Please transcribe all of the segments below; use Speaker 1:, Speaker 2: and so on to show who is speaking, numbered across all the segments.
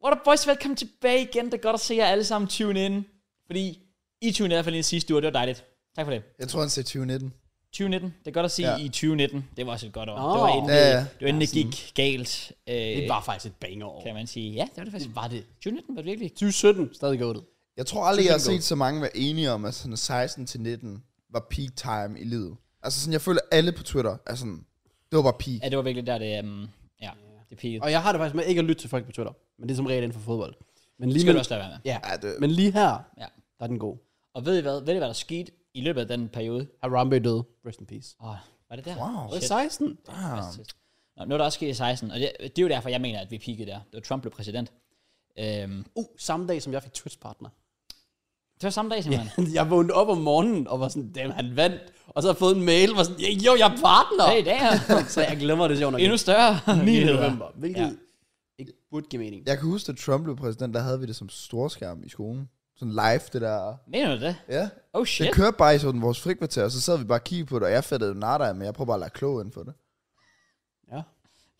Speaker 1: What up boys, velkommen tilbage igen. Det er godt at se jer alle sammen tune in. Fordi I tunede i hvert fald ind sidste uge, og det var dejligt. Tak for det.
Speaker 2: Jeg tror, han sagde 2019.
Speaker 1: 2019, det er godt at sige
Speaker 2: Ja.
Speaker 1: ja. i 2019. Det var også et godt år.
Speaker 3: Nå.
Speaker 1: Det var inden,
Speaker 2: Ja, ja.
Speaker 1: det, var inden det gik galt, øh,
Speaker 3: Det var faktisk et banger år.
Speaker 1: kan man sige. Ja, det var det faktisk.
Speaker 3: Det var det.
Speaker 1: 2019 var det virkelig.
Speaker 3: 2017, stadig goated.
Speaker 2: Jeg tror aldrig, jeg har
Speaker 3: Typisk.
Speaker 2: set så mange være enige om, at sådan 16 til 19 var peak time i livet. Altså sådan, jeg føler alle på Twitter er sådan, det var bare peak.
Speaker 1: Ja, det var virkelig der, det, um, ja, det peakede.
Speaker 3: Og jeg har det faktisk med ikke at lytte til folk på Twitter, men det er som regel inden for fodbold. Men
Speaker 1: Det
Speaker 3: lige,
Speaker 1: skal
Speaker 3: med,
Speaker 1: du også lade være med.
Speaker 3: ja,
Speaker 2: Ja, det,
Speaker 3: men lige her,
Speaker 1: Ja.
Speaker 3: der er den god.
Speaker 1: Og ved I hvad, ved I hvad der skete i løbet af den periode?
Speaker 3: Harambe døde. Rest in peace.
Speaker 1: Åh, var det der?
Speaker 2: wow.
Speaker 3: Og i
Speaker 1: Shit.
Speaker 3: 16.
Speaker 2: Ah.
Speaker 1: Nå, nu er der også sket i 16, og det, det er jo derfor, jeg mener, at vi peakede der. Det var Trump blev præsident. Øhm,
Speaker 3: Uh, samme dag, som jeg fik Twitch-partner.
Speaker 1: det var samme dag, simpelthen. Yeah.
Speaker 3: jeg vågnede op om morgenen og var sådan, damn, han vandt. Og så har jeg fået en mail, var sådan, "Ja, jo, jeg er partner.
Speaker 1: Hey, der.
Speaker 3: så jeg glemmer det sjovt nok.
Speaker 1: Endnu større.
Speaker 3: 9. november, hvilket
Speaker 1: Ja.
Speaker 3: ikke burde give mening.
Speaker 2: Jeg kan huske, at Trump blev præsident, der havde vi det som storskærm i skolen. Sådan live, det der.
Speaker 1: Mener du det?
Speaker 2: Ja.
Speaker 1: Oh
Speaker 2: Det
Speaker 1: shit.
Speaker 2: yeah. kørte bare i sådan vores frikvarter, og så sad vi bare og kiggede på det, og jeg fattede jo nada, men jeg prøver bare at lade klog ind for det.
Speaker 3: Ja.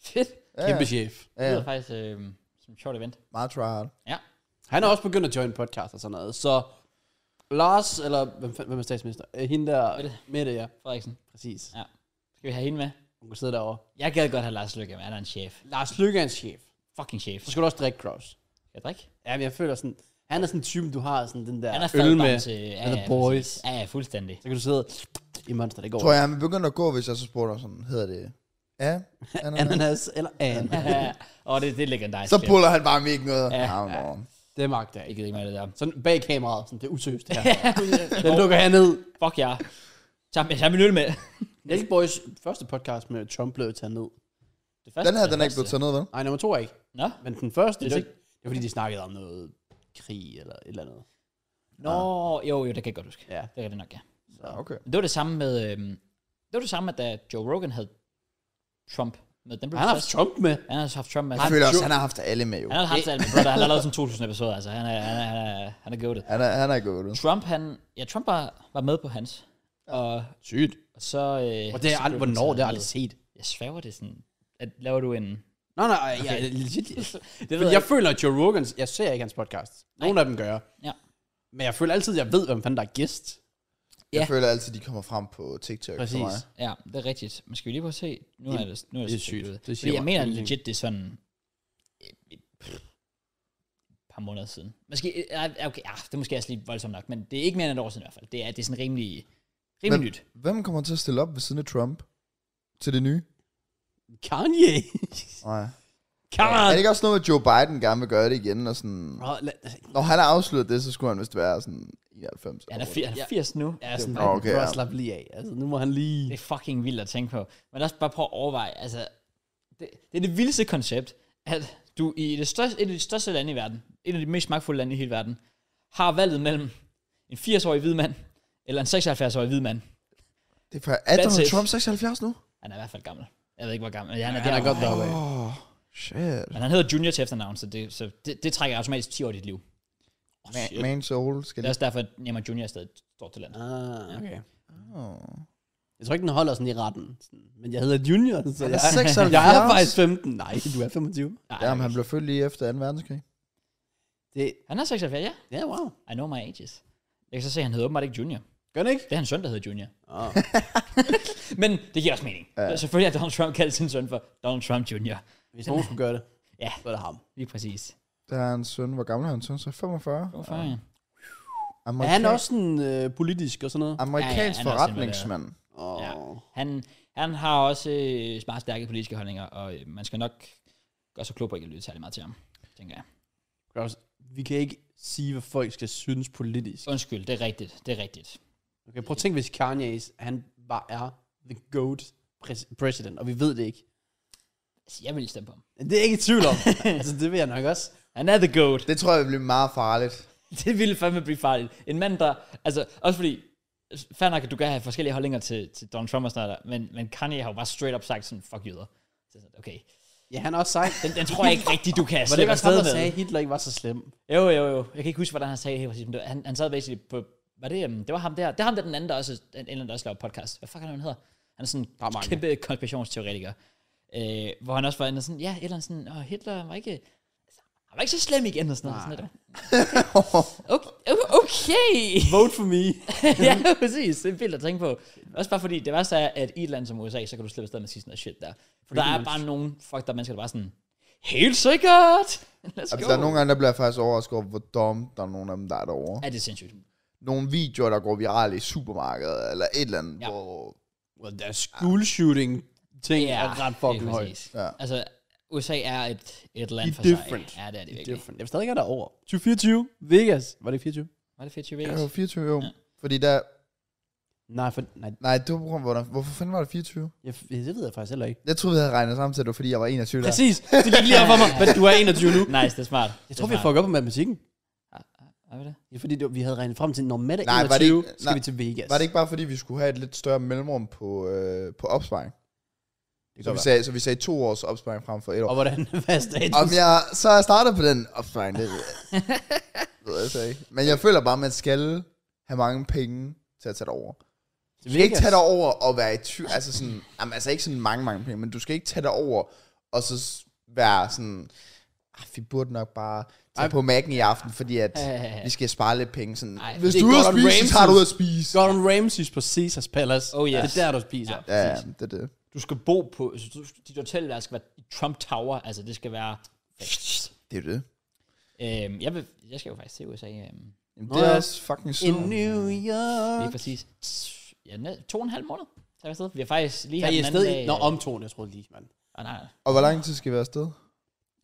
Speaker 1: Fedt.
Speaker 2: Ja,
Speaker 3: Kæmpe chef.
Speaker 2: ja,
Speaker 1: Det
Speaker 2: ja.
Speaker 1: er faktisk øhm, som et sjovt event.
Speaker 2: meget try hard.
Speaker 1: Ja.
Speaker 3: Han er også begyndt at join podcast og sådan noget. Så Lars, eller hvem, fa- hvem er statsminister? Øh, Hende der,
Speaker 1: Mette.
Speaker 3: Mette, Mette ja,
Speaker 1: Frederiksen.
Speaker 3: præcis.
Speaker 1: Ja. Skal vi have hende med?
Speaker 3: Hun kan sidde derovre.
Speaker 1: Jeg gad godt have Lars Løkke, men han er en chef.
Speaker 3: Lars Lykke er en chef.
Speaker 1: Fucking chef.
Speaker 3: Så skal du også drikke Kraus.
Speaker 1: Skal jeg drikke?
Speaker 3: Ja, men jeg føler sådan, han er sådan typen, du har sådan den der
Speaker 1: Han er
Speaker 3: øl
Speaker 1: fadbarn
Speaker 3: med.
Speaker 1: til... Ja,
Speaker 3: Han
Speaker 1: ja,
Speaker 3: er boys.
Speaker 1: præcis. Ja, ja, fuldstændig.
Speaker 3: Så kan du sidde i monster, det går.
Speaker 2: Tror jeg, han begyndte at gå, hvis jeg så spurgte ham sådan, hedder det... Ja, ananas.
Speaker 3: Ananas eller an.
Speaker 1: Ja, og det, det er legendarisk.
Speaker 2: Så
Speaker 1: klip.
Speaker 2: puller han bare mig ikke noget.
Speaker 1: Ja.
Speaker 2: Ja, ja.
Speaker 3: Det magter jeg
Speaker 1: Jeg
Speaker 3: ikke.
Speaker 1: gider ikke mig det der.
Speaker 3: Sådan bag kameraet, sådan det er usøst det her. den lukker jeg ned.
Speaker 1: Fuck jer. Tag, jeg tager min øl med.
Speaker 3: Nelly Boys første podcast med Trump blev taget ned.
Speaker 1: Det første,
Speaker 2: Den her, den er ikke blevet taget ned, vel?
Speaker 3: Nej, nummer to er ikke.
Speaker 1: Nå?
Speaker 3: Men den første,
Speaker 1: Det er
Speaker 3: det, var-
Speaker 1: så-
Speaker 3: det var fordi, de snakkede om noget krig eller et eller andet.
Speaker 1: Nå, jo, jo, det kan jeg godt huske.
Speaker 3: Ja.
Speaker 1: Det er det nok, ja.
Speaker 2: Ja, okay.
Speaker 1: Det var det samme med, øhm, det var det samme med, da Joe Rogan havde Trump med. Den blev
Speaker 3: Han har haft
Speaker 1: først-
Speaker 3: Trump med.
Speaker 1: Han har også haft Trump med.
Speaker 2: Jeg føler også, han har haft alle med, jo.
Speaker 1: Han har haft alt med brother. Han har lavet sådan 2000 episoder, altså. Han er, han er, han er, han er goated.
Speaker 2: Han er, han er gået ud.
Speaker 1: Trump, han... Ja, Trump var, var med på hans. Og,
Speaker 3: Sygt.
Speaker 1: og så... Øh,
Speaker 3: Og det er
Speaker 1: så
Speaker 3: aldrig,
Speaker 1: blev den
Speaker 3: hvornår,
Speaker 1: taget
Speaker 3: det har jeg
Speaker 1: ned.
Speaker 3: aldrig set.
Speaker 1: Jeg sværger det er sådan... At, laver du en...
Speaker 3: Nej, nej, jeg,
Speaker 1: Okay.
Speaker 3: jeg, legit,
Speaker 1: Det
Speaker 3: jeg, jeg føler, at Joe Rogans, jeg ser ikke hans podcast. Nogle af dem gør jeg.
Speaker 1: Ja.
Speaker 3: Men jeg føler altid, at jeg ved, hvem fanden der er gæst.
Speaker 2: Jeg
Speaker 1: Ja.
Speaker 2: føler altid, de kommer frem på TikTok for
Speaker 3: Præcis.
Speaker 2: mig.
Speaker 1: Ja, det er rigtigt. Men skal vi lige prøve at se? Nu er
Speaker 3: Jamen,
Speaker 1: det, nu er det,
Speaker 3: det er
Speaker 1: så
Speaker 3: sygt.
Speaker 1: tjekket ud.
Speaker 3: Det siger
Speaker 1: Fordi jeg
Speaker 3: mig
Speaker 1: mener
Speaker 3: ingenting.
Speaker 1: legit, det er sådan... Et, et, et par måneder siden. Måske, øh, ja, okay, ja, det er måske også lidt voldsomt nok, men det er ikke mere end et år siden i hvert fald. Det er, det er sådan rimelig, rimelig
Speaker 2: Men-
Speaker 1: nyt.
Speaker 2: Hvem kommer til at stille op ved siden af Trump? Til det nye?
Speaker 3: Kanye.
Speaker 2: Nej.
Speaker 3: Come
Speaker 2: Er
Speaker 3: on.
Speaker 2: det ikke også noget med, at Joe Biden gerne vil gøre det igen? Og sådan,
Speaker 3: Bro, lad,
Speaker 2: når han har afsløret det, så skulle han vist være sådan 91.
Speaker 1: Han er, fi, han er 80 nu.
Speaker 3: jeg er sådan,
Speaker 2: Nå, okay,
Speaker 3: okay, bro,
Speaker 2: ja.
Speaker 3: slap lige af. Altså, nu må han lige...
Speaker 1: Det er fucking vildt at tænke på. Men også bare prøv at overveje, altså, det, det er det vildeste koncept, at du i det største, et af de største lande i verden, et af de mest magtfulde lande i hele verden, har valget mellem en 80-årig hvid mand, eller en 76-årig hvid mand.
Speaker 2: Det er for, er Donald
Speaker 1: it.
Speaker 2: Trump 76 nu?
Speaker 1: Han er i hvert fald gammel. Jeg ved ikke, hvor gammel. Ja, han er,
Speaker 3: han er godt
Speaker 1: deroppe.
Speaker 3: deroppe.
Speaker 2: Åh, oh, shit.
Speaker 1: Men han hedder Junior til efternavn, så det, så det, det trækker automatisk 10 år i dit liv.
Speaker 2: Man, man's old. Skal
Speaker 1: Det er
Speaker 2: lige...
Speaker 1: også derfor, at Neymar Junior er stadig et stort talent.
Speaker 3: Ah, okay.
Speaker 2: Oh.
Speaker 3: Jeg tror ikke, den holder sådan i retten. Sådan, Men jeg hedder Junior, så
Speaker 2: Han
Speaker 3: jeg,
Speaker 2: er 76.
Speaker 3: jeg er faktisk 15. Nej, du er 25.
Speaker 1: Nej,
Speaker 2: Jamen, han blev født lige efter 2. verdenskrig.
Speaker 3: Det,
Speaker 1: han er 76, ja.
Speaker 3: ja, wow.
Speaker 1: I know my ages. Jeg kan så se, at han hedder åbenbart ikke Junior.
Speaker 3: Gør den ikke?
Speaker 1: Det er hans søn, der hedder Junior.
Speaker 3: Oh.
Speaker 1: Men det giver også mening. Ja. Selvfølgelig har Donald Trump kaldt sin søn for Donald Trump Jr.
Speaker 3: Hvis nogen skulle gøre det,
Speaker 1: Ja.
Speaker 3: så er det ham.
Speaker 1: Lige præcis.
Speaker 2: Der er en søn. Hvor gammel er hans søn? Så 45.
Speaker 1: Hvorfor? Ja.
Speaker 3: Er
Speaker 2: Amerika-
Speaker 3: han også sådan øh, politisk og sådan noget?
Speaker 1: Ja, ja, han er
Speaker 2: Amerikansk
Speaker 1: også
Speaker 2: forretningsmand.
Speaker 3: Oh.
Speaker 1: Ja. Han, han har også øh, meget stærke politiske holdninger, og øh, man skal nok gøre sig klog på ikke at lytte særlig meget til ham, tænker jeg.
Speaker 3: Kraus, vi kan ikke sige, hvad folk skal synes politisk.
Speaker 1: Undskyld, det er rigtigt. Det er rigtigt.
Speaker 3: Okay, prøv at tænke, hvis Kanye, han bare er the GOAT pres- president, og vi ved det ikke.
Speaker 1: Altså, jeg vil stemme på ham.
Speaker 3: Men Det er jeg ikke i tvivl om. altså, det vil jeg nok også.
Speaker 1: Han er the goat.
Speaker 2: Det tror jeg bliver meget farligt.
Speaker 1: Det ville fandme blive farligt. En mand, der... Altså, også fordi... Fair nok, at du kan have forskellige holdninger til, til Donald Trump og sådan noget, der, men, men Kanye har jo bare straight up sagt sådan, fuck jøder. Så sådan, Okay.
Speaker 3: Ja, han er også sej. Den,
Speaker 1: Den, den tror jeg ikke rigtigt, du kan
Speaker 3: var det
Speaker 1: slippe
Speaker 3: ikke også ham,
Speaker 1: afsted
Speaker 3: der
Speaker 1: med.
Speaker 3: sagde, at Hitler ikke var så slem?
Speaker 1: Jo, jo, jo. Jeg kan ikke huske, hvordan han sagde det helt præcis. men det var- Han, han sad basically på... Var det, um, det var ham der. Det er ham der, den anden, der også, den, en, der også laver podcast. Hvad fuck er det, han hedder? Han er sådan
Speaker 3: er
Speaker 1: en
Speaker 3: mange.
Speaker 1: kæmpe konspirationsteoretiker. Øh, hvor han også var inde og sådan, ja, et eller andet sådan, og Hitler var ikke... Han var ikke så slem igen og sådan noget. Sådan lidt. Okay, okay.
Speaker 3: Vote for me.
Speaker 1: ja, præcis. Det er vildt at tænke på. Også bare fordi, det var så, at i et land som USA, så kan du slippe afsted med at sige sådan noget shit der. For der er bare nogle fucked up mennesker, der bare sådan, helt sikkert, let's
Speaker 2: Altså,
Speaker 1: go.
Speaker 2: der er nogle gange, der bliver jeg faktisk overrasket over, hvor dumme der er nogle af dem, der er derovre.
Speaker 1: Ja, det er sindssygt.
Speaker 2: Nogle videoer, der går virale i supermarkedet, eller et eller andet,
Speaker 1: Ja.
Speaker 2: ja. hvor...
Speaker 3: Well, der school shooting ting
Speaker 1: Ja,
Speaker 3: yeah, er ret fucking
Speaker 1: det er
Speaker 3: højt.
Speaker 1: præcis.
Speaker 2: Ja.
Speaker 1: Altså, USA er et, et land
Speaker 3: De er
Speaker 1: for
Speaker 3: different.
Speaker 1: sig. Ja, det er det virkelig.
Speaker 3: Different. Jeg vil stadig gerne derover. 2024, Vegas. Var det ikke 24?
Speaker 1: Var det fedt,
Speaker 2: Ja,
Speaker 1: Vegas?
Speaker 2: det var 24, jo.
Speaker 1: Ja.
Speaker 2: Ja. Fordi der...
Speaker 3: Nej, for, nej
Speaker 2: Nej, det var på grund af, hvordan- hvorfor fanden var det 24?
Speaker 3: jeg, det ved jeg faktisk heller ikke.
Speaker 2: Jeg troede, vi havde regnet sammen til, at det var, fordi jeg var 21 der.
Speaker 3: Præcis, det gik lige op for mig, men du er 21 nu.
Speaker 1: Nice, det er smart. Ah,
Speaker 3: Jeg tror, vi har fucket op på matematikken.
Speaker 1: Er vi det?
Speaker 3: Ja, fordi det, var- vi havde regnet frem til, når Matt er
Speaker 2: Nej, var
Speaker 3: 21,
Speaker 2: det
Speaker 3: nej,
Speaker 2: ikke-
Speaker 3: skal
Speaker 2: nej,
Speaker 3: vi til Vegas.
Speaker 2: Var det ikke bare, fordi vi skulle have et lidt større mellemrum på, øh, på opsparing?
Speaker 3: Det
Speaker 2: Så
Speaker 3: kan
Speaker 2: vi,
Speaker 3: være.
Speaker 2: sagde, så vi sagde to års opsparing frem for et år.
Speaker 3: Og hvordan, hvad er status?
Speaker 2: Om jeg så er jeg startet på den opsparing, det ved jeg så ikke. Men jeg føler bare, at man skal have mange penge til at tage dig over.
Speaker 3: Til
Speaker 2: Du skal ikke tage dig over og være i tvivl. Altså, sådan, jamen, altså ikke sådan mange, mange penge, men du skal ikke tage dig over og så s- være sådan... "Ah, Vi burde nok bare tage
Speaker 3: Ej.
Speaker 2: på Mac'en i aften, fordi at
Speaker 1: Ja, ja, ja.
Speaker 2: vi skal spare lidt penge. Sådan,
Speaker 1: Ej,
Speaker 2: hvis
Speaker 3: det
Speaker 2: du
Speaker 3: er
Speaker 2: er ude at
Speaker 3: Gordon
Speaker 2: spise, så tager du ud at
Speaker 3: Ramsays-
Speaker 2: spise.
Speaker 3: Gordon Ramsays på Caesars Palace.
Speaker 1: Oh, yes.
Speaker 3: Det er der, du spiser.
Speaker 1: Ja.
Speaker 2: Ja, ja, det er det.
Speaker 1: Du skal bo på, altså, du, dit hotel der skal være i Trump Tower, altså det skal være...
Speaker 2: Det er det.
Speaker 1: Øhm, jeg, vil, jeg skal jo faktisk til USA, øhm,
Speaker 2: Jamen,
Speaker 3: Nå
Speaker 2: det er
Speaker 3: ja.
Speaker 2: også fucking
Speaker 3: In
Speaker 2: synd.
Speaker 3: New York.
Speaker 1: lige præcis. Ja, næ- to og en halv måned. tager vi afsted. Vi har faktisk lige
Speaker 3: Der
Speaker 1: haft
Speaker 3: er
Speaker 1: en
Speaker 3: i
Speaker 1: anden
Speaker 3: sted
Speaker 1: dag...
Speaker 3: Nå,
Speaker 1: øh,
Speaker 3: om toren, jeg troede lige, mand.
Speaker 1: Ah, nej,
Speaker 2: Og hvor lang tid skal vi være afsted?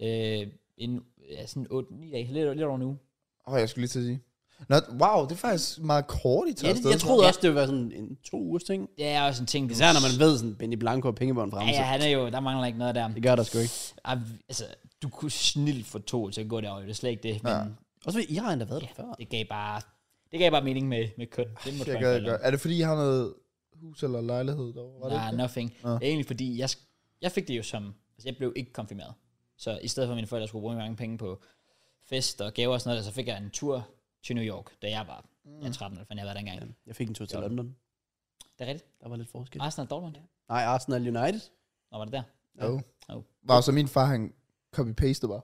Speaker 1: øh, en, ja, sådan 8-9 dage, lidt, lidt over nu.
Speaker 2: Åh, oh, jeg skulle lige til at sige. Nå, wow, det er faktisk meget kort, I tager
Speaker 3: Ja, det,
Speaker 2: afsted.
Speaker 3: jeg troede
Speaker 1: Ja.
Speaker 3: også, det ville være sådan en to ugers ting.
Speaker 1: Det er også en ting,
Speaker 3: Især når man ved, sådan Benny Blanco og pengebånd frem.
Speaker 1: Ja, ja, han er jo, der mangler ikke noget der.
Speaker 3: Det gør der sgu ikke.
Speaker 1: Ej, altså, du kunne snilt få to til at gå derovre, det er slet ikke det, men ja.
Speaker 3: Også fordi I har endda været der før.
Speaker 1: det gav bare, det gav bare mening med, med køn. Det må du
Speaker 2: Jeg
Speaker 1: ikke
Speaker 2: gør, jeg
Speaker 1: falde
Speaker 2: gør.
Speaker 1: om.
Speaker 2: Er det fordi, I har noget hus eller lejlighed derovre? Var det
Speaker 1: Nej,
Speaker 2: ikke det?
Speaker 1: nothing. Ja.
Speaker 2: Nå.
Speaker 1: Det er egentlig fordi, jeg, sk- jeg fik det jo som, altså jeg blev ikke konfirmeret. Så i stedet for at mine forældre skulle bruge mange penge på fest og gaver og sådan noget, så fik jeg en tur til New York, da jeg var
Speaker 2: Mm.
Speaker 1: ja, 13 eller hvad fanden jeg var dengang.
Speaker 3: Ja, Jeg fik en tur til London.
Speaker 1: Det er rigtigt.
Speaker 3: Der var lidt forskel.
Speaker 1: Arsenal og Dortmund.
Speaker 3: Nej, Arsenal United.
Speaker 1: Nå, var det der? Oh.
Speaker 2: Jo.
Speaker 1: Jo.
Speaker 2: Var så min far, han copy-pastede bare.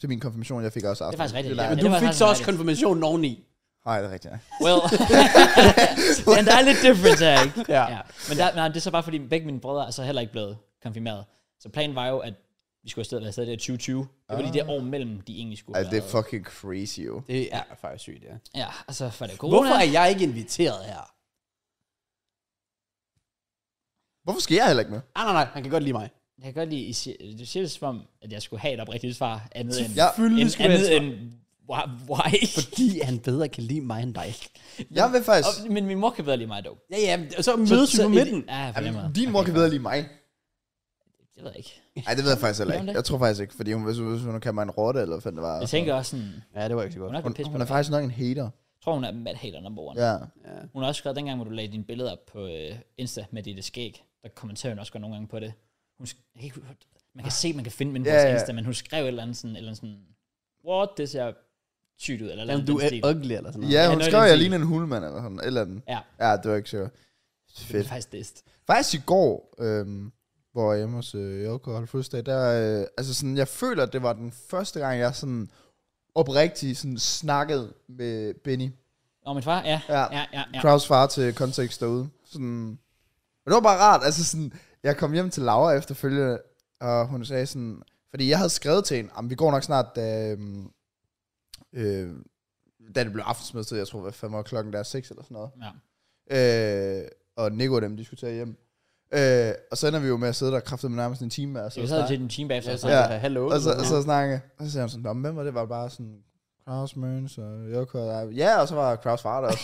Speaker 2: Til min konfirmation, jeg fik også aften.
Speaker 1: Det er faktisk rigtigt.
Speaker 2: lejligt.
Speaker 3: Men
Speaker 1: Ja,
Speaker 3: du
Speaker 1: det var
Speaker 3: fik
Speaker 1: faktisk
Speaker 3: så også
Speaker 1: dejligt.
Speaker 3: konfirmationen oveni.
Speaker 2: Nej, det er rigtigt. Ja.
Speaker 1: Well, men der er lidt difference her, ikke?
Speaker 3: Ja.
Speaker 1: Ja. Men der, nej, det er så bare fordi begge mine brødre er så heller ikke blevet konfirmeret. Så planen var jo, at vi skulle afsted være afsted der i 2020. Det var lige det år mellem, de egentlig skulle
Speaker 2: Altså, Ah. det er
Speaker 1: have været.
Speaker 2: fucking crazy, jo.
Speaker 3: Det er faktisk sygt, ja.
Speaker 1: Ja, altså for det corona.
Speaker 3: Hvorfor er jeg ikke inviteret her?
Speaker 2: Hvorfor skal jeg heller ikke med?
Speaker 3: Ah, nej, nej, han kan godt lide mig.
Speaker 1: Jeg kan godt lide, I siger, du siger det som om, at jeg skulle have et oprigtigt svar, andet end,
Speaker 2: Ja.
Speaker 3: Selvfølgelig
Speaker 1: end, andet end why? why?
Speaker 3: Fordi han bedre kan lide mig end dig.
Speaker 2: Jeg vil faktisk...
Speaker 1: Og, men min mor kan bedre lide mig dog.
Speaker 3: Ja, ja, og så mødes vi på midten.
Speaker 1: Ja, for
Speaker 2: Jamen,
Speaker 1: det
Speaker 2: din mor kan bedre lide mig.
Speaker 1: Jeg ved jeg ikke.
Speaker 2: Nej, det ved jeg faktisk heller
Speaker 1: Gør hun
Speaker 2: ikke.
Speaker 1: det?
Speaker 2: Jeg tror faktisk ikke, fordi hun, hvis, hvis hun kalder mig en rotte, eller hvad fanden det var.
Speaker 1: Jeg tænker også sådan,
Speaker 3: Ja, det var ikke så godt.
Speaker 1: hun er
Speaker 2: Hun,
Speaker 1: godt pisse på
Speaker 2: hun er
Speaker 1: dig.
Speaker 2: faktisk nok en hater.
Speaker 1: Jeg tror, hun er mad hater number one.
Speaker 2: Ja.
Speaker 3: Ja.
Speaker 1: Hun har også skrevet, dengang, hvor du lagde dine billeder op på øh, Insta med dit skæg, der kommenterer hun også godt nogle gange på det. Hun, sk- jeg kan ikke, hu- man kan se, man kan finde min på
Speaker 2: Ja,
Speaker 1: ja,
Speaker 2: ja.
Speaker 1: Insta, men hun skrev et eller andet sådan, et eller andet sådan what, det ser sygt ud, eller et eller
Speaker 3: Jamen,
Speaker 1: andet
Speaker 3: du
Speaker 1: den
Speaker 3: er
Speaker 1: stil.
Speaker 3: ugly eller sådan noget.
Speaker 2: Ja,
Speaker 1: Ja,
Speaker 2: hun
Speaker 1: noget i
Speaker 2: skrev,
Speaker 1: den
Speaker 2: jeg
Speaker 1: stil.
Speaker 2: ligner en hulmand eller sådan et eller andet.
Speaker 1: Ja,
Speaker 2: Ja, det var ikke sikkert.
Speaker 1: det er
Speaker 2: Fedt.
Speaker 1: faktisk det.
Speaker 2: Faktisk i går, øhm, hvor jeg hjemme hos øh, Joko holdt fødselsdag, der, øh, altså sådan, jeg føler, at det var den første gang, jeg sådan oprigtigt sådan snakkede med Benny,
Speaker 1: Og min far, ja, ja,
Speaker 2: Ja.
Speaker 1: ja, ja.
Speaker 2: ja.
Speaker 1: ja.
Speaker 2: Kraus far til kontekst derude. Sådan, og det var bare rart, altså sådan, jeg kom hjem til Laura efterfølgende, og hun sagde sådan, fordi jeg havde skrevet til hende, "Jamen, vi går nok snart, da, øhm, øh, da det blev aftensmiddag, jeg tror, hvad fanden var klokken, der er seks eller sådan noget.
Speaker 1: ja.
Speaker 2: Øh, og Nico og dem, de skulle tage hjem. Øh, og så ender vi jo med at sidde der kraftet med nærmest en time. med os
Speaker 1: Så
Speaker 2: Og,
Speaker 1: vi
Speaker 2: så,
Speaker 1: sad til den time bagefter.
Speaker 3: Ja,
Speaker 1: Ja,
Speaker 3: så
Speaker 2: Ja.
Speaker 3: ja. hallo.
Speaker 2: og, så, og så snakke. Og så siger han sådan, "Nå, men hvem var det? Var det bare sådan Kraus, Møns og Joko? Og dig?" ja, og så var Kraus far der også.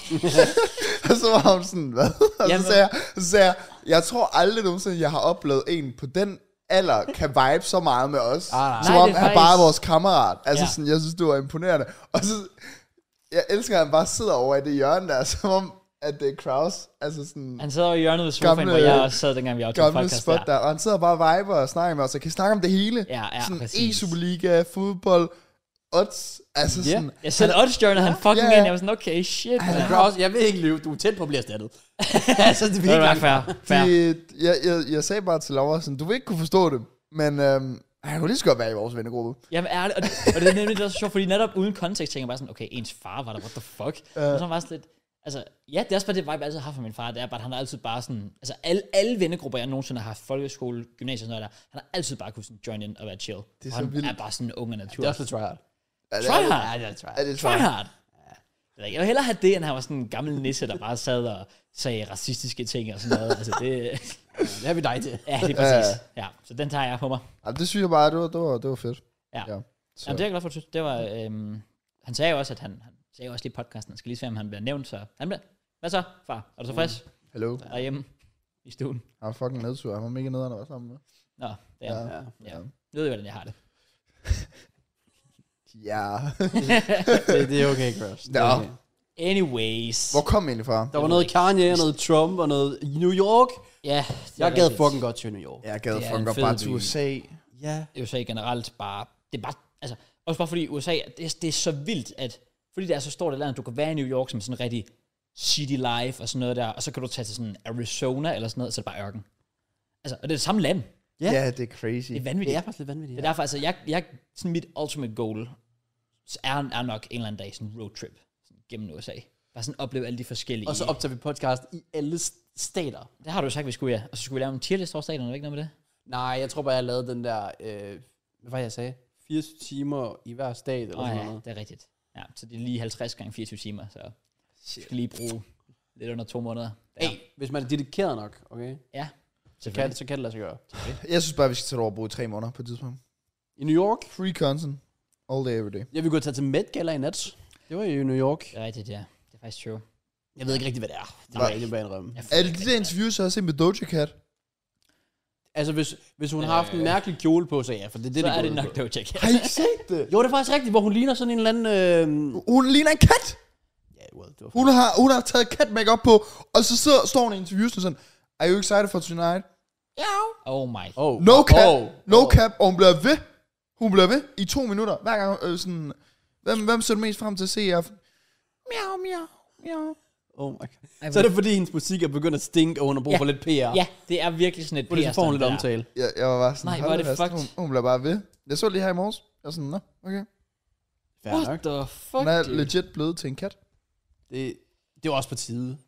Speaker 2: og så var hun sådan, hvad? Og
Speaker 1: Jamen.
Speaker 2: så sagde, jeg, så sagde jeg, jeg tror aldrig nogensinde, jeg har oplevet en på den alder kan vibe så meget med os.
Speaker 3: Ah, nej.
Speaker 2: Som
Speaker 1: Nej,
Speaker 2: om
Speaker 1: det
Speaker 2: han
Speaker 1: er
Speaker 2: bare
Speaker 1: faktisk-
Speaker 2: er vores kammerat. Altså
Speaker 1: Ja.
Speaker 2: ja. sådan, jeg synes, det var imponerende. Og så, jeg elsker, at han bare sidder over i det hjørne der, som om, at det er Kraus. Altså sådan,
Speaker 1: Han sad over i hjørnet ved sofaen,
Speaker 2: Gamle-
Speaker 1: hvor jeg også sad, dengang vi optog
Speaker 2: gamle
Speaker 1: podcast
Speaker 2: spot der.
Speaker 1: der.
Speaker 2: Og han sidder bare og viber og snakker med os, og kan snakke om det hele.
Speaker 1: Ja, ja,
Speaker 2: sådan
Speaker 1: præcis.
Speaker 2: E-Superliga, fodbold, odds, altså
Speaker 3: Ja.
Speaker 2: yeah. sådan...
Speaker 1: Jeg sendte odds-journet, han fucking
Speaker 2: Ja.
Speaker 1: ind. Jeg var sådan, okay, shit.
Speaker 3: Altså, Du
Speaker 1: man.
Speaker 3: kan også, jeg ved ikke lyve, du er tæt på at blive erstattet. altså, det
Speaker 1: Det
Speaker 3: er virkelig
Speaker 1: var
Speaker 3: langt.
Speaker 1: fair, fair.
Speaker 2: De, jeg, jeg, jeg sagde bare til Laura sådan, du vil ikke kunne forstå det, men øhm, Han kunne lige så godt være i vores vennegruppe.
Speaker 1: Jamen ærligt, og det, og det er nemlig det, der er så sjovt, fordi netop uden kontekst tænker jeg bare sådan, okay, ens far var der, what the fuck? Uh. Og så var jeg sådan lidt, altså, ja, det er også bare det vibe, jeg altid har fra min far, det er bare, at han har altid bare sådan, altså alle, alle vennegrupper, jeg nogensinde har haft, folkeskole, gymnasiet og sådan noget der, han har altid bare kunnet sådan join in og være chill. Det
Speaker 2: er
Speaker 1: og
Speaker 2: så
Speaker 1: han
Speaker 2: vildt.
Speaker 1: er bare sådan ung af natur.
Speaker 3: Det er også lidt tryhard.
Speaker 2: Er det,
Speaker 1: Try
Speaker 2: er
Speaker 1: hard.
Speaker 3: Ja, det er lidt tryhard.
Speaker 2: det, er det
Speaker 1: Try
Speaker 2: tryhard?
Speaker 1: hard. Jeg vil hellere have det, end han var sådan en gammel nisse, der bare sad og sagde racistiske ting og sådan noget. Altså det,
Speaker 3: Ja, det har vi dig til.
Speaker 1: ja, det er præcis. Ja, så den tager jeg på mig.
Speaker 2: Jamen, det synes jeg bare, det var, det var, det var fedt.
Speaker 1: Ja.
Speaker 2: Så.
Speaker 1: Jamen, det er jeg glad for, du synes. Det var, øhm, han sagde jo også, at han, han sagde jo også lige i podcasten, han skal lige se, om han bliver nævnt, så han bliver, hvad så, far? Er du så frisk? Mm.
Speaker 2: Hello.
Speaker 1: Derhjemme i stuen?
Speaker 2: Han var fucking nedtur. Han var mega nederen at være sammen med.
Speaker 1: Nå, det er ja.
Speaker 3: Ja.
Speaker 1: ja. Nu ved jeg, hvordan jeg har det.
Speaker 2: Ja.
Speaker 3: Det, det er okay, Cross. Det er
Speaker 2: Nå.
Speaker 3: okay.
Speaker 1: Anyways.
Speaker 2: Hvor kom I egentlig fra?
Speaker 3: Der var noget Kanye, og noget Trump og noget i New York.
Speaker 1: Ja, det er
Speaker 3: Jeg gad
Speaker 1: rigtigt.
Speaker 3: fucking godt til New York.
Speaker 2: Jeg gad
Speaker 1: Det er
Speaker 2: fucking
Speaker 1: en
Speaker 2: godt
Speaker 1: fed
Speaker 2: bare til
Speaker 1: by.
Speaker 2: USA.
Speaker 3: Ja.
Speaker 1: USA generelt bare, det er bare, altså, også bare fordi USA, det er, det er så vildt, at fordi det er så stort et land, du kan være i New York som sådan rigtig city life og sådan noget der, og så kan du tage til sådan Arizona eller sådan noget, så er det bare ørken. Altså, og det er det samme land. Det
Speaker 3: Ja.
Speaker 2: Ja, det er crazy.
Speaker 1: er vanvittigt.
Speaker 3: Det er faktisk lidt vanvittigt.
Speaker 1: Det er derfor, altså, jeg, jeg, sådan mit ultimate goal så er, er nok en eller anden dag sådan en roadtrip sådan gennem USA. Bare sådan opleve alle de forskellige.
Speaker 3: Og så optager vi podcast i alle s- stater.
Speaker 1: det har du jo sagt, vi skulle, ja. Og så skulle vi lave en tierlist over staterne, er det ikke noget med det?
Speaker 3: Nej, jeg tror bare, jeg lavede den der, øh, hvad var det, jeg sagde? 80 timer i hver stat eller
Speaker 1: Åh
Speaker 3: sådan
Speaker 1: ja,
Speaker 3: noget.
Speaker 1: det er rigtigt. Ja, så det er lige 50 gange 24 timer, så vi skal lige bruge lidt under to måneder. Ja,
Speaker 3: Hey, hvis man er dedikeret nok, okay?
Speaker 1: ja
Speaker 3: Kan,
Speaker 1: selvfølgelig.
Speaker 3: så kan det lade sig gøre.
Speaker 2: Jeg synes bare, vi skal tage det over og bruge tre måneder på et tidspunkt.
Speaker 3: I New York?
Speaker 2: Free content. All day, every day.
Speaker 3: Jeg ville gå tage til Met Gala i nat. Det var jo i New York.
Speaker 1: Det er rigtigt, ja. Det er faktisk true.
Speaker 3: Jeg ved ikke rigtig, hvad det er. Det
Speaker 2: Hvad?
Speaker 3: var egentlig bare en rømme.
Speaker 1: Jeg
Speaker 2: Er det de der interviews, jeg har set med Doja Cat?
Speaker 3: Altså, hvis, hvis hun har haft en mærkelig kjole på, så ja, for det er det,
Speaker 1: så
Speaker 3: det,
Speaker 1: er
Speaker 3: går
Speaker 1: det
Speaker 3: ud
Speaker 1: nok
Speaker 3: på.
Speaker 1: Doja Cat.
Speaker 2: Har I ikke set det?
Speaker 3: Jo, det er faktisk rigtigt, hvor hun ligner sådan en eller anden... Øh...
Speaker 2: Hun ligner en kat!
Speaker 3: Ja, well, det var
Speaker 2: Hun har, hun har taget kat makeup på, og så sidder, står hun i interviews og sådan, Are you excited for tonight?
Speaker 1: Oh my.
Speaker 3: Oh.
Speaker 2: No cap,
Speaker 3: Oh.
Speaker 2: no
Speaker 3: Oh.
Speaker 2: cap, og hun bliver ved. Hun bliver ved i to minutter, hver gang øh, sådan, hvem, hvem ser du mest frem til at se i aften? Miau, miau, miau.
Speaker 3: Oh my God. Så er det, fordi hendes musik er begyndt at stinke, og hun har brug
Speaker 1: Ja.
Speaker 3: for lidt PR.
Speaker 1: Ja, det er virkelig sådan et
Speaker 3: Fordi så får hun lidt
Speaker 1: PR-stunt, det
Speaker 3: omtale.
Speaker 2: Jeg, jeg var bare sådan,
Speaker 1: Nej, hvor
Speaker 2: "Hold
Speaker 1: er det
Speaker 2: fast."
Speaker 1: fucked.
Speaker 2: Hun, hun bliver bare ved. Jeg så det lige her i morges. Jeg var sådan, nå, okay.
Speaker 1: der.
Speaker 3: Fair
Speaker 1: What
Speaker 3: nok.
Speaker 1: the fuck,
Speaker 2: Hun er
Speaker 1: dude?
Speaker 2: legit blevet til en kat.
Speaker 3: Det, det var også på tide. På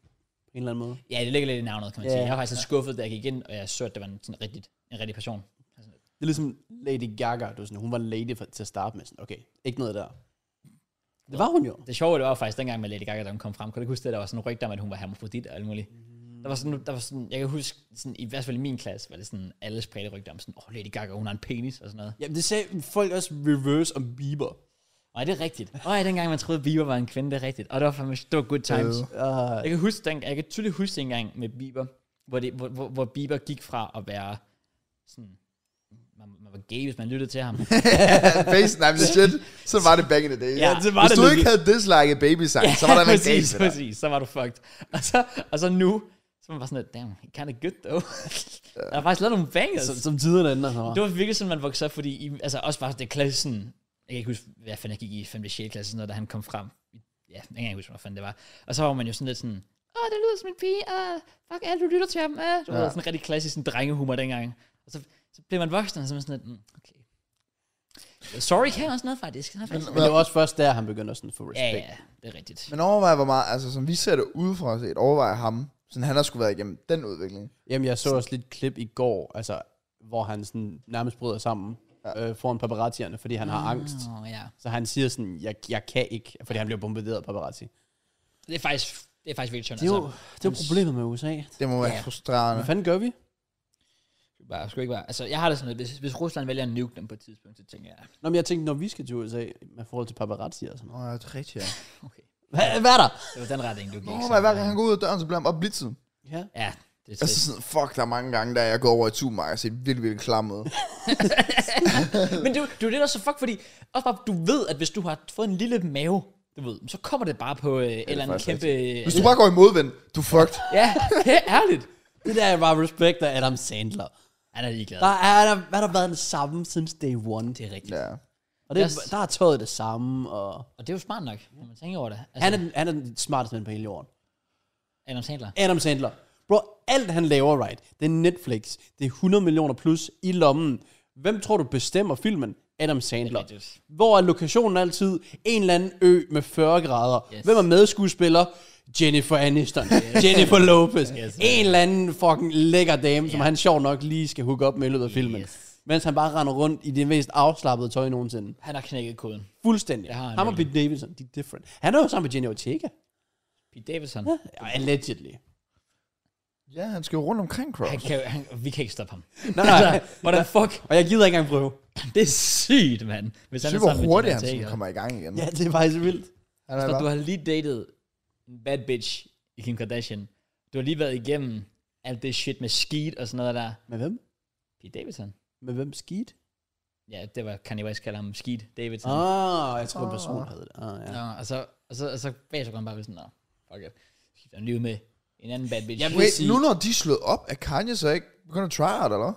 Speaker 3: en eller anden måde.
Speaker 1: Ja, det ligger lidt i navnet, kan man
Speaker 3: Ja.
Speaker 1: yeah. sige. Jeg var faktisk lidt skuffet, da jeg gik ind, og jeg så, at det var en, sådan rigtig, en rigtig person.
Speaker 3: Det er ligesom Lady Gaga. Du ved sådan, hun var en lady for, til at starte med. Sådan, okay, ikke noget der. Det var hun jo.
Speaker 1: Det sjove, det var faktisk dengang med Lady Gaga, da hun kom frem. Kan du ikke huske det, der var sådan en rygte om, at hun var hermofrodit og alt muligt?
Speaker 3: Mm.
Speaker 1: Der var sådan, der var sådan, jeg kan huske, sådan, i hvert fald i min klasse, var det sådan alle spredte rygter om sådan, åh, oh, Lady Gaga, hun har en penis og sådan noget.
Speaker 3: Ja, det sagde folk også reverse om Bieber.
Speaker 1: Og er det rigtigt? Og ja, dengang man troede, Bieber var en kvinde, det er rigtigt. Og det var fandme, det var good times.
Speaker 2: Øh.
Speaker 3: Uh,
Speaker 1: Jeg kan, huske, den, jeg kan tydeligt huske en gang med Bieber, hvor, det, hvor, hvor, hvor Bieber gik fra at være sådan, man, man var gay, hvis man lyttede til ham.
Speaker 2: Facen, nej, men legit. Så var det back in the day.
Speaker 1: Ja, det var
Speaker 2: Hvis
Speaker 1: det
Speaker 2: du
Speaker 1: legit.
Speaker 2: ikke havde disliket baby sang, så var der en
Speaker 1: præcis,
Speaker 2: galt.
Speaker 1: præcis, så var du fucked. Og så, og så nu, så var man bare sådan, lidt, damn, kind of good though. der er faktisk lavet nogle bangers.
Speaker 3: som, som tiderne ændrer sig. hva'?
Speaker 1: det var virkelig sådan, man voksede op, fordi I, altså også bare det klasse sådan, jeg kan ikke huske, hvad fanden jeg gik i 5. 6. klasse, sådan noget, da han kom frem. Ja, jeg kan ikke huske, hvad fanden det var. Og så var man jo sådan lidt sådan, åh, det lyder som en pige, og fuck alt, du lytter til ham. Ah. Det var
Speaker 2: Ja.
Speaker 1: ja. sådan en rigtig klassisk sådan, drengehumor dengang. Og så, så blev man voksen, og så var man sådan lidt, mm, okay. Sorry kan også noget, faktisk. Han er faktisk.
Speaker 3: Men det var også først der, han begyndte at sådan få
Speaker 1: Ja,
Speaker 3: respekt.
Speaker 1: ja, det er rigtigt.
Speaker 2: Men overvej, hvor meget, altså som vi ser det udefra set, overvej ham, sådan han har skulle været igennem den udvikling.
Speaker 3: Jamen, jeg så også lidt klip i går, altså, hvor han sådan nærmest bryder sammen ja. øh, foran paparazzierne, fordi han har angst.
Speaker 1: Åh, ja.
Speaker 3: Så han siger sådan, jeg, jeg kan ikke, fordi han bliver bombarderet af paparazzi.
Speaker 1: Det er faktisk, det er faktisk virkelig sjovt.
Speaker 3: Det er jo,
Speaker 1: altså.
Speaker 3: det er jo problemet med USA.
Speaker 2: Det må være
Speaker 1: Ja.
Speaker 2: frustrerende.
Speaker 3: Hvad fanden gør vi?
Speaker 1: Bare, skulle ikke være. Altså, jeg har det sådan noget, hvis, hvis Rusland vælger at nuke dem på et tidspunkt, så tænker jeg,
Speaker 3: Nå, men jeg tænkte, når vi skal til USA, med forhold til paparazzi og sådan
Speaker 2: Nå,
Speaker 3: noget.
Speaker 2: ja, det er rigtigt, ja.
Speaker 1: okay.
Speaker 3: Hvad, hvad er der?
Speaker 1: Det var den retning, du gik.
Speaker 2: Overvej,
Speaker 1: så-
Speaker 2: hver gang han går ud af døren, så bliver han bare blitzet.
Speaker 3: Ja.
Speaker 1: Ja, det er
Speaker 2: Altså
Speaker 1: trist.
Speaker 2: sådan, fuck, der er mange gange, der jeg går over i supermarkedet og ser virkelig, virkelig klam ud.
Speaker 1: Men det, er jo- det er jo det, der er så fuck, fordi også bare, du ved, at hvis du har fået en lille mave, du ved, så kommer det bare på øh, et eller andet
Speaker 2: faktisk
Speaker 1: kæmpe...
Speaker 2: Hvis du bare går i modvind, du er fucked.
Speaker 1: Ja, det er ærligt.
Speaker 3: Det der er bare respekt af Adam Sandler.
Speaker 1: Han er ligeglad.
Speaker 3: Der er, der, hvad har der været den samme siden day one.
Speaker 1: Det er rigtigt.
Speaker 2: Ja.
Speaker 3: Og det,
Speaker 1: Yes. Altså-
Speaker 3: der er tøjet det samme, og...
Speaker 1: Og det er jo smart nok, når man tænker over det. Altså,
Speaker 3: Han er, den, han er den smarteste mand på hele jorden.
Speaker 1: Adam Sandler.
Speaker 3: Adam Sandler. Bro, alt han laver, right? Det er Netflix. Det er 100 millioner plus i lommen. Hvem tror du bestemmer filmen? Adam Sandler.
Speaker 1: Det er rigtigt.
Speaker 3: Hvor er lokationen altid? En eller anden ø med 40 grader.
Speaker 1: Yes.
Speaker 3: Yes. Hvem er medskuespiller? Jennifer Aniston. Jennifer Lopez.
Speaker 1: Yes.
Speaker 3: Yes. En eller anden fucking lækker dame, som han sjov nok lige skal hooke op med i løbet af filmen.
Speaker 1: Yes.
Speaker 3: Mens han bare render rundt i det mest afslappede tøj nogensinde.
Speaker 1: Han har knækket koden.
Speaker 3: Fuldstændig.
Speaker 1: Det har han
Speaker 3: Ham og
Speaker 1: virkelig.
Speaker 3: Pete Davidson, de er different. Han er jo sammen med Jenny Ortega.
Speaker 1: Pete Davidson.
Speaker 3: Allegedly.
Speaker 2: Ja, han skal jo rundt omkring, Cross.
Speaker 1: Han kan, jo- han, vi kan ikke stoppe ham. Altså,
Speaker 3: Nej, nej.
Speaker 1: Hvordan fuck?
Speaker 3: Og jeg gider ikke engang prøve.
Speaker 1: Det er sygt, mand. Hvis
Speaker 2: Jeg
Speaker 1: han
Speaker 2: synes,
Speaker 1: er
Speaker 2: hvor
Speaker 1: sammen med
Speaker 2: hurtigt
Speaker 1: Jenna
Speaker 2: han sådan
Speaker 1: Ortega.
Speaker 2: kommer i gang igen.
Speaker 3: Ja, det er faktisk vildt.
Speaker 2: Han er
Speaker 1: Så du
Speaker 2: bare,
Speaker 1: har lige datet en bad bitch i Kim Kardashian. Du har lige været igennem alt det shit med skeet og sådan noget der.
Speaker 3: Med hvem?
Speaker 1: Pete Davidson.
Speaker 3: Med hvem? Skid?
Speaker 1: Ja, det var Kanye West kalder ham skeet Davidson.
Speaker 3: Ah, jeg tror, en person
Speaker 2: Ah.
Speaker 3: havde det. Ah, ja.
Speaker 1: Nå, og så, og så, og så bagefter går han bare ved sådan, nå, fuck it. Skifter han lige ud med en anden bad bitch.
Speaker 3: Jeg vil
Speaker 2: wait,
Speaker 3: sige-
Speaker 2: nu når de er slået op, er Kanye så ikke begyndt at try out, eller? hvad?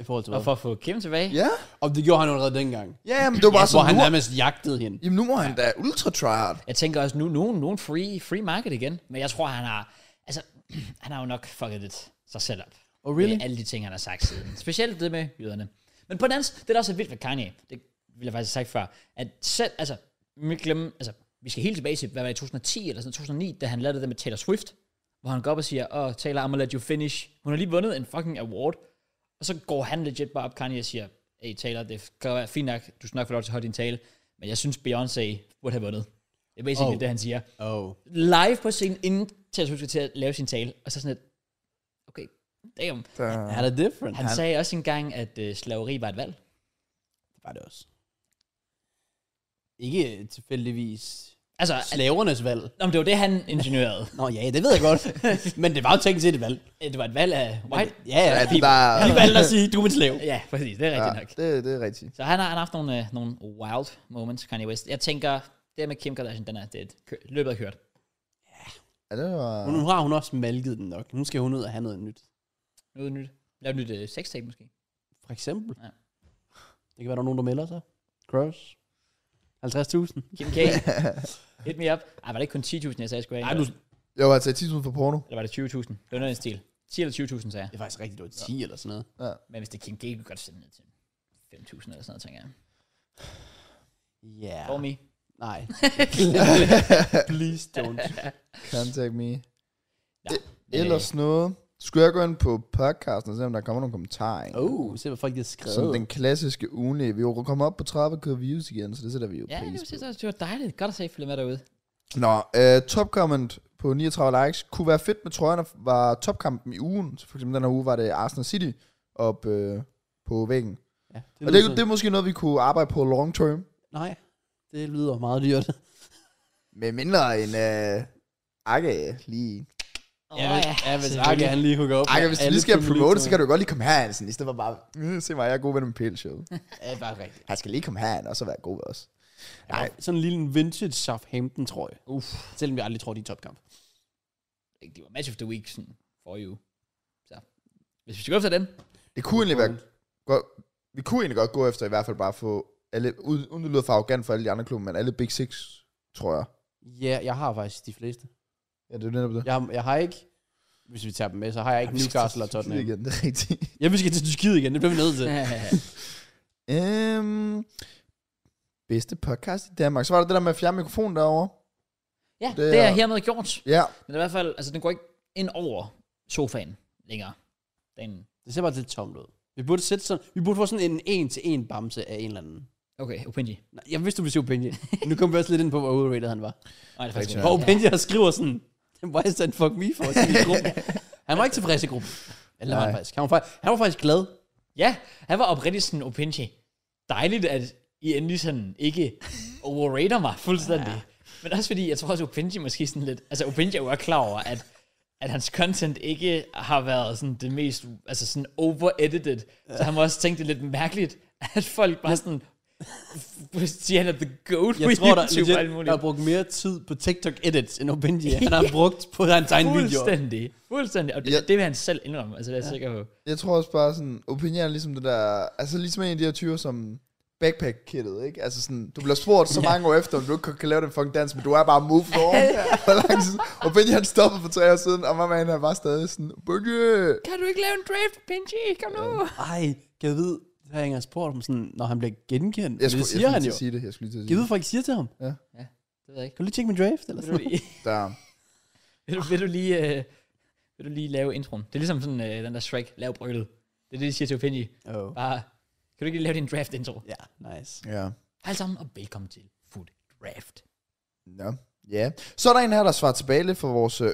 Speaker 3: I forhold til
Speaker 1: og
Speaker 3: hvad?
Speaker 1: for at få Kim tilbage,
Speaker 2: Ja,
Speaker 3: Og det gjorde han allerede dengang.
Speaker 2: ja men det var bare
Speaker 3: Hvor
Speaker 2: sådan,
Speaker 3: han
Speaker 2: nu,
Speaker 3: nærmest jagtede hende.
Speaker 2: jamen, nu må han da ultra try out.
Speaker 1: Jeg tænker også, nu nogen, nogen free, free market igen, men jeg tror, han har, altså, han har jo nok fucket lidt sig selv op.
Speaker 3: Oh, really?
Speaker 1: Med alle de ting, han har sagt siden. Specielt det med jøderne. Men på den anden side, det der også er vildt ved Kanye, det ville jeg faktisk have sagt før, at selv, altså, vi kan glemme, altså, vi skal helt tilbage til, hvad var det, 2010 eller sådan 2009, da han lavede det med Taylor Swift, hvor han går op og siger, åh, oh, Taylor, I'm gonna let you finish. Hun har lige vundet en fucking award, og så går han legit bare op, Kanye, og siger, hey Taylor, det kan være fint nok, du skal nok få lov til at holde din tale, men jeg synes, Beyoncé burde have vundet. Det er basically oh.
Speaker 3: Oh.
Speaker 1: det, han siger.
Speaker 3: Oh.
Speaker 1: Live på scenen, inden Taylor Swift skal til at lave sin tale, og så sådan et, okay, damn.
Speaker 2: Der,
Speaker 3: Han er different.
Speaker 1: Han sagde også engang, at øh, slaveri var et valg.
Speaker 3: var det også. Ikke øh, tilfældigvis
Speaker 1: Altså, at,
Speaker 3: slavernes valg.
Speaker 1: om det var det, han ingeniørede.
Speaker 3: Nå ja, det ved jeg godt. Men det var jo teknisk set et valg.
Speaker 1: Øh, det var et valg af white.
Speaker 3: Ja, ja.
Speaker 2: ja, de
Speaker 3: De,
Speaker 2: bare,
Speaker 3: de valgte at sige, du er min slave.
Speaker 1: Ja, præcis. Det er
Speaker 2: ja,
Speaker 1: rigtigt ja. nok.
Speaker 2: det, det er rigtigt.
Speaker 1: Så han har, han har haft nogle, øh, nogle wild moments, Kanye West. Jeg tænker, det med Kim Kardashian, den er, det er et kø- løbet af kørt.
Speaker 2: Ja, det var...
Speaker 3: Nu har hun også malket den nok. Nu skal hun ud og have noget nyt.
Speaker 1: Noget nyt. Lav et nyt øh, sextape måske.
Speaker 3: For eksempel.
Speaker 1: Ja.
Speaker 3: Det kan være, der er nogen, der melder sig. Cross. 50.000.
Speaker 1: Kim K. Hit me up. Ej, var det ikke kun 10.000, jeg sagde, jeg skulle have?
Speaker 3: Ej, du,
Speaker 2: Jeg var altså 10.000 for porno.
Speaker 1: Eller var det 20.000? Det var noget i den stil. 10 eller 20.000, sagde jeg.
Speaker 3: det er faktisk rigtigt, du var 10 eller sådan noget.
Speaker 1: Men hvis det er Kim K, kunne jeg godt sende det til 5.000 eller sådan noget, tænker jeg.
Speaker 3: Ja.
Speaker 1: For me.
Speaker 3: Nej. Please don't.
Speaker 2: Contact me.
Speaker 1: Ja,
Speaker 2: Det- Ellers noget. Skulle jeg gå ind på podcasten og se, om der kommer nogle kommentarer? egentlig?
Speaker 3: Oh, se hvad folk har
Speaker 2: Som
Speaker 3: skrevet.
Speaker 2: den klassiske ugenlige. Vi er jo kommet op på 30 kører views igen, så det sætter vi jo
Speaker 1: Ja, det
Speaker 2: pris
Speaker 1: var,
Speaker 2: på.
Speaker 1: det var dejligt. Godt at se, at I følger med derude.
Speaker 2: Nå, øh, top comment på 39 likes. Kunne være fedt med trøjerne, var topkampen i ugen. Så for eksempel den her uge var det Arsenal City op øh, på væggen.
Speaker 3: Ja,
Speaker 2: Det og det, det er måske noget, vi kunne arbejde på long term.
Speaker 3: Nej, det lyder meget dyrt.
Speaker 2: Med mindre en øh, Akke lige.
Speaker 1: Åh,
Speaker 3: ja, hvis
Speaker 1: selvfølgelig.
Speaker 3: Akke han lige hooker op.
Speaker 2: Akke, hvis du lige skal promote, så kan du godt lige komme herhen. Sådan, i stedet for bare, "Øh, se mig, jeg er god ved med pæl show.
Speaker 3: Ja, det er rigtigt.
Speaker 2: Han skal lige komme herhen, og så være god ved os. Nej.
Speaker 3: Nej. Sådan en lille vintage Southampton trøje.
Speaker 1: Uff.
Speaker 3: Selvom jeg aldrig tror, de er topkamp.
Speaker 1: Det var match of the week sådan, for you. Så hvis vi skal gå efter den,
Speaker 2: Det kunne egentlig være godt, vi kunne egentlig godt gå efter i hvert fald bare få alle, uden uden det lyder for arrogant for alle de andre klubber, men alle Big Six, tror jeg.
Speaker 3: Ja, jeg har faktisk de fleste.
Speaker 2: Ja, det er jo netop det.
Speaker 3: Jeg, har- jeg har ikke... Hvis vi tager dem med, så har jeg ikke Newcastle og Tottenham.
Speaker 2: Igen, det er rigtigt.
Speaker 3: Ja, vi skal til Tyrkiet igen. Det bliver vi nødt til.
Speaker 2: Øhm, bedste podcast i Danmark. Så var der det der med at fjerne mikrofonen derovre.
Speaker 1: ja,
Speaker 2: Det
Speaker 1: det, det er
Speaker 2: er-
Speaker 1: hermed gjort.
Speaker 2: Ja.
Speaker 1: Men i hvert fald, altså den går ikke ind over sofaen længere. Den,
Speaker 3: Det ser bare lidt tomt ud. Vi burde, sætte sådan, vi burde få sådan en en-til-en bamse af en eller anden.
Speaker 1: okay, Opinji.
Speaker 3: Nej, Jeg vidste, du ville sige Opinje. nu kom vi også lidt ind på, hvor overrated han var.
Speaker 1: Nej, det er faktisk
Speaker 2: Rigtig
Speaker 3: Hvor
Speaker 1: ikke.
Speaker 3: Opinje ja. skriver sådan, why is that fuck me for sådan i gruppen? Han var ikke tilfreds i gruppen. Eller var han
Speaker 2: Nej.
Speaker 3: faktisk. Han var faktisk, han var faktisk glad.
Speaker 1: Ja, han var oprigtigt sådan Opinji. Dejligt, at I endelig sådan ikke overrater mig fuldstændig. Ja. Men også fordi, jeg tror også, Opinji måske sådan lidt... Altså, Opinji er jo også klar over, at, at hans content ikke har været sådan det mest... Altså sådan over-edited. Så han må også tænke det er lidt mærkeligt, at folk bare sådan... siger, han er the goat
Speaker 3: Jeg
Speaker 1: på
Speaker 3: tror, der,
Speaker 1: YouTube og alt
Speaker 3: legit,
Speaker 1: muligt.
Speaker 3: der har brugt mere tid på TikTok edits, end Opinje. Han har brugt på hans egen video.
Speaker 1: Fuldstændig. Fuldstændig. Og det,
Speaker 2: Ja.
Speaker 1: ja. det vil han selv indrømme, altså det er jeg ja. sikker på.
Speaker 2: Jeg tror også bare sådan, opinion er ligesom det der, altså ligesom en af de her typer som backpack-kittet, ikke? Altså sådan, du bliver spurgt så mange år efter, om du ikke kan lave den fucking dans, men du er bare move on. Hvor lang tid? Opinion stoppede for tre år siden, og mamma han er bare stadig sådan, Bønge!
Speaker 1: Kan du ikke lave en draft, Pinji? Kom nu.
Speaker 3: Ej, kan jeg vide, Det har jeg ikke engang spurgt om, sådan, når han bliver genkendt.
Speaker 2: Jeg
Speaker 3: Jeg det
Speaker 2: skulle,
Speaker 3: siger
Speaker 2: jeg
Speaker 3: han
Speaker 2: skulle
Speaker 3: jo.
Speaker 2: til at sige det. Jeg skulle lige til at sige
Speaker 3: Givet folk siger til ham.
Speaker 1: Det ved jeg ikke.
Speaker 3: Kan du lige tjekke min draft? Eller
Speaker 1: Vil
Speaker 3: sådan
Speaker 1: du lige,
Speaker 2: det. Der.
Speaker 1: vil, du, vil, du lige, øh, vil du lige lave introen? Det er ligesom sådan øh, den der Shrek, lav brølet. Det er det, de siger til Opinji.
Speaker 3: noget. Oh.
Speaker 1: Bare, kan du ikke lige lave din draft intro?
Speaker 3: Ja, nice.
Speaker 2: Ja.
Speaker 1: Hej alle sammen, og velkommen til Food Draft.
Speaker 2: Nå, ja. Så er der en her, der svarer tilbage lidt for vores øh,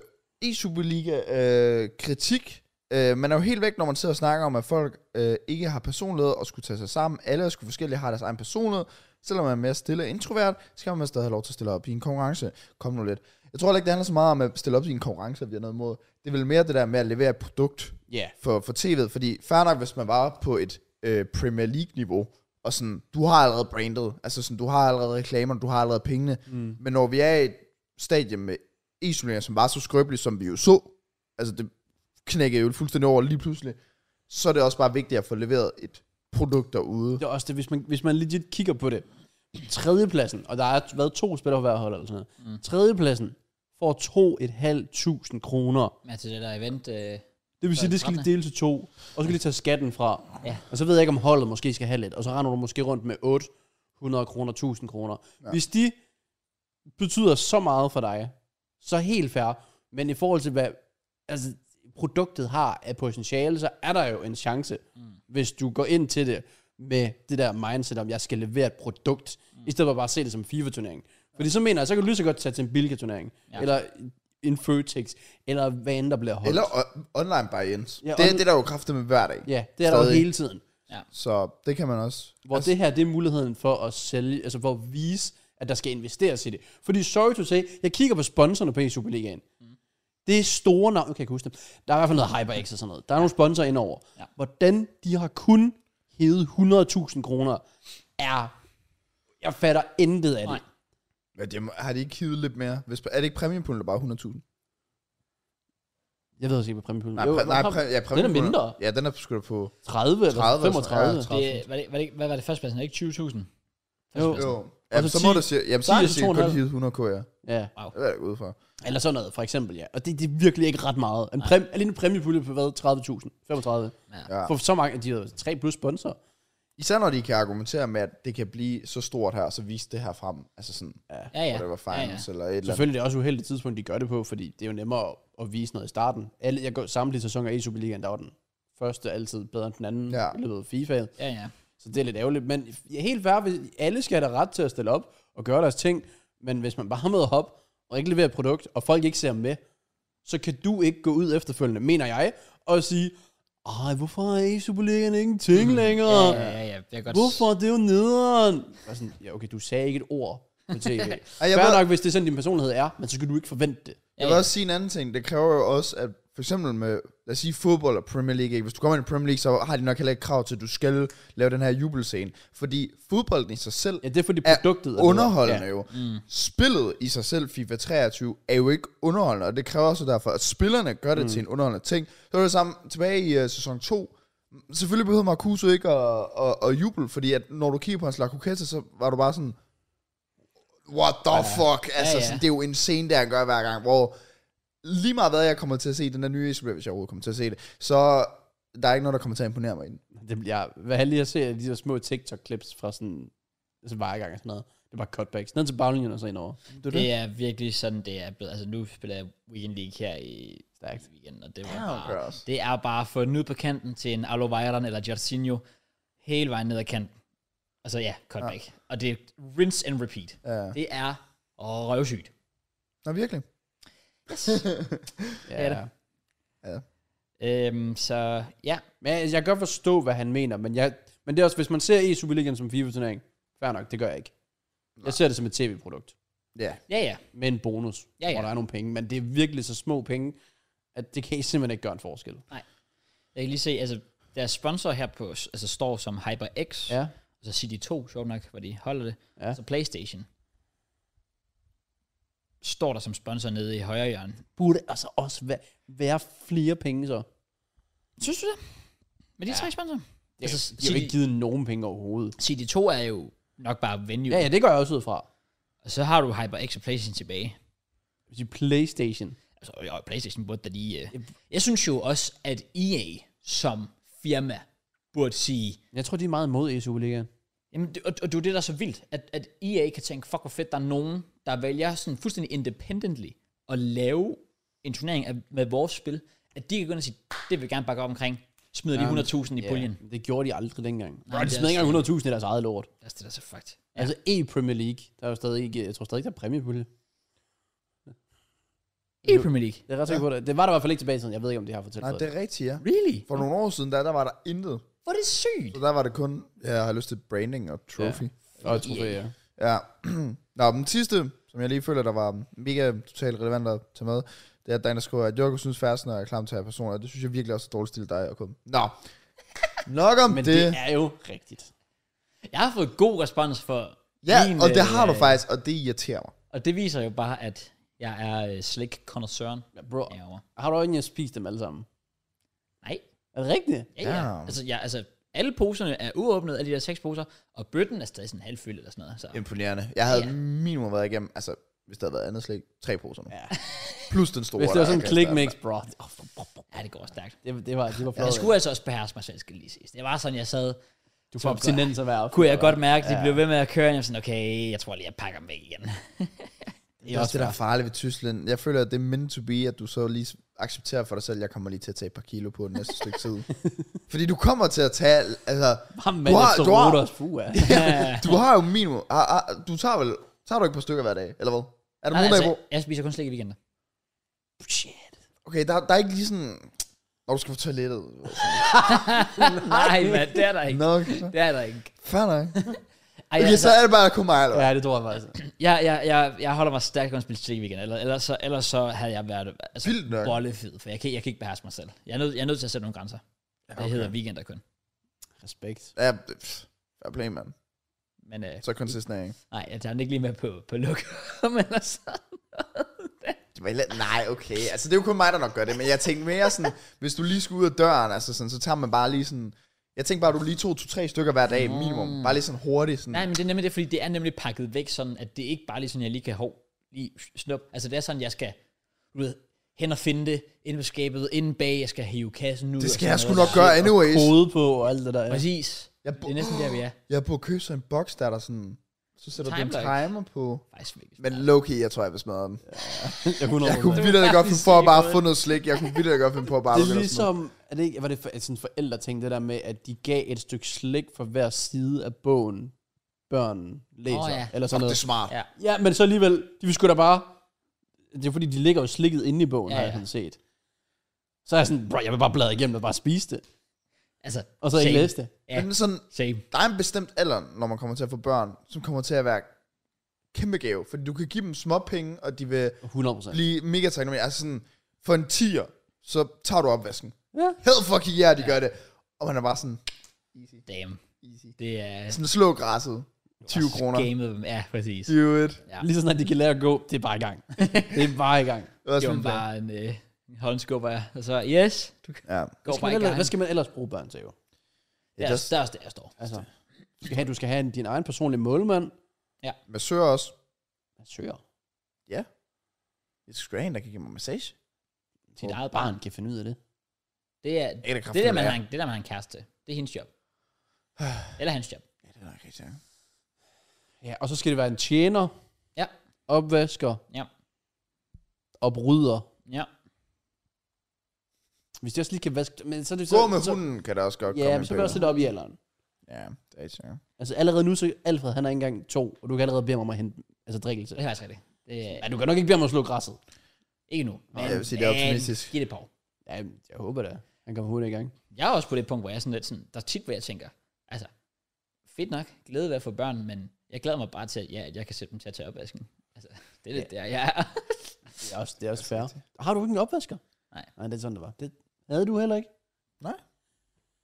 Speaker 2: e-Superliga-kritik. Øh, man er jo helt væk, når man sidder og snakker om, at folk øh, ikke har personlighed og skulle tage sig sammen. Alle er sgu forskellige har deres egen personlighed. Selvom man er mere stille og introvert, skal man stadig have lov til at stille op i en konkurrence. Kom nu lidt. Jeg tror heller ikke, det handler så meget om at stille op i en konkurrence, at vi har noget imod. Det er vel mere det der med at levere et produkt
Speaker 3: Ja.
Speaker 2: for, for tv'et, fordi fair nok, hvis man var på et øh, Premier League-niveau, og sådan, du har allerede brandet, altså sådan, du har allerede reklamerne, du har allerede pengene, mm. men når vi er i et stadie med e som var så skrøbeligt, som vi jo så, altså det knækkede jo fuldstændig over lige pludselig, så er det også bare vigtigt at få leveret et produkt derude.
Speaker 3: Det er også det, hvis man, hvis man legit kigger på det. Tredjepladsen, og der har været to spillere på hver hold eller sådan noget. Mm. Tredjepladsen får 2.500 kroner.
Speaker 1: Men til det der event, øh,
Speaker 3: Det vil sige,
Speaker 1: det
Speaker 3: det Altså- skal lige
Speaker 1: trettende.
Speaker 3: dele til to, og så skal de tage skatten fra.
Speaker 1: Ja.
Speaker 3: Og så ved jeg ikke, om holdet måske skal have lidt, og så render du måske rundt med 800 kroner, 1000 kroner. Ja. Hvis de betyder så meget for dig, så helt fair, men i forhold til, hvad altså, produktet har af potentiale, så er der jo en chance, mm. hvis du går ind til det med det der mindset om, jeg skal levere et produkt, mm. i stedet for bare at se det som FIFA-turnering. Fordi så mener jeg, så kan du lige så godt tage til en Bilka-turnering, ja. eller en Føtex, eller hvad end der bliver holdt.
Speaker 2: Eller o- online buy-ins.
Speaker 3: Ja,
Speaker 2: Ja, det,
Speaker 3: on-
Speaker 2: det er der jo kraftigt med hver dag.
Speaker 3: Ja, det er der jo
Speaker 2: Stadig.
Speaker 3: hele tiden.
Speaker 2: Så det kan man også.
Speaker 3: Hvor altså, det her, det er muligheden for at sælge, altså for at vise, at der skal investeres i det. Fordi sorry to say, jeg kigger på sponsorerne på i Superligaen. Mm. Det er store navne, okay, jeg kan huske dem. Der er i hvert fald noget HyperX og sådan noget. Der er nogle sponsorer indover.
Speaker 1: Ja.
Speaker 3: Hvordan de har kun hævet 100.000 kroner, er... Jeg fatter intet af det.
Speaker 1: Nej.
Speaker 2: Ja, det må- har de ikke hivet lidt mere? Hvis, er det ikke præmiepuljen, der bare er 100.000?
Speaker 3: Jeg ved også ikke, hvad præmiepuljen
Speaker 2: Nej, præ, nej, præ, ja,
Speaker 3: den er
Speaker 2: præmiepuljen-
Speaker 3: mindre.
Speaker 2: Ja, den er sgu da på
Speaker 3: 30 eller
Speaker 2: 30,
Speaker 3: 35.
Speaker 2: ja, 30.
Speaker 1: det, var det, var det, hvad var det førstepladsen? Er det ikke 20.000?
Speaker 3: Jo.
Speaker 2: Jo.
Speaker 3: Og
Speaker 2: Jamen,
Speaker 3: så
Speaker 2: så, må
Speaker 3: 10.
Speaker 2: du sige, jamen, så
Speaker 3: Så er
Speaker 2: er
Speaker 3: det
Speaker 2: det sikkert kun
Speaker 3: 2,5.
Speaker 2: hivet 100 k, ja.
Speaker 3: Ja.
Speaker 2: Det er jeg ude fra.
Speaker 3: Eller sådan noget, for eksempel, ja. Og det, det er virkelig ikke ret meget. En præm, alene en præmiepulje på hvad? 30.000? 35?
Speaker 2: Ja.
Speaker 3: For så mange, de har tre plus sponsor.
Speaker 2: Især når de kan argumentere med, at det kan blive så stort her, så vise det her frem. Altså sådan, ja.
Speaker 1: Ja, ja.
Speaker 2: whatever
Speaker 1: ja,
Speaker 2: finance
Speaker 1: ja.
Speaker 2: eller et eller andet.
Speaker 3: Selvfølgelig er det også et uheldigt tidspunkt, de gør det på, fordi det er jo nemmere at- at vise noget i starten. Alle, jeg går samtlige sæsoner i Superligaen, der var den første altid bedre end den anden
Speaker 2: Ja.
Speaker 3: i løbet af FIFA.
Speaker 1: Ja, ja.
Speaker 3: Så det er lidt ærgerligt. Men f- helt fair, hvis alle skal have da ret til at stille op og gøre deres ting, men hvis man bare møder op og ikke leverer et produkt, og folk ikke ser med, så kan du ikke gå ud efterfølgende, mener jeg, og sige, ej, hvorfor er i Superligaen ingenting
Speaker 2: Mm.
Speaker 3: længere?
Speaker 1: Ja, ja, ja. Det er godt.
Speaker 3: Hvorfor? Det er jo nederen. Og sådan, ja, okay, du sagde ikke et ord på tv.
Speaker 2: Ej, jeg
Speaker 3: Fair
Speaker 2: ved-
Speaker 3: nok, hvis det er sådan, din personlighed er, men så skal du ikke forvente det.
Speaker 2: Jeg vil også sige en anden ting. Det kræver jo også, at for eksempel med, lad os sige fodbold og Premier League, ikke? hvis du kommer ind i Premier League, så har de nok heller ikke krav til, at du skal lave den her jubelscene. Fordi fodbolden i sig selv
Speaker 3: Ja, det er fordi
Speaker 2: er
Speaker 3: produktet er bedre.
Speaker 2: underholdende
Speaker 3: Ja.
Speaker 2: jo. Mm. Spillet i sig selv, FIFA 23, er jo ikke underholdende, og det kræver også derfor, at spillerne gør det mm. til en underholdende ting. Så var det samme tilbage i uh, sæson 2. Selvfølgelig behøvede Marcuso ikke at, at, at juble, fordi at når du kigger på hans La Cucetta, så var du bare sådan, what the ja. fuck? Altså, ja,
Speaker 1: Ja,
Speaker 2: ja.
Speaker 1: ja.
Speaker 2: Sådan, det er jo en scene, der han gør hver gang, hvor lige meget hvad jeg kommer til at se i den der nye Isabel, hvis jeg overhovedet kommer til at se det, så der er ikke noget, der kommer til at imponere mig i den.
Speaker 3: Det bliver, hvad jeg lige har set, er de der små TikTok-clips fra sådan, altså varegang og sådan noget. Det er bare cutbacks. Ned til baglinjen og så ind over. Det er det.
Speaker 1: Det er virkelig sådan, det er blevet. Altså, nu spiller jeg Weekend League her i
Speaker 3: Stærkt.
Speaker 1: weekenden, og det, var
Speaker 2: Ja, det er
Speaker 1: bare,
Speaker 2: også.
Speaker 1: det er bare for ned på kanten til en Alovejran eller Jorginho, hele vejen ned ad kanten. Altså ja, cutback. Ja. Og det er rinse and repeat.
Speaker 2: Ja.
Speaker 1: Det er røvsygt.
Speaker 2: Øh, Nå, virkelig.
Speaker 3: Ja.
Speaker 1: Det er det. Øhm, så ja,
Speaker 3: Men jeg, jeg kan godt forstå, hvad han mener, men, jeg, men det er også, hvis man ser e Superligaen som FIFA-turnering, fair nok, det gør jeg ikke. Jeg ser det som et tv-produkt.
Speaker 2: Ja.
Speaker 1: ja, ja.
Speaker 3: med en bonus,
Speaker 1: Ja, ja.
Speaker 3: hvor der er nogle penge, men det er virkelig så små penge, at det kan simpelthen ikke gøre en forskel.
Speaker 1: Jeg kan lige se, altså deres sponsor her på, altså står som HyperX,
Speaker 3: Ja.
Speaker 1: og så City 2, sjovt nok, hvor de holder det,
Speaker 3: Ja.
Speaker 1: ja. så Playstation står der som sponsor nede i højre hjørne.
Speaker 3: Burde altså også være, være flere penge så.
Speaker 1: Synes du det? Med de ja. tre sponsorer?
Speaker 3: Det er, altså,
Speaker 1: Altså,
Speaker 3: de har jo
Speaker 1: City-
Speaker 3: ikke givet nogen penge overhovedet.
Speaker 1: CD2 er jo nok bare venue.
Speaker 3: Ja, ja, det går jeg også ud fra.
Speaker 1: Og så har du HyperX og PlayStation tilbage.
Speaker 3: Hvis de Playstation.
Speaker 1: Altså, og PlayStation burde da lige... Øh. Jeg synes jo også, at EA som E firma burde sige.
Speaker 3: Jeg tror, de er meget imod E i Superligaen.
Speaker 1: Jamen, det, og, og det er jo det, der er så vildt, at, at EA kan tænke, fuck hvor fedt, der er nogen, der vælger sådan fuldstændig independently at lave en turnering af, med vores spil, at de kan gå ind og sige, det vil vi gerne bakke op omkring, smider de 100.000 i puljen.
Speaker 3: Ja, det gjorde de aldrig dengang.
Speaker 1: Nej,
Speaker 3: Nej, de
Speaker 1: det er
Speaker 3: smed ikke engang 100.000 i deres eget lort. Ja.
Speaker 1: Altså, det er da så fucked.
Speaker 3: Altså i Premier League, der er jo stadig ikke, jeg tror stadig ikke, der er præmiepulje.
Speaker 1: I E Premier League.
Speaker 3: Det er ret sikker på det. Det var der i hvert fald ikke tilbage i tiden. Jeg ved ikke, om de har fortalt
Speaker 2: Nej,
Speaker 3: det.
Speaker 2: det er rigtigt, ja.
Speaker 1: Really?
Speaker 2: For nogle år siden, der, der var der intet.
Speaker 1: Hvor er det sygt.
Speaker 2: Så der var det kun, ja, jeg har lyst til branding og trophy.
Speaker 3: Og jeg tror, det er.
Speaker 2: Ja. Nå, den sidste, som jeg lige føler, der var mega totalt relevant at tage med, det er, at der er en, der skriver, at Jørgen synes færdes, når jeg er klam til at have personer. Det synes jeg virkelig også er dårligt stil dig at komme. Nå, nok om
Speaker 3: Men
Speaker 2: det.
Speaker 3: det, det er jo rigtigt.
Speaker 1: Jeg har fået god respons for
Speaker 2: ja,
Speaker 1: min,
Speaker 2: og det
Speaker 1: øh,
Speaker 2: har du faktisk, og det irriterer mig.
Speaker 1: Og det viser jo bare, at jeg er øh, slik connoisseuren
Speaker 3: Ja, bro,
Speaker 1: herovre.
Speaker 3: har du ikke spist dem alle sammen?
Speaker 1: Nej.
Speaker 3: Er det rigtigt?
Speaker 1: Ja, ja.
Speaker 2: Damn.
Speaker 1: Altså, jeg, altså, alle poserne er uåbnet, alle de der seks poser, og bøtten er stadig sådan halvfyldt eller sådan noget. Så.
Speaker 2: Imponerende. Jeg havde
Speaker 1: Ja.
Speaker 2: minimum været igennem, altså hvis der havde været andet slik, tre poser nu.
Speaker 3: Ja.
Speaker 2: Plus den store.
Speaker 3: Hvis det var
Speaker 2: der
Speaker 3: sådan en
Speaker 2: er
Speaker 3: click
Speaker 2: kastet af.
Speaker 3: mix, bro.
Speaker 1: Ja, det går stærkt.
Speaker 3: Det, det var, det var
Speaker 1: Ja,
Speaker 3: flot.
Speaker 1: jeg skulle altså også beherske mig selv, skal lige sige. Det var sådan, jeg sad,
Speaker 3: du får abstinens at være op.
Speaker 1: kunne jeg godt mærke, at de blev ved med at køre, og jeg var sådan, okay, jeg tror lige, jeg pakker dem væk igen.
Speaker 2: Det er også det, der er farligt ved Tyskland. Jeg føler, at det er meant to be, at du så lige accepterer for dig selv, at jeg kommer lige til at tage et par kilo på den næste stykke tid. Fordi du kommer til at tage, altså,
Speaker 3: Ham med
Speaker 2: Du har-
Speaker 3: det
Speaker 2: du har-
Speaker 3: store fu af.
Speaker 2: du har jo minimum, har, har, du tager vel, tager du ikke et par stykker hver dag, eller hvad?
Speaker 1: Nej,
Speaker 2: Er der nogen dage,
Speaker 1: altså,
Speaker 2: hvor,
Speaker 1: jeg spiser kun slik i weekender.
Speaker 3: Shit.
Speaker 2: okay, der, der er ikke lige sådan, når du skal på toilettet.
Speaker 1: Nej, mand, det er der ikke.
Speaker 2: Nå, okay, så.
Speaker 1: Det er der ikke.
Speaker 2: Fair nok.
Speaker 1: Ej,
Speaker 2: Okay, så
Speaker 1: altså,
Speaker 2: er det bare at komme mig, eller hvad?
Speaker 3: Ja, det tror jeg faktisk.
Speaker 1: jeg, jeg, jeg, jeg holder mig stærkt kun at spille slik i weekenden, eller, ellers, så, ellers så havde jeg været altså,
Speaker 2: Vildt nok.
Speaker 1: bollefed, for jeg kan, jeg kan ikke beherske mig selv. Jeg er, nødt, jeg er nødt til at sætte nogle grænser. Ja, okay. Det hedder weekender kun.
Speaker 3: Respekt.
Speaker 2: Ja, det- pff, fair play, mand.
Speaker 1: Men øh,
Speaker 2: Så konsistent er jeg ikke.
Speaker 1: nej, jeg tager den ikke lige med på, på luk. men altså,
Speaker 2: Det var heller- Nej, okay. Altså, det er jo kun mig, der nok gør det. Men jeg tænkte mere sådan, hvis du lige skal ud af døren, altså sådan, så tager man bare lige sådan... Jeg tænkte bare, at du lige tog to-tre stykker hver dag minimum. Bare lige sådan hurtigt. Sådan.
Speaker 1: nej, men det er nemlig det, fordi det er nemlig pakket væk sådan, at det er ikke bare lige sådan, jeg lige kan hov, lige snup. Altså det er sådan, jeg skal, du ved, hen og finde det, ind på skabet, inden bag, jeg skal hive kassen ud.
Speaker 2: Det
Speaker 1: og
Speaker 2: skal
Speaker 1: sådan
Speaker 2: jeg
Speaker 1: noget.
Speaker 2: sgu nok gøre anyways.
Speaker 3: Kode på og alt det der. Ja.
Speaker 1: Præcis.
Speaker 2: Jeg
Speaker 1: Det er næsten der, vi er.
Speaker 2: Jeg burde købe sådan en boks, der er der sådan... Så sætter du en
Speaker 1: Timelapse.
Speaker 2: timer på.
Speaker 1: Faktisk, virkelig.
Speaker 2: Men Loki, jeg tror, jeg vil smadre den.
Speaker 3: Jeg kunne,
Speaker 2: Jeg kunne
Speaker 1: Det er
Speaker 2: vildt godt finde
Speaker 1: faktisk
Speaker 2: på at
Speaker 1: ikke
Speaker 2: bare
Speaker 1: noget.
Speaker 2: få noget slik. Jeg kunne vildt godt finde på at bare
Speaker 3: Det
Speaker 2: begynde
Speaker 3: er
Speaker 2: at smadre.
Speaker 3: ligesom, er det ikke, var det for, sådan en forældreting, det der med, at de gav et stykke slik for hver side af bogen, børn læser,
Speaker 1: Åh,
Speaker 3: oh,
Speaker 1: ja.
Speaker 3: ja. eller sådan
Speaker 2: Fuck,
Speaker 3: noget.
Speaker 2: det er smart.
Speaker 1: Ja.
Speaker 3: Ja, men så alligevel, de vil sgu da bare... Det er fordi, de ligger jo slikket inde i bogen,
Speaker 1: Ja,
Speaker 3: ja, har jeg
Speaker 1: ja.
Speaker 3: sådan set. Så er jeg sådan, bro, jeg vil bare bladre igennem og bare spise det.
Speaker 1: Altså,
Speaker 3: Og så ikke
Speaker 1: same.
Speaker 3: læse det.
Speaker 1: Ja.
Speaker 2: Men sådan,
Speaker 1: Same.
Speaker 2: der er en bestemt alder, når man kommer til at få børn, som kommer til at være kæmpe gave. Fordi du kan give dem små penge, og de vil
Speaker 3: 100 procent.
Speaker 2: blive mega taknemmelig. Altså sådan, for en tier, så tager du opvasken.
Speaker 3: Ja.
Speaker 2: Hell fucking yeah, de ja. gør det. Og man er bare sådan,
Speaker 1: Damn.
Speaker 2: easy.
Speaker 1: Det er...
Speaker 2: Sådan slå græsset. 20 kroner.
Speaker 1: Gamet dem. Ja, præcis.
Speaker 2: Do it.
Speaker 3: Lige så snart de kan lære at gå, det er bare i gang. det er bare i gang.
Speaker 2: Det var
Speaker 1: Det var
Speaker 2: sådan,
Speaker 1: bare en, øh, en håndskubber, og så, yes, du
Speaker 2: ja.
Speaker 1: går
Speaker 3: Hvad skal,
Speaker 1: bare
Speaker 3: man
Speaker 1: i
Speaker 3: ellers,
Speaker 1: gang.
Speaker 3: hvad skal man ellers bruge børn til jo?
Speaker 1: Det er
Speaker 2: Ja,
Speaker 1: også der, er også der, jeg står.
Speaker 3: Altså, du skal have, du skal have en, din egen personlige målmand.
Speaker 2: Massør også.
Speaker 3: Jeg søger.
Speaker 2: Ja. Det er Grant, der kan give mig massage.
Speaker 3: Dit
Speaker 1: Hvor
Speaker 3: eget barn
Speaker 1: barn
Speaker 3: kan finde ud af det.
Speaker 1: Det er
Speaker 2: Ikke, der kan
Speaker 1: det, der,
Speaker 2: finde
Speaker 1: man
Speaker 2: ud af.
Speaker 1: har, en- det der, man har en kæreste. til. Det er hendes job. Eller hans job.
Speaker 2: Ja, det er nok rigtigt. ja.
Speaker 3: Ja, og så skal det være en tjener,
Speaker 1: Ja.
Speaker 3: opvasker,
Speaker 1: Ja.
Speaker 3: oprydder.
Speaker 1: Ja.
Speaker 3: Hvis de også lige kan vaske... Men så er det så,
Speaker 2: Gå med
Speaker 3: så,
Speaker 2: hunden, kan der også godt
Speaker 3: Ja,
Speaker 2: komme
Speaker 3: men så
Speaker 2: i
Speaker 3: går det også
Speaker 2: billedet.
Speaker 3: lidt op i alderen.
Speaker 2: Ja, det er rigtigt. ja.
Speaker 3: Altså allerede nu, så Alfred, han er ikke engang to, og du kan allerede bede mig om at hente altså, drikkelse.
Speaker 1: Det er faktisk rigtigt. Det er,
Speaker 3: Ja, du kan nok ikke bede mig om at slå græsset.
Speaker 1: ikke nu. Men,
Speaker 2: jeg vil sige, det er optimistisk.
Speaker 1: Giv det på.
Speaker 3: Ja, jeg håber da. Han kommer hurtigt i gang.
Speaker 1: Jeg er også på det punkt, hvor jeg er sådan lidt sådan, der er tit, hvor jeg tænker, altså, fedt nok, glæde ved at få børn, men jeg glæder mig bare til, at, ja, at jeg kan sætte dem til at tage opvasken. Altså, det er lidt der, jeg er.
Speaker 3: Det er også, det er også fair. Har du ikke en opvasker?
Speaker 1: Nej.
Speaker 3: Nej, det er sådan, det var. Det havde du heller ikke.
Speaker 2: Nej.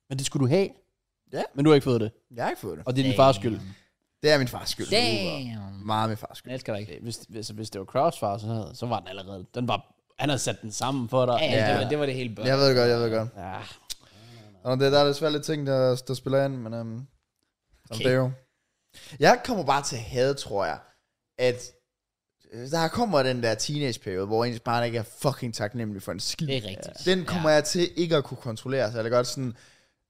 Speaker 3: Men det skulle du have.
Speaker 2: Ja.
Speaker 3: Men du har ikke fået det.
Speaker 2: Jeg har ikke fået det.
Speaker 3: Og det er din
Speaker 1: Damn.
Speaker 3: fars skyld.
Speaker 2: Det er min fars skyld.
Speaker 1: Damn.
Speaker 2: Meget min fars skyld.
Speaker 1: Jeg elsker dig ikke.
Speaker 3: Øh, Hvis, hvis, hvis det var Kraus far, så, havde, så var den allerede. Den var, han havde sat den sammen for dig.
Speaker 1: Ja, ja,
Speaker 2: Ja.
Speaker 1: det, var, det var det hele børn.
Speaker 2: Jeg ved det godt, jeg ved det godt.
Speaker 3: ja.
Speaker 2: Og det, der er desværre lidt ting, der, der spiller ind, men um, okay.
Speaker 1: Okay.
Speaker 2: det er jo. Jeg kommer bare til at hade, tror jeg, at øh, der kommer den der teenageperiode, hvor ens barn ikke er fucking taknemmelig for en skid.
Speaker 1: Det er rigtigt.
Speaker 2: Den kommer ja. jeg til ikke at kunne kontrollere, så er det godt sådan,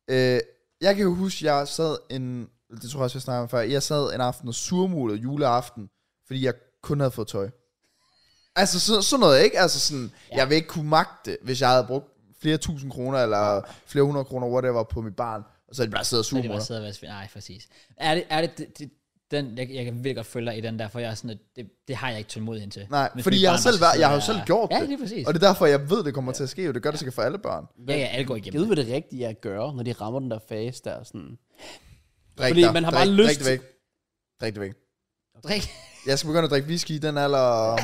Speaker 2: øh, Jeg kan jo huske, jeg sad en... Det tror jeg også, jeg snakkede om før. Jeg sad en aften og surmulede juleaften, fordi jeg kun havde fået tøj. Altså, så, sådan noget, ikke? Altså, sådan, ja. jeg vil ikke kunne magte det, hvis jeg havde brugt flere tusind kroner, eller flere hundrede kroner, whatever, på mit barn. Og så er det bare siddet og
Speaker 1: Så er det bare
Speaker 2: surmulet.
Speaker 1: sidder og være svin. Nej, præcis. Er det, er det, det, det den, jeg, jeg kan virkelig godt følge dig i den der, for jeg er sådan, at det, det har jeg ikke tålmodighed til.
Speaker 2: Nej,
Speaker 1: Hvis
Speaker 2: fordi
Speaker 1: mit
Speaker 2: jeg
Speaker 1: barn
Speaker 2: har
Speaker 1: bare
Speaker 2: selv
Speaker 1: skal
Speaker 2: været-
Speaker 1: sidde
Speaker 2: jeg har
Speaker 1: og
Speaker 2: jo selv
Speaker 1: være-
Speaker 2: gjort
Speaker 1: Ja,
Speaker 2: det.
Speaker 1: lige præcis.
Speaker 2: Og det er derfor, jeg ved, det kommer til at ske. og Det gør det sikkert for alle børn.
Speaker 1: Ja, ja, alt går igennem.
Speaker 3: Gid, hvad det rigtige er at gøre, når de rammer den der fase der. Sådan.
Speaker 2: Drik
Speaker 3: Fordi
Speaker 2: dig.
Speaker 3: man har
Speaker 2: Drik-
Speaker 3: bare lyst
Speaker 2: Drik det væk. Drik det væk.
Speaker 1: Drik.
Speaker 2: Jeg skal begynde at drikke whisky i den alder, og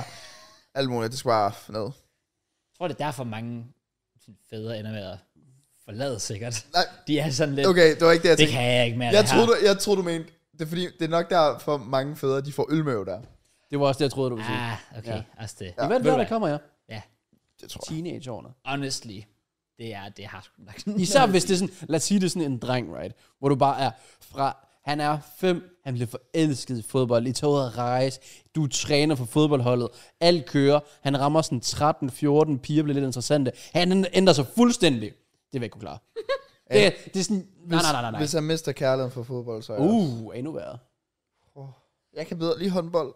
Speaker 2: alt muligt. Det skal bare ned.
Speaker 1: Jeg tror, det er derfor mange sådan fædre ender med at forlade sikkert.
Speaker 2: Nej,
Speaker 1: De er sådan lidt, okay,
Speaker 2: okay, det var ikke det, jeg
Speaker 1: det
Speaker 2: tænkte.
Speaker 1: kan jeg ikke mere.
Speaker 2: Jeg
Speaker 1: det
Speaker 2: troede,
Speaker 1: her.
Speaker 2: du, jeg troede, du mente... Det er, fordi, det er nok derfor mange fædre, de får ølmøve der.
Speaker 3: Det var også det, jeg troede, du ville sige.
Speaker 1: Ah, okay,
Speaker 3: Ja.
Speaker 1: ja. også det.
Speaker 3: Ja. Hvad er
Speaker 1: Ved
Speaker 3: det,
Speaker 1: du
Speaker 3: der, der
Speaker 1: hvad?
Speaker 3: kommer, ja?
Speaker 2: Det tror jeg.
Speaker 3: Teenageårene.
Speaker 1: Honestly, det er, det har sgu nok.
Speaker 3: Især hvis det er sådan, lad os sige det er sådan en dreng, right? Hvor du bare er fra, han er fem, han bliver forelsket i fodbold, I tager ud at rejse, du træner for fodboldholdet, alt kører, han rammer sådan 13-14, piger bliver lidt interessante, han ændrer sig fuldstændig. Det vil jeg ikke kunne klare. det, er, det er sådan, nej, nej, nej, nej.
Speaker 2: Hvis
Speaker 3: nej.
Speaker 2: jeg mister kærligheden for fodbold, så er jeg...
Speaker 3: Uh, endnu værre.
Speaker 2: Jeg kan bedre lige håndbold.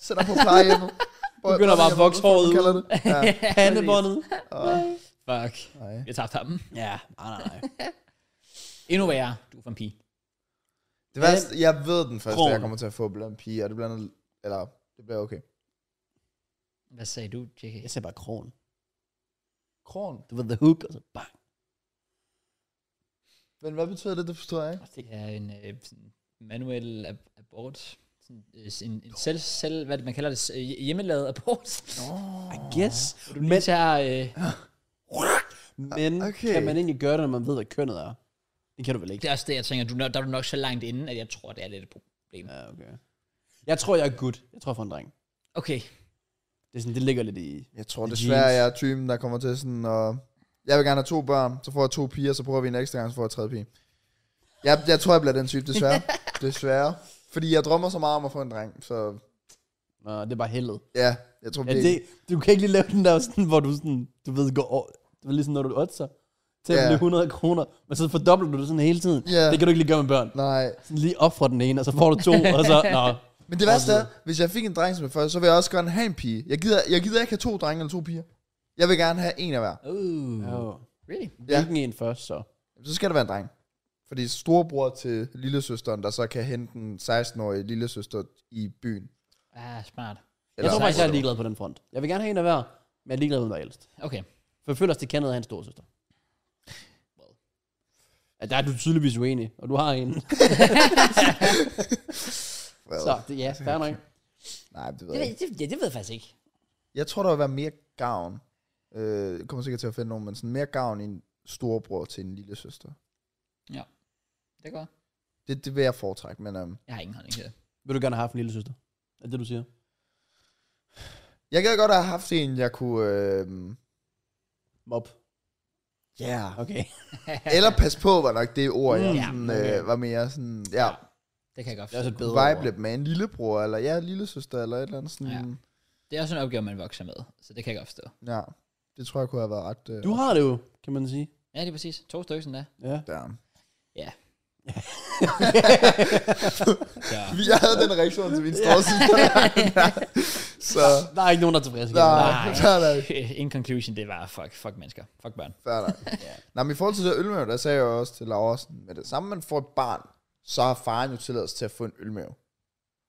Speaker 2: Sæt dig på plejehjemmet. Bøj-
Speaker 3: Begynder bare at
Speaker 2: plejehjemmet,
Speaker 3: vokse håret
Speaker 2: hvad fanden kalder det.
Speaker 3: Pandebåndet.
Speaker 1: Fuck,
Speaker 2: Ja. Nej.
Speaker 1: jeg tabte ham.
Speaker 3: Ja, nej, nej, nej.
Speaker 1: Endnu værre, du er fra en pige.
Speaker 2: Det værste, jeg ved den første,
Speaker 3: Krogen.
Speaker 2: jeg kommer til at få blandt piger, og det bliver noget, eller det bliver okay.
Speaker 1: Hvad sagde du, JK?
Speaker 3: Jeg ser bare krogen.
Speaker 2: Kron.
Speaker 3: Du ved, the hook, og så bang.
Speaker 2: Men hvad betyder det, det forstår jeg ikke.
Speaker 1: Det er en øh, sådan manuel ab- abort. Sådan, øh, en, en selv, selv, hvad er det, man kalder det, S- øh, hj- hjemmelavet abort.
Speaker 3: I guess.
Speaker 1: Du lige tager, øh,
Speaker 3: Men
Speaker 2: Okay.
Speaker 3: okay. kan man egentlig gøre det, når man ved, hvad kønnet er? Det kan du vel ikke?
Speaker 1: det er også det, jeg tænker, du, er nok- der er du nok så langt inden, at jeg tror, det er lidt et problem.
Speaker 3: Ja, okay. Jeg tror, jeg er gut. Jeg tror, jeg får en dreng.
Speaker 1: Okay,
Speaker 3: Det, er sådan, det ligger lidt i...
Speaker 2: Jeg tror
Speaker 3: Jeans.
Speaker 2: desværre, jeg er typen, der kommer til sådan, og jeg vil gerne have to børn, så får jeg to piger, så prøver vi en ekstra gang, så får jeg tredje pige. Jeg, jeg tror, jeg bliver den type, desværre. desværre. Fordi jeg drømmer så meget om at få en dreng, så
Speaker 3: Nå, det er bare heldet.
Speaker 2: ja, jeg tror
Speaker 3: Ja,
Speaker 2: virkelig-
Speaker 3: det, du kan ikke lige lave den der, sådan, hvor du sådan, du ved, går over. Det var ligesom, når du otter til
Speaker 2: Ja.
Speaker 3: yeah. 100 kroner, men så fordobler du det sådan hele tiden.
Speaker 2: Ja.
Speaker 3: Det kan du ikke lige gøre med børn.
Speaker 2: Nej.
Speaker 3: Sådan lige op fra den ene, og så får du to, og så... Nå.
Speaker 2: Men det værste er, hvis jeg fik en dreng som jeg først, så vil jeg også gerne have en pige. Jeg gider, jeg gider ikke have to drenge eller to piger. Jeg vil gerne have en af hver.
Speaker 1: uh,
Speaker 3: Oh.
Speaker 1: really?
Speaker 2: Ja.
Speaker 3: Hvilken en først, så?
Speaker 2: Så skal der være en dreng. Fordi storebror til lillesøsteren, der så kan hente en 16-årig lillesøster i byen.
Speaker 1: Ah, smart.
Speaker 3: Jeg tror faktisk, jeg er
Speaker 2: whatever.
Speaker 3: ligeglad på den front. Jeg vil gerne have en af hver, men jeg er ligeglad med, hvem der er ældst.
Speaker 1: Okay,
Speaker 3: For jeg føler os, det kan noget af hans storsøster. Ja, der er du tydeligvis uenig, og du har en. så det, ja, fair nok.
Speaker 2: Nej, det ved
Speaker 1: det,
Speaker 2: jeg
Speaker 1: ved-
Speaker 2: ikke.
Speaker 1: det, ja, det ved jeg faktisk ikke.
Speaker 2: Jeg tror, der vil være mere gavn. Øh, jeg kommer sikkert til at finde nogen, men sådan mere gavn i en storebror til en lillesøster.
Speaker 1: Det går.
Speaker 2: Det, det vil jeg foretrække, men øhm,
Speaker 1: Jeg har ingen holdning til det.
Speaker 3: Vil du gerne have haft en lille søster? Er det det, du siger?
Speaker 2: jeg gad godt have haft en, jeg kunne... øhm,
Speaker 3: Mob.
Speaker 2: Ja. Øh, yeah.
Speaker 3: Okay.
Speaker 2: Eller pas på, var nok det ord, jeg
Speaker 1: Mm,
Speaker 2: mm,
Speaker 1: ja,
Speaker 2: sådan,
Speaker 3: okay.
Speaker 2: øh, var mere sådan... Ja,
Speaker 1: Ja, Det kan jeg godt
Speaker 3: Det er også
Speaker 1: forstå.
Speaker 3: et bedre
Speaker 2: vibe
Speaker 3: ord.
Speaker 2: lidt med en lillebror, eller ja, lillesøster, eller et eller andet sådan...
Speaker 1: Det er også en opgave, man vokser med, så det kan jeg godt forstå.
Speaker 2: Ja. ja. Det tror jeg kunne have været ret... Øh,
Speaker 3: Du har det jo, kan man sige.
Speaker 1: Ja, det er præcis. To stykker sådan der.
Speaker 3: Ja.
Speaker 2: der.
Speaker 1: Så,
Speaker 2: Jeg havde den reaktion til min storsøster. så...
Speaker 3: Der er ikke nogen, der er tilfredse.
Speaker 2: Nej,
Speaker 3: Nej.
Speaker 1: Nej.
Speaker 2: der er der ikke.
Speaker 1: in conclusion, det var fuck, fuck mennesker. Fuck børn.
Speaker 2: Fair nok. Nå, men i forhold til det ølmave, der sagde jeg jo også til Laura, sådan, med det samme man får et barn, så har faren jo tilladelse til at få en ølmave.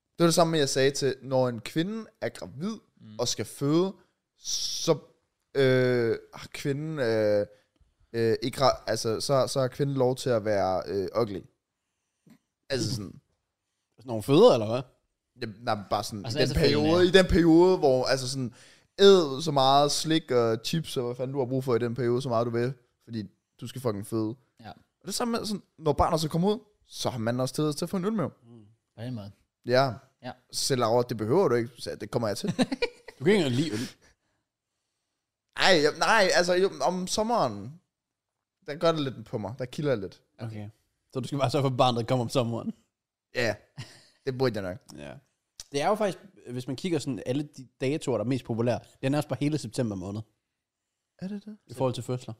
Speaker 2: Det var det samme, jeg sagde til, når en kvinde er gravid mm. og skal føde, så øh, har kvinden øh, øh, ikke, ra- altså, så, så har kvinden lov til at være øh, ugly. Altså sådan,
Speaker 3: Sådan nogle fødder, eller hvad?
Speaker 2: Jamen, nej, men bare sådan,
Speaker 1: Og
Speaker 2: altså, i,
Speaker 1: sådan
Speaker 2: den
Speaker 1: efterfølgende,
Speaker 2: periode, i den periode, hvor altså sådan, æd så meget slik og chips, og hvad fanden du har brug for i den periode, så meget du vil, fordi du skal fucking føde.
Speaker 1: Ja.
Speaker 2: Og det samme med, sådan, når barnet så kommer ud, så har man også tilladelse til at få en øl med.
Speaker 1: På den måde.
Speaker 2: Ja.
Speaker 1: Ja.
Speaker 2: Selv over, det behøver du ikke, så det kommer jeg til.
Speaker 3: Du kan ikke engang lide øl.
Speaker 2: Ej, jeg- nej, altså jo, om sommeren, der gør det lidt på mig, der kilder jeg lidt.
Speaker 3: Okay. Så du skal bare sørge for, at barnet kommer om sommeren.
Speaker 2: Ja, det burde jeg nok.
Speaker 3: Ja. Det er jo faktisk, hvis man kigger sådan alle de datoer, der er mest populære, det er nærmest bare hele september måned,
Speaker 2: Er det det?
Speaker 3: i forhold til fødsler.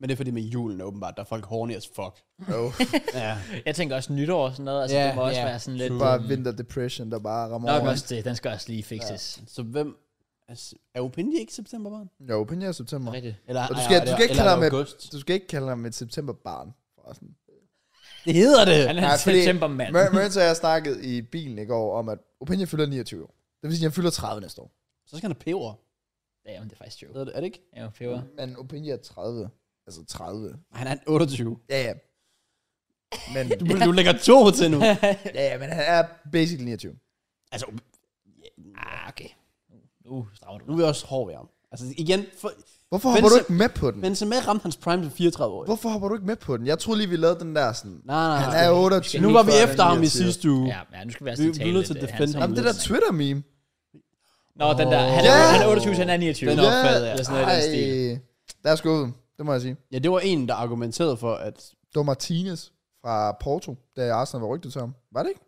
Speaker 3: Men det er fordi med julen åbenbart, der er folk horny as fuck.
Speaker 2: Oh,
Speaker 3: Ja.
Speaker 1: Jeg tænker også nytår og sådan noget. Altså,
Speaker 3: Ja,
Speaker 1: det må også
Speaker 3: ja.
Speaker 1: være sådan lidt...
Speaker 3: True.
Speaker 2: bare winter depression, der bare rammer
Speaker 1: Nok
Speaker 2: over.
Speaker 1: også det. Den skal også lige fixes.
Speaker 3: Så hvem... Altså, er Opinji ikke septemberbarn?
Speaker 2: Jo, opinion i september.
Speaker 1: Rigtigt.
Speaker 3: Eller,
Speaker 2: Og du
Speaker 3: ej,
Speaker 2: skal-
Speaker 3: ej,
Speaker 2: du skal ikke
Speaker 3: eller
Speaker 2: kalde ham et-
Speaker 3: august.
Speaker 2: Du skal ikke kalde ham et septemberbarn. forresten.
Speaker 3: Det hedder det!
Speaker 1: Han er
Speaker 2: Nej,
Speaker 1: en
Speaker 2: fordi-
Speaker 1: septembermand.
Speaker 2: Mer- Mertz og jeg snakkede i bilen i går om, at Opinion fylder 29 år. Det vil sige, at han fylder 30 næste år.
Speaker 3: Så skal han have peber.
Speaker 1: Ja, men det er faktisk true.
Speaker 3: Er det ikke?
Speaker 1: Ja, peber.
Speaker 2: Men Opinion er 30. Altså 30.
Speaker 3: Han er 28.
Speaker 2: Ja, ja. Men,
Speaker 3: Du, du lægger to til nu.
Speaker 2: ja, ja, men han er basically 29.
Speaker 3: altså,
Speaker 1: Ah, okay. Nu uh, strammer du.
Speaker 3: nu er jeg også hård ved ham. Altså igen, for,
Speaker 2: Hvorfor hopper du
Speaker 3: Benzema-
Speaker 2: ikke med på den?
Speaker 3: men så med ramte hans prime til 34 år.
Speaker 2: Hvorfor hopper du ikke med på den? Jeg troede lige, vi lavede den der sådan...
Speaker 3: Nej, nej,
Speaker 2: Han
Speaker 3: nej.
Speaker 2: er
Speaker 1: okay.
Speaker 2: 28.
Speaker 3: Nu var vi
Speaker 2: før han
Speaker 3: efter ham i
Speaker 2: 29.
Speaker 3: sidste uge.
Speaker 1: Ja, ja, nu skal vi altså
Speaker 3: Vi-
Speaker 1: lige
Speaker 3: vi
Speaker 1: tale
Speaker 3: er nødt til
Speaker 1: lidt,
Speaker 3: at
Speaker 1: øh,
Speaker 3: defende
Speaker 1: hans-
Speaker 2: Jamen, det der Twitter-meme.
Speaker 1: Nå, den der. Han,
Speaker 2: Ja!
Speaker 1: er, han er 28, han er 29.
Speaker 3: Den
Speaker 1: Nå,
Speaker 3: opfattede jeg.
Speaker 1: Eller sådan noget i den stil.
Speaker 2: Ej, der er skuffet. Det må jeg sige.
Speaker 3: Ja, det var en, der argumenterede for, at
Speaker 2: Det var Martinez fra Porto, da Arsenal var rygtet til ham. Var det ikke?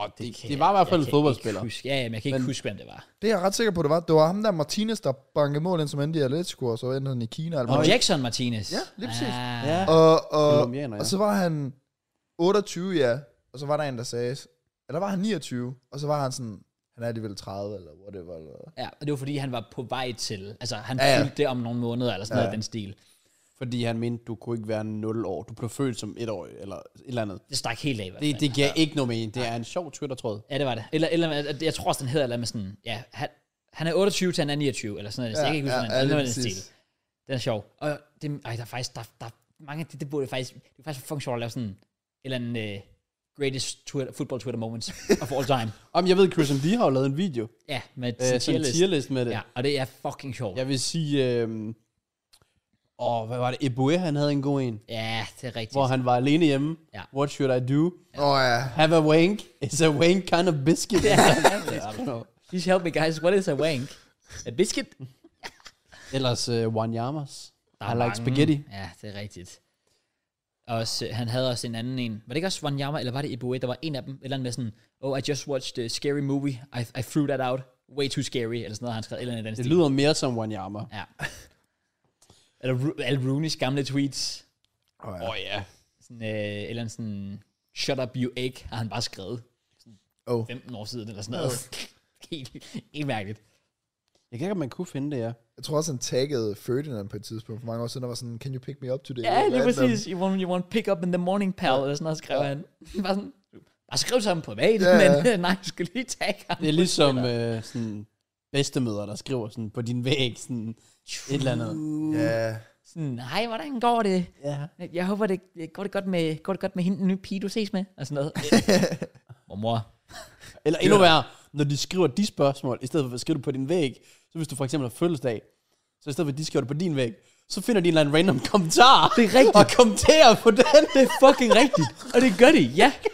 Speaker 3: oh, det,
Speaker 1: kan
Speaker 3: det
Speaker 1: jeg-
Speaker 3: var i hvert fald
Speaker 1: jeg
Speaker 3: en
Speaker 1: kan
Speaker 3: fodboldspiller.
Speaker 1: ikke huske- Ja, men jeg kan ikke
Speaker 3: Men-
Speaker 1: huske, hvem det var.
Speaker 2: Det er jeg ret sikker på, det var. Det var ham der Martinez, der bankede mål ind som endte i Atletico, og så endte han i Kina. Og, alt
Speaker 1: Og
Speaker 2: muligt.
Speaker 1: Jackson Martinez.
Speaker 2: Ja, lige præcis.
Speaker 1: Ah,
Speaker 3: Ja.
Speaker 2: og, og,
Speaker 3: Colombianer, ja.
Speaker 2: og, så var han 28, ja. Og så var der en, der sagde, eller var han 29, og så var han sådan, han er alligevel 30, eller whatever. Eller.
Speaker 1: ja, og det var fordi, han var på vej til. Altså, han
Speaker 2: Ja, ja.
Speaker 1: fyldte det om nogle måneder, eller sådan
Speaker 2: Ja,
Speaker 1: noget i
Speaker 2: ja.
Speaker 1: den stil.
Speaker 3: Fordi han mente, du kunne ikke være 0 år. Du blev født som et år eller et eller andet.
Speaker 1: Det stak helt af i hvert fald.
Speaker 3: Det, det giver ikke noget mening. Det er en sjov Twitter-tråd.
Speaker 1: Ja, det var det. Eller, eller at- jeg tror også, den hedder eller med sådan, ja, han, han er 28 til han er 29, eller sådan noget. Ja, jeg kan ikke huske, ja,
Speaker 2: lige
Speaker 1: ja, den
Speaker 2: præcis.
Speaker 1: stil. Den er sjov. Og det, ej, der er faktisk, der, der er mange af de, det burde faktisk, det er faktisk fucking sjovt at lave sådan, en eller anden uh, greatest Twitter, football Twitter moments of all time.
Speaker 3: Om jeg ved, Christian Lee har jo lavet en video.
Speaker 1: Ja, med
Speaker 3: Øh,
Speaker 1: øh,
Speaker 3: sådan en
Speaker 1: tier
Speaker 3: tierlist med det.
Speaker 1: Ja, og det er fucking sjovt. Ja,
Speaker 3: Jeg vil sige... Øh, åh, hvad var det? Ebue, han havde en god en.
Speaker 1: det er rigtigt.
Speaker 3: Hvor han var alene hjemme.
Speaker 1: Ja.
Speaker 3: What should I do?
Speaker 2: Åh oh, ja.
Speaker 3: Have a wank. It's a wank kind of biscuit.
Speaker 1: Ja, det er
Speaker 3: I
Speaker 1: rigtigt.
Speaker 3: don't know.
Speaker 1: Please help me guys, what is a wank? A biscuit?
Speaker 3: Ellers uh, Wanyamas.
Speaker 1: Der
Speaker 3: I
Speaker 1: er
Speaker 3: like
Speaker 1: mange.
Speaker 3: spaghetti.
Speaker 1: Ja, det er rigtigt. Også, øh, han havde også en anden en. Var det ikke også Wanyama, eller var det Iboe? Der var en af dem, et eller andet med sådan, oh, I just watched a scary movie, I, I threw that out, way too scary, eller sådan noget, han skrev, et eller andet i den
Speaker 3: Det
Speaker 1: stil.
Speaker 3: lyder mere som Wanyama.
Speaker 1: Ja. eller Ru- Al Rooney's gamle tweets,
Speaker 2: Oh, ja.
Speaker 3: Åh oh, ja.
Speaker 1: sådan, øh, eller sådan, shut up you egg, har han bare skrevet.
Speaker 2: Oh.
Speaker 1: 15 år siden, eller sådan noget. helt, helt mærkeligt.
Speaker 3: Jeg kan ikke, om man kunne finde det, ja.
Speaker 2: Jeg tror også, han taggede Ferdinand på et tidspunkt for mange år siden, der var sådan, can you pick me up today?
Speaker 1: Ja, lige
Speaker 2: Random.
Speaker 1: præcis. You want, you want pick up in the morning, pal, eller sådan noget, skrev han. bare sådan, bare skriv til ham privat,
Speaker 2: Ja, ja.
Speaker 1: men øh, nej, jeg skal lige tagge ham.
Speaker 3: Det er ligesom øh, sådan bedstemøder, der skriver sådan på din væg, sådan et eller andet.
Speaker 2: Ja.
Speaker 1: Sådan, hej, hvordan går det?
Speaker 3: Ja.
Speaker 1: Jeg håber, det går det godt med, går det godt med hende, den nye pige, du ses med? Og sådan noget. Mormor.
Speaker 3: Eller endnu værre, når de skriver de spørgsmål, i stedet for at skrive det på din væg, så hvis du for eksempel har fødselsdag, så i stedet for at de skriver det på din væg, så finder de en eller anden random kommentar.
Speaker 1: Det er rigtigt.
Speaker 3: Og kommenterer på den.
Speaker 1: Det er fucking rigtigt. Og det gør de, ja. Et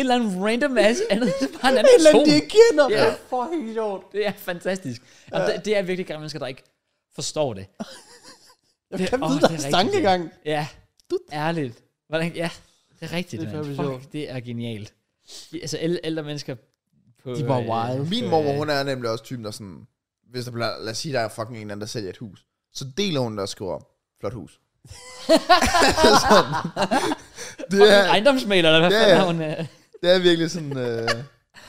Speaker 1: eller andet random ass, andet, bare en
Speaker 3: Et
Speaker 1: anden
Speaker 3: eller andet,
Speaker 1: person.
Speaker 3: de ikke kender.
Speaker 1: Ja.
Speaker 3: Det er fucking sjovt.
Speaker 1: Det er fantastisk. Og det, det er virkelig gamle mennesker, der ikke forstår det.
Speaker 3: Jeg
Speaker 1: Det-
Speaker 3: kan
Speaker 1: åh,
Speaker 3: vide
Speaker 1: det er
Speaker 3: deres
Speaker 1: rigtigt,
Speaker 3: tankegang.
Speaker 1: Ja, du ærligt. Hvordan, ja, det er rigtigt,
Speaker 3: Det
Speaker 1: det
Speaker 3: er
Speaker 1: er
Speaker 3: fandme
Speaker 1: man.
Speaker 3: sjovt.
Speaker 1: Fuck, det er genialt. De, altså, æl- ældre mennesker på... øh,
Speaker 3: De var wild.
Speaker 2: Min mor, hun er nemlig også typen, der sådan, hvis der bliver, lad os sige, der er fucking en eller anden, der sælger et hus, så deler hun der og skriver, flot hus. sådan. Det
Speaker 1: Ja.
Speaker 2: er,
Speaker 1: Ejendomsmaler, eller hvad
Speaker 2: Ja,
Speaker 1: ja, fanden
Speaker 2: ja.
Speaker 1: er hun? øh?
Speaker 2: det er virkelig sådan, øh,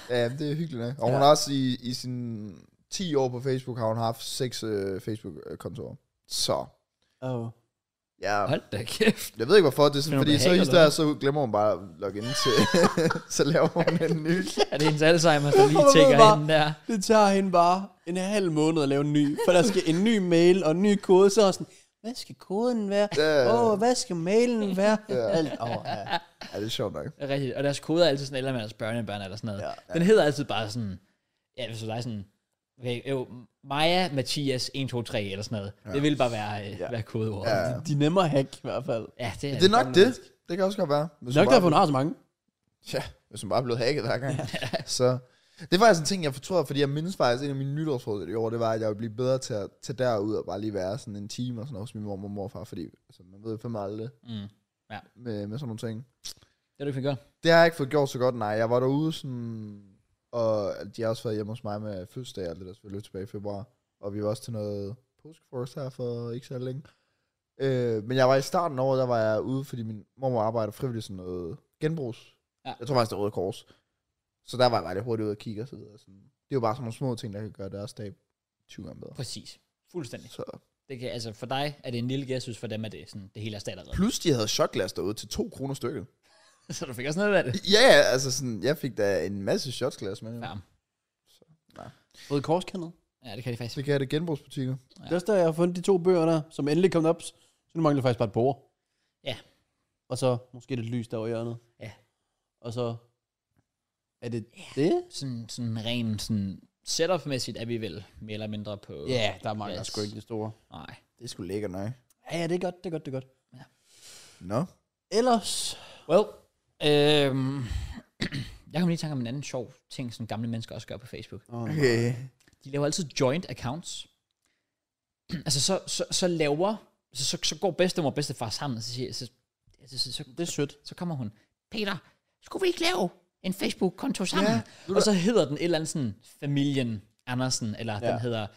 Speaker 2: ja, det er hyggeligt. Ikke? Og hun har også i, i sin 10 år på Facebook, har hun haft seks øh, Facebook-kontorer. Så,
Speaker 3: Oh.
Speaker 2: ja.
Speaker 1: Hold da kæft.
Speaker 2: Jeg ved ikke hvorfor, det er sådan,
Speaker 1: Finder hun
Speaker 2: fordi
Speaker 1: på
Speaker 2: så
Speaker 1: hack,
Speaker 2: i
Speaker 1: eller
Speaker 2: stedet, så glemmer hun bare at logge ind til, så laver hun en ny.
Speaker 1: Er det hendes Alzheimer, der lige
Speaker 3: Hun ved
Speaker 1: tækker
Speaker 3: bare-
Speaker 1: hende der?
Speaker 3: Det tager hende bare en halv måned at lave en ny, for der skal en ny mail og en ny kode, så er hun sådan, hvad skal koden være?
Speaker 2: Ja.
Speaker 3: Åh, oh, hvad skal mailen være?
Speaker 2: Øh. Ja.
Speaker 3: Alt, oh, ja.
Speaker 2: Ja, det er sjovt nok.
Speaker 1: Det er Rigtigt. Og deres kode er altid sådan, eller med deres børnebørn eller sådan noget.
Speaker 3: Ja,
Speaker 1: Ja, ja. Den hedder altid bare sådan, ja, hvis du er sådan, okay, jo, Maja, Mathias, 1, 2, 3 eller sådan noget. Ja. Det vil bare være, øh, ja. være kodeord. Ja,
Speaker 2: Ja.
Speaker 3: De er nemmere at hack i hvert fald.
Speaker 1: ja det er
Speaker 2: Det er nok det. Det kan også godt være. Hvis
Speaker 3: Nok
Speaker 2: hun bare-
Speaker 3: derfor, hun har så mange.
Speaker 2: Ja, hvis hun bare er blevet hacket hver gang. så det er faktisk en ting, jeg fortryder, fordi jeg mindes faktisk, en af mine nytårsråd i år, det var, at jeg ville blive bedre til at tage derud og bare lige være sådan en time og sådan noget hos min mor og morfar, fordi altså, man ved fandme aldrig
Speaker 1: Mm. Ja.
Speaker 2: med, med sådan nogle ting.
Speaker 1: Det er du ikke gjort.
Speaker 2: Det har jeg ikke fået gjort så godt, nej. Jeg var derude sådan, og de har også været hjemme hos mig med fødselsdag og alt det der selvfølgelig tilbage i februar. Og vi var også til noget påskefrokost her for ikke så længe. Øh, men jeg var i starten af året, der var jeg ude, fordi min mor arbejder frivilligt sådan noget genbrugs.
Speaker 1: Ja.
Speaker 2: Jeg tror faktisk, det er Røde Kors. Så der var jeg bare lidt hurtigt ude og kigge og så videre. Sådan. Det er jo bare sådan nogle små ting, der kan gøre deres dag 20 gange bedre.
Speaker 1: Præcis. Fuldstændig.
Speaker 2: Så.
Speaker 1: Det kan, altså for dig er det en lille gæsthus, for dem er det sådan, det hele er stat allerede.
Speaker 2: Plus de havde shotglas derude til 2 kroner stykket.
Speaker 1: så du fik også noget af det.
Speaker 2: Ja, ja, altså sådan, jeg fik da en masse shotglas med.
Speaker 1: Ja.
Speaker 2: Ja.
Speaker 3: Røde Kors kan noget.
Speaker 1: ja, det kan de faktisk.
Speaker 2: Det kan jeg det genbrugsbutikker.
Speaker 3: Det er også der, jeg har fundet de to bøger der, som endelig kom op. Så nu mangler faktisk bare et bord.
Speaker 1: Ja.
Speaker 3: Og så måske lidt lys derovre i hjørnet.
Speaker 1: Ja.
Speaker 3: Og så er det det?
Speaker 1: Sådan, sådan ren sådan setup-mæssigt er vi vel mere eller mindre på...
Speaker 3: Ja, der mangler
Speaker 1: Yes.
Speaker 3: yes. sgu ikke det store.
Speaker 1: Nej.
Speaker 2: Det skulle lækkert nøje.
Speaker 3: Ja, ja, det er godt, det er godt, det er godt.
Speaker 2: Nå.
Speaker 3: Ellers,
Speaker 1: Well, øhm, jeg kom lige i tanke om en anden sjov ting, som gamle mennesker også gør på Facebook.
Speaker 3: oh,
Speaker 2: Okay.
Speaker 1: De laver altid joint accounts. altså, så, så, så laver... Så, så, så går bedstemor og bedstefar sammen, og så siger... Så, så, så, så,
Speaker 3: det er sødt.
Speaker 1: så kommer hun. Peter, skulle vi ikke lave en Facebook-konto sammen?
Speaker 2: Ja,
Speaker 1: Ja, og så hedder den et eller andet sådan, familien Andersen, eller ja.
Speaker 3: Ja.
Speaker 1: den hedder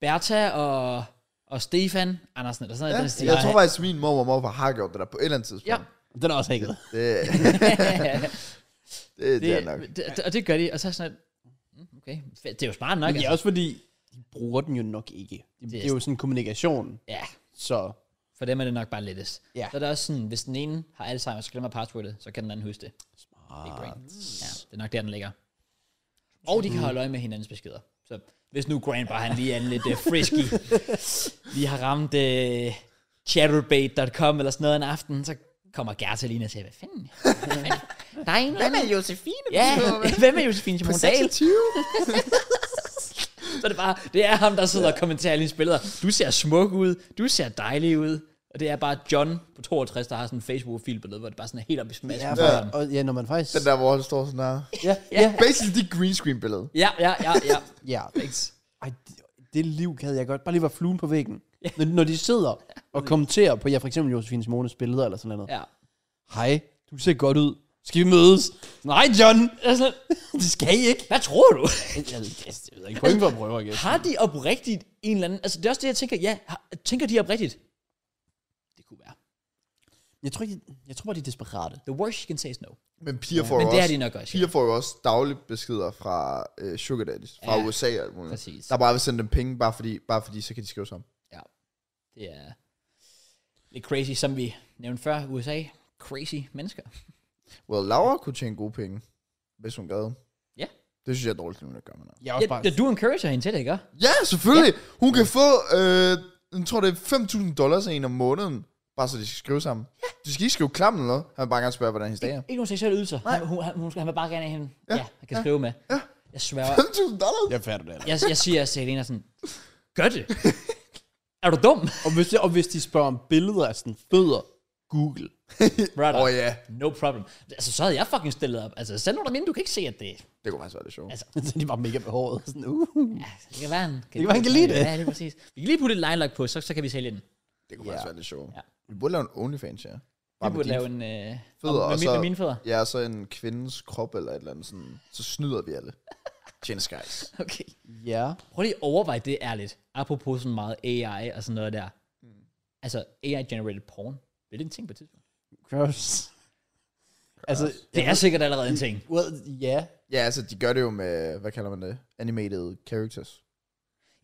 Speaker 1: Bertha og, og Stefan Andersen, eller sådan
Speaker 2: Ja,
Speaker 1: noget.
Speaker 2: jeg tror faktisk, min mor og morfar har gjort det der på et eller andet tidspunkt.
Speaker 1: Ja.
Speaker 3: Den er også hækket.
Speaker 2: Det, det, det, er nok.
Speaker 1: det, det, og det gør de, og så er jeg sådan, at, mm, okay, fedt, det er jo smart nok. altså."
Speaker 3: Men det er også fordi, de bruger den jo nok ikke. altså. Det, det er jo sådan kommunikation,
Speaker 1: Ja,
Speaker 3: så...
Speaker 1: for dem er det nok bare lettest.
Speaker 3: Ja.
Speaker 1: Så er det også sådan, hvis den ene har Alzheimer, så glemmer passwordet, så kan den anden huske det. Big brain. Ja, det er nok der, den ligger. Og de kan holde øje med hinandens beskeder. Så hvis nu Grant bare han lige er en lidt uh, frisky, vi har ramt uh, chatterbait.com eller sådan noget en aften, så kommer Gerta lige ned og siger, hvad fanden? Hvad fanden? Der er en eller anden.
Speaker 2: med Josefine?
Speaker 1: Ja, hvad med Josefine
Speaker 2: På
Speaker 1: Simon Dahl?
Speaker 2: 26?
Speaker 1: Så er det bare, det er ham, der sidder og kommenterer alle dine billeder. Du ser smuk ud, du ser dejlig ud. Og det er bare John på 62, der har sådan en Facebook-profilbillede, hvor det bare sådan er helt op i smasken.
Speaker 3: Ja,
Speaker 1: Ja,
Speaker 3: og, ja, når man faktisk...
Speaker 2: Den der, hvor han står sådan her.
Speaker 3: Ja, ja,
Speaker 2: Basically, det green screen billede.
Speaker 1: ja, ja, ja. ja.
Speaker 3: ja.
Speaker 1: Thanks.
Speaker 3: Ej, det, det liv kan jeg godt. Bare lige være fluen på væggen. Når, når de sidder og kommenterer på, ja, for eksempel Josefine Simones billeder eller sådan noget.
Speaker 1: Ja.
Speaker 3: Hej, du ser godt ud. Skal vi mødes? Nej, John,
Speaker 1: Altså,
Speaker 3: det skal I ikke.
Speaker 1: hvad tror du?
Speaker 3: Jeg, jeg, jeg ved ikke, point for at prøve, ikke?
Speaker 1: Har de oprigtigt en eller anden... Altså, det er også det, jeg tænker. Ja, har, tænker de oprigtigt? Det kunne være.
Speaker 3: Jeg tror, ikke, jeg tror bare, de er desperate.
Speaker 1: The worst she can say is no.
Speaker 2: Men piger får,
Speaker 1: Men
Speaker 2: jo
Speaker 1: det er
Speaker 2: også,
Speaker 1: de nok også. Ja.
Speaker 2: piger får jo også dagligt beskeder fra øh, sugar daddies, fra
Speaker 1: Ja,
Speaker 2: USA og alt muligt.
Speaker 1: præcis.
Speaker 2: Der bare vil sende dem penge, bare fordi, bare fordi så kan de skrive sammen.
Speaker 1: ja. Det er lidt crazy, som vi nævnte før. USA. Crazy mennesker.
Speaker 2: Well, Laura kunne tjene gode penge, hvis hun gad.
Speaker 1: Ja.
Speaker 2: Det synes jeg er dårligt, at hun ikke gør med noget.
Speaker 3: Jeg er
Speaker 1: Ja, ja, du encourager hende til det, ikke?
Speaker 2: Ja, selvfølgelig. Ja. Hun kan få, øh, jeg tror det er 5.000 dollars af en om måneden, bare så de skal skrive sammen. Ja. De skal ikke skrive klam eller noget. Han vil bare gerne spørge, hvordan hendes dag er.
Speaker 1: Ikke, ikke nogen seksuelle ydelser. Han, hun, han, hun, skal- han vil bare gerne have hende. Ja, ja han kan ja, skrive med. Ja. Jeg sværger.
Speaker 2: 5.000 dollars?
Speaker 3: jeg er færdig der.
Speaker 1: jeg, jeg siger til Helena sådan, gør det. er du dum?
Speaker 3: Og hvis, det, og hvis de spørger om billeder af sådan fødder, Google.
Speaker 1: Brother,
Speaker 2: Åh oh, ja,
Speaker 1: no problem. Altså, så havde jeg fucking stillet op. Altså, send nogle derinde, du kan ikke se, at det...
Speaker 2: det kunne faktisk være lidt sjovt.
Speaker 1: Altså,
Speaker 3: Så er de bare mega behåret. Sådan, uh.
Speaker 1: ja, Altså, det kan være, han kan,
Speaker 3: være, han kan lide det.
Speaker 1: Ja, det er præcis. Vi kan lige putte et linelock på, så, så kan vi sælge den.
Speaker 2: Det kunne faktisk være lidt sjovt.
Speaker 1: Ja.
Speaker 2: Ja. Vi burde lave en OnlyFans, ja.
Speaker 1: Vi
Speaker 2: Bare med
Speaker 1: burde
Speaker 2: dine
Speaker 1: lave en... Øh,
Speaker 2: fødder,
Speaker 1: med,
Speaker 2: og
Speaker 1: min,
Speaker 2: så,
Speaker 1: med mine fødder.
Speaker 2: Ja, og så en kvindes krop eller et eller andet sådan. Så snyder vi alle. Tjene skies.
Speaker 1: Okay.
Speaker 3: Ja.
Speaker 1: Prøv lige at overveje det ærligt. Apropos sådan meget AI og sådan noget der. Altså, AI-generated porn. Det er det en ting på et tidspunkt.
Speaker 3: Gross. Altså,
Speaker 1: Det er sikkert allerede en ting.
Speaker 3: well, ja.
Speaker 2: Ja, altså, de gør det jo med, hvad kalder man det? Animated characters.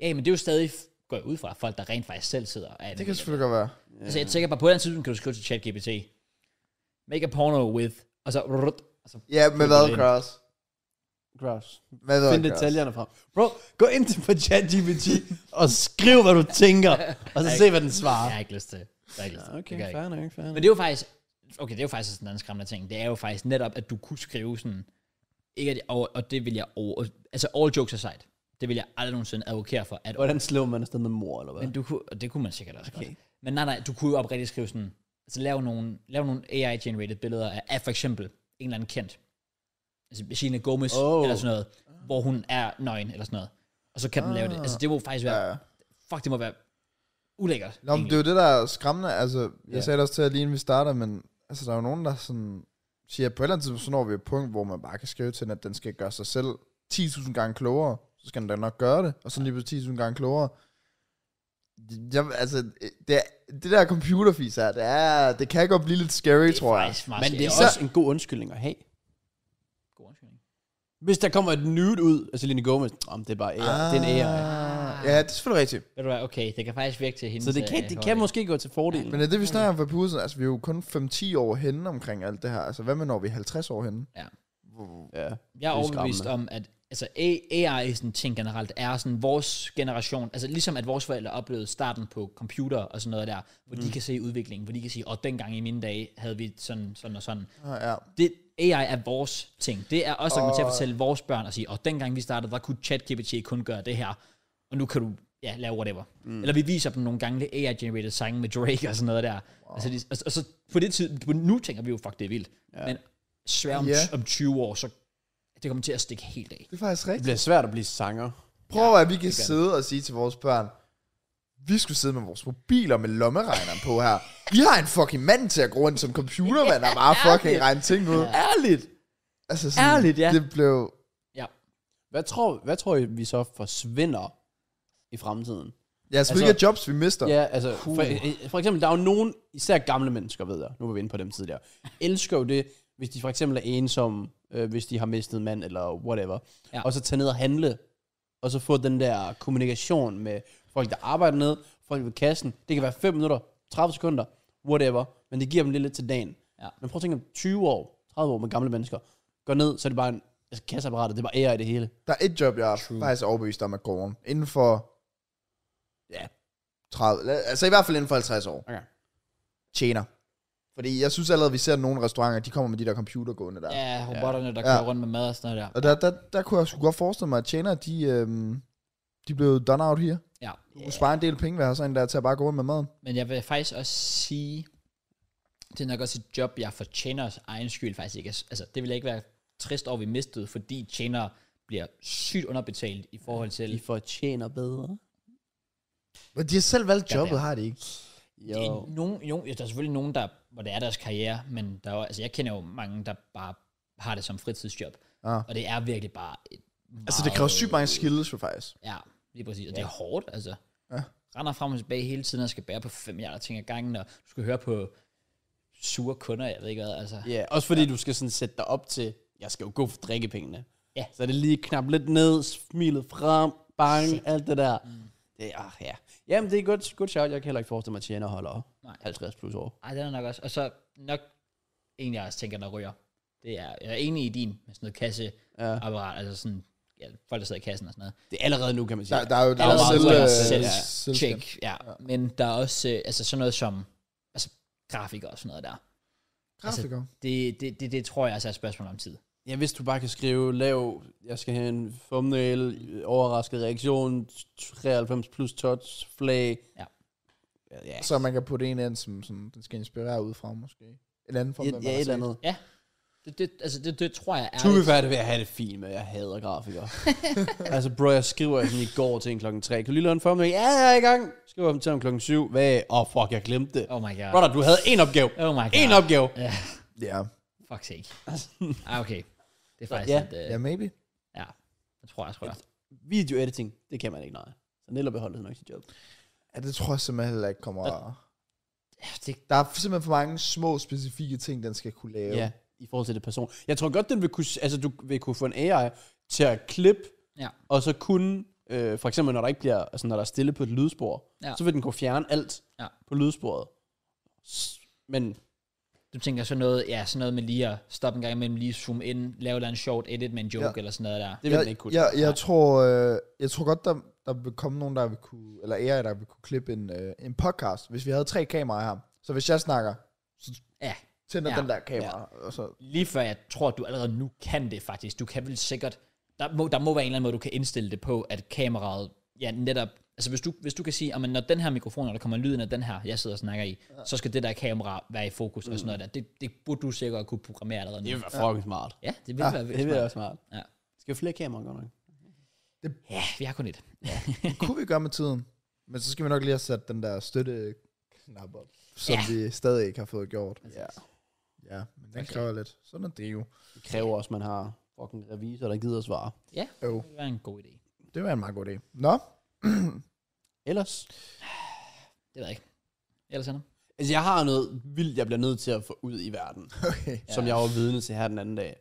Speaker 1: Ja, men det er jo stadig, går jeg ud fra, folk, der rent faktisk selv sidder. og er
Speaker 2: Det kan
Speaker 1: animeret.
Speaker 2: selvfølgelig godt være.
Speaker 1: Altså, jeg tænker bare, på et eller andet tidspunkt kan du skrive til ChatGPT, make a porno with, og så, rrrt, og så
Speaker 2: Ja, med hvad,
Speaker 1: ind.
Speaker 2: Cross?
Speaker 3: Gross.
Speaker 2: Med hvad,
Speaker 3: Find
Speaker 2: Cross?
Speaker 3: detaljerne frem. Bro, gå ind til på ChatGPT og skriv, hvad du tænker, og så se, hvad den
Speaker 1: jeg har
Speaker 3: svarer.
Speaker 1: ikke lyst til. Jeg har ikke lyst til. det
Speaker 3: Okay,
Speaker 1: kan jeg ikke.
Speaker 3: fair nok, fair
Speaker 1: Men
Speaker 3: nok.
Speaker 1: det er jo faktisk, okay, det er jo faktisk sådan en anden skræmmende ting. Det er jo faktisk netop, at du kunne skrive sådan, ikke at, og, og det vil jeg over, altså all jokes aside, det vil jeg aldrig nogensinde advokere for, at,
Speaker 3: Hvordan slår man afsted med mor, eller hvad?
Speaker 1: men du kunne, og det kunne man sikkert også okay.
Speaker 3: Okay.
Speaker 1: godt. Men nej, nej, du kunne jo oprigtigt skrive sådan, altså lave nogle, lave nogle AI-generated billeder af, af for eksempel en eller anden kendt, altså Selena Gomez oh.
Speaker 3: Oh.
Speaker 1: eller sådan noget, hvor hun er nøgen eller sådan noget. Og så kan den lave det. Altså det må faktisk være,
Speaker 3: Ah.
Speaker 2: Ja, ja.
Speaker 1: fuck det må være ulækkert.
Speaker 2: Nå, men det
Speaker 1: egentlig.
Speaker 2: er jo det, der er skræmmende. Altså, jeg
Speaker 3: Ja.
Speaker 2: sagde det også til jer lige inden vi starter, men altså, der er jo nogen, der sådan siger, at på et eller andet tidspunkt, så når vi et punkt, hvor man bare kan skrive til den, at den skal gøre sig selv 10.000 gange klogere, så skal den da nok gøre det, og så lige pludselig 10.000 gange klogere. Jeg, altså, det, det der computerfis her, det, er, det kan godt blive lidt scary,
Speaker 1: Det er
Speaker 2: tror jeg.
Speaker 1: faktisk meget
Speaker 3: Men Altså, det er
Speaker 1: sjældent.
Speaker 3: også en god undskyldning at have.
Speaker 1: God undskyldning.
Speaker 3: Hvis der kommer et nude ud af Selena Gomez, om det er bare AI, ah. det er en AI.
Speaker 2: Ah, Ja, det er selvfølgelig rigtigt.
Speaker 1: Ved du hvad, okay, det kan faktisk virke til øh, hende.
Speaker 3: Så det kan, Ah. det kan måske gå til fordel.
Speaker 2: Men er det, vi snakker om for Pusen, altså vi er jo kun 5-10 år henne omkring alt det her. Altså hvad med, når vi er 50 år henne?
Speaker 3: Ja.
Speaker 1: Jeg er
Speaker 3: Det er
Speaker 1: overbevist om, at altså, A- AI sådan ting generelt er sådan vores generation, altså ligesom at vores forældre oplevede starten på computer og sådan noget der, hvor mm. de kan se udviklingen, hvor de kan sige, og oh, dengang i mine dage havde vi sådan, sådan og sådan.
Speaker 2: Ah, ja.
Speaker 1: Det, AI er vores ting. Det er os, der kommer til at fortælle vores børn og sige, og oh, dengang vi startede, der kunne ChatGPT kun gøre det her, og nu kan du ja, lave whatever. Mm. Eller vi viser dem nogle gange det AI-generated sange med Drake og sådan noget der. Wow. Altså, de, og, og, så på det tid, på, nu tænker vi jo, fuck, det er vildt. Ja. Men svær om,
Speaker 2: Ja.
Speaker 1: yeah. om 20 år, så det kommer til at stikke helt af.
Speaker 2: Det er faktisk
Speaker 3: Det
Speaker 2: rigtigt.
Speaker 3: bliver svært at blive sanger.
Speaker 2: Prøv at vi kan sidde og sige til vores børn, vi skulle sidde med vores mobiler med lommeregneren på her. Vi har en fucking mand til at gå rundt som computermand og bare fucking regne ting ud.
Speaker 3: Ærligt!
Speaker 2: Altså sådan,
Speaker 1: Ærligt, ja.
Speaker 2: Det blev...
Speaker 1: Ja.
Speaker 3: Hvad tror, hvad tror I, vi så forsvinder i fremtiden?
Speaker 2: Ja, så hvilke
Speaker 3: Altså-
Speaker 2: jobs vi mister.
Speaker 3: Ja, altså, for, øh, for eksempel, der er jo nogen, især gamle mennesker, ved jeg, nu var vi inde på dem tidligere, elsker jo det, hvis de for eksempel er ensomme, øh, hvis de har mistet en mand, eller whatever,
Speaker 1: Ja.
Speaker 3: ja. og så tage ned og handle, og så få den der kommunikation med folk, der arbejder ned, folk ved kassen, det kan være 5 minutter, 30 sekunder, whatever, men det giver dem lidt, lidt til dagen.
Speaker 1: Ja.
Speaker 3: Men prøv at tænke om 20 år, 30 år med gamle mennesker, går ned, så er det bare en altså, kasseapparatet, det er bare AI det hele.
Speaker 2: Der er et job, jeg er faktisk overbevist om at gå inden for
Speaker 3: Ja.
Speaker 2: 30, la- altså i hvert fald inden for 50 år.
Speaker 3: Okay.
Speaker 2: Tjener. Fordi jeg synes allerede, vi ser nogle restauranter, de kommer med de der computergående der.
Speaker 1: Ja, robotterne, der ja. kører rundt med mad og sådan noget der.
Speaker 2: Og der, der, der kunne jeg sgu godt forestille mig, at tjener, de, øhm, de blev done out her.
Speaker 1: Ja.
Speaker 2: Du kunne spare en del penge ved at have sådan en der til at bare gå rundt med maden.
Speaker 1: Men jeg vil faktisk også sige, det er nok også et job, jeg for tjeners egen skyld faktisk ikke. er- Altså, det vil jeg ikke være trist over, vi mistede, fordi tjenere bliver sygt underbetalt i forhold til...
Speaker 3: De fortjener bedre.
Speaker 2: Men de har selv valgt
Speaker 1: Ja,
Speaker 2: jobbet,
Speaker 1: det er.
Speaker 2: har de ikke?
Speaker 3: Jo.
Speaker 1: Det er nogen, jo, ja, der er selvfølgelig nogen, der, hvor det er deres karriere, men der er, jo- altså, jeg kender jo mange, der bare har det som fritidsjob.
Speaker 2: Ja.
Speaker 1: Og det er virkelig bare et meget,
Speaker 2: Altså, det kræver sygt mange skills, jo faktisk.
Speaker 1: Ja, lige præcis. Og det er hårdt, altså. Ja. Render frem og tilbage hele tiden, og skal bære på fem milliarder ting ad gangen, og du skal høre på sure kunder, jeg ved ikke hvad, altså.
Speaker 3: Ja, yeah, også fordi ja. du skal sådan sætte dig op til, jeg skal jo gå for drikkepengene.
Speaker 1: Ja.
Speaker 3: Så er det lige knap lidt ned, smilet frem, bang, Shit. alt det der. Mm. Det, ah, ja. Jamen, det er godt, godt shout. Jeg kan heller ikke forestille mig, at tjener holder
Speaker 1: Nej.
Speaker 3: 50 plus år.
Speaker 1: Ej, den er nok også. Og så nok en, jeg også tænker, der ryger. Det er, jeg er enig i din, med sådan noget kasseapparat, ja. altså sådan, ja, folk, der sidder i kassen og sådan noget.
Speaker 3: Det er allerede nu, kan man sige.
Speaker 2: Der, der er jo der
Speaker 1: Der
Speaker 2: er
Speaker 1: er
Speaker 2: jo
Speaker 1: meget meget
Speaker 2: selv, øh,
Speaker 1: selv-
Speaker 2: selv-
Speaker 1: Check, ja. ja. Men der er også, øh, altså sådan noget som, altså grafikere og sådan noget der.
Speaker 2: Grafiker.
Speaker 1: Det, det, det, det tror jeg altså er et spørgsmål om tid.
Speaker 3: Ja, hvis du bare kan skrive, lav, jeg skal have en thumbnail, øh, overrasket reaktion, 93 plus touch, flag.
Speaker 1: Ja.
Speaker 3: Ja, ja,
Speaker 2: Så man kan putte en ind, som, som den skal inspirere ud fra, måske. En anden form,
Speaker 3: ja,
Speaker 2: hvad man
Speaker 3: ja
Speaker 2: har
Speaker 3: et eller
Speaker 2: set.
Speaker 3: andet.
Speaker 1: Ja, det, det, altså det, det tror jeg er...
Speaker 3: Tubi færdig ved at have det fint med, jeg hader grafikere. altså bro, jeg skriver sådan i går til en klokken 3. Kan du lige lave en formiddag? Ja, jeg er i gang. Skriver jeg dem til om klokken 7. Hvad? Åh, oh, fuck, jeg glemte det.
Speaker 1: Oh my god.
Speaker 3: Brother, du havde én opgave.
Speaker 1: Oh my god.
Speaker 3: Én opgave.
Speaker 1: Ja,
Speaker 2: Ja.
Speaker 1: fuck sake. Ah, okay. Det er faktisk
Speaker 3: ja.
Speaker 1: ja. et... Øh,
Speaker 2: Ja, maybe.
Speaker 1: ja. Det tror jeg, tror jeg.
Speaker 3: Videoediting, det kan man ikke, nej. Så Niller beholder nok sit job.
Speaker 2: Ja, det tror jeg simpelthen heller ikke kommer...
Speaker 1: Ja, det,
Speaker 2: Der er simpelthen for mange små, specifikke ting, den skal kunne lave.
Speaker 3: Ja, i forhold til det person. Jeg tror godt, den vil kunne, altså, du vil kunne få en AI til at klippe,
Speaker 1: ja.
Speaker 3: og så kunne, øh, for eksempel når der ikke bliver, altså når der er stille på et lydspor,
Speaker 1: Ja.
Speaker 3: så vil den kunne fjerne alt
Speaker 1: Ja.
Speaker 3: på lydsporet. S- Men
Speaker 1: Du tænker sådan noget, ja, sådan noget med lige at stoppe en gang imellem, lige zoome ind, lave et eller andet short edit med en joke ja.
Speaker 2: Ja.
Speaker 1: eller sådan noget der.
Speaker 3: det vil den
Speaker 2: Jeg,
Speaker 3: ikke kunne.
Speaker 2: jeg, jeg, tror, øh, jeg tror godt, der, der vil komme nogen, der vil kunne, eller AI, der vil kunne klippe en, øh, en podcast, hvis vi havde tre kameraer her. Så hvis jeg snakker,
Speaker 1: Ja.
Speaker 2: tænder
Speaker 1: Ja.
Speaker 2: den der kamera, og så...
Speaker 1: Lige før jeg tror, at du allerede nu kan det faktisk. Du kan vel sikkert, der må, der må være en eller anden måde, du kan indstille det på, at kameraet, ja netop, altså hvis du, hvis du kan sige, at når den her mikrofon, når der kommer lyden af den her, jeg sidder og snakker i, så skal det der kamera være i fokus og sådan noget der. Det, det burde du sikkert kunne programmere allerede nu.
Speaker 3: Mm. Det vil være fucking smart.
Speaker 1: Ja, det ville ja, være
Speaker 3: Det vil være smart.
Speaker 1: Ja.
Speaker 3: Skal vi flere kameraer, godt nok?
Speaker 1: ja, vi har kun et.
Speaker 2: Det kunne vi gøre med tiden. Men så skal vi nok lige have sat den der støtteknap op, som
Speaker 1: Ja.
Speaker 2: vi stadig ikke har fået gjort.
Speaker 3: Ja.
Speaker 2: Ja, men den kræver lidt. Sådan er det jo.
Speaker 3: Det kræver også, at man har fucking revisor, der gider at svare.
Speaker 1: Ja,
Speaker 2: Jo.
Speaker 1: det ville være en god idé.
Speaker 2: Det var en meget god idé. Nå,
Speaker 3: Ellers,
Speaker 1: Det ved jeg ikke. Alexander?
Speaker 3: Altså, jeg har noget vildt, jeg bliver nødt til at få ud i verden,
Speaker 2: Okay.
Speaker 3: ja. som jeg var vidne til her den anden dag.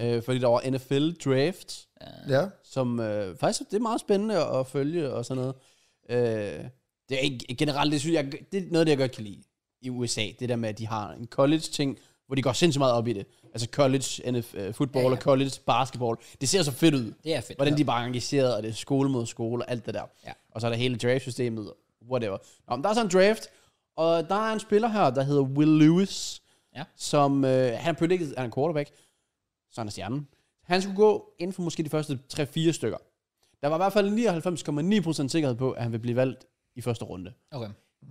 Speaker 1: Ja.
Speaker 3: Øh, fordi der var NFL Draft,
Speaker 2: Ja.
Speaker 3: som øh, faktisk det er meget spændende at følge og sådan noget. Øh, det er ikke generelt, det synes jeg, det er noget, det jeg godt kan lide i USA, det der med, at de har en college-ting, hvor de går sindssygt meget op i det. Altså college, NF, øh, football
Speaker 1: Ja,
Speaker 3: ja,
Speaker 1: ja.
Speaker 3: ja. og college, basketball. Det ser så fedt ud,
Speaker 1: Det er fedt.
Speaker 3: hvordan de er bare er engageret, og det er skole mod skole og alt det der.
Speaker 1: Ja.
Speaker 3: Og så er der hele draft-systemet, whatever. Nå, men der er sådan en draft, og der er en spiller her, der hedder Will Lewis,
Speaker 1: Ja.
Speaker 3: som øh, han er predicted, han er en quarterback, så han er stjernen. Han skulle gå inden for måske de første 3-4 stykker. Der var i hvert fald 99,9% sikkerhed på, at han ville blive valgt i første runde.
Speaker 1: Okay.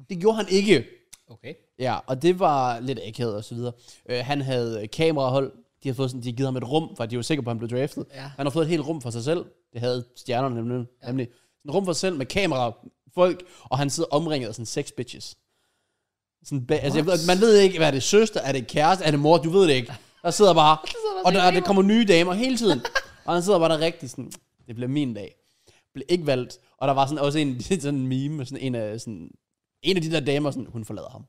Speaker 3: Det gjorde han ikke.
Speaker 1: Okay.
Speaker 3: Ja, og det var lidt akavet og så videre. Øh, han havde kamerahold. De havde, fået sådan, de havde givet ham et rum, for de var sikre på, at han blev draftet.
Speaker 1: Ja.
Speaker 3: Han har fået et helt rum for sig selv. Det havde stjernerne nemlig. Ja. nemlig. Sådan et rum for sig selv med kamera, folk, og han sidder omringet af sådan seks bitches. Sådan ba- altså, jeg ved, man ved ikke, hvad er det søster, er det kæreste, er det mor, du ved det ikke. Der sidder bare, og der, der kommer nye damer hele tiden. Og han sidder bare der rigtig sådan, det bliver min dag. Blev ikke valgt. Og der var sådan også en sådan en meme, med sådan en af, sådan, en af de der damer, sådan, hun forlader ham.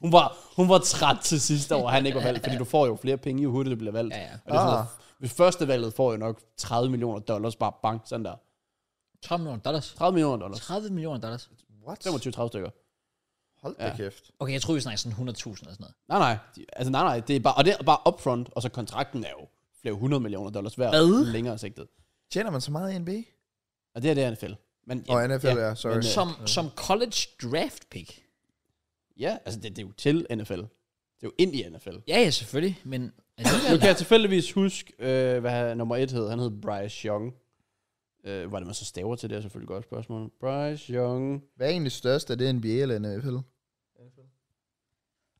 Speaker 3: Hun var, hun var træt til sidste år, at han ikke var valgt, fordi du får jo flere penge, jo hurtigere du bliver valgt.
Speaker 1: Ja, ja.
Speaker 3: Og det er sådan
Speaker 2: Ah.
Speaker 3: noget, hvis første valget får jeg nok 30 millioner dollars, bare bank, sådan der.
Speaker 1: 30 millioner dollars.
Speaker 3: 30 millioner dollars.
Speaker 1: 30 millioner dollars.
Speaker 2: What?
Speaker 3: 25-30 stykker.
Speaker 2: Hold da kæft.
Speaker 1: Okay, jeg tror, vi snakker sådan 100.000 eller sådan noget.
Speaker 3: Nej, nej. De- Altså, nej, nej. Det er bare, og det er bare upfront, og så kontrakten er jo flere hundrede millioner dollars hver
Speaker 1: Hvad?
Speaker 3: længere sigtet.
Speaker 2: Tjener man så meget i NBA?
Speaker 3: Og det her, det er NFL. Men,
Speaker 2: Og NFL, ja, sorry.
Speaker 3: Men, øh,
Speaker 1: Som, som college draft pick.
Speaker 3: ja, altså, det, det, er jo til NFL. Det er jo ind i NFL.
Speaker 1: Ja, ja, selvfølgelig, men... Altså,
Speaker 3: Nu kan jeg tilfældigvis huske, øh, hvad han- nummer et hed. Han hed Bryce Young. Øh, var det, man så staver til det, er selvfølgelig et godt spørgsmål. Bryce Young.
Speaker 2: Hvad er egentlig størst? Er det NBA eller NFL?
Speaker 1: Ah,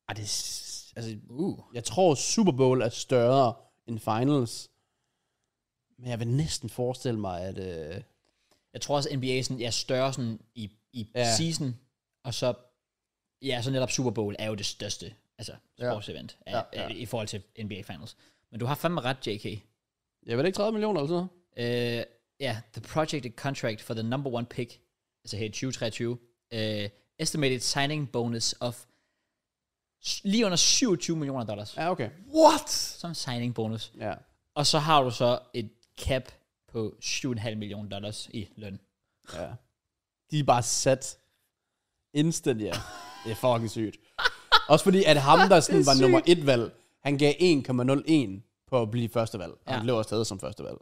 Speaker 3: Ej, det er, s- altså,
Speaker 1: uh,
Speaker 3: Jeg tror, Super Bowl er større end finals. Men jeg vil næsten forestille mig, at... Øh,
Speaker 1: jeg tror også, NBA sådan, ja, større sådan i, i ja.
Speaker 3: Ja.
Speaker 1: season, og så... Ja, så netop Super Bowl er jo det største altså,
Speaker 2: Ja.
Speaker 1: sportsevent ja.
Speaker 2: Ja,
Speaker 1: Ja,
Speaker 2: ja.
Speaker 1: i forhold til NBA Finals. Men du har fandme ret, JK.
Speaker 3: jeg ved ikke 30 millioner eller sådan noget.
Speaker 1: Uh, yeah, the projected contract for the number one pick, altså her i 2023, uh, estimated signing bonus of s- lige under 27 millioner dollars
Speaker 3: Ja, okay.
Speaker 2: What?
Speaker 1: som signing bonus.
Speaker 3: Ja.
Speaker 1: Og så har du så et cap på 7,5 millioner dollars i løn.
Speaker 3: ja. De er bare sat. Instant, ja. Det er fucking sygt. Også fordi, at ham, der sådan var nummer et valg, han gav 1,01 på at blive første valg. Ja.
Speaker 1: Ja.
Speaker 3: Han lå også stadig som første valg.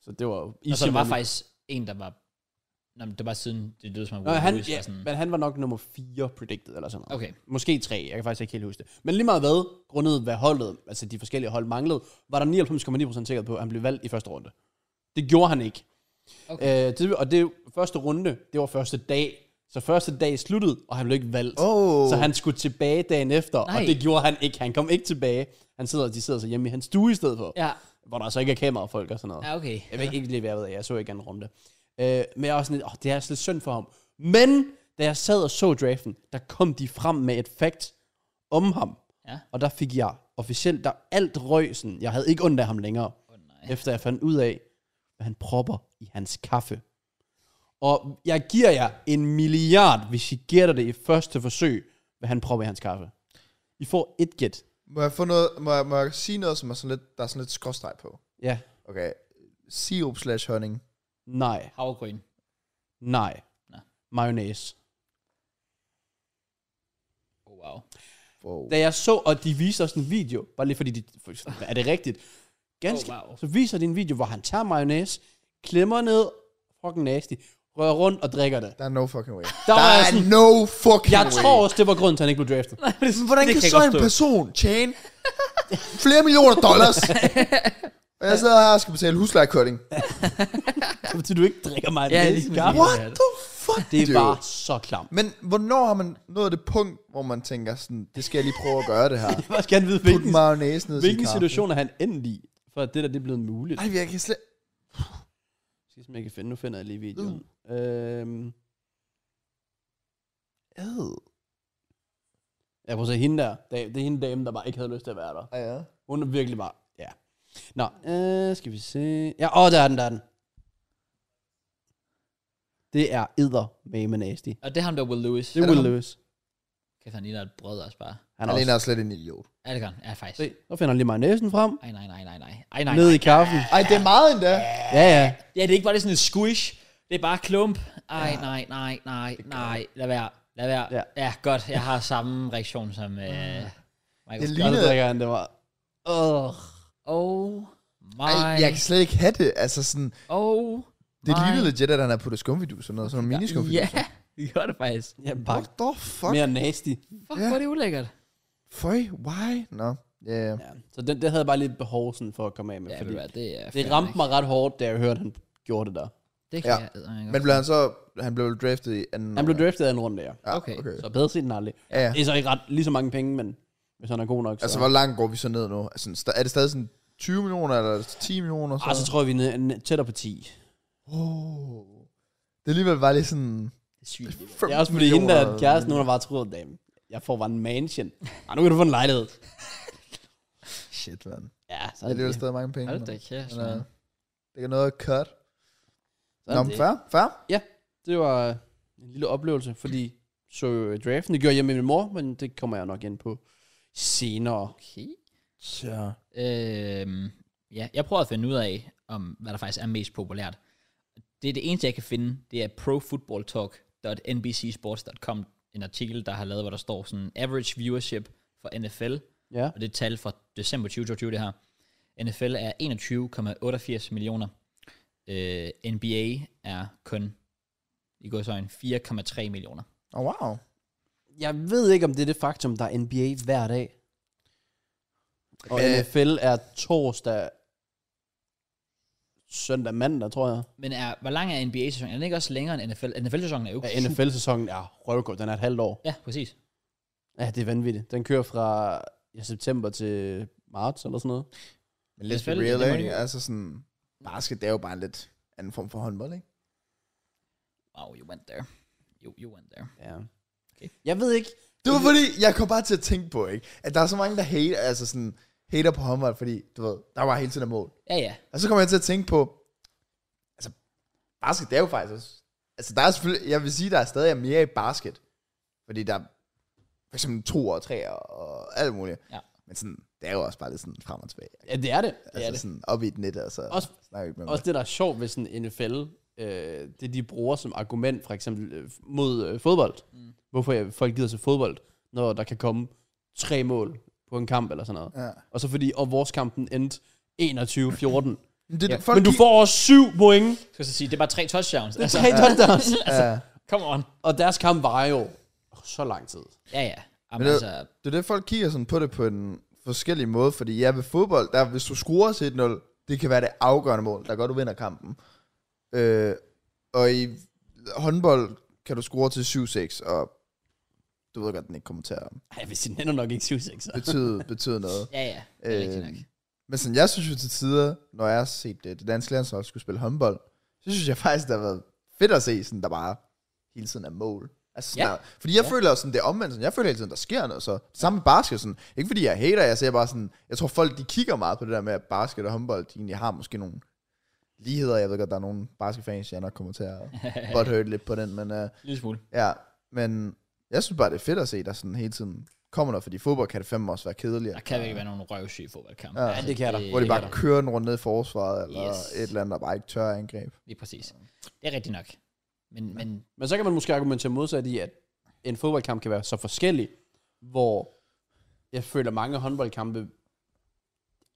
Speaker 3: Så det var... jo
Speaker 1: Og så
Speaker 3: easy
Speaker 1: der var
Speaker 3: money.
Speaker 1: faktisk en, der var... Nå, men det var siden, det lød som om,
Speaker 3: Nå, han,
Speaker 1: Lewis var
Speaker 3: ja, men han var nok nummer 4 predicted eller sådan noget.
Speaker 1: Okay.
Speaker 3: Måske 3, jeg kan faktisk ikke helt huske det. Men lige meget hvad, grundet hvad holdet, altså de forskellige hold manglede, var der 99,9% sikkerhed på, at han blev valgt i første runde. Det gjorde han ikke.
Speaker 1: Okay.
Speaker 3: Øh, det, og det første runde, det var første dag. Så første dag sluttede, og han blev ikke valgt.
Speaker 2: Oh.
Speaker 3: Så han skulle tilbage dagen efter,
Speaker 1: Nej.
Speaker 3: og det gjorde han ikke. Han kom ikke tilbage. Han sidder, de sidder så hjemme i hans stue i stedet for,
Speaker 1: Ja,
Speaker 3: hvor der så ikke er kamerafolk og sådan noget.
Speaker 1: ja Ah, okay.
Speaker 3: Jeg ved ikke lige, hvad jeg ved af. Jeg så ikke anden runde. Øh, men jeg var sådan lidt, åh, det er altså lidt synd for ham. Men, da jeg sad og så draften, der kom de frem med et fact om ham.
Speaker 1: Ja.
Speaker 3: Og der fik jeg officielt, der alt røg sådan. Jeg havde ikke ondt af ham længere.
Speaker 1: Oh, nej.
Speaker 3: Efter jeg fandt ud af, hvad han propper i hans kaffe. Og jeg giver jer en milliard, hvis I gætter det i første forsøg, hvad han propper i hans kaffe. I får et gæt.
Speaker 2: Må jeg, få noget, må, jeg, må jeg sige noget, som er sådan lidt, der er sådan lidt skråstreg på?
Speaker 3: Ja.
Speaker 2: Okay. Sirup slash honning.
Speaker 3: Nej.
Speaker 1: Havregryn.
Speaker 3: Nej.
Speaker 1: Nå.
Speaker 3: Mayonnaise.
Speaker 1: Oh, wow.
Speaker 2: Wow.
Speaker 3: da jeg så, og de viser os en video, bare lige fordi, de, for, er det rigtigt? Ganske,
Speaker 1: Oh, wow.
Speaker 3: så viser de en video, hvor han tager mayonnaise, klemmer ned, fucking nasty, rører rundt og drikker det.
Speaker 2: Der er no fucking way.
Speaker 3: Der
Speaker 2: Der
Speaker 3: var jeg
Speaker 2: er
Speaker 3: sådan,
Speaker 2: no fucking
Speaker 3: jeg
Speaker 2: way.
Speaker 3: tror også, det var grunden til, at han ikke blev draftet.
Speaker 2: Men
Speaker 1: Det
Speaker 2: Hvordan kan,
Speaker 1: kan
Speaker 2: kan
Speaker 1: jeg
Speaker 2: så
Speaker 1: godt
Speaker 2: en
Speaker 1: forstå.
Speaker 2: person tjene flere millioner dollars? og jeg sidder her og skal betale huslejekøring.
Speaker 3: Det betyder, du ikke drikker mayonnaise i kaffe.
Speaker 2: What the fuck,
Speaker 3: Det
Speaker 2: dude?
Speaker 3: var så klamt.
Speaker 2: Men hvornår har man nået det punkt, hvor man tænker sådan, det skal jeg lige prøve at gøre det her.
Speaker 3: Jeg vil også gerne vide,
Speaker 2: Put
Speaker 3: hvilken,
Speaker 2: mayonnaise ned i sin
Speaker 3: hvilken
Speaker 2: kaffe.
Speaker 3: situation er han endt i, for at det der det er blevet muligt.
Speaker 2: Ej, jeg kan slet...
Speaker 3: Jeg skal se, om jeg kan finde. Nu finder jeg lige videoen. Øhm,
Speaker 2: Ad.
Speaker 3: jeg prøver at se hende der. Det er hende dame, der bare ikke havde lyst til at være der.
Speaker 2: Ej, ja.
Speaker 3: Hun er virkelig bare, ja. Nå, øh, skal vi se. Ja, åh, der er den, der er den. Det er edder med nasty. Det
Speaker 1: Og det er ham der, Will Lewis.
Speaker 3: er
Speaker 2: det
Speaker 3: Will
Speaker 2: ham?
Speaker 3: Lewis.
Speaker 1: Kæft, han ligner et brød også bare.
Speaker 3: Han er
Speaker 2: Han
Speaker 3: også.
Speaker 2: ligner også lidt en idiot.
Speaker 1: Ja, det gør han. Ja, faktisk.
Speaker 3: Se, så finder han lige mayonnaisen frem.
Speaker 1: Ej, nej, nej, nej, nej. Ej, nej,
Speaker 3: ned
Speaker 1: nej.
Speaker 3: i kaffen.
Speaker 2: Ej, det er meget endda.
Speaker 3: Ja, ja.
Speaker 1: Ja, det er ikke bare det sådan et squish. Det er bare klump. Ej, ja. nej, nej, nej, nej. Lad være. Lad være. Ja,
Speaker 3: Ja.
Speaker 1: ja godt. Jeg har samme reaktion som øh, Michael.
Speaker 2: Det
Speaker 1: Scott.
Speaker 3: Jeg
Speaker 2: Lignede-
Speaker 3: drikker han, det var. Ugh.
Speaker 1: Oh my.
Speaker 2: Ej, jeg kan slet ikke have det. Altså sådan,
Speaker 1: Oh
Speaker 2: det
Speaker 1: my.
Speaker 2: ligner legit, at han har puttet skumfiduser og noget. Sådan nogle miniskumfiduser.
Speaker 1: Ja, det gør det faktisk.
Speaker 3: Ja,
Speaker 2: What
Speaker 3: bare
Speaker 2: the fuck?
Speaker 3: mere nasty.
Speaker 1: Fuck,
Speaker 2: Ja.
Speaker 1: hvor er det ulækkert.
Speaker 2: Føj, why? Nå. Ja, ja.
Speaker 3: Ja. Så den, det havde jeg bare lidt behov sådan, for at komme af med.
Speaker 1: Ja,
Speaker 3: fordi
Speaker 1: det, er, det, er
Speaker 3: det
Speaker 1: fair
Speaker 3: ramte
Speaker 1: nok.
Speaker 3: mig ret hårdt, da jeg hørte, han gjorde det der.
Speaker 1: Det kan
Speaker 2: Ja.
Speaker 1: jeg eddermame godt
Speaker 2: Men blev han så... Han blev vel draftet i anden...
Speaker 3: Han blev draftet af en runde, ja.
Speaker 2: Ja,
Speaker 1: Ah, Okay.
Speaker 2: okay.
Speaker 3: Så bedre sent end aldrig.
Speaker 2: Ja, ja.
Speaker 3: Det er så ikke ret lige så mange penge, men hvis han er god nok, så...
Speaker 2: Altså, hvor langt går vi så ned nu? Altså, sta- er det stadig sådan 20 millioner, eller er det 10 millioner? Så?
Speaker 3: Ah, så tror jeg, vi er nede- n- tættere på 10.
Speaker 2: oh. Det er alligevel bare lige sådan...
Speaker 1: Det er sygt.
Speaker 3: Det er også fordi, hende der kæresten, hun har bare troet, dame, jeg får bare en mansion. Ah, nu kan du få en lejlighed.
Speaker 2: Shit, mand.
Speaker 3: Ja, så
Speaker 2: Det er
Speaker 3: er det
Speaker 2: alligevel
Speaker 3: det.
Speaker 2: stadig mange penge.
Speaker 1: Hold
Speaker 2: mand.
Speaker 1: da kæft,
Speaker 2: Men, øh,
Speaker 1: mand.
Speaker 2: Det er noget cut.
Speaker 3: Sådan
Speaker 2: Nå,
Speaker 3: er
Speaker 2: men
Speaker 3: det.
Speaker 2: fair, fair.
Speaker 3: Det var øh, en lille oplevelse, fordi så øh, draften, det gjorde jeg med min mor, men det kommer jeg nok ind på senere.
Speaker 1: Okay.
Speaker 2: Så.
Speaker 1: Øhm, ja, jeg prøver at finde ud af, om hvad der faktisk er mest populært. Det er det eneste, jeg kan finde, det er profootballtalk.nbcsports.com, en artikel, der har lavet, hvor der står sådan, average viewership for NFL,
Speaker 3: Ja.
Speaker 1: og det er tal fra december 2022, det her. NFL er 21,88 millioner. Øh, NBA er kun i går 4,3 millioner.
Speaker 2: Oh, wow.
Speaker 3: Jeg ved ikke, om det er det faktum, der er NBA hver dag. Og
Speaker 2: Øh.
Speaker 3: NFL er torsdag, søndag, mandag, tror jeg.
Speaker 1: Men er, hvor lang er NBA-sæsonen? Er den ikke også længere end NFL? NFL-sæsonen er jo
Speaker 3: Ja, NFL-sæsonen er røvgod, den er et halvt år.
Speaker 1: Ja, præcis.
Speaker 3: Ja, det er vanvittigt. Den kører fra ja, september til marts eller sådan noget.
Speaker 2: Men let's be
Speaker 1: Selvfølgelig,
Speaker 2: real,
Speaker 1: det må
Speaker 2: ikke?
Speaker 1: de jo.
Speaker 2: Altså sådan... Basket, det er jo bare en lidt anden form for håndbold, ikke?
Speaker 1: Wow, you went there. You, you went there.
Speaker 3: Ja.
Speaker 1: Okay.
Speaker 3: Okay. Jeg ved ikke.
Speaker 2: Det var fordi, jeg kom bare til at tænke på, ikke? At der er så mange, der hater, altså sådan, hater på håndbold, fordi, du ved, der var hele tiden et mål.
Speaker 1: Ja, ja.
Speaker 2: Og så kom jeg til at tænke på, altså, basket, det er jo faktisk også, altså, der er selvfølgelig, jeg vil sige, der er stadig mere i basket, fordi der er for eksempel to og tre og alt muligt.
Speaker 1: Ja.
Speaker 2: Men sådan, det er jo også bare lidt sådan frem og tilbage.
Speaker 3: Ja, det er det. det,
Speaker 2: Altså
Speaker 3: er det.
Speaker 2: sådan op i et net, og så
Speaker 3: Også-
Speaker 2: snakker vi ikke med
Speaker 3: Også det, der er sjovt ved sådan NFL, øh, det de bruger som argument, for eksempel øh, mod øh, fodbold. Mm. Hvorfor øh, folk gider til fodbold, når der kan komme tre mål på en kamp eller sådan noget.
Speaker 2: Ja.
Speaker 3: Og så fordi, og vores kampen endte 21-14.
Speaker 2: Men, det,
Speaker 1: Ja,
Speaker 2: ja. folk,
Speaker 3: Men du
Speaker 2: kig-
Speaker 3: får også syv point.
Speaker 1: Skal jeg så sige, det er bare tre touchdowns.
Speaker 3: Det er
Speaker 1: Altså,
Speaker 3: tre touchdowns.
Speaker 2: ja,
Speaker 1: come on.
Speaker 3: Og deres kamp var jo så lang tid.
Speaker 1: Ja, ja. Jamen,
Speaker 2: Men det-
Speaker 1: altså,
Speaker 2: det er det, folk kigger sådan på det på en forskellig måde, fordi ja, ved fodbold, der hvis du scorer til 1-0, det kan være det afgørende mål, der gør, du vinder kampen. Øh, og i håndbold kan du score til 7-6, og du ved godt, den ikke kommer til at
Speaker 3: Ej, jeg vil sige, den er nok ikke 7-6. så.
Speaker 2: betyde, betyde noget.
Speaker 1: ja, ja. Det er rigtigt
Speaker 2: Øh,
Speaker 1: nok.
Speaker 2: men sådan, jeg synes jo til tider, når jeg har set øh, det, det danske landshold skulle spille håndbold, så synes jeg faktisk, det har været fedt at se, sådan, der bare hele tiden er mål. Altså, sådan,
Speaker 1: Ja.
Speaker 2: ja. der, fordi jeg ja. føler sådan, det er omvendt, sådan, jeg føler hele tiden, der sker noget, så samme med basket, sådan, ikke fordi jeg hater, jeg ser bare sådan, jeg tror folk, de kigger meget på det der med, at basket og håndbold, de egentlig har måske nogle ligheder, jeg ved godt, der er nogle basketfans, jeg nok kommer til at butthurt lidt på den, men øh,
Speaker 1: Lille smule.
Speaker 2: ja, men jeg synes bare, det er fedt at se, der sådan hele tiden kommer noget, fordi fodbold kan det fandme også være kedeligt.
Speaker 1: Der kan virkelig være nogle røvsyge fodboldkampe. Altså,
Speaker 2: Ja.
Speaker 3: Ja, det kan der.
Speaker 2: Hvor de
Speaker 1: det
Speaker 2: bare kører den rundt ned i forsvaret, eller
Speaker 1: Yes.
Speaker 2: yes. et eller andet, der bare ikke tør angreb.
Speaker 1: Lige præcis. Det er rigtigt nok. Men, men
Speaker 3: Men så kan man måske argumentere modsat i, at en fodboldkamp kan være så forskellig, hvor jeg føler, at mange håndboldkampe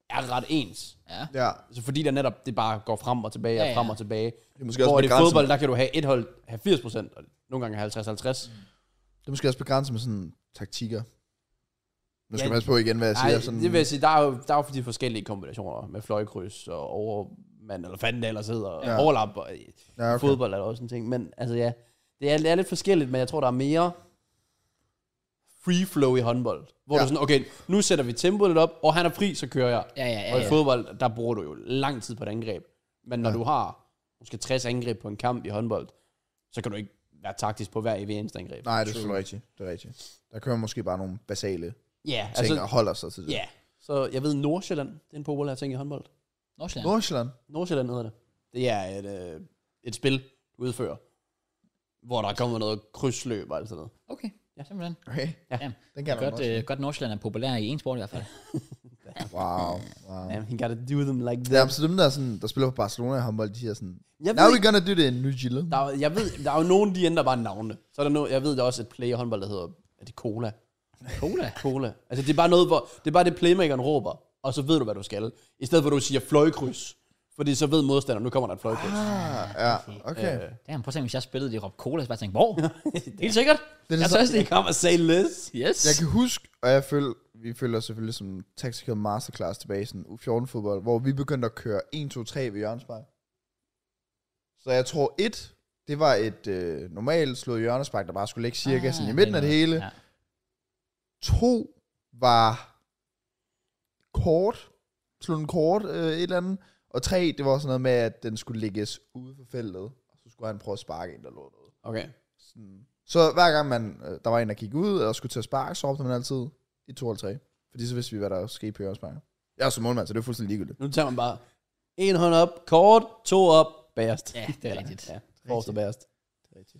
Speaker 3: er ret ens.
Speaker 1: ja.
Speaker 2: Ja,
Speaker 3: Altså fordi der netop, det bare går frem og tilbage,
Speaker 1: Ja,
Speaker 3: og
Speaker 1: ja.
Speaker 3: frem og tilbage.
Speaker 2: det er måske
Speaker 3: Hvor
Speaker 2: også
Speaker 3: i
Speaker 2: begrænset,
Speaker 3: fodbold, der kan du have et hold, have 80%, og nogle gange have 50-50.
Speaker 2: det er måske også begrænset med sådan taktikker. Nu skal
Speaker 3: Ja,
Speaker 2: man passe på igen, hvad jeg
Speaker 3: Nej,
Speaker 2: siger. Sådan,
Speaker 3: det vil jeg sige, der er, jo, der er jo de forskellige kombinationer med fløjkryds og overmand, eller fanden det ellers hedder, og
Speaker 2: Ja.
Speaker 3: overlap. Og,
Speaker 2: ja, okay.
Speaker 3: Fodbold er der også en ting, men altså ja, det er, det er lidt forskelligt, men jeg tror, der er mere free flow i håndbold. Hvor ja.
Speaker 2: Ja.
Speaker 3: du er sådan, okay, nu sætter vi tempoet lidt op, og han er fri, så kører jeg.
Speaker 1: Ja, ja, ja.
Speaker 3: Og i
Speaker 1: ja.
Speaker 3: fodbold, der bruger du jo lang tid på et angreb. Men når ja. du har måske 60 angreb på en kamp i håndbold, så kan du ikke være taktisk på hver evig eneste angreb.
Speaker 2: Nej, det er selvfølgelig rigtigt. Det er rigtigt. Der kører måske bare nogle basale ting,
Speaker 3: Ja,
Speaker 2: altså, og
Speaker 3: altså,
Speaker 2: holder sig til det.
Speaker 3: ja. Så jeg ved, Nordsjælland, det er en populær ting i håndbold.
Speaker 1: Nordsjælland.
Speaker 2: Nordsjælland.
Speaker 3: Nordsjælland hedder det. Det er et, øh, et spil, du udfører, hvor der kommer noget krydsløb og alt sådan noget.
Speaker 1: Okay, ja. simpelthen.
Speaker 2: Okay.
Speaker 3: Ja.
Speaker 2: Den kan
Speaker 1: Godt,
Speaker 2: godt,
Speaker 1: øh, godt Nordsjælland er populær i en sport i hvert fald.
Speaker 2: Wow. wow.
Speaker 3: Yeah, he gotta do them like
Speaker 2: Det
Speaker 3: that.
Speaker 2: er absolut dem, der, er sådan, der spiller på Barcelona i håndbold, de siger sådan,
Speaker 3: Jeg
Speaker 2: now
Speaker 3: ved,
Speaker 2: we're gonna do it in New Zealand.
Speaker 3: der, er, jeg ved, der er jo nogen, de ændrer bare navnene. Så er der noget, jeg ved, der er også et play i håndbold, der hedder, er det cola?
Speaker 1: Cola.
Speaker 3: Cola. Altså det er bare noget, hvor, det er bare det playmakeren råber, og så ved du, hvad du skal. I stedet for, at du siger fløjkryds. Fordi så ved modstanderen, nu kommer der et fløjkryds.
Speaker 2: Ah, ja, okay.
Speaker 3: Øh,
Speaker 1: Damn, prøv at tænke, hvis jeg spillede det, råbte cola, så bare tænkte, hvor? Helt sikkert.
Speaker 2: Det er
Speaker 1: jeg
Speaker 2: det
Speaker 1: tør det.
Speaker 3: Come and say less.
Speaker 1: Yes.
Speaker 2: Jeg kan huske, og jeg føler, vi føler os selvfølgelig som Tactical Masterclass tilbage i sådan U14-fodbold, hvor vi begyndte at køre 1, 2, 3 ved hjørnespark. Så jeg tror, et, det var et øh, normalt slået hjørnespark, der bare skulle ligge cirka ah, sådan i midten af det hele. Ja.
Speaker 1: Ja.
Speaker 2: To var kort, slå en kort, øh, et eller andet. Og tre, det var sådan noget med, at den skulle ligges ude for feltet, og så skulle han prøve at sparke en, der lå derude.
Speaker 3: Okay.
Speaker 2: Sådan. Så hver gang man, øh, der var en, der gik ud og skulle til at sparke, så råbte man altid i 2 eller 3. Fordi så vidste vi, hvad der skete på hjørnesparker. Jeg er som målmand, så det er fuldstændig ligegyldigt.
Speaker 3: Nu tager man bare en hånd op, kort, to op, bagerst.
Speaker 1: Ja, det er rigtigt.
Speaker 3: Ja, forrest og
Speaker 2: Rigtigt.
Speaker 3: bagerst.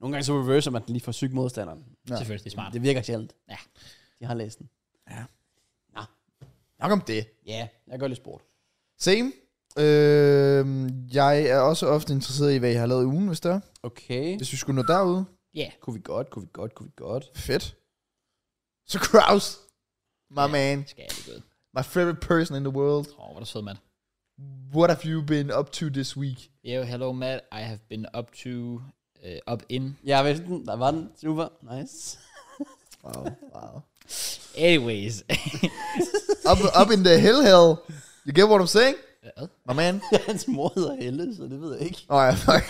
Speaker 3: Nogle gange så reverser man den lige for syg modstanderen.
Speaker 2: Ja.
Speaker 1: Selvfølgelig, det er smart.
Speaker 3: Det virker sjældent.
Speaker 1: Ah. Ja.
Speaker 3: De har læst den.
Speaker 2: Nok om det.
Speaker 3: Ja, jeg gør lidt sport.
Speaker 2: Same. Øh, jeg er også ofte interesseret i, hvad I har lavet i ugen, hvis det er.
Speaker 3: Okay.
Speaker 2: Hvis vi skulle nå derud.
Speaker 1: Ja,
Speaker 3: Kunne vi godt, kunne vi godt, kunne vi godt.
Speaker 2: Fedt. Så Kraus. My
Speaker 1: Ja.
Speaker 2: man.
Speaker 1: skal jeg det godt.
Speaker 2: My favorite person in the world.
Speaker 1: Åh, hvor er du sød, mand.
Speaker 2: What have you been up to this week?
Speaker 1: Yo, hello, Matt. I have been up to... Uh, up in.
Speaker 3: Ja, ved den. Der var den. Super. Nice.
Speaker 2: Wow, wow.
Speaker 1: Anyways.
Speaker 2: up, up in the hell hell. You get what I'm saying?
Speaker 1: Hvad?
Speaker 2: My man.
Speaker 3: Hans mor hedder Helle, så det ved jeg ikke.
Speaker 2: Åh, oh, ja, fuck.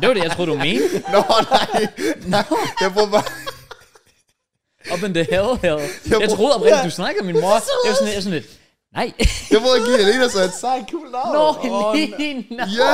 Speaker 1: det var det, jeg troede, du mente.
Speaker 2: Nå, nej. nej. Jeg prøver bare...
Speaker 1: Up in the hell, hell. Jeg, jeg
Speaker 2: bor-
Speaker 1: troede oprindeligt, du snakkede om min mor. Jeg var sådan, jeg var sådan lidt... Nej.
Speaker 2: Jeg prøver at give Helena så et sejt cool navn.
Speaker 1: Nå,
Speaker 3: nej.
Speaker 1: Helena.
Speaker 2: Ja.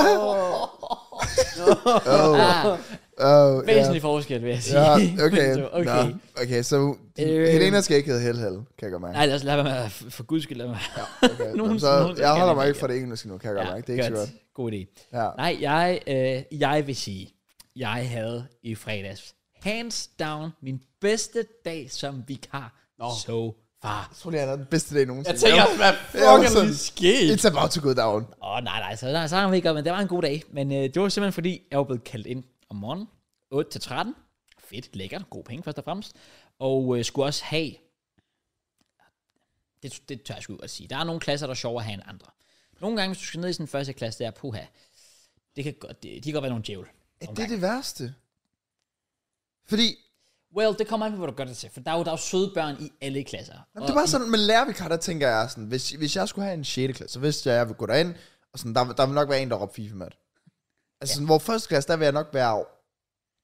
Speaker 2: Oh. Oh,
Speaker 1: Ah, Væsentlig forskel, vil jeg sige.
Speaker 2: Ja, okay.
Speaker 1: Men så,
Speaker 2: Okay.
Speaker 1: okay.
Speaker 2: Nå, okay, så din,
Speaker 1: Øhm.
Speaker 2: Helena skal ikke hedde Hel Hel, kan jeg godt mærke.
Speaker 1: Nej, lad os lade være med, at- for guds skyld, lad være med.
Speaker 2: Ja, okay.
Speaker 1: Nogen-
Speaker 2: så
Speaker 1: nogen-
Speaker 2: jeg
Speaker 1: nogen-
Speaker 2: holder
Speaker 1: kan
Speaker 2: mig
Speaker 1: jeg
Speaker 2: ikke fra det engelske nu, kan jeg godt mærke. Det er ikke så godt.
Speaker 1: God idé.
Speaker 2: Ja.
Speaker 1: Nej, jeg, øh, jeg vil sige, jeg havde i fredags, hands down, min bedste dag som vikar
Speaker 3: Nå.
Speaker 1: no. so far.
Speaker 2: Jeg tror lige, han er den bedste dag nogensinde.
Speaker 3: Jeg tænker, hvad
Speaker 2: Jeg
Speaker 3: fuck
Speaker 2: var
Speaker 3: er
Speaker 2: sådan-
Speaker 3: det sket?
Speaker 2: It's about to go down.
Speaker 1: Åh, oh, nej, nej, så, nej, så har vi ikke, men det var en god dag. Men øh, det var simpelthen, fordi jeg var blevet kaldt ind om morgenen, 8-13. Fedt, lækkert, god penge først og fremmest. Og øh, skulle også have, det, det tør jeg sgu godt sige, der er nogle klasser, der er sjovere at have end andre. Nogle gange, hvis du skal ned i sådan en første klasse, der er puha, det kan godt, det, de kan godt være nogle djævel.
Speaker 2: Er
Speaker 1: nogle
Speaker 2: det
Speaker 1: gange.
Speaker 2: det værste? Fordi,
Speaker 1: Well, det kommer an på, hvad du gør det til, for der er jo, der er jo søde børn i alle klasser.
Speaker 2: jamen, det er bare sådan, med lærervikar, der tænker jeg sådan, hvis, hvis jeg skulle have en 6. klasse, så vidste jeg, at jeg ville gå derind, og sådan, der, der vil nok være en, der råber fifa mat. Altså, sådan, hvor første klasse, der vil jeg nok være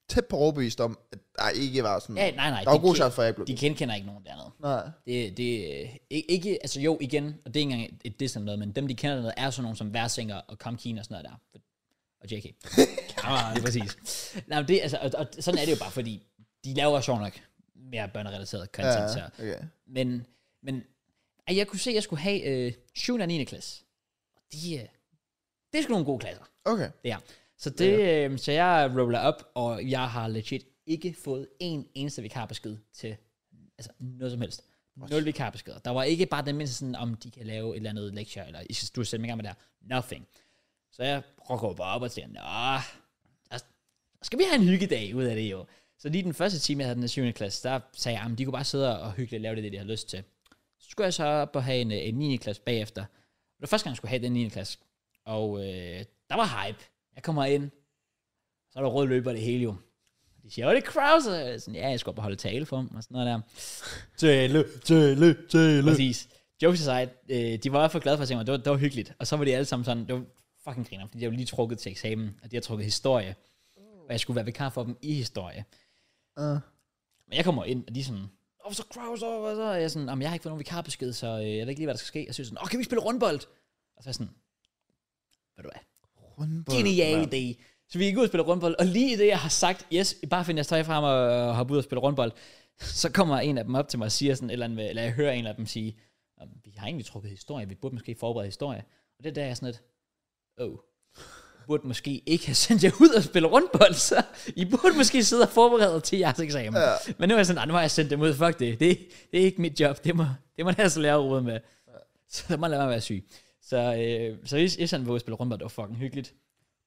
Speaker 2: tæt på overbevist om, at der ikke var sådan...
Speaker 1: Ja, nej, nej.
Speaker 2: der var
Speaker 1: de
Speaker 2: god
Speaker 1: ken-
Speaker 2: chance for, at jeg blev
Speaker 1: De genkender ikke nogen dernede.
Speaker 2: Nej.
Speaker 1: Det, det øh, ikke, ikke, altså jo, igen, og det er ikke engang et, et diss eller noget, men dem, de kender dernede, er sådan nogen som Værsinger og Kamkin og sådan noget der. Og JK. Ja, det er præcis. Nej, men det, altså, og, og, sådan er det jo bare, fordi de laver sjovt nok mere børnerelateret
Speaker 2: Ja,
Speaker 1: content. Ja. Så.
Speaker 2: okay.
Speaker 1: Men, men ej, jeg kunne se, at jeg skulle have øh, 7. og 9. klasse. Og de, øh, det er sgu nogle gode klasser.
Speaker 2: Okay.
Speaker 1: Ja. Så, det, øh, så jeg roller op, og jeg har legit ikke fået en eneste vikarbesked til altså noget som helst. Nul vikarbeskeder. Der var ikke bare den mindste sådan, om de kan lave et eller andet lektier, eller I skal, du skal sætte mig i gang med det her. Nothing. Så jeg rocker bare op og siger, nå, der skal vi have en hyggedag ud af det jo. Så lige den første time, jeg havde den 7. klasse, der sagde jeg, at de kunne bare sidde og hyggeligt lave det, de havde lyst til. Så skulle jeg så op og have en, øh, en 9. klasse bagefter. Det var første gang, jeg skulle have den 9. klasse. Og øh, der var hype. Jeg kommer ind. Så er der rød løber det hele jo. Og De siger, åh, det er Kraus. Og jeg er Sådan, ja, jeg skal op og holde tale for dem. Og sådan noget der.
Speaker 3: Tælle, tælle, tælle.
Speaker 1: Præcis. Jokes aside, øh, de var i hvert fald glade for at se mig. Det var, det var hyggeligt. Og så var de alle sammen sådan, det var fucking griner, fordi de var lige trukket til eksamen, og de har trukket historie. Og jeg skulle være vikar for dem i historie.
Speaker 2: Uh,
Speaker 1: Men jeg kommer ind, og de er sådan, åh, så Kraus over, og så er jeg sådan, jamen, jeg har ikke fået nogen vikarbesked, så øh, jeg ved ikke lige, hvad der skal ske. Og så er jeg sådan, åh, kan vi ikke spille rundbold? Og så er jeg sådan, ved du hvad,
Speaker 2: rundbold.
Speaker 1: genial idé. Så vi gik ud og spillede rundbold, og lige i det, jeg har sagt, yes, bare find jeres tøj frem og, og hoppe ud og spille rundbold, så kommer en af dem op til mig og siger sådan et eller andet, med- eller jeg hører en af dem sige, "Om, vi har egentlig trukket historie, vi burde måske forberede historie. Og det er der, jeg er sådan lidt, oh, burde måske ikke have sendt jer ud og spille rundbold, så I burde måske sidde og forberede jer til jeres eksamen. Ja. Men nu er jeg sådan, "Ej, nu har jeg sendt dem ud, fuck det. Det, det er ikke mit job, det må, det må deres lærer rode med. Så der må lade mig være syg. Så, øh, så hvis Isan var ude at spille rundbold, det var fucking hyggeligt.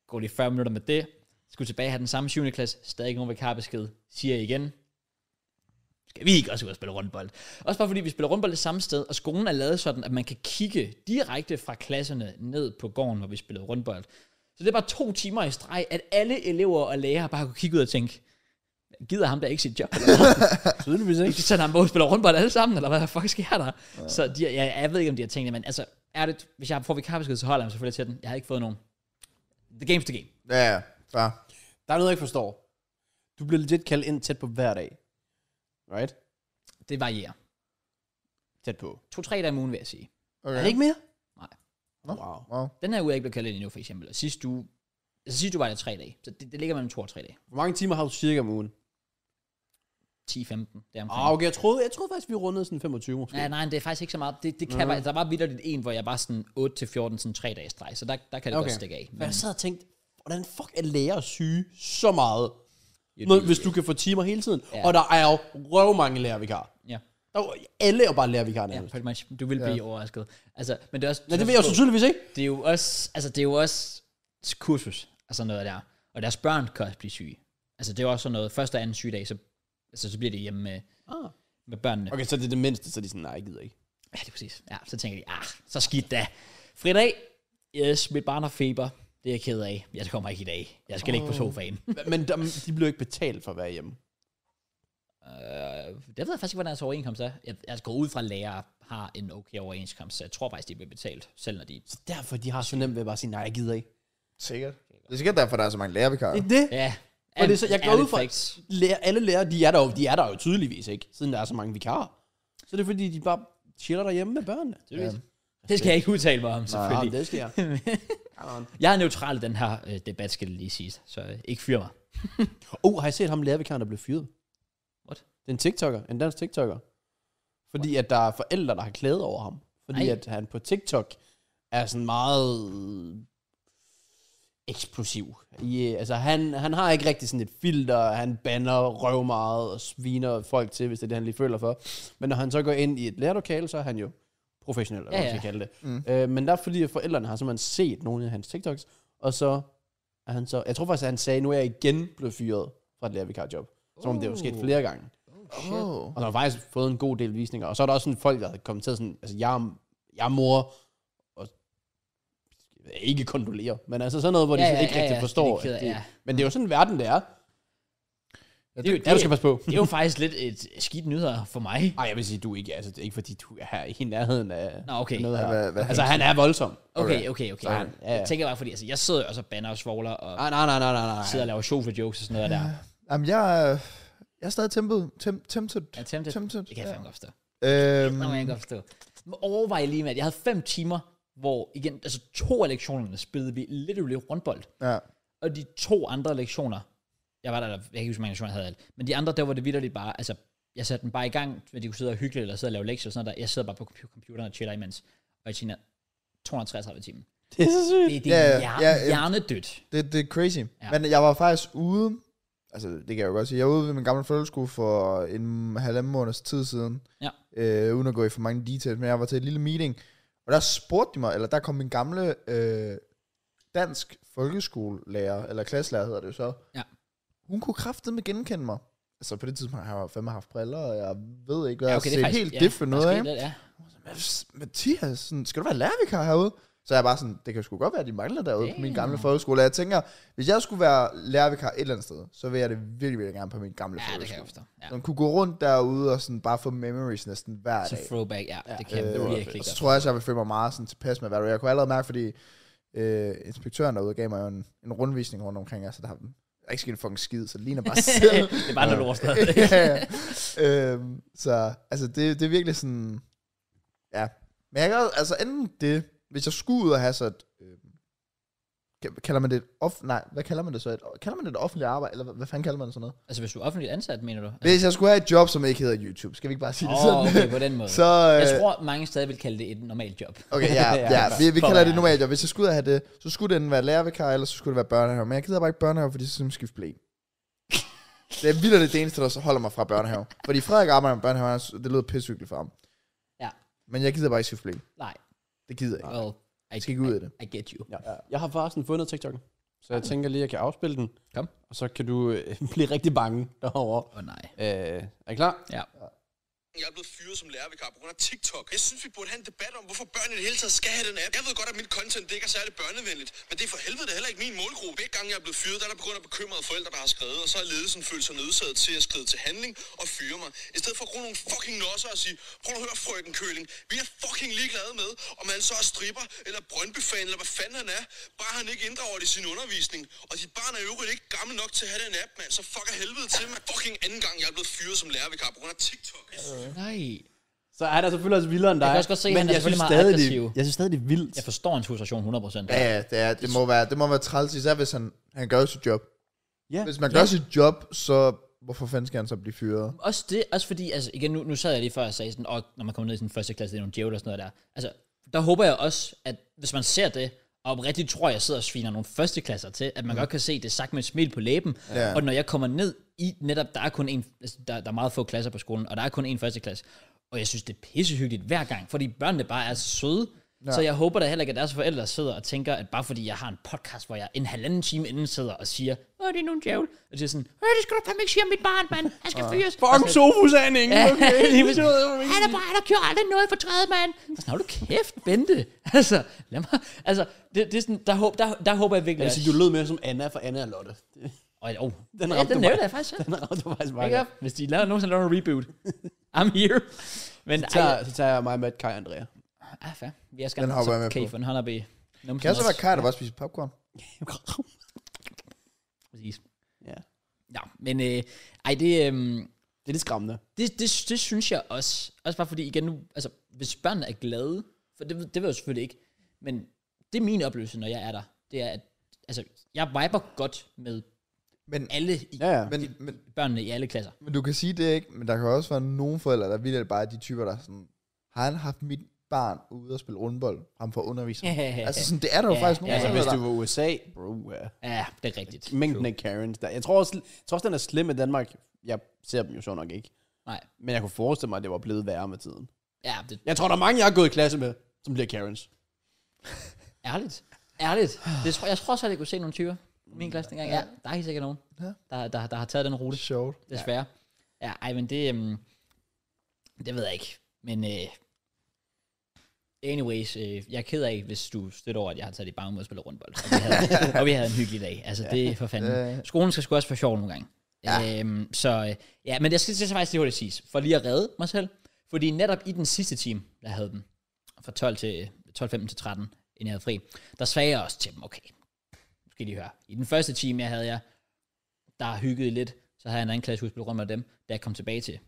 Speaker 1: Gå lige 40 minutter med det. Skulle tilbage have den samme 7. klasse, stadig ikke nogen vikarbesked. Siger jeg igen, skal vi ikke også ud og spille rundbold? Også bare fordi vi spiller rundbold det samme sted, og skolen er lavet sådan, at man kan kigge direkte fra klasserne ned på gården, hvor vi spillede rundbold. Så det er bare to timer i streg, at alle elever og lærere bare kunne kigge ud og tænke, gider ham der ikke sit job? Eller hvad?
Speaker 3: Tydeligvis ikke.
Speaker 1: det er sådan, han bare spiller rundbold alle sammen, eller hvad der fuck sker der? Ja. Så de, jeg, jeg, ved ikke, om de har tænkt det, men altså, er det, hvis jeg får vikarbesked, så holder jeg mig selvfølgelig til den. Jeg har ikke fået nogen. The game's the game.
Speaker 2: Ja, ja, fair.
Speaker 3: Der er noget, jeg ikke forstår. Du bliver legit kaldt ind tæt på hver dag. Right?
Speaker 1: Det varierer.
Speaker 3: Tæt på.
Speaker 1: To-tre dage om ugen, vil jeg sige.
Speaker 2: Okay.
Speaker 3: Er det ikke mere?
Speaker 1: Nej.
Speaker 2: Nå.
Speaker 3: Wow.
Speaker 2: Wow.
Speaker 1: Den her uge er ikke blevet kaldt ind endnu, for eksempel. Og sidste uge, altså sidste uge var det tre dage. Så det, det ligger mellem to og tre dage.
Speaker 3: Hvor mange timer har du cirka om ugen?
Speaker 1: 10-15, deromkring.
Speaker 3: Ah, okay, jeg troede, jeg troede faktisk, vi rundede sådan 25 måske.
Speaker 1: Ja, nej, det er faktisk ikke så meget. Det, det kan bare, der var vidderligt en, hvor jeg var sådan 8-14, sådan tre dages streg, så der, der kan det okay. godt
Speaker 3: Okay.
Speaker 1: stikke af.
Speaker 3: Men
Speaker 1: Men,
Speaker 3: jeg sad og tænkte, hvordan fuck er læger syge så meget, når, hvis du kan få timer hele tiden?
Speaker 1: Ja.
Speaker 3: Ja. Og der er jo røv mange lærervikarer.
Speaker 1: ja,
Speaker 3: Der er jo, alle er jo bare lærervikarer
Speaker 1: ja,
Speaker 3: nærmest. Ja,
Speaker 1: pretty much. Du vil blive overrasket. Altså, men det er også...
Speaker 3: det ved jeg jo så tydeligvis ikke.
Speaker 1: Det er jo også, altså, det er jo også kursus, altså noget der. Og deres børn kan også blive syge. Altså, det er jo også sådan noget, første og anden sygedag, så, altså, så bliver det hjemme med,
Speaker 3: Ah.
Speaker 1: med børnene.
Speaker 3: Okay, så det er det mindste, så de er sådan, nej, jeg gider ikke.
Speaker 1: Ja, det er præcis. Ja, så tænker de, ah, så skidt da. Fridag, yes, mit barn har feber. Det er jeg ked af. Jeg kommer ikke i dag. Jeg skal ligge på sofaen.
Speaker 3: Men der, de bliver jo ikke betalt for at være hjemme.
Speaker 1: Øh, det ved jeg faktisk ikke, hvordan deres overenskomst er. Jeg, jeg går ud fra, at lærere har en okay overenskomst, så jeg tror faktisk, de bliver betalt, selv når de...
Speaker 3: Så derfor de har så nemt ved at bare sige, nej, jeg gider ikke.
Speaker 2: Sikkert. Det er sikkert derfor, der er så mange lærervikarer.
Speaker 3: Det er det.
Speaker 1: Ja.
Speaker 3: Og det er så, jeg går ud
Speaker 1: ærligt
Speaker 3: fra,
Speaker 1: facts.
Speaker 3: lærer, alle lærere, de er, der jo, de er der jo tydeligvis ikke, siden der er så mange vikarer. Så det er fordi, de bare chiller derhjemme med børnene.
Speaker 1: Det, ja. det skal jeg ikke udtale mig om, selvfølgelig.
Speaker 3: Ja, Ah, det skal jeg. Come on.
Speaker 1: Jeg er neutral i den her øh, debat, skal det lige siges, så øh, ikke fyr mig.
Speaker 3: Oh, har I set ham lærervikaren, der blev fyret?
Speaker 1: What?
Speaker 3: Det er en TikToker, en dansk TikToker. Fordi at der er forældre, der har klædet over ham. Fordi
Speaker 1: Ej.
Speaker 3: Ej. at han på TikTok er sådan meget eksplosiv. Yeah, altså han, han har ikke rigtig sådan et filter, han banner røv meget og sviner folk til, hvis det er det, han lige føler for. Men når han så går ind i et lærerlokale, så er han jo professionel, eller
Speaker 1: Ja,
Speaker 3: ja, hvad
Speaker 1: ja.
Speaker 3: man skal kalde det. Mm. Øh, men der er fordi, at forældrene har simpelthen set nogle af hans TikToks, og så er han så... Jeg tror faktisk, at han sagde, nu er jeg igen blevet fyret fra et lærervikarjob. Som om det jo sket flere gange.
Speaker 2: Oh.
Speaker 3: Og der har faktisk fået en god del visninger. Og så er der også sådan folk, der har kommenteret sådan, altså jeg, er- jeg er mor, og ikke kondolerer, men altså sådan noget, hvor de
Speaker 1: Ja, ja,
Speaker 3: sådan ikke
Speaker 1: ja,
Speaker 3: rigtig
Speaker 1: ja,
Speaker 3: forstår.
Speaker 1: det er de ked af,
Speaker 3: at det,
Speaker 1: ja.
Speaker 3: Men det er jo sådan, verden det er.
Speaker 1: Det, er jo- det,
Speaker 3: Ja, du skal
Speaker 1: det,
Speaker 3: passe på.
Speaker 1: det er jo faktisk lidt et skidt nyheder for mig.
Speaker 3: Ej, jeg vil sige, du er ikke, altså det er ikke fordi, du er her i nærheden af
Speaker 1: Nå, okay.
Speaker 3: noget her.
Speaker 2: Hvad- hvad-
Speaker 3: altså han er voldsom.
Speaker 1: Okay, okay, okay.
Speaker 2: Sådan.
Speaker 1: Ja, ja. Jeg tænker bare, fordi altså, jeg sidder jo også og banner og svogler og
Speaker 3: Nej, nej, nej, nej, nej, nej.
Speaker 1: sidder og laver sjov for jokes og sådan noget der.
Speaker 2: Jamen, jeg, er- jeg er stadig tempted. Tem, tempted.
Speaker 1: Ja, tempted.
Speaker 2: tempted.
Speaker 1: Det kan jeg fandme godt forstå.
Speaker 2: Øhm,
Speaker 1: Det må jeg godt forstå. Men Overvej lige med, at jeg havde fem timer, hvor igen, altså to af lektionerne spillede vi literally rundbold.
Speaker 2: ja.
Speaker 1: Og de to andre lektioner, jeg var der, jeg kan ikke huske, hvor mange lektioner jeg havde alt, men de andre, der var det vidderligt bare, altså, jeg satte den bare i gang, hvor de kunne sidde og hygge lidt, eller sidde og lave lektier og sådan noget der. Jeg sidder bare på compu- computeren og chiller imens, og jeg tjener 233 timer.
Speaker 3: Det er så sygt.
Speaker 1: Det, det
Speaker 2: Ja,
Speaker 1: er
Speaker 2: ja,
Speaker 1: yeah,
Speaker 2: ja,
Speaker 1: hjerne,
Speaker 2: ja.
Speaker 1: hjernedødt.
Speaker 2: Det, det er crazy.
Speaker 1: Ja.
Speaker 2: Ja. Men jeg var faktisk ude, altså det kan jeg jo godt sige, jeg var ude ved min gamle folkeskole for en halvanden måneds tid siden,
Speaker 1: Ja.
Speaker 2: øh, uden at gå i for mange details, men jeg var til et lille meeting, og der spurgte de mig, eller der kom min gamle øh, dansk folkeskolelærer, eller klasselærer hedder det jo så,
Speaker 1: Ja.
Speaker 2: hun kunne kraftedeme genkende mig. Altså på det tidspunkt har jeg jo fandme haft briller, og jeg ved ikke, hvad ja, okay,
Speaker 1: det
Speaker 2: jeg
Speaker 1: er
Speaker 2: har set
Speaker 1: faktisk-
Speaker 2: helt ja, different ud
Speaker 1: faktisk
Speaker 2: af.
Speaker 1: helt lidt, Ja.
Speaker 2: "Hvad- Mathias, sådan, skal du være lærervikar herude? Så er jeg bare sådan, det kan sgu godt være, at de mangler derude på min gamle folkeskole. Og jeg tænker, hvis jeg skulle være lærervikar et eller andet sted, så vil jeg det virkelig, virkelig gerne på min gamle
Speaker 1: ja, det kan
Speaker 2: folkeskole.
Speaker 1: jeg forstå. Ja.
Speaker 2: Man kunne gå rundt derude og sådan bare få memories næsten hver
Speaker 1: Så
Speaker 2: dag.
Speaker 1: throwback, ja, det kan jeg
Speaker 2: Øh,
Speaker 1: virkelig
Speaker 2: og så
Speaker 1: godt.
Speaker 2: tror jeg også, jeg vil føle mig meget sådan tilpas med, hvad det er. Jeg kunne allerede mærke, fordi øh, inspektøren derude gav mig jo en, en rundvisning rundt omkring, altså der har der er ikke sket en fucking skid, så det ligner bare selv.
Speaker 1: det er bare noget lort stadig.
Speaker 2: ja, ja. Øhm, så altså, det, det er virkelig sådan... Ja. Men jeg kan også- altså enten det, hvis jeg skulle ud og have så et øh, øhm, Ka- Kalder man det et off... Nej, hvad kalder man det så? Et, kalder man det et offentligt arbejde? Eller hvad, hvad fanden kalder man det sådan noget?
Speaker 1: Altså, hvis du er offentligt ansat, mener du?
Speaker 2: Hvis jeg skulle have et job, som ikke hedder YouTube, skal vi ikke bare sige det
Speaker 1: Åh,
Speaker 2: sådan?
Speaker 1: oh, okay, på den måde.
Speaker 2: Så, øh,
Speaker 1: Jeg tror, mange stadig vil kalde det et normalt job.
Speaker 2: okay, ja,
Speaker 3: Ja,
Speaker 2: ja, vi, vi
Speaker 1: for
Speaker 2: kalder
Speaker 1: at
Speaker 2: det
Speaker 1: være
Speaker 2: normalt, og hvis jeg skulle ud af have det, så skulle det enten være lærervikar, eller så skulle det være børnehave. Men jeg gider bare ikke børnehave, fordi så skal man skifte blæ. Det er vildt, det eneste, der så holder mig fra børnehave. Fordi Frederik arbejder med børnehave, og han synes, det lød pissehyggeligt for ham.
Speaker 1: Ja.
Speaker 2: Men jeg gider bare ikke skifte blæ.
Speaker 1: Nej.
Speaker 2: Det gider jeg ikke.
Speaker 1: Well, I,
Speaker 2: Jeg skal ikke ud af det.
Speaker 1: I get you.
Speaker 3: Ja. Jeg har forresten fundet TikTok'en, så jeg tænker lige, at jeg kan afspille den.
Speaker 1: Kom.
Speaker 3: Og så kan du øh, blive rigtig bange derovre.
Speaker 1: Åh oh, nej.
Speaker 3: Øh, er I klar?
Speaker 1: Ja.
Speaker 4: Jeg er blevet fyret som lærervikar på grund af TikTok. Jeg synes, vi burde have en debat om, hvorfor børn i det hele taget skal have den app. Jeg ved godt, at mit content det ikke er særlig børnevenligt, men det er for helvede da heller ikke min målgruppe. Begge gange, jeg er blevet fyret, der er der på grund af bekymrede forældre, der har skrevet, og så har ledelsen følt sig nødsaget til at skride til handling og fyre mig. I stedet for at bruge nogle fucking nosser og sige, prøv at høre, frøken Køling, vi er fucking ligeglade med, om han så er stripper eller brøndbefan eller hvad fanden han er. Bare han ikke inddrager det i sin undervisning. Og dit barn er i øvrigt ikke gammel nok til at have den app, mand. Så fuck af helvede til, mand. Fucking anden gang, jeg er blevet fyret som lærervikar på grund af TikTok. Jeg synes,
Speaker 1: Nej.
Speaker 3: Så er der selvfølgelig også vildere end dig.
Speaker 1: kan også godt se, at
Speaker 3: men
Speaker 1: han er
Speaker 3: jeg synes,
Speaker 1: selvfølgelig
Speaker 3: stadig,
Speaker 1: meget
Speaker 3: det,
Speaker 1: aggressiv.
Speaker 3: jeg synes stadig, det er vildt.
Speaker 1: Jeg forstår hans frustration 100%.
Speaker 2: Ja, ja, det, er, det, må være, det må være træls, især hvis han, han gør sit job.
Speaker 3: Ja.
Speaker 2: Hvis man gør sit job, så hvorfor fanden skal han så blive fyret?
Speaker 1: Også det, også fordi, altså igen, nu, nu sad jeg lige før og sagde sådan, og når man kommer ned i sin første klasse, det er nogle djævle og sådan noget der. Altså, der håber jeg også, at hvis man ser det, og oprigtigt tror, jeg sidder og sviner nogle førsteklasser til, at man mm. godt kan se det sagt med et smil på læben.
Speaker 2: Ja.
Speaker 1: Og når jeg kommer ned i netop, der er kun en, altså, der, der er meget få klasser på skolen, og der er kun en førsteklasse. Og jeg synes, det er pissehyggeligt hver gang, fordi børnene bare er så søde. Ja. Så jeg håber da heller ikke, at deres forældre sidder og tænker, at bare fordi jeg har en podcast, hvor jeg en halvanden time inden sidder og siger, åh, det er nogle djævl. Og siger sådan, åh, det skal du fandme ikke sige om mit barn, mand. Han skal fyres.
Speaker 3: Fuck sofusanding! Okay.
Speaker 1: lige præcis.
Speaker 3: Det var-
Speaker 1: Han er bare, der kører aldrig noget for træet, mand. Så sådan, "Hold du kæft, Bente. Altså, lad mig, altså, det, det er sådan, der, håb, der, der håber jeg virkelig,
Speaker 3: Jeg synes, du lød mere som Anna fra Anna og Lotte.
Speaker 1: Øj, oh,
Speaker 3: Den
Speaker 1: den, ja,
Speaker 3: ramte
Speaker 1: den
Speaker 3: mig.
Speaker 1: nævnte jeg faktisk selv.
Speaker 3: Den ramte faktisk bare.
Speaker 1: Ikke op? Hvis de laver nogensinde laver en reboot. I'm here. Men
Speaker 3: Så,
Speaker 1: ej,
Speaker 3: så tager jeg mig med Kai og Andrea.
Speaker 1: ah, fair. Vi er skal
Speaker 2: Den hopper jeg med på.
Speaker 1: for den holder vi.
Speaker 2: Kan jeg så være Kaj, der bare spiser popcorn?
Speaker 1: Præcis.
Speaker 3: ja.
Speaker 1: Ja, men øh, ej, det, øh,
Speaker 3: Det er lidt skræmmende.
Speaker 1: det, det, det synes jeg også. Også bare fordi, igen nu, altså, hvis børnene er glade, for det, det vil jeg jo selvfølgelig ikke, men det er min oplevelse, når jeg er der. Det er, at altså, jeg viber godt med
Speaker 2: Men,
Speaker 1: alle i,
Speaker 3: Ja, ja.
Speaker 2: men, men,
Speaker 1: børnene i alle klasser.
Speaker 2: men du kan sige det ikke, men der kan også være nogle forældre, der vildt bare er de typer, der er sådan, har han haft mit barn ude og spille rundbold, ham for underviser? altså sådan, det er der jo
Speaker 1: Ja,
Speaker 2: faktisk nogle
Speaker 1: ja,
Speaker 3: altså,
Speaker 2: forældre,
Speaker 3: hvis
Speaker 2: der...
Speaker 3: du var USA, bro, ja.
Speaker 1: Ja, det er rigtigt.
Speaker 3: Mængden af Karens. Der. Jeg, tror også, jeg tror også, den er slem i Danmark. Jeg ser dem jo så nok ikke.
Speaker 1: Nej,
Speaker 3: Men jeg kunne forestille mig, at det var blevet værre med tiden.
Speaker 1: ja, det
Speaker 3: Jeg tror, der er mange, jeg har gået i klasse med, som bliver Karens.
Speaker 1: Ærligt. Ærligt. Det tror, jeg tror også, at jeg kunne se nogle typer. i Min klasse dengang. Ja, der er helt sikkert nogen,
Speaker 2: Ja.
Speaker 1: der, der, der har taget den rute,
Speaker 2: Sjovt.
Speaker 1: desværre. Ja, ja ej, men det, øhm, det ved jeg ikke. Men øh, anyways, øh, jeg er ked af, hvis du støtter over, at jeg har taget i bange mod at spille rundbold. Og vi havde, og vi havde en hyggelig dag. Altså, det er for fanden.
Speaker 2: Ja.
Speaker 1: Skolen skal sgu også være sjov nogle gange. Ja. Øhm, så øh, ja, men jeg skal, jeg skal faktisk lige hurtigt siges, for lige at redde mig selv. Fordi netop i den sidste time, der havde den, fra 12 til 12, 15 til 13, inden jeg havde fri, der sagde jeg også til dem, okay, nu skal de høre. I den første time, jeg havde jeg, der hyggede lidt, så havde jeg en anden klasse, jeg spille rundt med dem, da jeg kom tilbage til,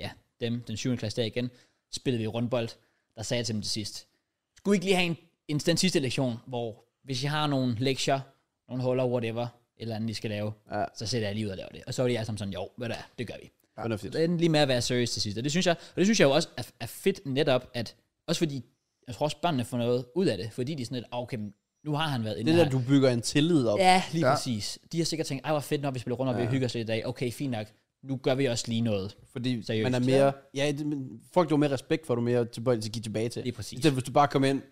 Speaker 1: ja, dem, den 7. klasse der igen, spillede vi rundbold, der sagde jeg til dem til sidst, skulle I ikke lige have en, en den sidste lektion, hvor hvis I har nogle lektier, nogle huller, whatever, et eller andet, I skal lave,
Speaker 3: Ja.
Speaker 1: ja. så sætter jeg lige ud og laver det. Og så var de alle sammen sådan, jo, hvad der, det gør vi.
Speaker 3: Fornuftigt.
Speaker 1: Det endte lige med at være seriøs til sidst. Og det synes jeg, og det synes jeg jo også er, er fedt netop, at også fordi, jeg tror også børnene får noget ud af det, fordi de er sådan lidt, "Ah, okay, men nu har han været inde
Speaker 3: Det er
Speaker 1: her."
Speaker 3: der, du bygger en tillid op.
Speaker 1: Ja, lige ja.
Speaker 2: Ja.
Speaker 1: præcis. De har sikkert tænkt, ej, hvor fedt, når vi spiller rundt, og vi hygger os lidt i dag. Okay, fint nok. Nu gør vi også lige noget.
Speaker 3: Fordi
Speaker 1: Seriøst.
Speaker 3: man er mere... Ja, det, men folk, du har mere respekt for, du er mere tilbøjelig til at give tilbage til.
Speaker 1: Lige præcis.
Speaker 3: I stedet, hvis du bare kommer ind...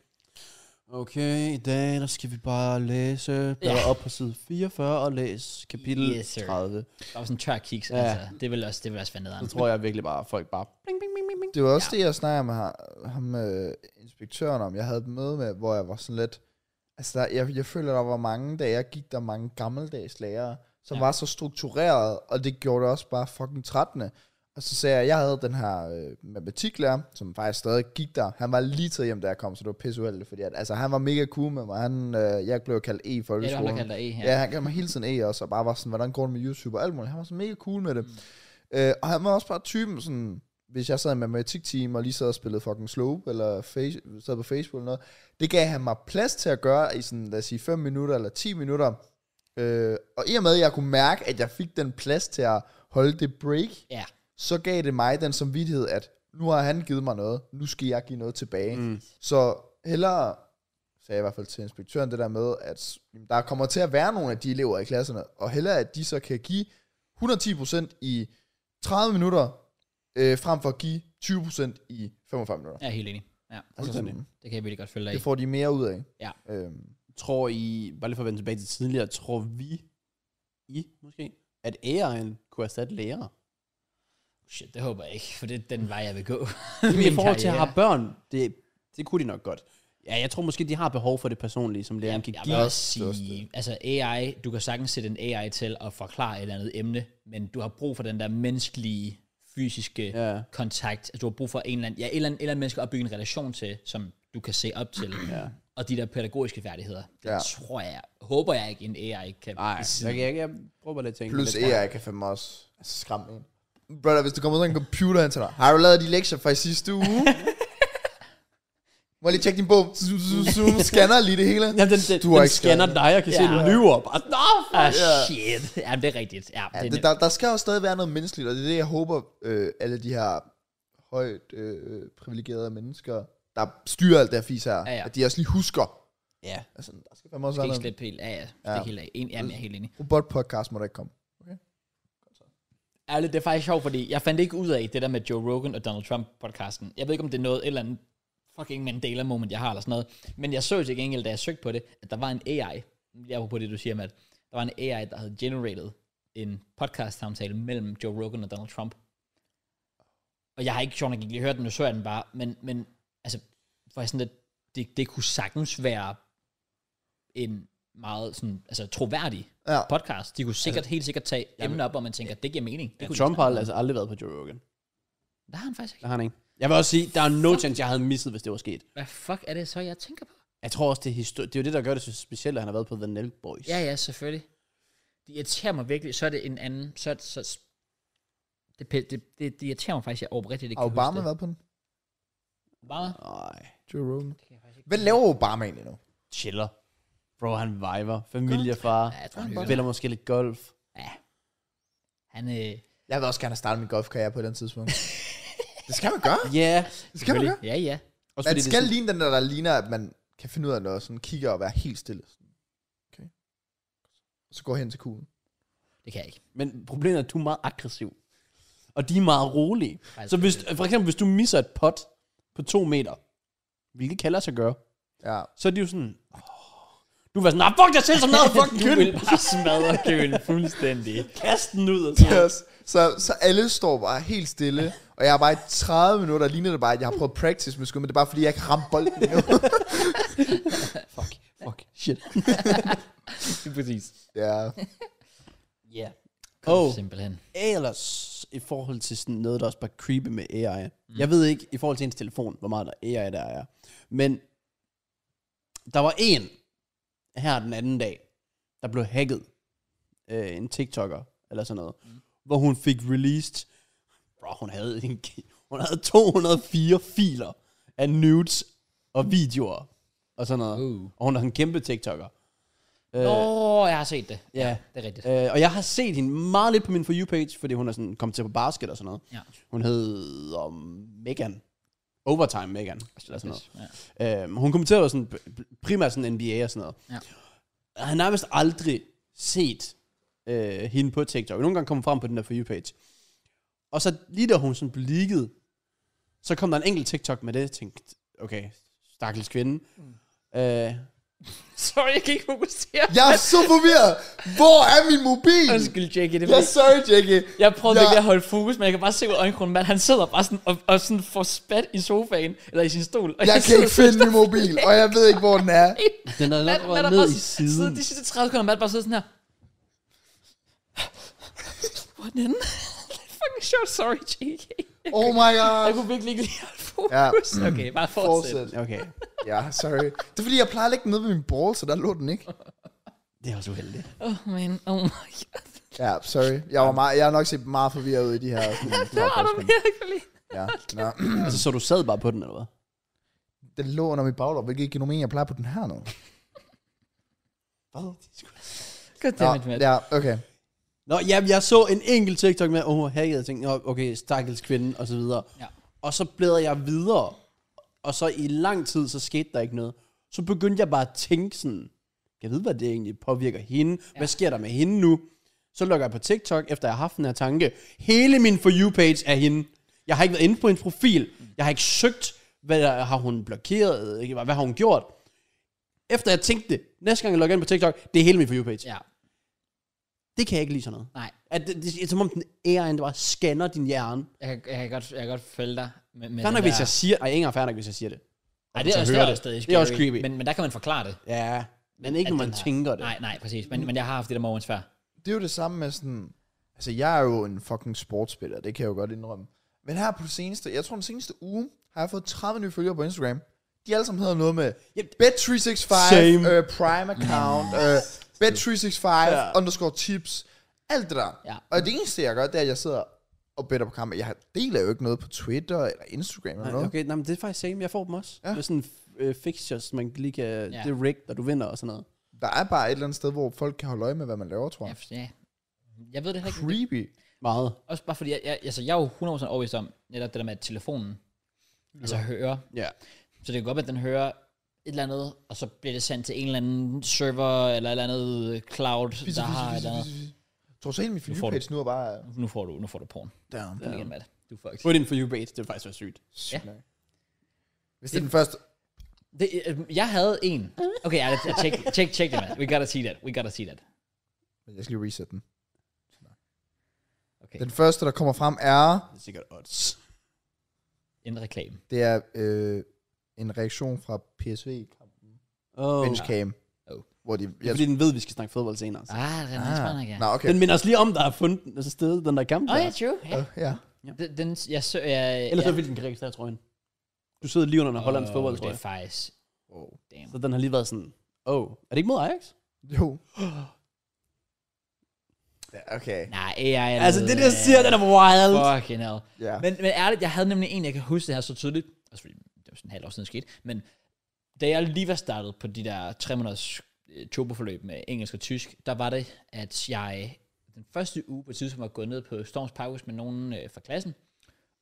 Speaker 3: Okay, i dag, der skal vi bare læse... Bladre
Speaker 1: Ja.
Speaker 3: op på side 44 og læse kapitel
Speaker 1: Yes, sir.
Speaker 3: 30.
Speaker 1: Der var sådan en tør kiks, ja.
Speaker 3: Ja.
Speaker 1: altså. Det vil også, det vil også være nederen.
Speaker 3: Så tror jeg virkelig bare, at folk bare...
Speaker 2: Det var også ja. det, jeg snakkede med ham, ham øh, inspektøren om. Jeg havde et møde med, hvor jeg var sådan lidt... Altså, der, jeg, jeg føler, der var mange dage, jeg gik der mange gammeldags lærere, som
Speaker 1: Ja.
Speaker 2: ja. var så struktureret, og det gjorde det også bare fucking trættende. Og så sagde jeg, jeg havde den her øh, matematiklærer, som faktisk stadig gik der. Han var lige taget hjem, da jeg kom, så det var pisseuheldigt, fordi at, altså, han var mega cool med mig. Han, øh, jeg blev kaldt E i
Speaker 1: Ja, det var ham,
Speaker 2: folkeskolen.
Speaker 1: der kaldte dig E her.
Speaker 2: Ja, ja han gav mig hele tiden E også, og bare var sådan, hvordan går det med YouTube og alt muligt. Han var så mega cool med det. Mm. Øh, og han var også bare typen sådan, hvis jeg sad i matematikteam og lige sad og spillede fucking slope, eller face, sad på Facebook eller noget, det gav han mig plads til at gøre i sådan, lad os sige, 5 minutter eller 10 minutter. Øh, og i og med, at jeg kunne mærke, at jeg fik den plads til at holde det break,
Speaker 1: Ja.
Speaker 2: så gav det mig den samvittighed, at nu har han givet mig noget, nu skal jeg give noget tilbage. Mm. Så hellere, sagde jeg i hvert fald til inspektøren, det der med, at jamen, der kommer til at være nogle af de elever i klasserne, og hellere at de så kan give 110% i 30 minutter, øh, frem for at give 20% i 45 minutter.
Speaker 1: Jeg er helt enig. Ja.
Speaker 2: Altså sådan,
Speaker 1: Det kan jeg virkelig godt følge dig i.
Speaker 2: det får de mere ud af.
Speaker 1: Ja.
Speaker 2: Øhm,
Speaker 3: Tror I, bare lige for at vende tilbage til tidligere, tror vi, I måske, at AI'en kunne erstatte lærere?
Speaker 1: Shit, det håber jeg ikke, for det er den vej, jeg vil gå.
Speaker 3: Jamen, I forhold til at
Speaker 1: karriere.
Speaker 3: have børn, det, det kunne de nok godt. Ja, jeg tror måske, de har behov for det personlige, som læreren
Speaker 1: Jeg,
Speaker 3: kan
Speaker 1: jeg vil
Speaker 3: give.
Speaker 1: også sige, altså AI, du kan sagtens sætte en AI til at forklare et eller andet emne, men du har brug for den der menneskelige, fysiske
Speaker 3: Ja.
Speaker 1: ja. kontakt. Altså, du har brug for en eller anden, ja, et eller andet, et eller andet menneske at bygge en relation til, som du kan se op til. Ja. Og de der pædagogiske færdigheder, det
Speaker 2: Ja.
Speaker 1: ja. tror jeg, håber jeg ikke, en AI kan
Speaker 3: Nej,
Speaker 1: besidde.
Speaker 3: jeg, jeg, jeg prøver bare lidt at tænke.
Speaker 2: Plus
Speaker 3: lidt på det.
Speaker 2: AI kan fandme også altså, skræmme en. Brother, hvis du kommer ud af en computer hen til dig, har du lavet de lektier fra i sidste uge? Må jeg lige tjekke din bog? Zoom, zoom, zoom, scanner lige det hele.
Speaker 3: Jamen, den, den,
Speaker 2: Du har
Speaker 3: den
Speaker 2: ikke
Speaker 3: scanner
Speaker 2: skrevet
Speaker 3: dig, jeg kan se,
Speaker 1: Ja.
Speaker 3: du lyver. Bare, Nå, fuck.
Speaker 1: Ah, shit. Ja, det er rigtigt. Ja,
Speaker 2: Ja,
Speaker 1: det,
Speaker 2: det, der, der skal jo stadig være noget menneskeligt, og det er det, jeg håber, øh, alle de her højt øh, privilegerede mennesker, der styrer alt det her fis her,
Speaker 1: Ja, ja.
Speaker 2: at de også lige husker.
Speaker 3: Ja.
Speaker 2: Altså, der skal fandme også
Speaker 1: er
Speaker 2: være
Speaker 1: ikke
Speaker 2: noget.
Speaker 1: slippe helt af. Ja, ja. Det er helt af. En, jamen, jeg er helt enig.
Speaker 2: Robotpodcast må der ikke komme.
Speaker 1: Ærligt, det er faktisk sjovt, fordi jeg fandt ikke ud af det der med Joe Rogan og Donald Trump podcasten. Jeg ved ikke, om det er noget et eller andet fucking Mandela moment, jeg har eller sådan noget. Men jeg så til gengæld, da jeg søgte på det, at der var en AI, lige på det, du siger, Matt, der var en AI, der havde generated en podcast-samtale mellem Joe Rogan og Donald Trump. Og jeg har ikke sjovt nok ikke lige hørt den, nu så jeg den bare, men, men altså, for sådan lidt, det, det kunne sagtens være en meget sådan, altså, troværdig
Speaker 2: Ja.
Speaker 1: podcast. De kunne sikkert, altså, helt sikkert tage emner op, og man tænker, det giver mening. Det
Speaker 3: Ja,
Speaker 1: kunne de
Speaker 3: Trump
Speaker 1: snakke
Speaker 3: har
Speaker 1: om.
Speaker 3: altså aldrig været på Joe Rogan.
Speaker 1: Der har han faktisk
Speaker 3: Der
Speaker 1: ikke.
Speaker 3: har han ikke. Jeg vil også sige, der er no chance, jeg havde misset, hvis det var sket.
Speaker 1: Hvad fuck er det så, jeg tænker på?
Speaker 3: Jeg tror også, det er, histori- det er jo det, der gør det så specielt, at han har været på The Nelk Boys.
Speaker 1: Ja, ja, selvfølgelig. Det irriterer mig virkelig. Så er det en anden. Så, så det, det, det, det irriterer mig faktisk, jeg oprigtigt ikke
Speaker 2: Har
Speaker 1: kan
Speaker 2: Obama
Speaker 1: huske det.
Speaker 2: været på den?
Speaker 1: Obama?
Speaker 3: Nej.
Speaker 2: Joe Rogan. Hvad laver Obama egentlig nu?
Speaker 3: Chiller. Bro, han viber. Familiefar.
Speaker 1: Ja, jeg tror, han
Speaker 3: Han
Speaker 1: bare-
Speaker 3: spiller måske lidt golf.
Speaker 1: Ja. Han, øh,
Speaker 2: Jeg vil også gerne starte min golfkarriere på et eller andet tidspunkt. det skal man gøre.
Speaker 3: Ja.
Speaker 2: Det skal man gøre.
Speaker 1: ja, ja.
Speaker 3: Også
Speaker 2: Man
Speaker 3: fordi det er
Speaker 2: skal
Speaker 3: sådan-
Speaker 2: ligne den der, der ligner, at man kan finde ud af noget, sådan kigger og være helt stille. Sådan. Okay. Og så går hen til kuglen.
Speaker 1: Det kan jeg ikke.
Speaker 3: Men problemet er, at du er meget aggressiv. Og de er meget rolige.
Speaker 1: Ej,
Speaker 3: Så hvis, for eksempel, hvis du misser et pot på to meter, hvilket kan lade sig gøre,
Speaker 2: Ja.
Speaker 3: så er de jo sådan... Oh, du var sådan, nej, fuck dig selv som noget fucking
Speaker 1: Du vil
Speaker 3: køn.
Speaker 1: bare smadre køen fuldstændig.
Speaker 3: Kast den ud. Og
Speaker 2: Yes. Så, så alle står bare helt stille, og jeg har bare i 30 minutter, ligner det bare, at jeg har prøvet practice med skud, men det er bare fordi, jeg ikke rammer bolden endnu.
Speaker 3: fuck, fuck, shit.
Speaker 1: Det er præcis.
Speaker 2: ja.
Speaker 1: Ja.
Speaker 3: Oh.
Speaker 1: Oh. Simpelthen.
Speaker 3: Ellers, i forhold til sådan noget, der også bare creepy med AI. Mm. Jeg ved ikke, i forhold til ens telefon, hvor meget der AI der er. Men der var en her den anden dag, der blev hacket. Øh, en TikToker, eller sådan noget. Mm. Hvor hun fik released... Bro, hun havde, en, hun havde 204 filer af nudes og videoer og sådan noget.
Speaker 1: Uh.
Speaker 3: Og hun er en kæmpe TikToker.
Speaker 1: Åh, oh, jeg har set det.
Speaker 3: Ja.
Speaker 1: Det er rigtigt.
Speaker 3: Øh, og jeg har set hende meget lidt på min For You-page, fordi hun er sådan kommet til på basket og sådan noget.
Speaker 1: Ja.
Speaker 3: Hun hedder Megan. Overtime Megan. Eller sådan
Speaker 1: Ja.
Speaker 3: noget. Øh, hun kommenterede sådan, p- primært sådan NBA og sådan noget.
Speaker 1: Ja.
Speaker 3: Jeg har nærmest aldrig set øh, hende på TikTok. Nogle gange kom hun frem på den der For You-page. Og så lige da hun sådan blev leaget, så kom der en enkelt TikTok med det. Jeg tænkte, okay, stakkels kvinde. Mm. Øh,
Speaker 1: Sorry, jeg kan ikke fokusere.
Speaker 2: Jeg er så forvirret. Hvor er min mobil?
Speaker 1: Undskyld, Jackie. Det er
Speaker 2: Jeg er
Speaker 1: fordi-
Speaker 2: sorry, Jackie.
Speaker 1: Jeg prøvede
Speaker 2: Jeg-
Speaker 1: virkelig at holde fokus, men jeg kan bare se ud af øjenkrogen, mand, han sidder bare sådan og, og sådan får spat i sofaen, eller i sin stol. Og
Speaker 2: Jeg kan ikke finde min mobil, og jeg ved ikke, hvor den er.
Speaker 3: den
Speaker 1: Matt,
Speaker 3: er nok
Speaker 1: Matt
Speaker 3: røget
Speaker 1: har
Speaker 3: ned
Speaker 1: bare
Speaker 3: i
Speaker 1: siddet
Speaker 3: siden.
Speaker 1: de sidste 30 sekunder, Matt bare sidder sådan her. Hvor er den henne? Det er fucking sjovt, sorry, JK.
Speaker 2: Oh my
Speaker 1: Jeg
Speaker 2: god.
Speaker 1: kunne virkelig ikke lige holde fokus.
Speaker 2: Ja.
Speaker 1: Okay, bare fortsæt.
Speaker 2: Fortsæt.
Speaker 3: Okay,
Speaker 2: Ja, sorry. Det er fordi, jeg plejer at lægge den nede ved min ball, så der lå den ikke.
Speaker 3: det er også uheldigt.
Speaker 1: Oh man, oh my god.
Speaker 2: Ja, sorry. Jeg, var meget, jeg har nok set meget forvirret ud i de her... Sådan,
Speaker 1: Det var du virkelig.
Speaker 2: Ja. Nå.
Speaker 3: Altså, så du sad bare på den, eller hvad?
Speaker 2: Den lå under mit baglår, hvilket ikke giver nogen mening, jeg plejer på den her nu.
Speaker 1: Goddammit,
Speaker 2: Nå,
Speaker 1: mand.
Speaker 2: ja, okay.
Speaker 3: Nå, ja, jeg så en enkelt TikTok med, åh, oh, her jeg tænkte, "Nå, okay, stakkels kvinde, og så videre.
Speaker 1: Ja.
Speaker 3: Og så bladrede jeg videre, og så i lang tid, så skete der ikke noget. Så begyndte jeg bare at tænke sådan, kan jeg vide, hvad det egentlig påvirker hende? Ja. Hvad sker der med hende nu? Så logger jeg på TikTok, efter jeg har haft den her tanke. Hele min For You-page er hende. Jeg har ikke været inde på hendes profil. Jeg har ikke søgt, hvad der- har hun blokeret, ikke? hvad har hun gjort? Efter jeg tænkte det, næste gang jeg logger ind på TikTok, det er hele min For You-page. Ja.
Speaker 1: Ja,
Speaker 3: Det kan jeg ikke lide sådan noget.
Speaker 1: nej.
Speaker 3: At det, det, det er som om den æren, der bare scanner din hjerne.
Speaker 1: Jeg kan, jeg kan, godt, jeg kan godt følge dig. Med, med
Speaker 3: Fair
Speaker 1: den
Speaker 3: nok,
Speaker 1: der-
Speaker 3: hvis jeg siger... Ej, ingen er fair nok, hvis jeg siger det.
Speaker 1: Ej, det er
Speaker 3: så
Speaker 1: også, det
Speaker 3: hører
Speaker 1: er
Speaker 3: det.
Speaker 1: også stadig
Speaker 3: Det er også
Speaker 1: scary,
Speaker 3: creepy.
Speaker 1: Men, men der kan man forklare det.
Speaker 3: Ja, men ikke når
Speaker 1: at
Speaker 3: man
Speaker 1: den har-
Speaker 3: tænker det.
Speaker 1: Nej, nej, præcis. Men, men jeg har haft det der morgens før.
Speaker 2: Det er jo det samme med sådan... Altså, jeg er jo en fucking sportsspiller, det kan jeg jo godt indrømme. Men her på det seneste, jeg tror den seneste uge, har jeg fået 30 nye følgere på Instagram. De alle sammen hedder noget med
Speaker 3: Yep.
Speaker 2: Bet365,
Speaker 3: Same.
Speaker 2: øh, Prime Account, øh, Bet365,
Speaker 3: Ja.
Speaker 2: underscore tips, alt det der.
Speaker 1: Ja.
Speaker 2: Og det eneste, jeg gør, det er, at jeg sidder og better på kampen. Jeg deler jo ikke noget på Twitter eller Instagram eller
Speaker 3: Nej,
Speaker 2: noget.
Speaker 3: okay, nej, men det er faktisk same. Jeg får dem også.
Speaker 2: Ja.
Speaker 3: Ja. Med sådan øh, fixtures, man lige kan... Ja. Det er rigged, og du vinder og sådan noget.
Speaker 2: Der er bare et eller andet sted, hvor folk kan holde øje med, hvad man laver, tror
Speaker 1: Jeg,
Speaker 2: jeg.
Speaker 1: ja. jeg ved det heller ikke.
Speaker 2: Creepy.
Speaker 3: Meget.
Speaker 1: Også bare fordi, jeg, jeg, altså, jeg er jo 100% overbevist om, netop det der med, at telefonen altså, hører.
Speaker 3: Ja.
Speaker 1: Så det kan godt være, at den hører et eller andet, og så bliver det sendt til en eller anden server, eller et eller andet øh, cloud, der har et eller andet.
Speaker 2: Jeg tror så hele min
Speaker 1: Nu får du-
Speaker 2: page nu er bare...
Speaker 1: Nu får du, nu får du porn.
Speaker 2: Damn.
Speaker 1: Kom igen, Matt. Du er fucked.
Speaker 3: Put in for you bait, det er faktisk være sygt.
Speaker 1: Ja.
Speaker 2: Sygt nok. Hvis det er den første...
Speaker 1: Det, øh, jeg havde en. Okay, jeg, jeg check, check, check det, Matt. We gotta see that. We gotta see that.
Speaker 2: Men jeg skal lige reset den.
Speaker 1: Okay,
Speaker 2: Den første, der kommer frem, er...
Speaker 3: Det er sikkert odds.
Speaker 1: en reklame.
Speaker 2: Det er øh, en reaktion fra PSV
Speaker 3: Oh.
Speaker 2: Bench Cam.
Speaker 1: Oh.
Speaker 2: Hvor de...
Speaker 3: Ja,
Speaker 2: Jeg,
Speaker 3: fordi den ved, at vi skal snakke fodbold senere. Ah,
Speaker 1: Ah, den er smart nok, ja.
Speaker 2: Nå, okay.
Speaker 3: Den minder os lige om, der er fundet den, altså sted, den der gamle
Speaker 1: Nå,
Speaker 3: der.
Speaker 1: ja, true. Ja.
Speaker 2: Øh, ja.
Speaker 1: Den, den, jeg så, jeg,
Speaker 3: Ellers
Speaker 1: jeg,
Speaker 3: så ville den kan der, tror jeg. Du sidder lige under en hollandsk
Speaker 1: Åh,
Speaker 3: fodbold, tror
Speaker 1: Det er
Speaker 3: jeg.
Speaker 1: faktisk...
Speaker 2: Oh.
Speaker 1: Damn.
Speaker 3: Så den har lige været sådan, oh, er det ikke mod Ajax?
Speaker 2: Jo. Ja, okay.
Speaker 1: Nej, AI er
Speaker 3: Altså,
Speaker 1: noget,
Speaker 3: det der
Speaker 1: øh,
Speaker 3: siger, den er wild.
Speaker 1: Fucking hell.
Speaker 2: Ja.
Speaker 1: Men, men ærligt, jeg havde nemlig en, jeg kan huske det her så tydeligt. Også fordi det var sådan en halv år siden det skete. Men da jeg lige var startet på de der tre måneders øh, turboforløb med engelsk og tysk, der var det, at jeg den første uge på et tidspunkt var gået ned på Storms Parkhus med nogen øh, fra klassen.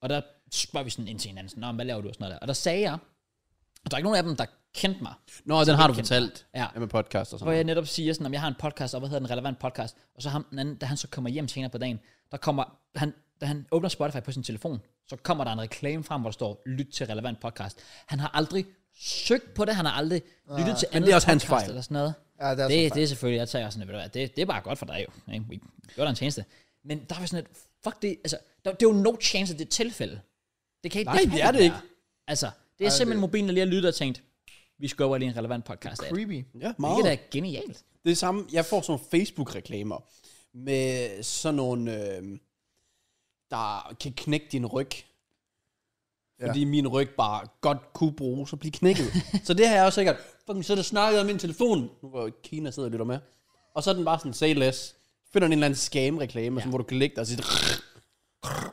Speaker 1: Og der spørger vi sådan ind til hinanden, sådan, "Nå, men hvad laver du og sådan noget der. Og der sagde jeg, og der er ikke nogen af dem, der kendte mig,
Speaker 3: Nå, den har du fortalt.
Speaker 1: Ja.
Speaker 3: med podcast og sådan
Speaker 1: hvor jeg netop siger sådan, om jeg har en podcast, og hvad hedder den relevant podcast, og så ham den anden, da han så kommer hjem senere på dagen, der kommer, han, da han åbner Spotify på sin telefon, så kommer der en reklame frem, hvor der står, lyt til relevant podcast. Han har aldrig søgt på det, han har aldrig lyttet til andet
Speaker 3: det er også hans
Speaker 1: podcast
Speaker 3: fejl.
Speaker 1: Eller sådan noget.
Speaker 2: Ja, det er også hans
Speaker 1: det,
Speaker 2: fejl.
Speaker 1: det, er selvfølgelig, jeg tager sådan, ved du hvad, det, det er bare godt for dig jo. Ikke? Vi gør dig en tjeneste. Men der var sådan et, fuck det, altså, der, det er jo no chance, at det er et tilfælde. Det kan ikke,
Speaker 3: Nej,
Speaker 1: det, kan
Speaker 3: det er det
Speaker 1: være.
Speaker 3: ikke.
Speaker 1: Altså, det er simpelthen mobilen, der lige har lyttet og tænkt, vi skubber lige en relevant podcast af. Det
Speaker 2: Creepy.
Speaker 3: Ja,
Speaker 1: er da genialt.
Speaker 3: Det er samme, jeg får sådan nogle Facebook-reklamer med sådan nogle, øh, der kan knække din ryg.
Speaker 2: Ja.
Speaker 3: Fordi min ryg bare godt kunne bruges og blive knækket. så det har jeg også sikkert, fucking så er der snakket om min telefon. Nu var Kina sidder og lytter med. Og så er den bare sådan, say less. Finder den en eller anden scam-reklame, ja. hvor du kan ligge der og sige,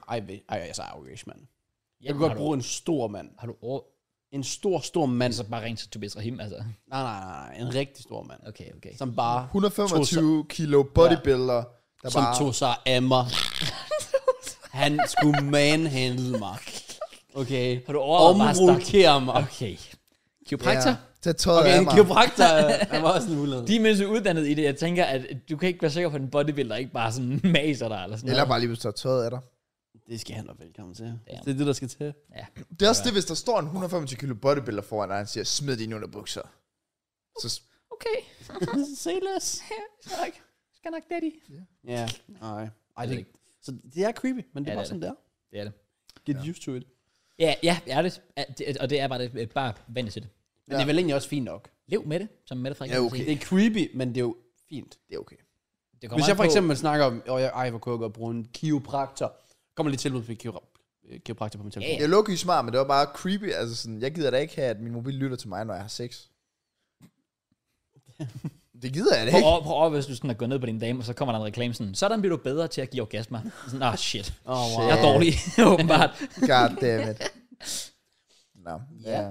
Speaker 3: ej, ved- ej, jeg er så Irish, mand. Jeg kunne
Speaker 1: har
Speaker 3: godt
Speaker 1: du-
Speaker 3: bruge en stor mand.
Speaker 1: Har du over...
Speaker 3: En stor, stor mand.
Speaker 1: Så bare ring til Tobias Rahim, altså.
Speaker 3: Nej, nej, nej, nej, en rigtig stor mand.
Speaker 1: Okay, okay.
Speaker 3: Som bare, tog sig-
Speaker 2: 125 kilo bodybuilder, der
Speaker 3: som
Speaker 2: bare...
Speaker 3: tog sig af mig. Han skulle manhandle mig. Okay.
Speaker 1: Har du overvejet bare at starte-
Speaker 3: Omrokere mig.
Speaker 1: Okay. Kiropraktor?
Speaker 2: Ja, tag tøjet
Speaker 3: Okay,
Speaker 2: af
Speaker 3: en
Speaker 2: mig.
Speaker 3: kiropraktor han var også en mulighed.
Speaker 1: De er mindst uddannet i det. Jeg tænker, at du kan ikke være sikker på, at en bodybuilder ikke bare sådan maser dig eller sådan
Speaker 2: Eller
Speaker 1: noget.
Speaker 2: bare lige, hvis du tager tøjet af dig.
Speaker 3: Det skal han være velkommen til. Hvis Det er det, der skal til.
Speaker 1: Ja.
Speaker 2: Det er også det, hvis der står en 125 kilo bodybuilder foran dig, og han siger, smid dine underbukser. Så s-
Speaker 1: Okay.
Speaker 3: Say less.
Speaker 1: Tak. Skal nok daddy.
Speaker 3: Ja, nej. Ej,
Speaker 1: det
Speaker 3: det, så det er creepy, men det er
Speaker 1: Ja,
Speaker 3: bare
Speaker 1: det er
Speaker 3: sådan der.
Speaker 1: Det er det.
Speaker 3: Get used to it.
Speaker 1: Ja, ja, ærligt. Ja, det- Og det er bare det. Bare vend dig til det.
Speaker 3: Men det er vel egentlig også fint nok. Altså,
Speaker 1: Lev med det, som Mette Frederiksen
Speaker 2: Ja,
Speaker 1: vil
Speaker 2: okay.
Speaker 1: sige.
Speaker 3: Det er creepy, men det er jo fint.
Speaker 2: det er okay.
Speaker 1: Det kommer
Speaker 3: Hvis jeg
Speaker 1: an
Speaker 3: for
Speaker 1: på-
Speaker 3: eksempel snakker om, åh, jeg, ej, hvor kunne jeg godt bruge en kiropraktor. Kommer lige tilbud på kiropraktor kiropraktor på min telefon.
Speaker 1: Ja,
Speaker 2: Jeg lukker i smart, men det var bare creepy. Altså sådan, jeg gider da ikke have, at min mobil lytter til mig, når jeg har sex. Det gider jeg da
Speaker 1: Prøv
Speaker 2: ikke.
Speaker 1: over, prøv over, hvis du sådan er gået ned på din dame, og så kommer der en reklame sådan, sådan bliver du bedre til at give orgasmer. Sådan, ah shit,
Speaker 3: Åh, oh, wow.
Speaker 1: jeg er dårlig, åbenbart.
Speaker 2: God damn it. Nå, ja.
Speaker 1: Ja.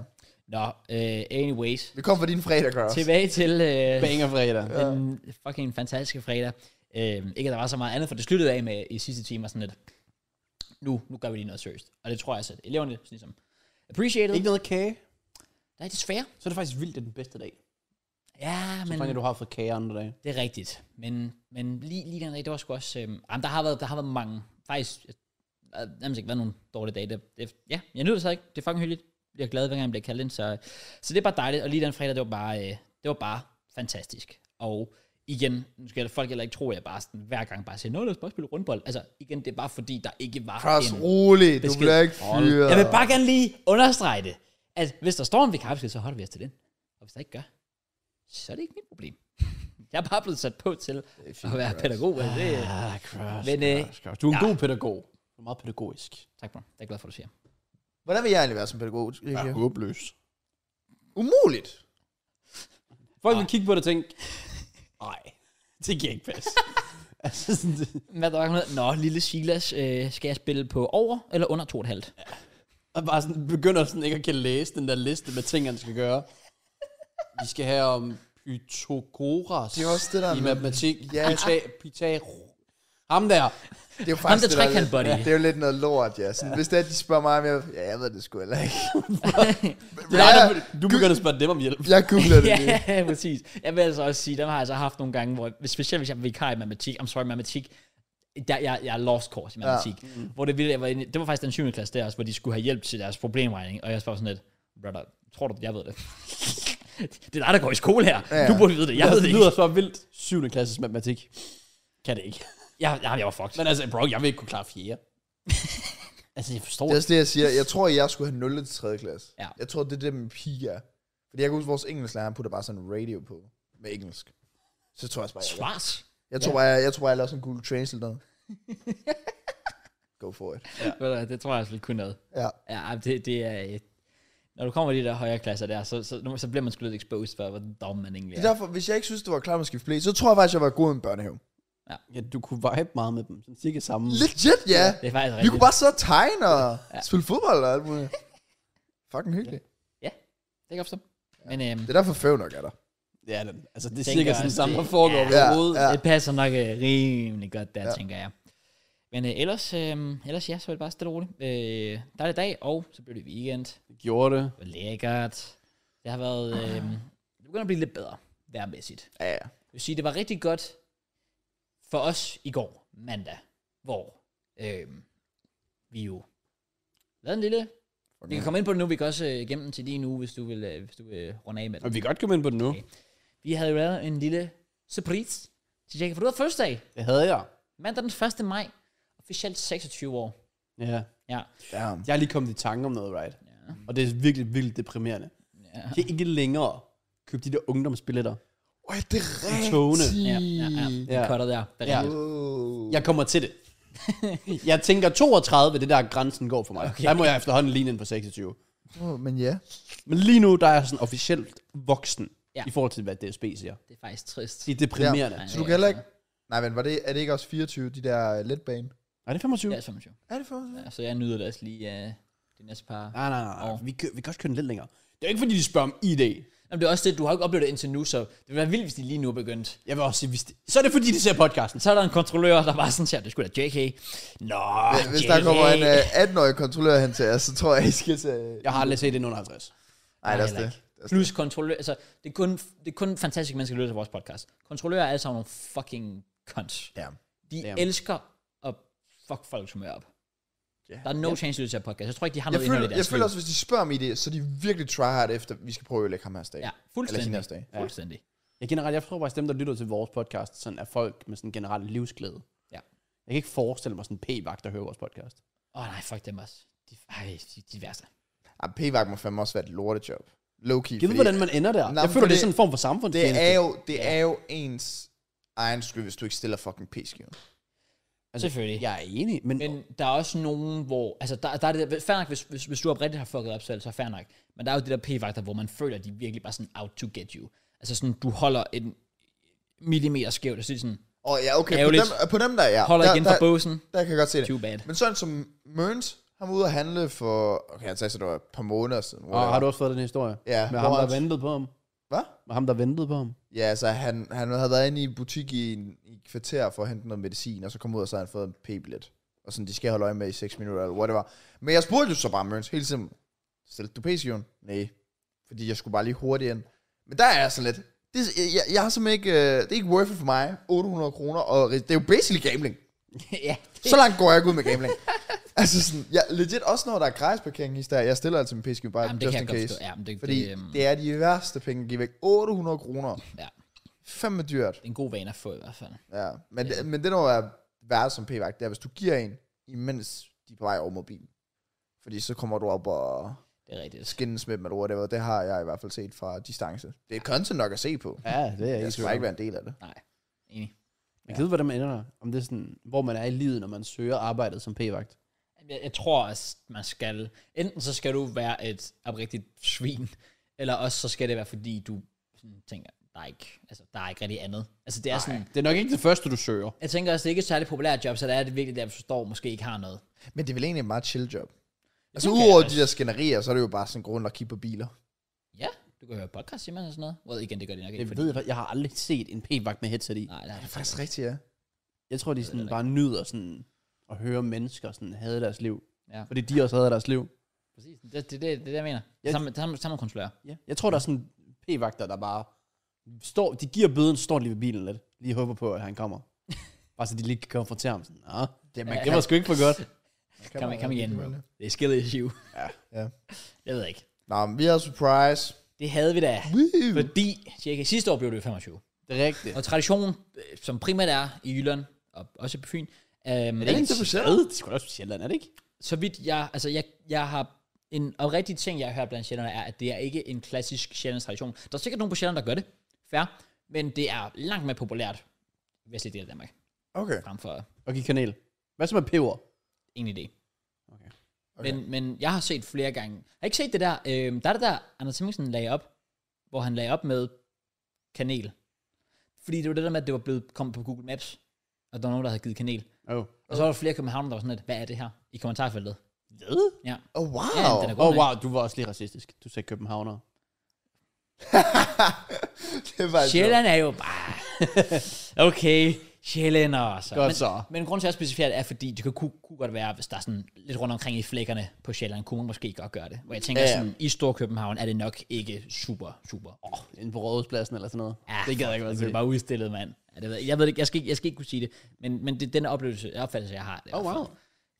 Speaker 1: Nå, uh, anyways.
Speaker 2: Vi kom fra din fredag, Kraus.
Speaker 1: Tilbage til uh,
Speaker 3: Banger fredag.
Speaker 1: den fucking fantastiske fredag. Uh, ikke at der var så meget andet, for det sluttede af med i sidste time og sådan lidt, nu, nu gør vi lige noget seriøst. Og det tror jeg, altså, at eleverne sådan ligesom appreciated.
Speaker 3: Ikke noget kage.
Speaker 1: Nej, desværre.
Speaker 3: Så er det faktisk vildt, det er den bedste dag.
Speaker 1: Ja,
Speaker 3: Men...
Speaker 1: men...
Speaker 3: Sådan, at du har fået kage andre dage.
Speaker 1: Det er rigtigt. Men, men lige, lige den dag, det var sgu også... Øhm, jamen, der, har været, der har været mange. Faktisk, der har nærmest ikke været nogen dårlige dage. Det, det, ja, jeg nyder det så ikke. Det er fucking hyggeligt. Jeg er glad, hver gang jeg bliver kaldt ind. Så, så det er bare dejligt. Og lige den fredag, det var bare, øh, det var bare fantastisk. Og igen, nu skal folk heller ikke tro, at jeg bare sådan, hver gang bare siger, nå, lad os bare spille rundbold. Altså, igen, det er bare fordi, der ikke var
Speaker 2: Kraus,
Speaker 1: en...
Speaker 2: rolig. Du
Speaker 1: besked.
Speaker 2: bliver ikke fyret.
Speaker 1: Jeg vil bare gerne lige understrege det, at hvis der står en vikarbesked, så holder vi os til den. Og hvis der ikke gør, så er det ikke mit problem. Jeg er bare blevet sat på til at være pædagog. Altså, det,
Speaker 3: Ah, Kraus.
Speaker 1: Men, øh,
Speaker 3: Kraus, Kraus. Du er en
Speaker 1: ja.
Speaker 3: god pædagog. Du er meget pædagogisk.
Speaker 1: tak, bro. Jeg er glad for, at du siger.
Speaker 2: Hvordan vil jeg egentlig være som pædagog? Ja.
Speaker 3: håbløs.
Speaker 2: Umuligt.
Speaker 3: Folk vil kigge på det og tænke, nej, det kan ikke passe. altså, sådan, det,
Speaker 1: Hvad der var noget? Nå, lille Silas, øh, skal jeg spille på over eller under 2,5?
Speaker 3: og bare sådan, begynder sådan ikke at kan læse den der liste med ting, han skal gøre. Vi skal have om Pythagoras
Speaker 2: Det er også det der
Speaker 3: i
Speaker 2: med-
Speaker 3: matematik.
Speaker 2: Ja.
Speaker 3: Pytha- Pythagor. Ham der.
Speaker 2: Det er jo
Speaker 1: Ham der
Speaker 2: faktisk det, der er
Speaker 1: trekant
Speaker 2: lidt,
Speaker 1: buddy.
Speaker 2: det er jo lidt noget lort, ja. Sådan, hvis det er, at de spørger mig, om jeg, ja, jeg ved det sgu heller ikke.
Speaker 3: Det er dig, der,
Speaker 2: jeg,
Speaker 3: du begynder at spørge dem om hjælp.
Speaker 2: jeg googler det lige.
Speaker 1: ja, præcis. Jeg vil altså også sige, dem har jeg altså haft nogle gange, hvor, hvis- specielt hvis jeg er vikar i matematik, I'm sorry, matematik, der, jeg, jeg er lost course i matematik. Ja. Mm. Hvor det, vildt, jeg var, inde i- det var faktisk den 7. klasse der også, hvor de skulle have hjælp til deres problemregning, og jeg spørger sådan lidt, brother, tror du, jeg ved det? det er dig, der går i skole her. Ja. Du burde vide det. Jeg ved det
Speaker 3: det
Speaker 1: ikke.
Speaker 3: lyder så vildt. 7. klasses matematik. Kan det ikke.
Speaker 1: Jeg, jeg, jeg var fucked.
Speaker 3: Men altså, bro, jeg vil ikke kunne klare 4. altså, jeg forstår
Speaker 2: Det er også det, jeg siger. Jeg tror, jeg skulle have 0. til 3. klasse.
Speaker 1: Ja.
Speaker 2: Jeg tror, det er det, min pige er. Fordi jeg kan huske, vores engelsklærer, han putter bare sådan en radio på med engelsk. Så tror jeg også bare, jeg,
Speaker 1: Svars.
Speaker 2: jeg tror bare, jeg, jeg, tror bare, jeg lavede sådan en Google Translate noget. Go for it.
Speaker 1: Ja. Det tror jeg altså lidt kun noget.
Speaker 2: Ja.
Speaker 1: Ja, ej, det, det er... øh, Når du kommer i de der højere klasser der, så, så, så bliver man sgu lidt exposed for, hvor dum man egentlig
Speaker 2: Det
Speaker 1: er.
Speaker 2: er derfor, hvis jeg ikke synes, det var klar med at skifte blæ, så tror jeg faktisk, jeg var god i en børnehave.
Speaker 3: Ja, du kunne vibe meget med dem. Sådan cirka samme.
Speaker 2: Legit, ja.
Speaker 1: Det er faktisk
Speaker 2: Vi
Speaker 1: rigtigt.
Speaker 2: kunne bare sidde og tegne og spille fodbold og alt muligt. Fucking hyggeligt.
Speaker 1: Ja, det kan jeg forstå. Men øhm,
Speaker 2: Det er derfor fæv nok er der.
Speaker 3: Ja, den, altså, det er
Speaker 1: Tænker
Speaker 3: cirka sådan
Speaker 1: også,
Speaker 3: samme,
Speaker 1: det-
Speaker 3: der foregår
Speaker 1: ja.
Speaker 3: ja, overhovedet. Ja,
Speaker 1: ja. det passer nok øh, rimelig godt der, ja. tænker jeg. Men øh, ellers, øh, ellers ja, så er det bare stille og roligt. Øh, der er det dag, og så bliver det weekend. Det
Speaker 3: Gjorde det.
Speaker 1: var lækkert. Det har været... Øh, det begynder at blive lidt bedre, værmæssigt.
Speaker 2: Ja, ja.
Speaker 1: Jeg vil sige, det var rigtig godt for os i går, mandag, hvor øh, vi jo lavede en lille... Vi kan komme ind på det nu, vi kan også øh, gemme den til din uge, hvis du vil, øh, hvis du vil runde af med
Speaker 3: Og
Speaker 1: den.
Speaker 3: vi kan godt komme ind på det nu.
Speaker 1: Okay. Vi havde jo lavet en lille surprise til Jacob, for du havde fødselsdag.
Speaker 3: Det havde jeg.
Speaker 1: Mandag den 1. maj. Officielt 26 år.
Speaker 3: Ja.
Speaker 1: Ja.
Speaker 2: Damn.
Speaker 3: Jeg er lige kommet i tanke om noget, right? Ja. Og det er virkelig, virkelig deprimerende. Ja. Uh. Jeg kan ikke længere købe de der ungdomsbilletter.
Speaker 2: Åh, ja, det er rigtigt.
Speaker 3: Togene.
Speaker 1: Ja, ja, ja.
Speaker 3: Ja.
Speaker 1: ja. Cutter der. der
Speaker 3: Ja.
Speaker 1: ja.
Speaker 2: Oh.
Speaker 3: Jeg kommer til det. jeg tænker 32, det er der grænsen går for mig. Okay. Der må jeg efterhånden lige ind på 26.
Speaker 2: Oh, men ja.
Speaker 3: Men lige nu, der er jeg sådan officielt voksen, ja.
Speaker 1: Ja.
Speaker 3: i forhold til, hvad DSB siger.
Speaker 1: Det er faktisk trist.
Speaker 3: Det er deprimerende.
Speaker 1: Ja.
Speaker 2: Så du kan heller ikke... Nej, men var det, er det ikke også 24, de der øh, letbane?
Speaker 3: Er det 25?
Speaker 1: Jeg
Speaker 3: Ja.
Speaker 1: er 25.
Speaker 2: Er det for?
Speaker 1: Ja, så jeg nyder det også lige uh, de næste par... Ja.
Speaker 3: Nej, nej, nej. Vi, kø- vi kan også køre den lidt længere. Det er jo ikke, fordi de spørger om ID.
Speaker 1: Jamen, det er også det, du har jo ikke oplevet det indtil nu, så det ville være vildt, hvis de lige nu er begyndt.
Speaker 3: Jeg vil også sige, hvis de... så er det, fordi de ser podcasten.
Speaker 1: Så er der en kontrollør, der bare sådan siger, det skulle da JK. Nå,
Speaker 2: Hvis
Speaker 1: JK.
Speaker 2: der kommer en øh, 18-årig kontrollør hen til jer, så tror jeg, I skal tage...
Speaker 3: Jeg har aldrig set en under 50.
Speaker 2: Nej, det er også
Speaker 1: heller
Speaker 2: det.
Speaker 1: ikke. Plus kontrollør, altså, det er kun, det er kun fantastiske mennesker, der lytter til vores podcast. Kontrollører er alle sammen nogle fucking cunts.
Speaker 2: Ja.
Speaker 1: De
Speaker 3: Damn.
Speaker 1: Damn. elsker at fuck folk humør op.
Speaker 2: Ja.
Speaker 1: Yeah. Der er no yeah. chance til at podcast. Jeg tror ikke, de har
Speaker 2: Jeg
Speaker 1: noget indhold i
Speaker 2: føler,
Speaker 1: deres
Speaker 2: jeg føler
Speaker 1: liv.
Speaker 2: også, hvis de spørger mig i det, så er de virkelig try hard efter, vi skal prøve at ødelægge ham her dag.
Speaker 1: Ja,
Speaker 2: Eller
Speaker 1: fuldstændig.
Speaker 2: hendes dag.
Speaker 1: Ja. Fuldstændig.
Speaker 3: Jeg generelt, jeg tror faktisk, dem, der lytter til vores podcast, sådan er folk med sådan generel livsglæde.
Speaker 1: Ja.
Speaker 3: Jeg kan ikke forestille mig sådan en p-vagt, der hører vores podcast.
Speaker 1: Åh oh, nej, fuck dem også. De, ej, de, de værste.
Speaker 2: Ah, p-vagt må fandme også være et lortejob. Low-key.
Speaker 3: Jeg ved,
Speaker 2: fordi
Speaker 3: hvordan man ender der.
Speaker 2: Nej,
Speaker 3: jeg
Speaker 2: men
Speaker 3: føler, det
Speaker 2: fordi-
Speaker 3: er sådan en form for samfund.
Speaker 2: Det er jo, det er jo ens egen skyld, hvis du ikke stiller fucking p-skiven.
Speaker 1: Altså, Selvfølgelig. Ja.
Speaker 3: Jeg er enig, men, men
Speaker 1: Men der er også nogen, hvor... Altså, der, der er det der, fair nok, hvis, hvis, hvis du oprigtigt har fucket op selv, så fair nok. Men der er jo det der p-vagter, hvor man føler, at de virkelig bare sådan out to get you. Altså sådan, du holder en, millimeter skævt. Jeg synes sådan,
Speaker 2: Og ja, okay, på
Speaker 1: Ærgerligt.
Speaker 2: dem, på dem der, ja.
Speaker 1: holder
Speaker 2: der,
Speaker 1: igen
Speaker 2: der,
Speaker 1: fra båsen.
Speaker 2: der, kan jeg godt se det.
Speaker 1: Too bad.
Speaker 2: Men sådan som Møns, han var ude at handle for, okay, jeg tager så det var et par måneder siden.
Speaker 3: Og har du også fået den historie?
Speaker 2: Ja,
Speaker 3: Med ham,
Speaker 2: hvor
Speaker 3: der
Speaker 2: han-
Speaker 3: ventede på ham?
Speaker 2: Hvad?
Speaker 3: Med ham, der ventede på ham?
Speaker 2: Ja, altså han, han havde været inde i en butik i, en, i et kvarter for at hente noget medicin, og så kom ud, og så havde han fået en p-billet. Og sådan, de skal holde øje med i 6 minutter, eller whatever. Men jeg spurgte jo så bare Mørens, helt simpelt. Stillede du p-skiven? Nej. Fordi jeg skulle bare lige hurtigt ind. Men der er jeg sådan lidt. Det, jeg, jeg, jeg har simpelthen ikke, øh, det er ikke worth it for mig. 800 kroner, og ri- det er jo basically gambling.
Speaker 1: ja.
Speaker 2: Så langt går jeg ikke ud med gambling. altså sådan, jeg, legit også når der er gratisparkering i der, jeg stiller altid min p-skive bare
Speaker 1: Jamen, det
Speaker 2: just
Speaker 1: kan jeg
Speaker 2: in
Speaker 1: godt
Speaker 2: case.
Speaker 1: forstå. Ja, men det,
Speaker 2: Fordi
Speaker 1: det, øhm,
Speaker 2: det er de værste penge at give væk. 800 kroner.
Speaker 1: ja.
Speaker 2: Fandme dyrt.
Speaker 1: det er en god vane at få i hvert fald.
Speaker 2: Ja. Men, det, men det, der er værre som p-vagt, det er, hvis du giver en, imens de er på vej over mod bilen. Fordi så kommer du op og
Speaker 1: Det er rigtigt.
Speaker 2: skinnes med dem, eller whatever. Det har jeg i hvert fald set fra distance. Det er content nok at se på.
Speaker 3: Ja, det er
Speaker 2: Jeg skal bare ikke være en del af det.
Speaker 1: Nej, enig.
Speaker 3: Jeg kan vide, hvordan man ender der. Om det er sådan, hvor man er i livet, når man søger arbejdet som p-vagt.
Speaker 1: Jeg, jeg tror, at man skal... Enten så skal du være et oprigtigt svin, eller også så skal det være, fordi du sådan, tænker, der er ikke, altså, der er ikke rigtig andet. Altså, det er Nej. sådan...
Speaker 3: Det er nok ikke det første, du søger.
Speaker 1: Jeg tænker også, det er ikke et særligt populært job, så der er det virkelig, der du står måske ikke har noget.
Speaker 2: Men det er vel egentlig et meget chill job. Altså
Speaker 1: tænker jeg
Speaker 2: udover
Speaker 1: også.
Speaker 2: de der skænderier, så er det jo bare sådan grund at kigge på biler.
Speaker 1: Ja, du kan høre podcast, siger man og sådan noget. Well, igen, det gør de nok ikke.
Speaker 3: Jeg ved, jeg, jeg har aldrig set en p-vagt med headset i.
Speaker 1: Nej, det er det faktisk
Speaker 2: Faktisk rigtigt, ja.
Speaker 3: Jeg tror, de sådan bare nyder sådan at høre mennesker sådan havde deres liv.
Speaker 1: Ja.
Speaker 3: Fordi de også havde deres liv.
Speaker 1: præcis. Det, det, det, det, er det jeg mener.
Speaker 3: Jeg-
Speaker 1: Samme, samme, samme kontrollør.
Speaker 3: Ja. Jeg tror, der er sådan p-vagter, der bare står, de giver bøden, så står lige ved bilen lidt. Lige håber på, at han kommer. bare så de lige kan konfrontere ham. Sådan, nah, det, man, det var sgu ikke for godt.
Speaker 1: Kom, kom igen, bro. Det er skill issue. Ja.
Speaker 2: Ja.
Speaker 1: Jeg ved ikke.
Speaker 2: Nå, men vi har surprise.
Speaker 1: Det havde vi da.
Speaker 2: Woo!
Speaker 1: Fordi cirka sidste år blev det jo 25.
Speaker 3: Det er rigtigt.
Speaker 1: Og traditionen, øh, som primært er i Jylland, og også på Fyn, øhm, er
Speaker 3: Er det ikke det på Sjælland? Det skulle også på Sjælland, er det ikke?
Speaker 1: så vidt jeg, altså jeg, jeg har en oprigtig ting, jeg har hørt blandt sjælderne, er, at det er ikke en klassisk sjældens tradition. Der er sikkert nogen på sjælderne, der gør det, fair, men det er langt mere populært i vestlige del af Danmark,
Speaker 2: Okay.
Speaker 1: frem for
Speaker 3: Og give kanel. Hvad så med peber?
Speaker 1: en idé.
Speaker 3: Okay.
Speaker 1: Okay. Men, men jeg har set flere gange, jeg har ikke set det der, øh, der er det der, Anders Simmingsen lagde op, hvor han lagde op med kanel. Fordi det var det der med, at det var blevet kommet på Google Maps, og der var nogen, der havde givet kanel.
Speaker 3: Oh.
Speaker 1: Og så var der flere københavner, der var sådan lidt, hvad er det her? I kommentarfeltet.
Speaker 3: Hvad?
Speaker 1: Ja. Ja,
Speaker 2: Oh, wow.
Speaker 1: den er god,
Speaker 3: Oh,
Speaker 1: nok.
Speaker 3: wow, du var også lige racistisk. Du sagde københavner.
Speaker 2: det var
Speaker 1: Sjælland er jo bare... okay, Sjælland og så.
Speaker 3: Godt
Speaker 1: men,
Speaker 3: så.
Speaker 1: men grunden til, at jeg specificerer det, er, fordi det kunne, kunne godt være, hvis der er sådan lidt rundt omkring i flækkerne på Sjælland, kunne man måske godt gøre det. Hvor jeg tænker
Speaker 2: Ja,
Speaker 1: ja,
Speaker 2: ja.
Speaker 1: sådan, i Storkøbenhavn er det nok ikke super, super. Åh,
Speaker 3: Inden på Rådhuspladsen eller sådan noget.
Speaker 1: ja,
Speaker 3: det gad jeg ikke
Speaker 1: fuck,
Speaker 3: være
Speaker 1: Det
Speaker 3: til.
Speaker 1: er bare udstillet, mand. Ja, det ved, jeg. jeg ved det ikke, jeg skal, ikke- jeg skal ikke kunne sige det, men, men det er den oplevelse, opfattelse, jeg har. Det, i
Speaker 3: Oh,
Speaker 1: hvert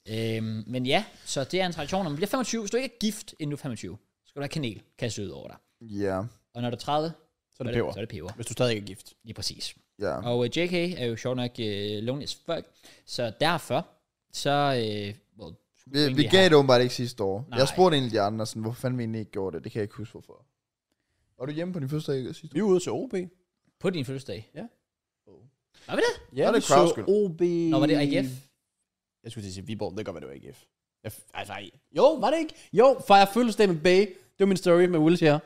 Speaker 1: fald.
Speaker 3: wow.
Speaker 1: Øhm, men ja, så det er en tradition, når man bliver 25. Hvis du ikke er gift, inden du er 25, så skal du have kanel kastet ud over dig.
Speaker 2: Ja,
Speaker 1: Og når du er 30,
Speaker 3: Så er det peber.
Speaker 1: så er det peber.
Speaker 3: Hvis du stadig ikke er gift.
Speaker 1: Lige præcis.
Speaker 2: ja.
Speaker 1: Og øh, JK er jo sjovt nok øh, lonely as fuck, så derfor, så... Øh, well,
Speaker 2: Vi, vi gav det åbenbart ikke sidste år.
Speaker 1: Nej.
Speaker 2: Nej. Jeg spurgte en af de andre, sådan, hvorfor fanden vi egentlig ikke gjorde det. Det kan jeg ikke huske, hvorfor. Var du hjemme på din første dag sidste
Speaker 3: Vi
Speaker 2: år?
Speaker 3: er ude til OB.
Speaker 1: På din fødselsdag?
Speaker 3: Ja.
Speaker 1: Var vi det?
Speaker 3: Ja,
Speaker 2: Var det
Speaker 3: vi
Speaker 2: Krausgøl?
Speaker 3: så OB...
Speaker 1: Nå, var det AGF?
Speaker 3: Jeg skulle til at sige Viborg, men det kan godt være, det var AGF. Jeg, f- altså, ej. jo, var det ikke? Jo, for jeg fødselsdag med Bay. Det var min story med Wilshere.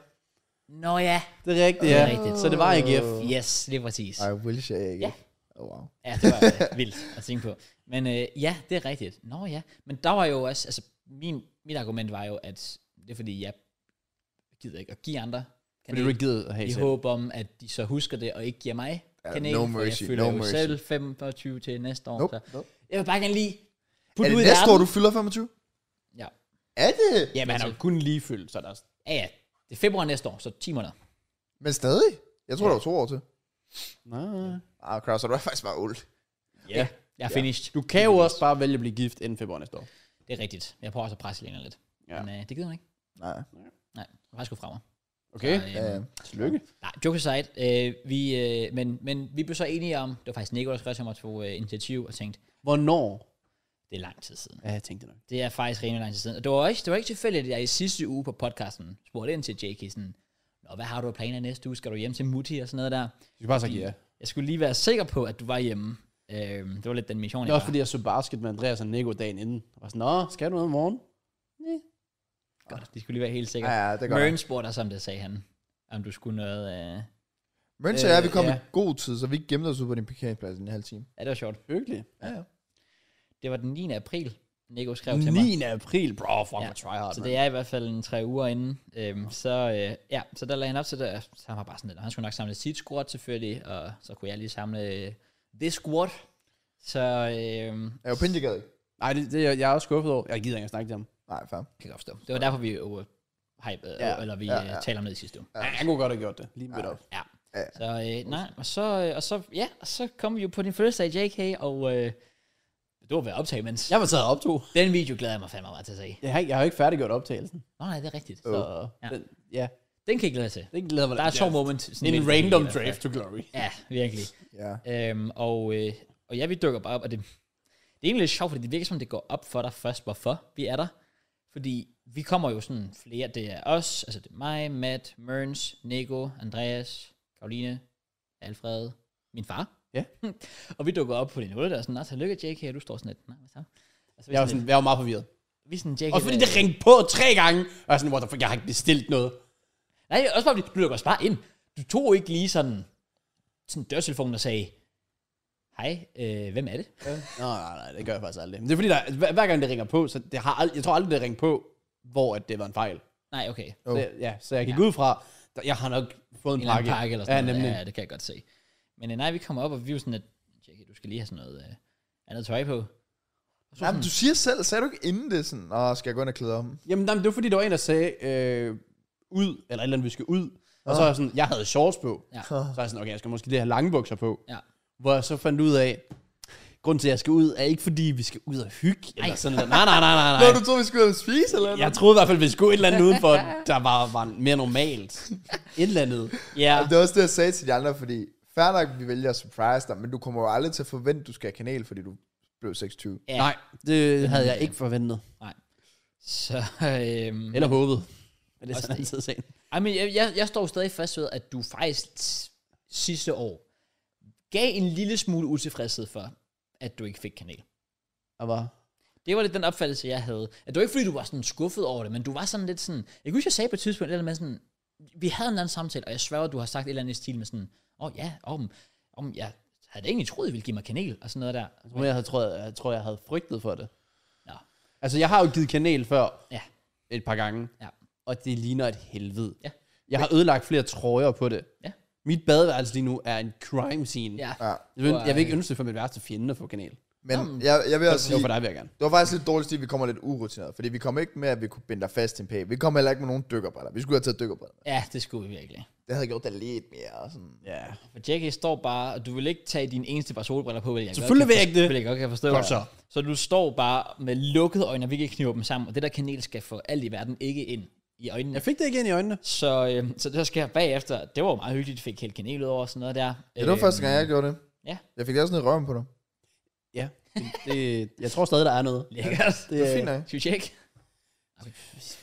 Speaker 1: Nå ja.
Speaker 3: Det er rigtigt,
Speaker 1: Det
Speaker 3: ja.
Speaker 1: er rigtigt.
Speaker 3: Så det var AGF.
Speaker 1: Yes, det er præcis.
Speaker 2: I wish jeg ikke.
Speaker 1: Ja.
Speaker 2: Oh, wow.
Speaker 1: Ja, det var øh, vildt at tænke på. Men øh, ja, det er rigtigt. Nå ja. Men der var jo også... Altså, min, mit argument var jo, at det er fordi, jeg gider ikke at give andre
Speaker 3: Fordi du
Speaker 1: kanel.
Speaker 3: ikke gider at have
Speaker 1: I
Speaker 3: selv.
Speaker 1: håb om, at de så husker det og ikke giver mig
Speaker 2: Ja,
Speaker 1: kanel,
Speaker 2: no
Speaker 1: for
Speaker 2: mercy,
Speaker 1: jeg fylder
Speaker 2: no
Speaker 1: jo
Speaker 2: mercy.
Speaker 1: selv 25 til næste år.
Speaker 2: Nope,
Speaker 1: Så.
Speaker 2: nope.
Speaker 1: Jeg vil bare gerne lige
Speaker 2: Er
Speaker 1: putte
Speaker 2: det
Speaker 1: ud i
Speaker 2: næste
Speaker 1: verden.
Speaker 2: år, du fylder 25?
Speaker 1: Ja.
Speaker 2: Er det?
Speaker 1: Ja,
Speaker 3: Men
Speaker 1: men
Speaker 3: han har
Speaker 1: altså,
Speaker 3: jo kun lige fyldt, så der er...
Speaker 1: ja, ja. Det er februar næste år, så 10 måneder.
Speaker 2: Men stadig? Jeg tror,
Speaker 1: Ja.
Speaker 2: der var to år til.
Speaker 3: Nej.
Speaker 2: Ah, Kraus, så du er faktisk bare old.
Speaker 1: Ja. Jeg er finished.
Speaker 3: Du kan jo også bare vælge at blive gift inden februar næste år.
Speaker 1: Det er rigtigt. Jeg prøver også at presse Lena lidt.
Speaker 3: Ja.
Speaker 1: Ja. Men øh, det gider hun ikke.
Speaker 2: Nej.
Speaker 1: Nej, hun har sgu fra mig.
Speaker 3: Okay?
Speaker 1: Så,
Speaker 2: Ja,
Speaker 1: øh,
Speaker 2: ja.
Speaker 3: Tillykke.
Speaker 1: Nej, joke aside. Øh, vi, øh, men, men vi blev så enige om, det var faktisk Nico, der skrev til mig, at få øh, initiativ og tænkte,
Speaker 3: Hvornår?
Speaker 1: det er lang tid siden.
Speaker 3: Ja, jeg tænkte nok.
Speaker 1: Det er faktisk rimelig lang tid siden. Og det var ikke, det var ikke tilfældigt, at jeg i sidste uge på podcasten spurgte ind til JK sådan, Nå, hvad har du af planer næste uge? Skal du hjem til Mutti og sådan noget der?
Speaker 3: Du skal bare sige ja.
Speaker 1: Jeg skulle lige være sikker på, at du var hjemme. Øh, det var lidt den mission,
Speaker 3: Det
Speaker 1: jeg
Speaker 3: er
Speaker 1: var.
Speaker 3: også fordi, jeg så basket med Andreas og Nico dagen inden. Jeg var sådan, nå, skal du noget i morgen? Nej.
Speaker 1: Godt, de skulle lige være helt sikre.
Speaker 2: Ja, ja, det gør
Speaker 1: Møren spurgte os om det, sagde han. Om du skulle noget... Øh...
Speaker 2: Men så er vi
Speaker 1: Øh,
Speaker 2: kom
Speaker 1: ja.
Speaker 2: i god tid, så vi ikke gemte os ud på din parkeringsplads i en halv time.
Speaker 1: Ja, det var sjovt.
Speaker 3: Hyggeligt.
Speaker 2: Ja, ja.
Speaker 1: Det var den 9. april, Nico skrev til mig.
Speaker 3: 9. april, bro, oh, fuck,
Speaker 1: Ja.
Speaker 3: ja. tryhard,
Speaker 1: Så det er i hvert fald en tre uger inden. Øhm, så, øh, ja, så der lagde han op til det, så han var bare sådan lidt, han skulle nok samle sit squat selvfølgelig, og så kunne jeg lige samle øh, det squat. Så øh,
Speaker 2: Er jo Pindigade ikke?
Speaker 3: Nej, det, det, er- jeg er også skuffet over. Jeg gider ikke engang snakke til ham.
Speaker 2: Nej, fair.
Speaker 1: kan jeg godt forstå. Det var derfor, vi jo hype, øh,
Speaker 3: Ja,
Speaker 1: eller vi
Speaker 2: ja,
Speaker 1: ja,
Speaker 2: ja.
Speaker 1: ja. taler om det i sidste uge.
Speaker 3: Ja. Han kunne godt have gjort det. Lige midt op.
Speaker 1: Ja.
Speaker 2: Ja.
Speaker 1: Så øh, nej, og så, øh, og så, ja, og så kom vi jo på din fødselsdag, JK, og øh, du var ved at optage, mens ja.
Speaker 3: Jeg var taget op to.
Speaker 1: den video glæder jeg mig fandme meget til at se.
Speaker 3: Jeg har, ikke- jeg har ikke færdiggjort optagelsen.
Speaker 1: Nå nej, det er rigtigt.
Speaker 3: Så,
Speaker 1: Så,
Speaker 3: ja.
Speaker 1: Ja.
Speaker 3: Den, ja,
Speaker 1: den kan jeg glæde jer til.
Speaker 3: det glæder mig.
Speaker 1: Der er to moment. sådan
Speaker 3: En
Speaker 1: lidt-
Speaker 3: random
Speaker 1: Ja.
Speaker 3: draft to glory.
Speaker 1: Ja, virkelig.
Speaker 2: Ja.
Speaker 1: Øhm, og, øh, og ja, vi dukker bare op, og det, det er egentlig lidt sjovt, fordi det virker som, det går op for dig først, hvorfor vi er der. Fordi vi kommer jo sådan flere, det er os, altså det er mig, Matt, Mørns, Nico, Andreas, Karoline, Alfred, min far.
Speaker 3: Ja.
Speaker 1: og vi dukker op på din hul, der og sådan, altså lykke JK, og du står sådan lidt, nej, hvad så? Altså, vi
Speaker 3: Jeg
Speaker 1: er
Speaker 3: var,
Speaker 1: sådan,
Speaker 3: sådan, jeg var meget forvirret.
Speaker 1: lidt- vi er sådan, JK,
Speaker 3: Også fordi
Speaker 1: hvad-
Speaker 3: det ringte på tre gange. Og jeg var sådan, what the fuck, jeg har ikke bestilt noget.
Speaker 1: Nej, også bare fordi, du lukker os bare ind. Du tog ikke lige sådan, sådan dørtelefonen og sagde, hej, øh, hvem er det?
Speaker 3: Nå, nej, nej, det gør jeg faktisk aldrig. Men det er fordi, der, hver, hver gang det ringer på, så det har ald- jeg tror aldrig, det ringer på, hvor at det var en fejl.
Speaker 1: Nej, okay.
Speaker 2: Jo.
Speaker 3: Oh. Det, ja, så jeg gik ja. ud fra, der, jeg har nok fået en,
Speaker 1: en
Speaker 3: pakke.
Speaker 1: pakke. pakke eller sådan
Speaker 3: ja,
Speaker 1: noget.
Speaker 3: nemlig.
Speaker 1: Ja, ja, det kan jeg godt se. Men øh, nej, vi kommer op, og vi er jo sådan, at Jackie, du skal lige have sådan noget øh, andet tøj på. Og så
Speaker 2: Jamen, du siger selv, sagde du ikke inden det sådan, åh, skal jeg gå ind og klæde om?
Speaker 3: Jamen, nej, men det var fordi, der var en, der sagde, øh, ud, eller et eller andet, vi skal ud. Og så var jeg sådan, jeg havde shorts på.
Speaker 1: Ja.
Speaker 3: Så var jeg sådan, okay, jeg skal måske lige have lange bukser på.
Speaker 1: Ja.
Speaker 3: Hvor jeg så fandt ud af, grunden til, at jeg skal ud, er ikke fordi, vi skal ud og hygge, eller sådan noget. Nej, nej, nej, nej,
Speaker 2: Nå,
Speaker 3: nej.
Speaker 2: du troede, vi skulle ud og spise, eller
Speaker 3: Jeg troede i hvert fald, vi skulle et eller andet udenfor, der var, var mere normalt. Et eller andet.
Speaker 1: Ja,
Speaker 2: Det er også det, jeg sagde til de andre, fordi fair nok, vi vælger at surprise dig, men du kommer jo aldrig til at forvente, du skal have kanal, fordi du blev 26.
Speaker 1: ja.
Speaker 3: Nej, det havde jeg ikke forventet.
Speaker 1: Så, øhm,
Speaker 3: Eller håbet. Men det er
Speaker 1: Også
Speaker 3: sådan
Speaker 1: det.
Speaker 3: altid sagen.
Speaker 1: ej, men jeg, jeg, jeg står jo stadig fast ved, at du faktisk s- sidste år gav en lille smule utilfredshed for, at du ikke fik kanel.
Speaker 3: Og var,
Speaker 1: Det var lidt den opfattelse, jeg havde. At det var ikke, fordi du var sådan skuffet over det, men du var sådan lidt sådan... Jeg kan huske, jeg sagde på et tidspunkt, et eller andet med sådan... Vi havde en eller anden samtale, og jeg sværger, du har sagt et eller andet i stil med sådan... Åh oh, ja, om, om jeg havde da egentlig troet, I ville give mig kanel, og sådan noget der.
Speaker 3: jeg tror, jeg, havde, tror, jeg, jeg tror, jeg havde frygtet for det.
Speaker 1: Nå.
Speaker 3: Altså, jeg har jo givet kanel før
Speaker 1: Ja.
Speaker 3: et par gange,
Speaker 1: Ja.
Speaker 3: og det ligner et helvede.
Speaker 1: Ja.
Speaker 3: Jeg har ødelagt flere trøjer på det.
Speaker 1: Ja.
Speaker 3: Mit badeværelse lige nu er en crime scene.
Speaker 1: Ja.
Speaker 2: Ja.
Speaker 3: Jeg, vil, jeg vil ikke ønske det for mit værste fjende at få kanel.
Speaker 2: Men jeg, jeg vil også
Speaker 3: Det var
Speaker 2: sige,
Speaker 3: for dig, vil jeg gerne.
Speaker 2: det var faktisk lidt dårligt, at vi kommer lidt urutineret, fordi vi kom ikke med, at vi kunne binde dig fast til en pæ. Vi kom heller ikke med nogen dykkerbrætter. Vi skulle have taget dykkerbrætter.
Speaker 1: Ja, det skulle vi virkelig.
Speaker 2: Det havde gjort dig lidt mere sådan.
Speaker 3: Ja.
Speaker 1: For Jackie står bare, og du vil ikke tage din eneste par solbriller på, vil jeg godt
Speaker 3: Selvfølgelig vil jeg
Speaker 1: kan
Speaker 3: ikke det.
Speaker 1: forstå- Vil jeg godt kan forstå.
Speaker 3: Godt så.
Speaker 1: så du står bare med lukkede øjne, og vi kan ikke knive dem sammen, og det der kanel skal for alt i verden ikke ind i øjnene.
Speaker 3: Jeg fik det igen i øjnene.
Speaker 1: Så, øh, så det der sker bagefter, det var jo meget hyggeligt, at fik helt kanel ud over og sådan noget der. Øhm,
Speaker 2: Ja, det
Speaker 3: Øh,
Speaker 2: var første gang, jeg gjorde det.
Speaker 1: ja.
Speaker 2: Jeg fik da også noget røven på dig.
Speaker 3: Ja. Det, det, jeg tror stadig, der er noget.
Speaker 1: Lækkert.
Speaker 2: Det var fint, ikke?
Speaker 1: Skal vi tjekke?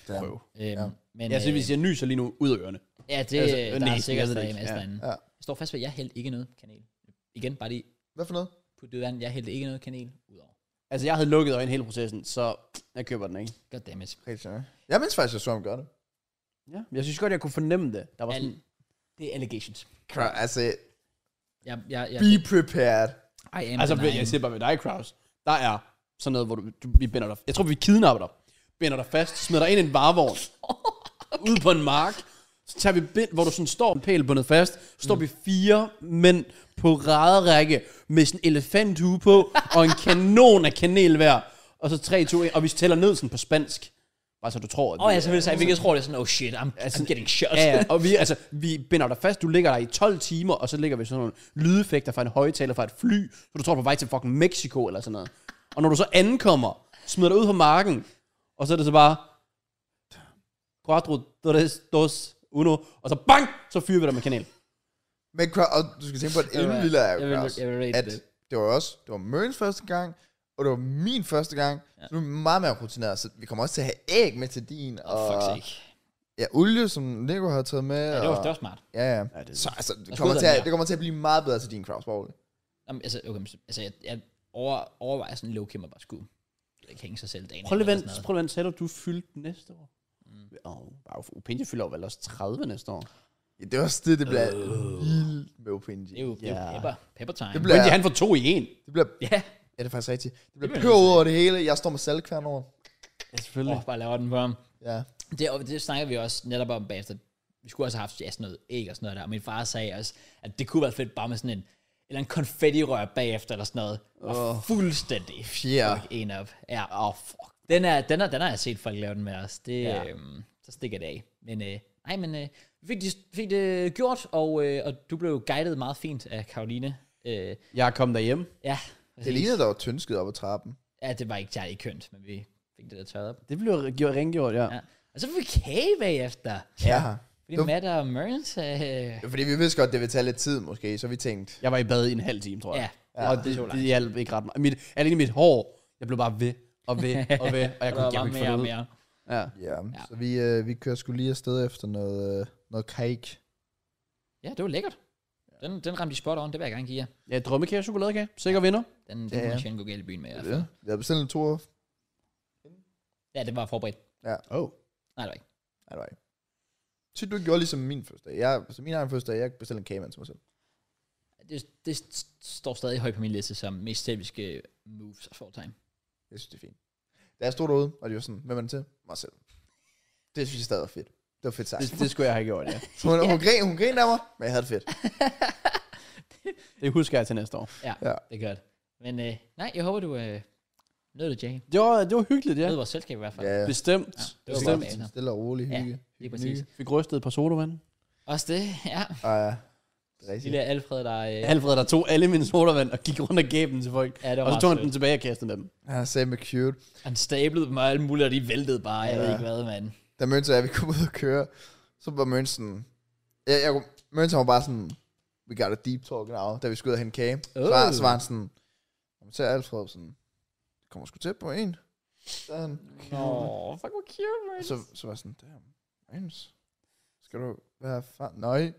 Speaker 2: Ja.
Speaker 3: Prøv.
Speaker 1: Øhm, ja. Men,
Speaker 3: Jeg synes, vi siger nyser lige nu ud af ørerne.
Speaker 1: ja, det
Speaker 3: altså,
Speaker 1: altså,
Speaker 3: næsen,
Speaker 1: der
Speaker 3: jeg
Speaker 1: er
Speaker 3: ved
Speaker 1: sikkert
Speaker 3: det
Speaker 1: stadig en
Speaker 3: ikke.
Speaker 1: masse
Speaker 3: Ja.
Speaker 1: derinde.
Speaker 2: Ja.
Speaker 1: Jeg står fast ved, at jeg hældte ikke noget kanel. Igen, bare lige
Speaker 2: Hvad for noget?
Speaker 1: putte det i vand. Jeg hældte ikke noget kanel udover.
Speaker 3: Altså, jeg havde lukket øjnene hele processen, så jeg køber den ikke.
Speaker 1: Goddammit.
Speaker 2: Helt sikkert. Jeg mindst faktisk, jeg så ham gøre det.
Speaker 3: Ja. Jeg synes godt, jeg kunne fornemme det. Der var sådan,
Speaker 1: Al- det er allegations.
Speaker 2: Kra- Altså,
Speaker 1: Jeg, jeg, jeg,
Speaker 2: be prepared.
Speaker 1: I am
Speaker 3: altså, ved,
Speaker 1: denying.
Speaker 3: jeg siger bare ved dig, Kraus. Der er sådan noget, hvor du, du, vi binder dig... Jeg tror, vi kidnapper dig. Binder dig fast, smider dig ind i en varevogn. okay. Ud på en mark. Så tager vi bind, hvor du sådan står en pæl bundet fast. Så står mm. vi fire mænd på række med sådan en elefanthue på, og en kanon af kanel hver. Og så 3, 2, 1, og vi tæller ned sådan på spansk. Bare så du tror, at
Speaker 1: Åh, oh, jeg selvfølgelig sagde, hvilket tror, det er sådan, oh shit, I'm, I'm getting shot.
Speaker 3: Altså, Ja, ja, og vi, altså, vi binder dig fast, du ligger der i 12 timer, og så ligger vi sådan nogle lydeffekter fra en højtaler fra et fly, så du tror, du er på vej til fucking Mexico eller sådan noget. Og når du så ankommer, smider dig ud på marken, og så er det så bare, cuatro, tres, dos, uno, og så bang, så fyrer vi dig med kanel.
Speaker 2: Men Kra- og du skal tænke på, at
Speaker 1: vil-
Speaker 2: inden Lilla er jo
Speaker 1: jeg vil-
Speaker 2: Kraus,
Speaker 1: jeg vil rate
Speaker 2: at
Speaker 1: det.
Speaker 2: det var også, det var Mørens første gang, og det var min første gang. Ja. Så nu er vi meget mere rutineret, så vi kommer også til at have æg med til din.
Speaker 1: Oh, fuck
Speaker 2: og
Speaker 1: sake.
Speaker 2: ja, olie, som Nico har taget med.
Speaker 1: Ja, det var,
Speaker 2: og,
Speaker 1: det var smart.
Speaker 2: Ja, ja.
Speaker 3: Ja, det-
Speaker 2: så altså, det
Speaker 1: skulle
Speaker 2: kommer,
Speaker 1: der
Speaker 2: til at,
Speaker 1: mere.
Speaker 2: det kommer til at blive meget bedre til din Kraus, Borg.
Speaker 1: Jamen, altså, okay, men så- altså, jeg, jeg over, overvejer sådan low key, man bare skulle ikke hænge sig selv dagen.
Speaker 3: Prøv lige
Speaker 1: eller
Speaker 3: vent,
Speaker 1: sådan noget.
Speaker 3: prøv lige vent, sagde du, du fyldte næste år? Åh, mm. oh, bare Opinje fylder jo vel også 30 næste år.
Speaker 2: Ja, det er også det, det bliver vildt med OpenG.
Speaker 1: Øh. Det er jo det er jo
Speaker 3: Ja.
Speaker 1: pepper, pepper time.
Speaker 2: Det
Speaker 3: Wendy,
Speaker 2: bliver,
Speaker 3: han får to i en.
Speaker 2: det bliver,
Speaker 1: Ja,
Speaker 2: ja, det er faktisk rigtigt. Det
Speaker 1: Det
Speaker 2: bliver
Speaker 1: bliver
Speaker 2: peber ud over det hele. Jeg står med salgkværn over.
Speaker 3: Ja, selvfølgelig.
Speaker 1: oh, bare laver den på ham.
Speaker 2: Ja.
Speaker 1: Det, og det snakker vi også netop om bagefter. Vi skulle også have haft ja, sådan noget æg og sådan noget der. Og min far sagde også, at det kunne være fedt bare med sådan en, eller en konfettirør bagefter eller sådan noget. Og oh. fuldstændig
Speaker 2: Fjer.
Speaker 1: fuck en op. Ja, oh, fuck. Den, er, den, er, den har jeg set folk lave den med os. Det,
Speaker 3: Ja.
Speaker 1: ja. øhm, så stikker det af. Men øh, nej, men øh, vi fik, det, fik det gjort, og, øh, og du blev guidet meget fint af Karoline. Øh,
Speaker 3: Jeg er kommet derhjem.
Speaker 1: ja,
Speaker 2: Det lignede, der var tyndskid op ad trappen.
Speaker 1: ja, det var ikke særlig kønt, men vi fik det der tørret op.
Speaker 3: Det blev gjort, rengjort, ja.
Speaker 1: Ja. Og så fik vi kage bagefter.
Speaker 2: Ja.
Speaker 1: Fordi
Speaker 2: Det-
Speaker 1: Matt og Merns, øh,
Speaker 2: Fordi vi vidste godt, det ville tage lidt tid måske, så vi tænkte,
Speaker 3: Jeg var i bad i en halv time, tror jeg.
Speaker 1: ja,
Speaker 3: Ja, og det,
Speaker 1: tog lang
Speaker 3: det, hjalp ikke ret meget. Mit, alene mit hår, jeg blev bare ved og ved og ved, og
Speaker 1: der
Speaker 3: jeg kunne
Speaker 1: var
Speaker 3: jeg kunne ikke få
Speaker 1: mere
Speaker 3: det
Speaker 1: og
Speaker 3: ud.
Speaker 1: mere.
Speaker 3: Ja.
Speaker 2: ja, så vi, øh, vi kører skulle lige afsted efter noget, øh, noget cake.
Speaker 1: Ja, det var lækkert. Den, den ramte de spot on, det vil jeg gerne give jer.
Speaker 3: ja, drømmekage og chokoladekage. Sikker vinder.
Speaker 1: Den, den ja,
Speaker 2: Ja,
Speaker 1: ja.
Speaker 2: ja.
Speaker 1: kunne sjældent gå galt i byen med. i hvert fald.
Speaker 2: Ja. Vi havde bestilt en tur.
Speaker 1: Ja, det var forberedt.
Speaker 2: Ja. Oh.
Speaker 1: Nej, det var ikke.
Speaker 2: Nej, det var ikke. Så du gjorde ligesom min første dag. Jeg, så min egen første dag, jeg bestilte en kagemann til mig selv.
Speaker 1: Det, det st- står stadig højt på min liste som mest selviske moves of all time.
Speaker 2: Jeg synes, det er fint. Da jeg stod derude, og det var sådan, hvem er den til? Mig selv. Det synes jeg stadig var fedt. Det var fedt sagt.
Speaker 3: Det, det skulle jeg have gjort, ja.
Speaker 2: Hun, hun, grin, hun grinede af mig, men jeg havde det fedt.
Speaker 3: Det husker jeg til næste år.
Speaker 1: Ja, ja.
Speaker 2: Ja.
Speaker 1: det er godt. Men øh, nej, jeg håber, du øh, nåede det, Jay.
Speaker 3: Det var, det var hyggeligt, ja.
Speaker 1: Nåede vores selskab i hvert fald.
Speaker 2: Ja, ja.
Speaker 3: Bestemt.
Speaker 1: Ja, det
Speaker 3: Ja,
Speaker 1: var
Speaker 3: Bestemt.
Speaker 1: godt.
Speaker 2: Sådan Stille og roligt
Speaker 1: Ja,
Speaker 2: hygge.
Speaker 1: Det er præcis.
Speaker 3: Fik rystet et par sodavand.
Speaker 1: Også det, ja.
Speaker 2: Og Ah, ja, det er rigtigt.
Speaker 1: Lille Alfred, der... Øh,
Speaker 3: Alfred, der tog alle mine sodavand og gik rundt og gav dem til folk.
Speaker 1: ja, det var
Speaker 3: Og så
Speaker 1: meget
Speaker 3: tog han
Speaker 1: sødt.
Speaker 3: dem tilbage og kastede med dem.
Speaker 2: Han sagde med cute.
Speaker 1: Han stablede dem og alt muligt, og de væltede bare. Jeg ved
Speaker 2: Ja.
Speaker 1: ikke hvad, mand.
Speaker 2: Da Mønsen og jeg, vi kom ud og køre, så var Mønsen... Ja, jeg, Mønsen var bare sådan, we got a deep talk now, da vi skulle ud og hente kage. Så, var,
Speaker 1: Oh.
Speaker 2: så var han sådan, når man ser Alfred sådan, det kommer sgu tæt på en. Så, han,
Speaker 1: Nå, fuck, hvor cute, man.
Speaker 2: og så, så var jeg sådan, damn, Møns, skal du være far? Nøj.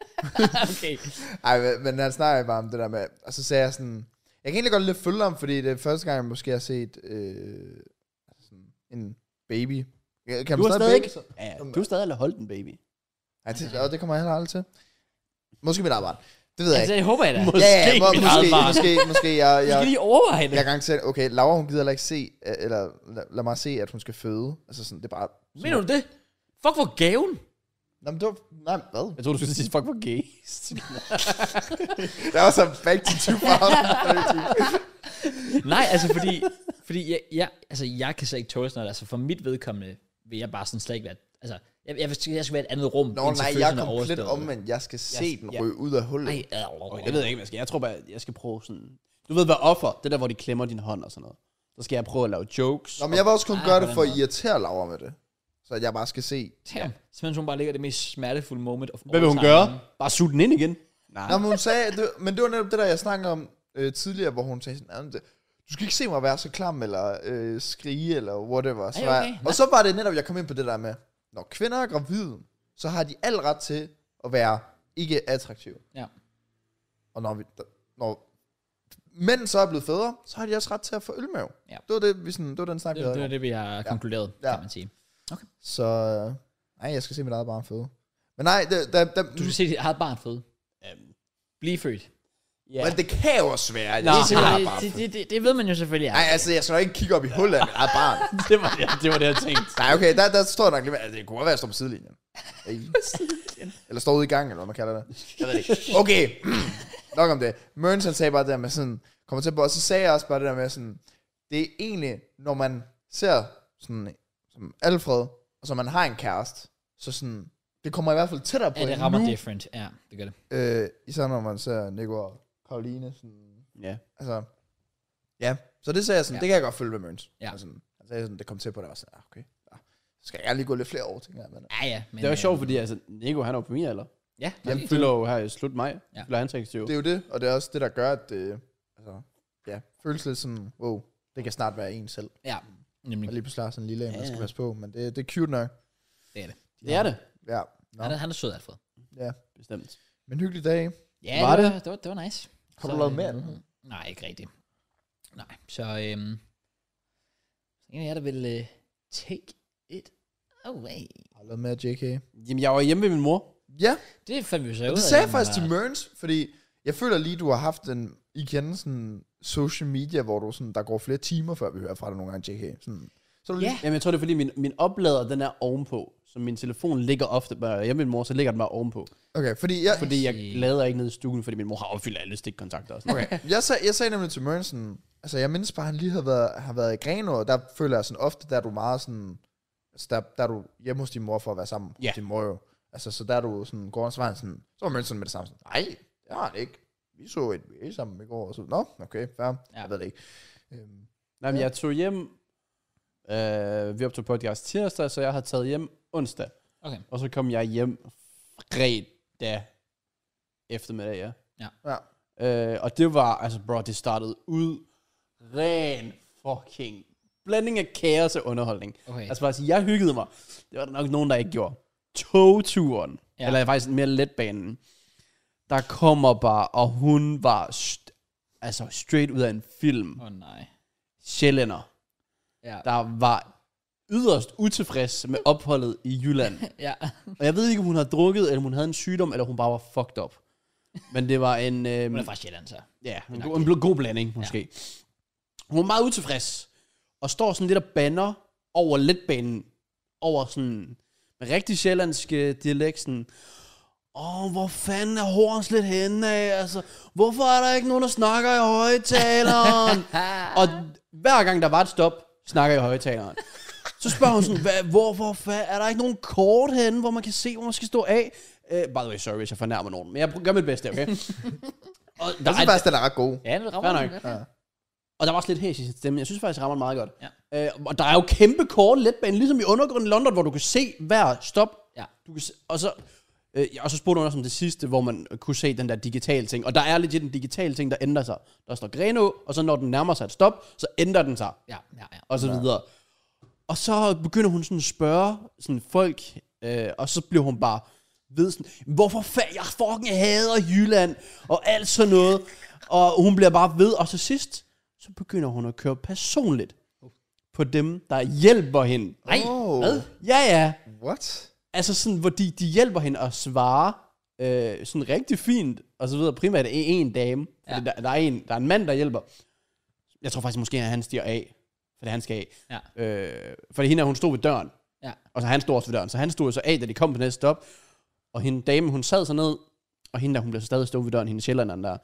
Speaker 1: okay.
Speaker 2: Ej, men- men han snakker bare om det der med, og så sagde jeg sådan, jeg kan egentlig godt lidt følge ham, fordi det er første gang, jeg måske har set øh, sådan en baby. Ja, Kan
Speaker 3: Du
Speaker 2: man
Speaker 3: har
Speaker 2: stadig
Speaker 3: stadig
Speaker 2: baby-
Speaker 3: ikke... Ja, du har stadig holdt den, baby.
Speaker 2: Ja, det, og det kommer jeg heller aldrig til. Måske mit arbejde. Det ved jeg
Speaker 1: Altså,
Speaker 2: ikke.
Speaker 1: jeg håber jeg da.
Speaker 3: Måske
Speaker 2: Ja, ja,
Speaker 3: mit
Speaker 2: må, måske,
Speaker 3: eget barn.
Speaker 2: måske, måske, jeg,
Speaker 1: Jeg skal
Speaker 2: jeg,
Speaker 1: lige overveje det.
Speaker 2: jeg kan sige, okay, Laura, hun gider heller ikke se, øh, eller lad, lad mig se, at hun skal føde. Altså sådan, det er bare...
Speaker 1: Mener du det? Fuck, hvor gaven.
Speaker 2: Nå, men det var, nej, hvad?
Speaker 3: Jeg troede, du skulle sige, fuck, hvor gay.
Speaker 2: Der var så back to 2000.
Speaker 1: Nej, altså fordi, fordi jeg, jeg, altså, jeg kan slet ikke tåle sådan noget. Altså for mit vedkommende vil jeg bare sådan slet ikke være... Altså, jeg, jeg, jeg, jeg skal være i et andet rum,
Speaker 2: Nå, nej, jeg
Speaker 1: følelsen
Speaker 2: er komplet
Speaker 1: overstået.
Speaker 2: omvendt. Jeg skal se
Speaker 3: Jeg-
Speaker 2: den
Speaker 3: ja.
Speaker 2: ryge ud af hullet.
Speaker 1: Ej,
Speaker 3: Okay,
Speaker 1: øh,
Speaker 3: det ved jeg ikke, hvad jeg skal. Jeg tror bare, jeg skal prøve sådan... Du ved, hvad offer, det der, hvor de klemmer din hånd og sådan noget. Så skal jeg prøve at lave jokes.
Speaker 2: Nå, men jeg vil også kun
Speaker 1: Ej,
Speaker 2: gøre
Speaker 1: på
Speaker 2: det
Speaker 1: den
Speaker 2: for at
Speaker 1: måde.
Speaker 2: irritere Laura med det. Så at jeg bare skal se.
Speaker 1: Damn. Simpelthen, hun bare ligger i det mest smertefulde moment of
Speaker 3: Hvad vil hun gøre? Bare suge den ind igen? Nej.
Speaker 2: Nå, men hun sagde, det, men det var netop det der, jeg snakkede om øh, tidligere, hvor hun sagde sådan, "Nå, men det- du skal ikke se mig være så klam, eller øh, skrige, eller whatever. Så
Speaker 1: Ej,
Speaker 2: var
Speaker 1: okay.
Speaker 2: jeg,
Speaker 1: Nej.
Speaker 2: og så var det netop, jeg kom ind på det der med, når kvinder er gravide, så har de al ret til at være ikke attraktive.
Speaker 1: Ja.
Speaker 2: Og når, vi, når mænd så er blevet fædre, så har de også ret til at få ølmave.
Speaker 1: Ja.
Speaker 2: Det var, det, vi sådan, det var den snak, vi
Speaker 1: Det, det
Speaker 2: havde.
Speaker 1: er det, vi har ja. konkluderet, ja.
Speaker 2: Ja.
Speaker 1: kan man sige.
Speaker 2: Så øh, nej, jeg skal se mit eget barn føde. Men nej, det, der, der,
Speaker 1: Du skal se dit eget barn føde.
Speaker 3: Øhm,
Speaker 1: Blive født.
Speaker 3: Ja.
Speaker 2: men det kan jo også være. at
Speaker 3: Nå,
Speaker 2: jeg ikke ser mit eget
Speaker 1: det,
Speaker 2: barn
Speaker 1: det,
Speaker 2: føde.
Speaker 1: det, det, det ved man jo selvfølgelig.
Speaker 2: Nej, altså, jeg skal nok ikke kigge op i hullet af mit eget barn.
Speaker 3: det, var, det, det var det, jeg tænkte.
Speaker 2: Nej, okay, der, der står jeg nok lige... Altså, det kunne godt være, at jeg står på sidelinjen. Ikke? eller står ude i gang, eller hvad man kalder det. Jeg ved det ikke. Okay, nok om det. Mørens, han sagde bare det der med sådan... Kommer til på, og så sagde jeg også bare det der med sådan... Det er egentlig, når man ser sådan... Som Alfred, og så man har en kæreste, så sådan... Det kommer i hvert fald tættere på
Speaker 1: Ja, det
Speaker 2: end
Speaker 1: rammer
Speaker 2: nu.
Speaker 1: different. Ja, det gør det.
Speaker 2: Øh, især når man ser Nico og Karoline. Sådan,
Speaker 3: Ja.
Speaker 2: altså, ja. Så det sagde jeg sådan,
Speaker 1: Ja.
Speaker 2: ja. det kan jeg godt følge med Møns.
Speaker 1: Ja.
Speaker 2: Og sådan, han sagde sådan, det kom til på det, og jeg var sådan, ah, okay. Ja. Så skal jeg lige gå lidt flere år, tænker jeg. Men,
Speaker 1: Ja, ja. Men,
Speaker 3: Det var
Speaker 1: øh,
Speaker 3: sjovt, fordi altså, Nico, han er jo på min alder.
Speaker 1: Ja,
Speaker 3: Han
Speaker 1: præcis.
Speaker 3: fylder jo her i slut maj.
Speaker 1: Ja.
Speaker 3: Ja. Fylder han 26.
Speaker 2: det er jo det, og det er også det, der gør, at det, altså, ja, føles lidt sådan, wow, det kan snart være en selv.
Speaker 1: Ja, nemlig.
Speaker 2: Og lige pludselig er sådan en lille en,
Speaker 3: Ja,
Speaker 2: man skal
Speaker 3: ja.
Speaker 2: passe på, men det, det er cute nok.
Speaker 1: Det er det.
Speaker 3: Det er det.
Speaker 2: Ja, no.
Speaker 1: Han er, han er sød, Alfred.
Speaker 2: ja.
Speaker 3: Bestemt.
Speaker 2: Men hyggelig dag.
Speaker 1: Ja,
Speaker 3: Var
Speaker 1: det,
Speaker 3: det?
Speaker 1: var, det, var, det var nice.
Speaker 2: Har
Speaker 1: Så,
Speaker 2: du lavet
Speaker 1: øh,
Speaker 2: mere? eller hvad?
Speaker 1: Nej, ikke rigtigt. Nej, så øhm, en af jer, der vil øh, take it away.
Speaker 2: Har du lavet mere JK?
Speaker 3: Jamen, jeg var hjemme ved min mor.
Speaker 2: Ja,
Speaker 1: Det fandt vi jo så ud
Speaker 2: det
Speaker 1: af,
Speaker 2: sagde
Speaker 1: at
Speaker 2: jeg
Speaker 1: den
Speaker 2: faktisk til
Speaker 1: var-
Speaker 2: Mørns, fordi jeg føler lige, du har haft en, igen sådan social media, hvor du sådan, der går flere timer, før vi hører fra dig nogle gange, JK. Sådan, så er du lige,
Speaker 1: Ja.
Speaker 3: Jamen, jeg tror, det er, fordi min, min oplader, den er ovenpå. Så min telefon ligger ofte bare, hjemme min mor, så ligger den bare ovenpå.
Speaker 2: okay, fordi jeg,
Speaker 3: Fordi jeg lader ikke ned i stuen, fordi min mor har opfyldt alle stikkontakter og sådan okay.
Speaker 2: jeg, sag, jeg sagde nemlig til Mørensen, altså jeg mindes bare, at han lige havde været, har været i Grenå, og der føler jeg sådan ofte, der er du meget sådan, altså der, der er du hjemme hos din mor for at være sammen
Speaker 3: Ja.
Speaker 2: med din mor jo. Altså, så der er du sådan, går og svarer sådan, så var Mørensen med det samme sådan, nej, det har han ikke. Vi så et VA sammen i går, og så, nå, okay, fair, ja. jeg ved det ikke. Øhm,
Speaker 3: Nej, men jeg tog hjem, øh, vi optog podcast tirsdag, så jeg har taget hjem onsdag.
Speaker 1: Okay.
Speaker 3: Og så kom jeg hjem fredag eftermiddag, ja.
Speaker 2: ja.
Speaker 3: Øh, og det var, altså bro, det startede ud ren fucking blanding af kaos og underholdning.
Speaker 1: Okay.
Speaker 3: Altså faktisk, jeg hyggede mig. Det var der nok nogen, der ikke gjorde. Togturen,
Speaker 1: Ja.
Speaker 3: ja. eller faktisk mere letbanen, der kommer bare, og hun var st- altså straight ud af en film.
Speaker 1: Åh oh, nej.
Speaker 3: Sjællænder,
Speaker 1: Ja.
Speaker 3: der var yderst utilfreds med opholdet i Jylland.
Speaker 1: ja.
Speaker 3: Og jeg ved ikke, om hun har drukket, eller om hun havde en sygdom, eller hun bare var fucked up. Men det var en... Øh,
Speaker 1: Hun er fra Sjælland, så.
Speaker 3: Ja, en, god, en bl- god blanding måske. Ja. Hun er meget utilfreds, og står sådan lidt og banner over letbanen, over sådan med rigtig sjællandsk øh, dialekt, sådan, åh, hvor fanden er Horns lidt henne af, altså, hvorfor er der ikke nogen, der snakker i højtaleren? og hver gang der var et stop, snakker i højtaleren. Så spørger hun sådan, Hvad, hvorfor fa- er der ikke nogen kort henne, hvor man kan se, hvor man skal stå af? Uh, by the way, sorry, hvis jeg fornærmer nogen, men jeg pr- gør mit bedste, okay? og der
Speaker 2: Jeg synes faktisk, den er ret god.
Speaker 1: Ja, det
Speaker 3: Fair
Speaker 1: rammer
Speaker 3: nok.
Speaker 1: den.
Speaker 3: Og der var også lidt hæs i sin stemme. Jeg synes faktisk, jeg rammer den meget godt.
Speaker 1: Ja.
Speaker 3: Øh, og der er jo kæmpe kort letbane, ligesom i undergrunden i London, hvor du kan se hver stop.
Speaker 1: Ja.
Speaker 3: Du kan se, og så... Øh, og så spurgte hun også om det sidste, hvor man kunne se den der digitale ting. Og der er lidt den digitale ting, der ændrer sig. Der står Greno, og så når den nærmer sig et stop, så ændrer den sig
Speaker 1: Ja, ja, ja.
Speaker 3: og så videre. Og så begynder hun sådan at spørge sådan folk, øh, og så bliver hun bare ved sådan, hvorfor fa- jeg fucking hader Jylland, og alt sådan noget. Og hun bliver bare ved, og til sidst, så begynder hun at køre personligt på dem, der hjælper hende.
Speaker 1: Nej,
Speaker 2: Åh.
Speaker 1: hvad?
Speaker 3: Ja, ja.
Speaker 2: What?
Speaker 3: Altså sådan, hvor de, de hjælper hende at svare øh, sådan rigtig fint, og så videre. Primært en, en dame, for
Speaker 1: Ja.
Speaker 3: ja. der, der, er en, der er en mand, der hjælper. Jeg tror faktisk måske, at han stiger af, for det han skal af.
Speaker 1: Ja.
Speaker 3: Øh, fordi hende, her, hun stod ved døren,
Speaker 1: Ja.
Speaker 3: og så han stod også ved døren. Så han stod jo så af, da de kom på næste stop, og hende dame, hun sad sig ned, og hende der, hun blev så stadig stå ved døren, hende sjællanderen der.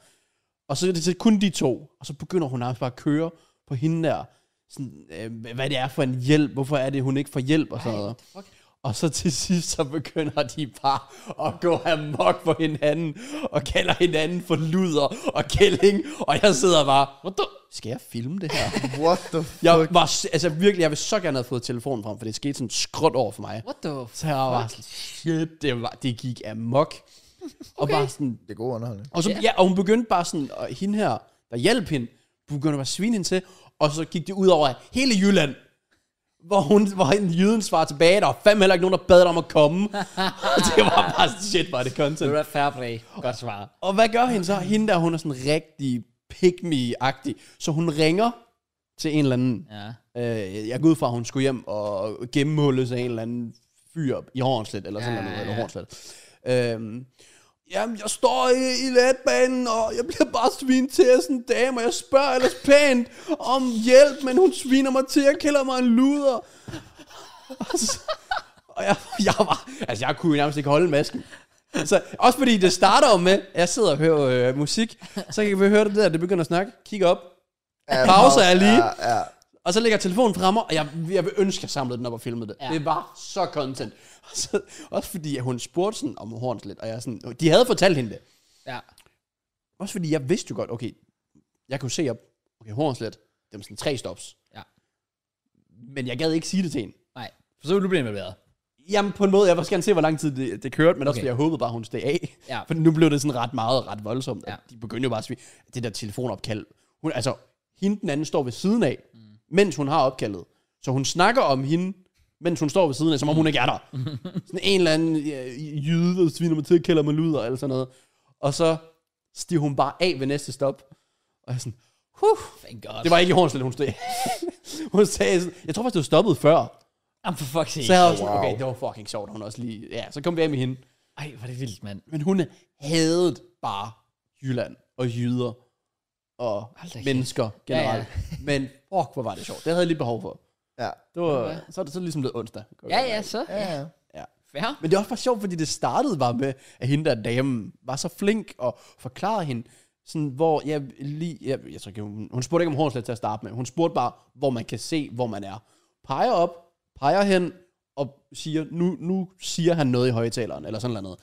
Speaker 3: Og så er det så kun de to, og så begynder hun nærmest bare at køre på hende der, sådan, øh, hvad det er for en hjælp, hvorfor er det, hun ikke får hjælp og sådan noget.
Speaker 1: Fuck.
Speaker 3: Og så til sidst, så begynder de bare at gå amok på hinanden, og kalder hinanden for luder og kælling, og jeg sidder bare, what the? Skal jeg filme det her?
Speaker 2: What the fuck?
Speaker 3: Jeg var, s- altså virkelig, jeg ville så gerne have fået telefonen frem, for det skete sådan skråt over for mig.
Speaker 1: What the
Speaker 3: Så jeg var bare sådan, shit, det, var, det gik amok. Okay. Og bare sådan,
Speaker 2: Det er god underholdning.
Speaker 3: og, så, ja, og hun begyndte bare sådan, og hende her, der hjalp hende, begyndte bare at svine hende til, og så gik det ud over hele Jylland, hvor, hun, hvor en jyden svarer tilbage, der var fandme heller ikke nogen, der bad dig om at komme. og det var bare sådan, shit, var det
Speaker 1: Det
Speaker 3: content.
Speaker 1: var fair play. Godt svar.
Speaker 3: Og hvad gør hende så? Hende der, hun er sådan rigtig pygmy agtig så hun ringer til en eller anden.
Speaker 1: Ja.
Speaker 3: Øh, jeg går ud fra, at hun skulle hjem og gennemhulles af en eller anden fyr i Hornslet, eller sådan
Speaker 1: Ja,
Speaker 3: ja, noget,
Speaker 1: ja,
Speaker 3: eller
Speaker 1: ja.
Speaker 3: Hornslet. Øhm, jamen, jeg står i, i letbanen, og jeg bliver bare svinet til af sådan en dame, og jeg spørger ellers pænt om hjælp, men hun sviner mig til, jeg kalder mig en luder. Og så- og jeg, jeg var, altså jeg kunne jo nærmest ikke holde masken. Så, også fordi det starter jo med, at jeg sidder og hører øh, musik, så kan vi høre det der, det begynder at snakke, kig op, Pause er lige.
Speaker 2: Ja, ja.
Speaker 3: og så lægger jeg telefonen fremme, og jeg, jeg vil ønske, at jeg samlede den op og filmede det. Ja. Det var så content. Og så, også fordi at hun spurgte sådan om Horns lidt, og jeg sådan, de havde fortalt hende det.
Speaker 1: Ja.
Speaker 3: Også fordi jeg vidste jo godt, okay, jeg kunne se op, okay, Horns lidt, det var sådan tre stops.
Speaker 1: Ja.
Speaker 3: Men jeg gad ikke sige det til hende.
Speaker 1: Nej. For så vil du blive involveret.
Speaker 3: Jamen på en måde, jeg vil også gerne se, hvor lang tid det, det kørte, men også
Speaker 1: Okay.
Speaker 3: fordi jeg håbede bare, hun steg af.
Speaker 1: Ja.
Speaker 3: For nu blev det sådan ret meget og ret voldsomt.
Speaker 1: Ja.
Speaker 3: Ja. De begyndte jo bare at svine. Det der telefonopkald. Hun, altså, hende den anden står ved siden af, mm. mens hun har opkaldet. Så hun snakker om hende, mens hun står ved siden af, som om hun ikke er der. sådan en eller anden øh, jyde, der sviner mig til, kalder mig luder, eller sådan noget. Og så stiger hun bare af ved næste stop. Og jeg er sådan, huh,
Speaker 1: Thank God.
Speaker 3: det var ikke i Hornslet, hun stod. hun sagde, sådan- jeg tror faktisk, det var stoppet før.
Speaker 1: Jamen for fuck's sake.
Speaker 3: Så jeg var sådan,
Speaker 2: Wow.
Speaker 3: okay, det var fucking sjovt, hun også lige, ja, så kom vi af med hende.
Speaker 1: Ej, hvor er det vildt, mand.
Speaker 3: Men hun havde bare Jylland og jyder og
Speaker 1: Hold da kæft.
Speaker 3: mennesker generelt.
Speaker 1: Ja,
Speaker 3: Ja, ja. Men fuck, hvor var det sjovt. Det havde jeg lige behov for.
Speaker 2: Ja.
Speaker 3: Det var,
Speaker 1: Ja.
Speaker 3: Så er det så ligesom blevet onsdag.
Speaker 1: Ja, ja, så.
Speaker 2: Ja, ja.
Speaker 1: Fair.
Speaker 3: Men det er også bare sjovt, fordi det startede bare med, at hende der damen var så flink og forklarede hende, sådan, hvor jeg lige, jeg, jeg tror ikke, hun, hun spurgte ikke om Hornslet til at starte med, hun spurgte bare, hvor man kan se, hvor man er. Peger op, peger hen, og siger, nu, nu siger han noget i højtaleren, eller sådan noget.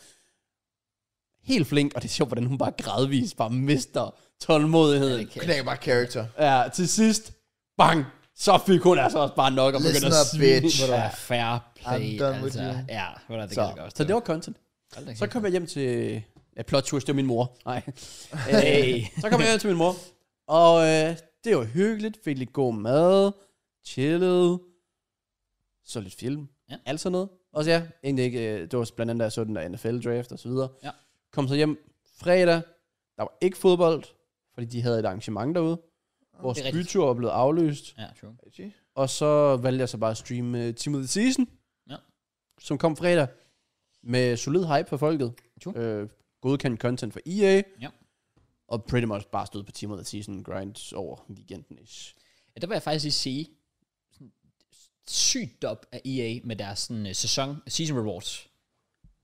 Speaker 3: Helt flink, og det er sjovt, hvordan hun bare gradvist bare mister tålmodigheden.
Speaker 1: Okay.
Speaker 2: Knækker bare character.
Speaker 3: Ja, til sidst, bang, så fik hun altså også bare nok og begyndte
Speaker 2: Listen
Speaker 3: at
Speaker 2: up,
Speaker 3: sige.
Speaker 2: bitch.
Speaker 1: Hvor der er fair play,
Speaker 2: I'm done with
Speaker 1: altså.
Speaker 2: you.
Speaker 1: Ja, hvor der det kan jeg
Speaker 3: Så,
Speaker 1: godt.
Speaker 3: så det var content.
Speaker 1: var,
Speaker 3: Så kom jeg hjem til... Ja, plot twist, det var min mor. Nej.
Speaker 1: Hey.
Speaker 3: Øh, så kom jeg hjem til min mor. Og øh, det var hyggeligt. Fik lidt god mad. Chillede. Så lidt film.
Speaker 1: Ja.
Speaker 3: Alt sådan noget. Også ja, egentlig ikke. Øh, det var blandt andet, da jeg så den der NFL-draft og så videre.
Speaker 1: Ja.
Speaker 3: Kom så hjem fredag. Der var ikke fodbold, fordi de havde et arrangement derude. Vores
Speaker 1: Det er rigtigt.
Speaker 3: bytur er blevet aflyst.
Speaker 1: Ja, true.
Speaker 3: Og så valgte jeg så bare at streame uh, Team of the Season,
Speaker 1: Ja.
Speaker 3: som kom fredag med solid hype for folket.
Speaker 1: True.
Speaker 3: Øh, godkendt content for EA.
Speaker 1: Ja.
Speaker 3: Og pretty much bare stod på Team of the Season grind over weekenden. -ish.
Speaker 1: Ja, der vil jeg faktisk lige sige, sådan sygt op af EA med deres sådan, øh, sæson, season rewards.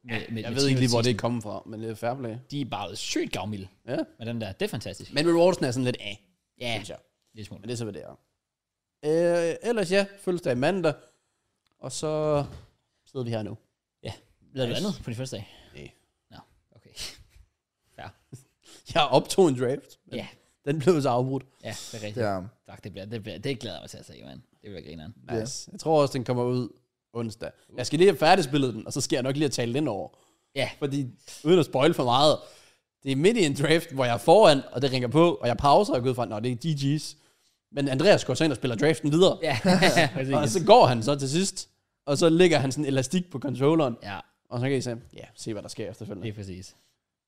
Speaker 1: Med, ja,
Speaker 3: Jeg ved ikke lige, hvor det kom fra, men det er fair play.
Speaker 1: De er bare sygt gavmilde
Speaker 3: Ja.
Speaker 1: med den der. Det er fantastisk.
Speaker 3: Men rewardsene er sådan lidt af,
Speaker 1: Ja,
Speaker 3: synes jeg.
Speaker 1: lidt smule.
Speaker 3: Men det er så, hvad det er. Øh, ellers ja, følges i mandag. Og så sidder vi her nu.
Speaker 1: Lavede du
Speaker 3: Nice.
Speaker 1: andet på din første dag?
Speaker 3: Nej.
Speaker 1: Nå, okay.
Speaker 3: Jeg optog en draft. men
Speaker 1: Ja.
Speaker 3: Den blev så afbrudt.
Speaker 1: Ja, det er rigtigt.
Speaker 2: Ja.
Speaker 1: Tak, det, bliver, det, bliver, det glæder jeg mig til at se, mand. Det bliver grineren.
Speaker 3: Nice. Jeg tror også, den kommer ud onsdag. Jeg skal lige have færdigspillet den, og så skal jeg nok lige have talt den over.
Speaker 1: Ja.
Speaker 3: Fordi, uden at spoil for meget, det er midt i en draft, hvor jeg er foran, og det ringer på, og jeg pauser, og jeg går ud fra, at det er GG's. Men Andreas går så ind og spiller draften videre.
Speaker 1: Ja, præcis.
Speaker 3: Og så går han så til sidst, og så ligger han sådan en elastik på controlleren,
Speaker 1: ja,
Speaker 3: og så kan I se, ja, se hvad der sker efterfølgende.
Speaker 1: det er præcis.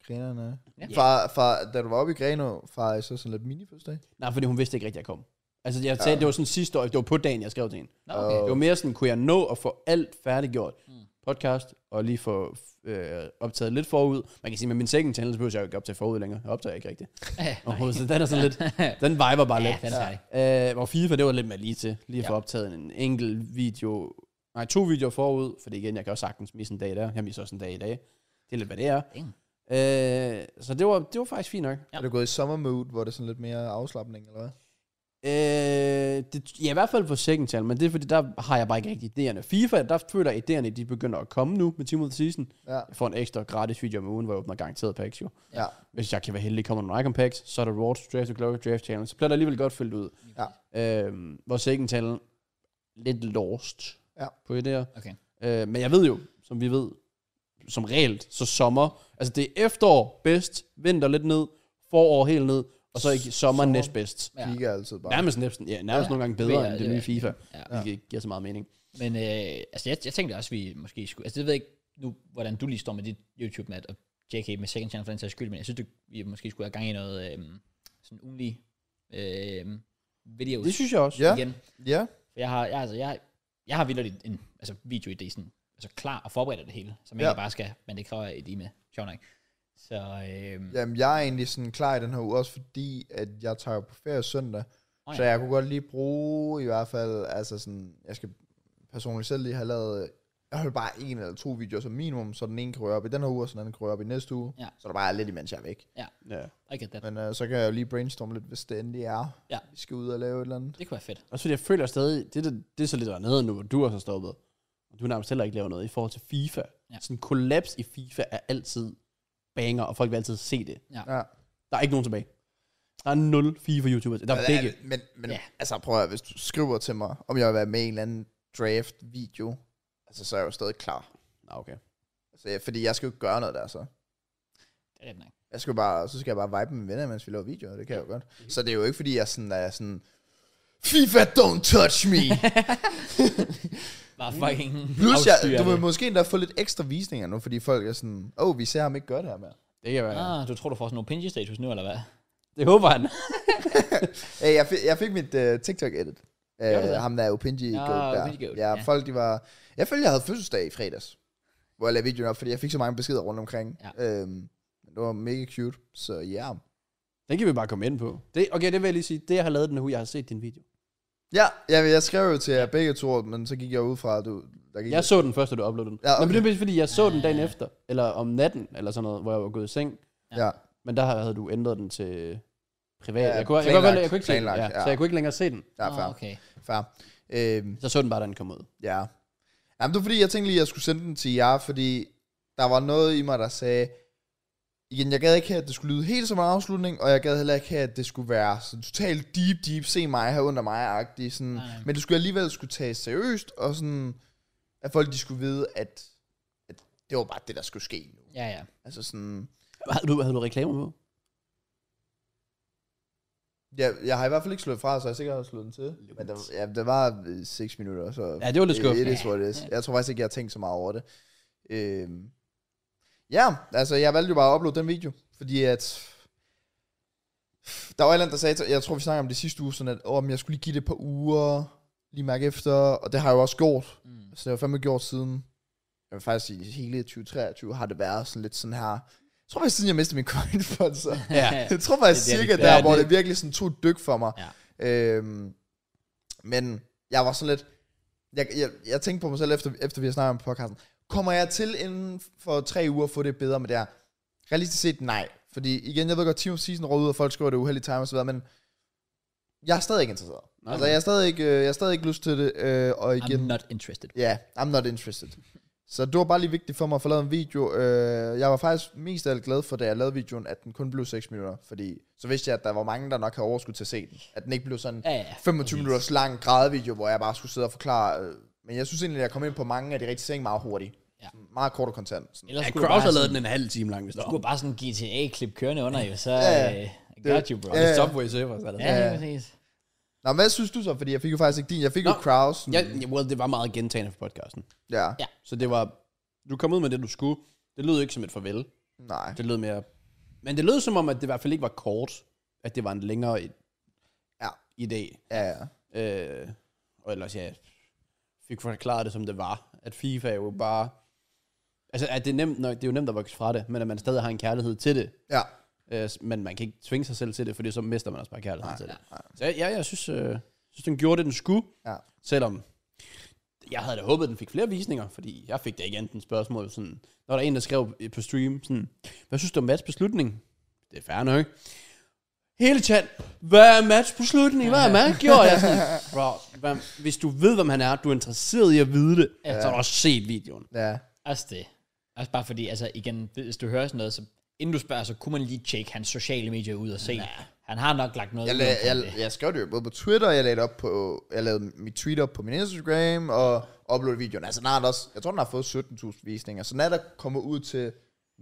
Speaker 2: Grinerne.
Speaker 1: Ja.
Speaker 2: Ja. Fra, fra, da du var oppe i Greno, fra så sådan lidt mini fødselsdag.
Speaker 3: Nej, fordi hun vidste ikke rigtigt, at jeg kom. Altså, jeg sagde, ja. det var sådan sidste år, det var på dagen, jeg skrev til hende.
Speaker 1: Nå, okay.
Speaker 3: Det var mere sådan, kunne jeg nå at få alt færdiggjort? Mm. Podcast, og lige få øh, optaget lidt forud. Man kan sige, med min second channel, så behøver jeg jo ikke optage forud længere. Jeg optager ikke rigtigt.
Speaker 1: Ja,
Speaker 3: Overhovedet, så den er sådan lidt, den viber bare
Speaker 1: Ja,
Speaker 3: lidt.
Speaker 1: den er sej.
Speaker 3: ja. øh, Hvor FIFA, det var lidt mere lige til. Lige at få
Speaker 1: Ja.
Speaker 3: optaget en enkelt video, nej, to videoer forud, for igen, jeg kan også sagtens misse en dag der. Jeg misser også en dag i dag. Det er lidt, hvad det er.
Speaker 1: Damn.
Speaker 3: Øh, så det var, det var faktisk fint nok.
Speaker 1: Ja.
Speaker 2: Ja. Er du gået i sommermood, hvor det er sådan lidt mere afslappning, eller hvad?
Speaker 3: Øh, det, ja, i hvert fald på second channel, men det er fordi, der har jeg bare ikke rigtig idéerne. FIFA, der føler jeg, at idéerne de begynder at komme nu med Team of the Season.
Speaker 2: Ja.
Speaker 3: Jeg får en ekstra gratis video om ugen, hvor jeg åbner garanteret packs jo.
Speaker 2: Ja.
Speaker 3: Hvis jeg kan være heldig, kommer nogle icon packs, så er der Raw, Draft to Glory, Draft Channel, så bliver der alligevel godt fyldt ud. Ja. Øh, hvor second channel lidt lost
Speaker 2: Ja.
Speaker 3: på idéer.
Speaker 1: Okay.
Speaker 3: Øh, men jeg ved jo, som vi ved, som regel, så sommer, altså det er efterår bedst, vinter lidt ned, forår helt ned, og så ikke sommer
Speaker 2: Sommer.
Speaker 3: næst bedst.
Speaker 1: Ja.
Speaker 2: Ja. Kigger altid bare.
Speaker 3: Nærmest, næsten, ja, nærmest
Speaker 1: Ja.
Speaker 3: ja. nogle gange bedre
Speaker 1: Ja,
Speaker 3: end det
Speaker 1: ja,
Speaker 3: nye
Speaker 1: ja.
Speaker 3: FIFA,
Speaker 1: Ja.
Speaker 3: ja. hvilket ikke giver så meget mening.
Speaker 1: Men øh, altså, jeg, jeg tænkte også, at vi måske skulle... Altså, jeg ved ikke nu, hvordan du lige står med dit YouTube, Matt, og JK med Second Channel for den sags skyld, men jeg synes, du, vi måske skulle have gang i noget øh, sådan ugenlige øh, videos
Speaker 3: Det synes jeg også.
Speaker 2: Ja.
Speaker 1: igen.
Speaker 2: Ja.
Speaker 1: For jeg har, jeg, altså, jeg, jeg har vildt en altså, videoidé sådan, altså klar og forberedt det hele, som jeg
Speaker 2: Ja.
Speaker 1: ja. bare skal, men det kræver et i med. Sjov nok. Så øh, ja.
Speaker 2: Jamen, jeg er egentlig sådan klar i den her uge, også fordi, at jeg tager jo på ferie søndag.
Speaker 1: Åh, ja.
Speaker 2: Så jeg kunne godt lige bruge i hvert fald, altså sådan, jeg skal personligt selv lige have lavet, jeg har bare en eller to videoer som minimum, så den ene kan røre op i den her uge, og så den anden kan røre op i næste uge.
Speaker 1: Ja.
Speaker 2: Så der bare er lidt imens jeg er væk.
Speaker 3: Ja.
Speaker 1: I get that.
Speaker 2: Men øh, så kan jeg jo lige brainstorme lidt, hvis det endelig er,
Speaker 1: Ja.
Speaker 2: vi skal ud og lave et eller andet.
Speaker 1: Det kunne være fedt.
Speaker 3: Også fordi jeg føler stadig, det, det, det er så lidt dernede nu, hvor du også har stoppet. Og du nærmest heller ikke laver noget i forhold til FIFA.
Speaker 1: Ja.
Speaker 3: Ja. Sådan en kollaps i FIFA er altid banger, og folk vil altid se det.
Speaker 2: Ja.
Speaker 3: Der er ikke nogen tilbage. Der er nul FIFA-youtubers. Der er begge.
Speaker 2: Men, men
Speaker 1: Ja.
Speaker 2: ja. altså prøv at høre, hvis du skriver til mig, om jeg vil være med i en eller anden draft-video, altså så er jeg jo stadig klar.
Speaker 3: Nå, okay.
Speaker 2: Altså, ja, fordi jeg skal jo ikke gøre noget der så.
Speaker 1: Det er ret nok.
Speaker 2: Jeg skal jo bare, så skal jeg bare vibe med mine venner, mens vi laver videoer, det kan jeg jo godt. Så det er jo ikke, fordi jeg sådan er sådan, FIFA, don't touch me!
Speaker 1: Bare fucking
Speaker 2: Mm. Plus, jeg,
Speaker 1: afstyre
Speaker 2: du vil
Speaker 1: det.
Speaker 2: måske endda få lidt ekstra visninger nu, fordi folk er sådan, åh, oh, vi ser ham ikke gøre det her med.
Speaker 3: Det kan være.
Speaker 1: Ah, du tror, du får sådan nogle pinge status nu, eller hvad?
Speaker 3: Det håber han.
Speaker 2: Hey, Øh, jeg, fik, jeg fik mit uh, TikTok-edit.
Speaker 1: Gjorde du
Speaker 2: Uh,
Speaker 1: det?
Speaker 2: ham der er Opinji
Speaker 1: Nå,
Speaker 2: Goat der.
Speaker 1: Opinji Goat,
Speaker 2: ja,
Speaker 1: ja.
Speaker 2: folk de var... Jeg følte, jeg havde fødselsdag i fredags. hvor jeg lavede videoen op, fordi jeg fik så mange beskeder rundt omkring.
Speaker 1: Ja.
Speaker 2: Øhm, det var mega cute, så ja. Yeah.
Speaker 3: Den kan vi bare komme ind på. Det, okay, det vil jeg lige sige. Det, jeg har lavet den uge, jeg har set din video.
Speaker 2: Ja, jeg, jeg skrev jo til jer begge to, men så gik jeg ud fra, at du... Der gik
Speaker 3: Jeg så den første, du uploadede den.
Speaker 2: Ja,
Speaker 3: Ja, okay.
Speaker 2: okay.
Speaker 3: Men det er fordi, jeg så den dagen efter, eller om natten, eller sådan noget, hvor jeg var gået i seng.
Speaker 2: ja.
Speaker 3: Men der havde du ændret den til privat.
Speaker 2: Ja,
Speaker 3: Ja, jeg, kunne, jeg, kunne,
Speaker 2: planlagt,
Speaker 3: jeg, jeg kunne ikke se den,
Speaker 2: planlagt,
Speaker 3: ja.
Speaker 2: ja.
Speaker 3: Så jeg kunne ikke længere se den.
Speaker 2: Ja, fair.
Speaker 1: Åh, Ah, okay.
Speaker 2: fair. Øhm,
Speaker 3: Så så den bare, da den kom ud.
Speaker 2: ja. Jamen, det var fordi, jeg tænkte lige, at jeg skulle sende den til jer, fordi der var noget i mig, der sagde... Igen, jeg gad ikke have, at det skulle lyde helt som en afslutning, og jeg gad heller ikke have, at det skulle være sådan totalt deep, deep, se mig her under mig-agtig. Sådan.
Speaker 1: Nej, nej.
Speaker 2: Men det skulle alligevel skulle tages seriøst, og sådan, at folk de skulle vide, at, at det var bare det, der skulle ske nu.
Speaker 1: Ja, ja.
Speaker 2: Altså sådan,
Speaker 3: Havde du, havde du reklamer på?
Speaker 2: jeg, jeg har i hvert fald ikke slået fra, så jeg sikkert har slået den til. Men der, ja, der var 6 minutter, så...
Speaker 3: Ja, det var lidt skuffende.
Speaker 2: It is what it is. Jeg tror faktisk ikke, jeg har tænkt så meget over det. Øhm. Ja, altså jeg valgte jo bare at uploade den video, fordi at... Der var en eller anden, der sagde, til- jeg tror vi snakkede om det sidste uge, sådan at åh, men jeg skulle lige give det et par uger, lige mærke efter, og det har jeg jo også gjort. Mm. Så det har jeg fandme gjort siden, jeg vil faktisk sige, hele 2023 har det været sådan lidt sådan her, jeg tror faktisk siden jeg mistede min coin fund, så
Speaker 3: Ja.
Speaker 2: jeg tror faktisk
Speaker 1: Det er der,
Speaker 2: cirka
Speaker 1: det-
Speaker 2: der,
Speaker 3: ja,
Speaker 2: hvor det,
Speaker 3: det-
Speaker 2: virkelig sådan tog et dyk for mig. Ja. Øhm, men jeg var sådan lidt... Jeg, jeg, jeg tænkte på mig selv, efter, efter vi har snakket om podcasten. Kommer jeg til inden for tre uger at få det bedre med det her? Realistisk set, nej. Fordi igen, jeg ved godt, Team Season råder ud, og folk skriver det er uheldige time og så videre, men jeg er stadig ikke interesseret.
Speaker 3: Nej,
Speaker 2: altså,
Speaker 3: nej.
Speaker 2: jeg er stadig ikke, øh, jeg er stadig ikke lyst til det, øh, og igen...
Speaker 1: I'm not interested.
Speaker 2: Ja, yeah, I'm not interested. Så det var bare lige vigtigt for mig at få lavet en video. Øh, jeg var faktisk mest af alt glad for, da jeg lavede videoen, at den kun blev 6 minutter. Fordi så vidste jeg, at der var mange, der nok havde overskud til at se den. At den ikke blev sådan
Speaker 1: Ja, ja.
Speaker 2: 25 minutters lang grædevideo, hvor jeg bare skulle sidde og forklare. Øh, men jeg synes egentlig, at jeg kom ind på mange af de rigtige ting meget hurtigt.
Speaker 1: Ja.
Speaker 2: Sådan Meget kort og kontant. Sådan.
Speaker 1: Ellers
Speaker 3: Ja,
Speaker 1: skulle du
Speaker 3: Kraus
Speaker 1: bare
Speaker 3: har
Speaker 1: sådan-
Speaker 3: lavet den en halv time lang, hvis der
Speaker 1: Du kunne bare sådan en GTA-klip kørende under, jo, så
Speaker 2: ja.
Speaker 1: yeah. uh, got you, bro.
Speaker 2: Ja, ja.
Speaker 3: Subway Surfers, er det
Speaker 1: Ja, lige præcis.
Speaker 2: Nå, men hvad synes du så? Fordi jeg fik jo faktisk ikke din. Jeg fik Nå.
Speaker 3: Nå.
Speaker 2: jo Kraus.
Speaker 3: Ja, ja, well, det var meget gentagende for podcasten.
Speaker 2: ja.
Speaker 1: Ja.
Speaker 3: Så det var, du kom ud med det, du skulle. Det lød ikke som et farvel.
Speaker 2: Nej.
Speaker 3: Det lød mere... Men det lød som om, at det i hvert fald ikke var kort. At det var en længere i,
Speaker 2: Ja.
Speaker 3: i dag.
Speaker 2: Ja, ja.
Speaker 3: Øh, og ellers, ja, fik forklaret det, som det var. At FIFA er jo bare... Altså, at det, er nemt, nok, det er jo nemt at vokse fra det, men at man stadig har en kærlighed til det.
Speaker 2: ja.
Speaker 3: Øh, s- men man kan ikke tvinge sig selv til det, for så mister man også bare kærligheden til det.
Speaker 2: nej.
Speaker 3: Så ja, jeg synes, øh, synes, den gjorde det, den skulle.
Speaker 2: Ja.
Speaker 3: Selvom jeg havde da håbet, at den fik flere visninger, fordi jeg fik da ikke andet end spørgsmål. Sådan, når der er en, der skrev øh, på stream, sådan, hvad synes du om Mads beslutning? Det er fair nok. Hele chat, hvad er Mads beslutning? Hvad er Mads gjort? Jeg er sådan, bro, hvad, hvis du ved, hvem han er, du er interesseret i at vide det, ja. så har du også set videoen.
Speaker 2: Ja.
Speaker 1: Også Altså det. Også bare fordi, altså igen, hvis du hører sådan noget, så inden du spørger, så kunne man lige tjekke hans sociale medier ud og se. Han har nok lagt noget
Speaker 2: Jeg,
Speaker 1: ud
Speaker 2: lag,
Speaker 1: omkring
Speaker 2: jeg,
Speaker 1: det.
Speaker 2: jeg skrev det jo både på Twitter, jeg lagde det op på, jeg lavede mit tweet op på min Instagram, og uploadede videoen. Altså, den har da også, jeg tror, den har fået 17.000 visninger, så den er der kommet ud til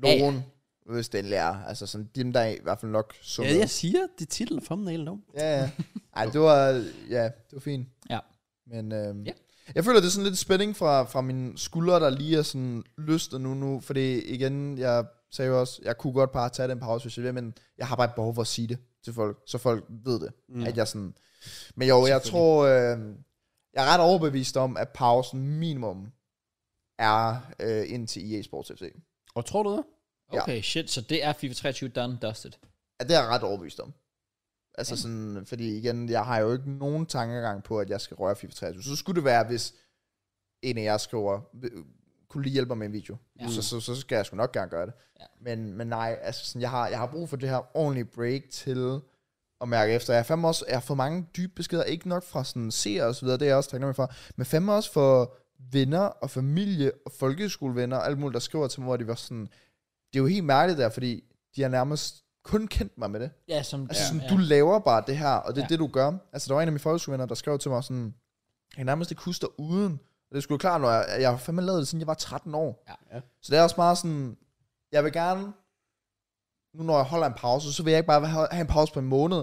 Speaker 1: Ja, ja.
Speaker 2: nogen, ja, ja. hvis den lærer. Altså, sådan dem, der er i hvert fald nok så
Speaker 3: Ja, jeg siger, det er titlen thumbnail nu.
Speaker 2: ja, ja. Ej, det var, ja, det var fint.
Speaker 1: Ja.
Speaker 2: Men øhm,
Speaker 1: Ja.
Speaker 2: jeg føler, det er sådan lidt spænding fra, fra mine skuldre, der lige er sådan lystet nu, nu. Fordi igen, jeg sagde jo også, jeg kunne godt bare tage den pause, hvis jeg vil, men jeg har bare et behov for at sige det til folk, så folk ved det. Mm. At jeg sådan... Men jo, jeg tror, øh, jeg er ret overbevist om, at pausen minimum er øh, indtil EA Sports FC.
Speaker 3: Og tror du det?
Speaker 1: Okay, shit, så det er FIFA 23 done, dusted.
Speaker 2: Ja, det er jeg ret overbevist om. Altså sådan, fordi igen, jeg har jo ikke nogen tankegang på, at jeg skal røre FIFA 23. Så skulle det være, hvis en af jer skriver, "Vil- kunne lige hjælpe mig med en video. Ja. Så, så, så skal jeg sgu nok gerne gøre det.
Speaker 1: Ja.
Speaker 2: Men, men nej, altså sådan, jeg, har, jeg har brug for det her ordentlige break til at mærke efter. Jeg har fandme også, jeg har fået mange dybe beskeder, ikke nok fra sådan seere og så videre, det er jeg også taknemmelig for, men fandme også for venner og familie og folkeskolevenner og alt muligt, der skriver til mig, hvor de var sådan, det er jo helt mærkeligt der, fordi de har nærmest kun kendt mig med det.
Speaker 1: Ja, som,
Speaker 2: Altså
Speaker 1: ja,
Speaker 2: sådan,
Speaker 1: ja.
Speaker 2: du laver bare det her, og det er ja.
Speaker 1: Ja.
Speaker 2: det, du gør. Altså, der var en af mine folkeskolevenner, der skrev til mig sådan, jeg kan nærmest ikke huske dig uden. Og det skulle klart, når jeg, jeg har fandme lavet det, siden jeg var 13 år.
Speaker 1: Ja.
Speaker 3: Ja.
Speaker 2: Så det er også meget sådan, jeg vil gerne, nu når jeg holder en pause, så vil jeg ikke bare have have en pause på en måned,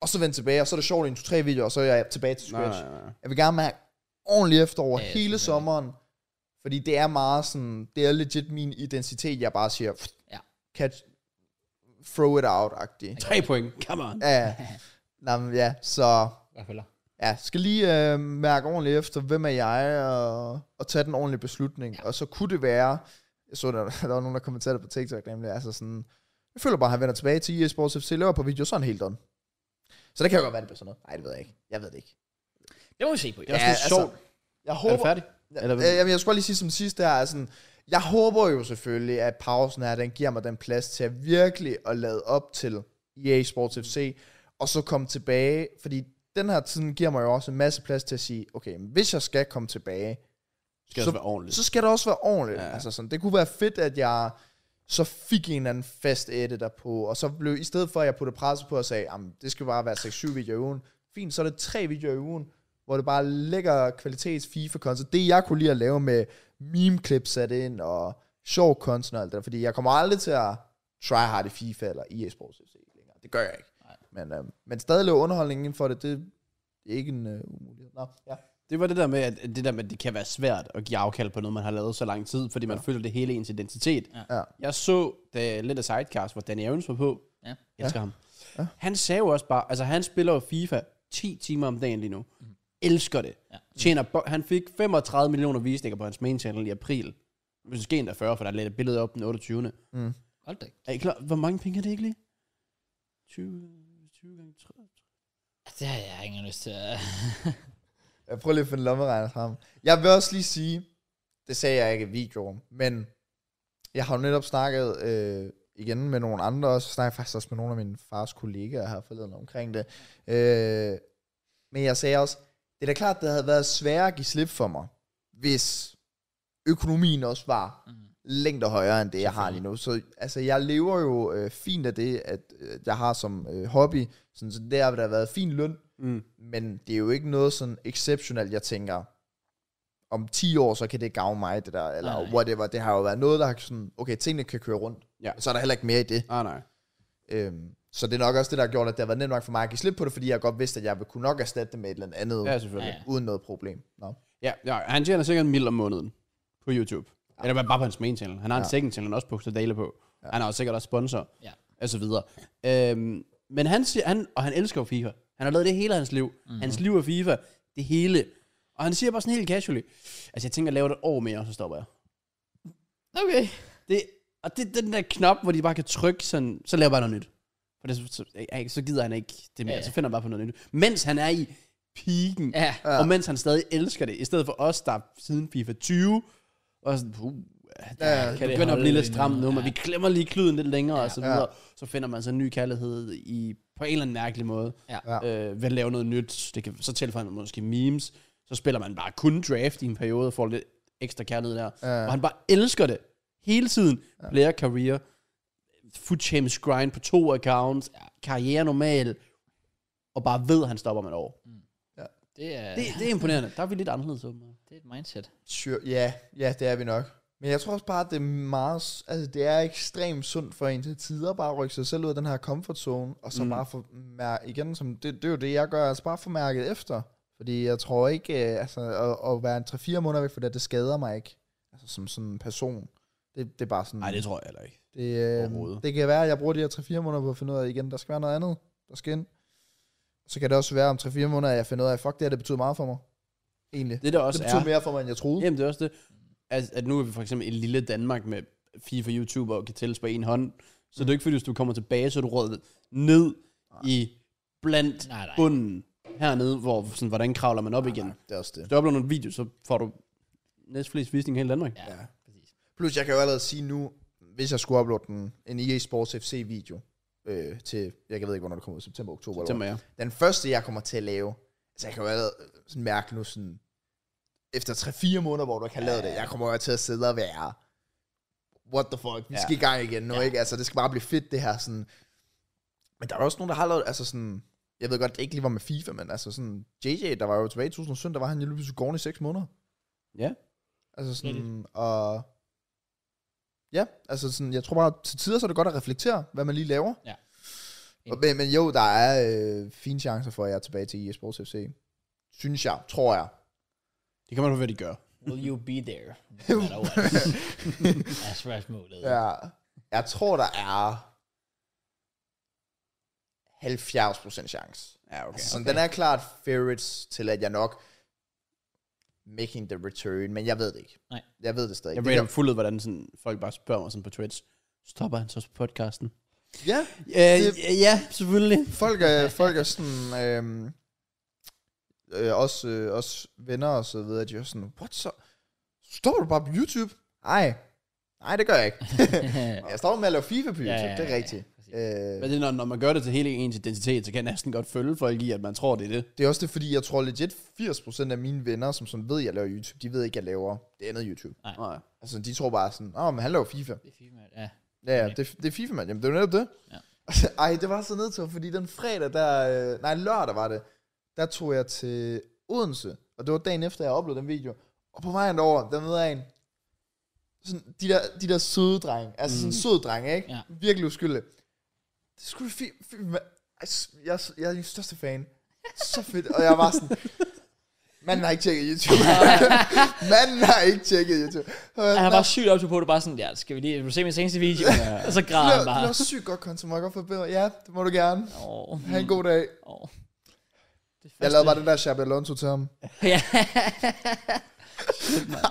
Speaker 2: og så vende tilbage, og så er det sjovt i en 2-3 video, og så er jeg tilbage til scratch. Nej, nej.
Speaker 3: nej.
Speaker 2: Jeg vil gerne mærke ordentligt efter over
Speaker 1: Ja,
Speaker 2: ja,
Speaker 1: ja,
Speaker 2: hele
Speaker 1: selvfølgelig.
Speaker 2: sommeren, fordi det er meget sådan, det er legit min identitet, jeg bare siger, pff,
Speaker 1: Ja.
Speaker 2: catch, throw it out-agtig.
Speaker 3: Tre point, come on.
Speaker 2: Ja, ja. Nå, men ja, så
Speaker 1: Jeg følger.
Speaker 2: ja, skal lige øh, mærke ordentligt efter, hvem er jeg, og, og tage den ordentlige beslutning. Ja. Og så kunne det være, jeg så, der, der var nogen, der kommenterede på TikTok, nemlig, altså sådan, jeg føler bare, at han vender tilbage til EA Sports FC, laver på video, sådan helt done. Så det kan jo godt være, det bliver sådan noget. Nej, det ved jeg ikke. Jeg ved det ikke.
Speaker 1: Det må vi se på.
Speaker 3: Det er også lidt
Speaker 2: altså,
Speaker 3: sjovt.
Speaker 2: Jeg
Speaker 3: Er du
Speaker 2: håber,
Speaker 3: færdig? Eller
Speaker 2: Øh, jamen, jeg skulle bare lige sige som sidste her, altså, jeg håber jo selvfølgelig, at pausen her, den giver mig den plads til at virkelig at lade op til EA Sports FC, og så komme tilbage, fordi den her tid giver mig jo også en masse plads til at sige, okay, men hvis jeg skal komme tilbage,
Speaker 3: skal også være ordentligt.
Speaker 2: så skal det også være ordentligt.
Speaker 3: Ja.
Speaker 2: Ja. Altså sådan, det kunne være fedt, at jeg så fik en eller anden fast editor på, og så blev, i stedet for at jeg puttede pres på og sagde, jamen, det skal bare være 6-7 videoer i ugen, fint, så er det tre videoer i ugen, hvor det bare lægger kvalitets fifa content Det jeg kunne lide at lave med meme-klip sat ind, og sjov content og alt det der, fordi jeg kommer aldrig til at try hard i FIFA eller EA Sports FC længere. Det gør jeg ikke. Men, øh, men stadig lave underholdning inden for det, det er ikke en øh, umulighed. Nå, ja.
Speaker 3: Det var det der med, at det der med, at det kan være svært at give afkald på noget, man har lavet så lang tid, fordi man ja. føler det hele ens identitet.
Speaker 1: Ja.
Speaker 2: Ja.
Speaker 3: Jeg så da lidt af sidecast, hvor Danny Evans var på.
Speaker 1: Ja.
Speaker 3: Jeg elsker ja. ham. Ja. Han sagde jo også bare, altså han spiller jo FIFA 10 timer om dagen lige nu. Mm. Elsker det.
Speaker 1: Mhm. Ja.
Speaker 3: Ja. Tjener, bo- han fik 35 millioner visninger på hans main channel i april. Måske endda 40, for der er lidt et billede op den 28.
Speaker 1: Hold da. ikke.
Speaker 3: Er I klar? Hvor mange penge er det ikke lige? 20, 20 gange 30.
Speaker 1: Det har jeg ikke lyst til. at-
Speaker 2: Jeg prøver Øh, lige at finde lommeregner frem. Jeg vil også lige sige, det sagde jeg ikke i videoen, men jeg har jo netop snakket øh, igen med nogle andre, og så snakkede jeg faktisk også med nogle af mine fars kollegaer her forleden omkring det. Øh, men jeg sagde også, det er da klart, det havde været sværere at give slip for mig, hvis økonomien også var mm. længder højere end det, jeg har lige nu. Så altså, jeg lever jo øh, fint af det, at øh, jeg har som øh, hobby. Sådan, så der har der været fin løn,
Speaker 3: Mm.
Speaker 2: men det er jo ikke noget sådan exceptionelt, jeg tænker, om 10 år, så kan det gavne mig, det der, eller
Speaker 1: Nej, nej.
Speaker 2: whatever. Det har jo været noget, der har sådan, okay, tingene kan køre rundt.
Speaker 3: Ja.
Speaker 2: Så er der heller ikke mere i det.
Speaker 3: Ah, nej.
Speaker 2: Øhm, så det er nok også det, der har gjort, at det har været nemt nok for mig at give slip på det, fordi jeg godt vidste, at jeg ville kunne nok erstatte det med et eller andet,
Speaker 3: Ja,
Speaker 2: ja.
Speaker 3: selvfølgelig.
Speaker 1: Ja.
Speaker 2: uden noget problem. Nå.
Speaker 3: Ja, ja, han tjener sikkert en mil om måneden på YouTube. Ja. Eller bare på hans main channel. Han har en ja. second channel også på Sedale på. Ja. Han har også sikkert også sponsor,
Speaker 1: Ja.
Speaker 3: og så videre. Øhm, men han, siger, han, og han elsker jo FIFA. Han har lavet det hele af hans liv. Mm-hmm. Hans liv er FIFA. Det hele. Og han siger bare sådan helt casually, altså jeg tænker at lave det et år mere, og så stopper jeg.
Speaker 1: Okay.
Speaker 3: Det, og det er den der knap, hvor de bare kan trykke sådan, så laver jeg bare noget nyt. For det, så, så, ej, så gider han ikke det mere,
Speaker 1: Ja.
Speaker 3: ja. så finder han bare på noget nyt. Mens han er i pigen,
Speaker 1: Ja.
Speaker 3: ja. og mens han stadig elsker det, i stedet for os, der siden FIFA 20, og sådan, puh, der
Speaker 2: Ja,
Speaker 1: kan
Speaker 3: ja, kan
Speaker 1: det
Speaker 3: det begynder at
Speaker 1: holde
Speaker 3: blive lidt
Speaker 1: lige
Speaker 3: stramt
Speaker 1: nu?
Speaker 3: nu, men
Speaker 1: Ja.
Speaker 3: vi klemmer lige kluden lidt længere, ja. og så
Speaker 2: Ja.
Speaker 3: videre. Så finder man så en ny kærlighed i, på en eller anden mærkelig måde.
Speaker 1: Ja.
Speaker 3: Ja. Øh, vil lave noget nyt, det kan, så tilføjer man måske memes, så spiller man bare kun draft i en periode, og får lidt ekstra kærlighed der. Ja. Og han bare elsker det, hele tiden. Ja. Player career, food champs grind på to accounts, karriere normal, og bare ved, at han stopper med et år.
Speaker 1: Det er,
Speaker 3: Det, det er imponerende. Der er vi lidt anderledes om.
Speaker 1: det er et mindset.
Speaker 2: Sure. Ja, ja, det er vi nok. Men jeg tror også bare, at det er meget, s- altså det er ekstremt sundt for en til tider bare at rykke sig selv ud af den her comfort zone, og så mm. bare få mærke, igen, som det, det, er jo det, jeg gør, altså bare få mærket efter. Fordi jeg tror ikke, øh, altså at, at være en 3-4 måneder væk fra det, det skader mig ikke, altså som sådan en person. Det, det er bare sådan,
Speaker 3: Nej, det tror jeg heller ikke.
Speaker 2: det, øh,
Speaker 3: overhovedet.
Speaker 2: det kan være, at jeg bruger de her 3-4 måneder på at finde ud af, igen, der skal være noget andet, der skal ind. Så kan det også være om 3-4 måneder, at jeg finder ud af, fuck det her, det betyder meget for mig. Egentlig. Det,
Speaker 3: Det der også
Speaker 2: det betyder
Speaker 3: er,
Speaker 2: mere for mig, end jeg troede.
Speaker 3: jamen det er også det, at, at nu er vi for eksempel i lille Danmark med FIFA-YouTuber og kan tælles på en hånd, så det er ikke fordi, hvis du kommer tilbage, så er du råd ned i blandt
Speaker 1: Nej, nej.
Speaker 3: bunden hernede, hvor sådan, hvordan kravler man op igen.
Speaker 2: Det er også det.
Speaker 3: Hvis du uploader nogle video, så får du næstflest visning i hele Danmark.
Speaker 1: Ja, ja. præcis.
Speaker 2: Plus, jeg kan jo allerede sige nu, hvis jeg skulle uploade den, en EA Sports FC-video øh, til, jeg ved ikke, hvornår det kommer ud, september, oktober.
Speaker 3: September,
Speaker 2: eller
Speaker 3: ja.
Speaker 2: hvad. Den første, jeg kommer til at lave, altså jeg kan jo allerede øh, sådan mærke nu sådan, efter 3-4 måneder, hvor du ikke har lavet det, jeg kommer jo til at sidde og være, what the fuck, vi skal i gang igen nu,
Speaker 1: Ja.
Speaker 2: ikke? Altså, det skal bare blive fedt, det her sådan. Men der er også nogen, der har lavet, altså sådan, jeg ved godt, det ikke lige var med FIFA, men altså sådan, JJ, der var jo tilbage i 2017, der var han jo lige pludselig gården i 6 måneder.
Speaker 3: Ja.
Speaker 2: Altså sådan, og... Ja, altså sådan, jeg tror bare, til tider så er det godt at reflektere, hvad man lige laver.
Speaker 1: Ja.
Speaker 2: Og, men, men jo, der er øh, fine chancer for, at jeg er tilbage til EA Sports FC. Synes jeg, tror jeg.
Speaker 3: Det kan man jo, hvad de gør.
Speaker 1: Will you be there? No matter what. er spørgsmålet.
Speaker 2: Ja. Jeg tror, der er 70% chance.
Speaker 3: Ja, okay.
Speaker 2: Altså Okay. Sådan, den er klart favorites til, at jeg nok making the return, men jeg ved det ikke.
Speaker 1: Nej.
Speaker 2: Jeg ved det stadig.
Speaker 3: Jeg
Speaker 2: Det
Speaker 3: ved fuldt ud, hvordan sådan, folk bare spørger mig sådan på Twitch. Stopper han så også på podcasten?
Speaker 2: kan- Ja,
Speaker 3: Øh, ja, ja, selvfølgelig.
Speaker 2: folk er, folk er sådan, øhm, øh, også, øh, også venner og så videre, de er sådan, what så? Står du bare på YouTube? Nej, nej det gør jeg ikke. jeg står med at lave FIFA på YouTube, ja, ja, ja, det er rigtigt. Øh,
Speaker 1: præcis.
Speaker 2: Ja,
Speaker 3: Men det, er, når, når man gør det til hele ens identitet, så kan jeg næsten godt følge folk i, at man tror, det er det.
Speaker 2: Det er også det, fordi jeg tror legit 80% af mine venner, som sådan ved, at jeg laver YouTube, de ved ikke, at jeg laver det andet YouTube.
Speaker 3: Nej.
Speaker 2: Altså, de tror bare sådan, åh, oh, men han laver FIFA.
Speaker 1: Det er fint, mand. Ja.
Speaker 2: Ja, ja,
Speaker 1: Okay.
Speaker 2: det, det er FIFA, mand. Jamen, det er jo netop det.
Speaker 1: Ja.
Speaker 2: Ej, det var så nedtur, fordi den fredag der... øh, Nej, lørdag var det. Der tog jeg til Odense, og det var dagen efter, jeg uploadede den video. Og på vejen over, der møder jeg en... Sådan, de, der, de der søde drenge. Altså mm. sådan en sød dreng, ikke?
Speaker 1: Ja.
Speaker 2: Virkelig uskyldig. Det skulle fi, fi, man, Ej, s- jeg, er s- jeg er din største fan. Så fedt. Og jeg var sådan... Manden har ikke tjekket YouTube. Manden har ikke tjekket YouTube. Og jeg-
Speaker 1: Han er bare sygt op på det, bare sådan, ja, skal vi lige, vil du se min seneste video? Ja.
Speaker 3: altså,
Speaker 1: Og så græder
Speaker 2: Det
Speaker 1: han
Speaker 2: var,
Speaker 1: bare.
Speaker 2: det var sygt godt content, må jeg godt forbedre? Ja, det må du gerne.
Speaker 1: Åh,
Speaker 2: Ha' en god dag.
Speaker 1: åh. Det
Speaker 2: Jeg lavede bare den der Shabby Alonso til ham.
Speaker 1: Ja.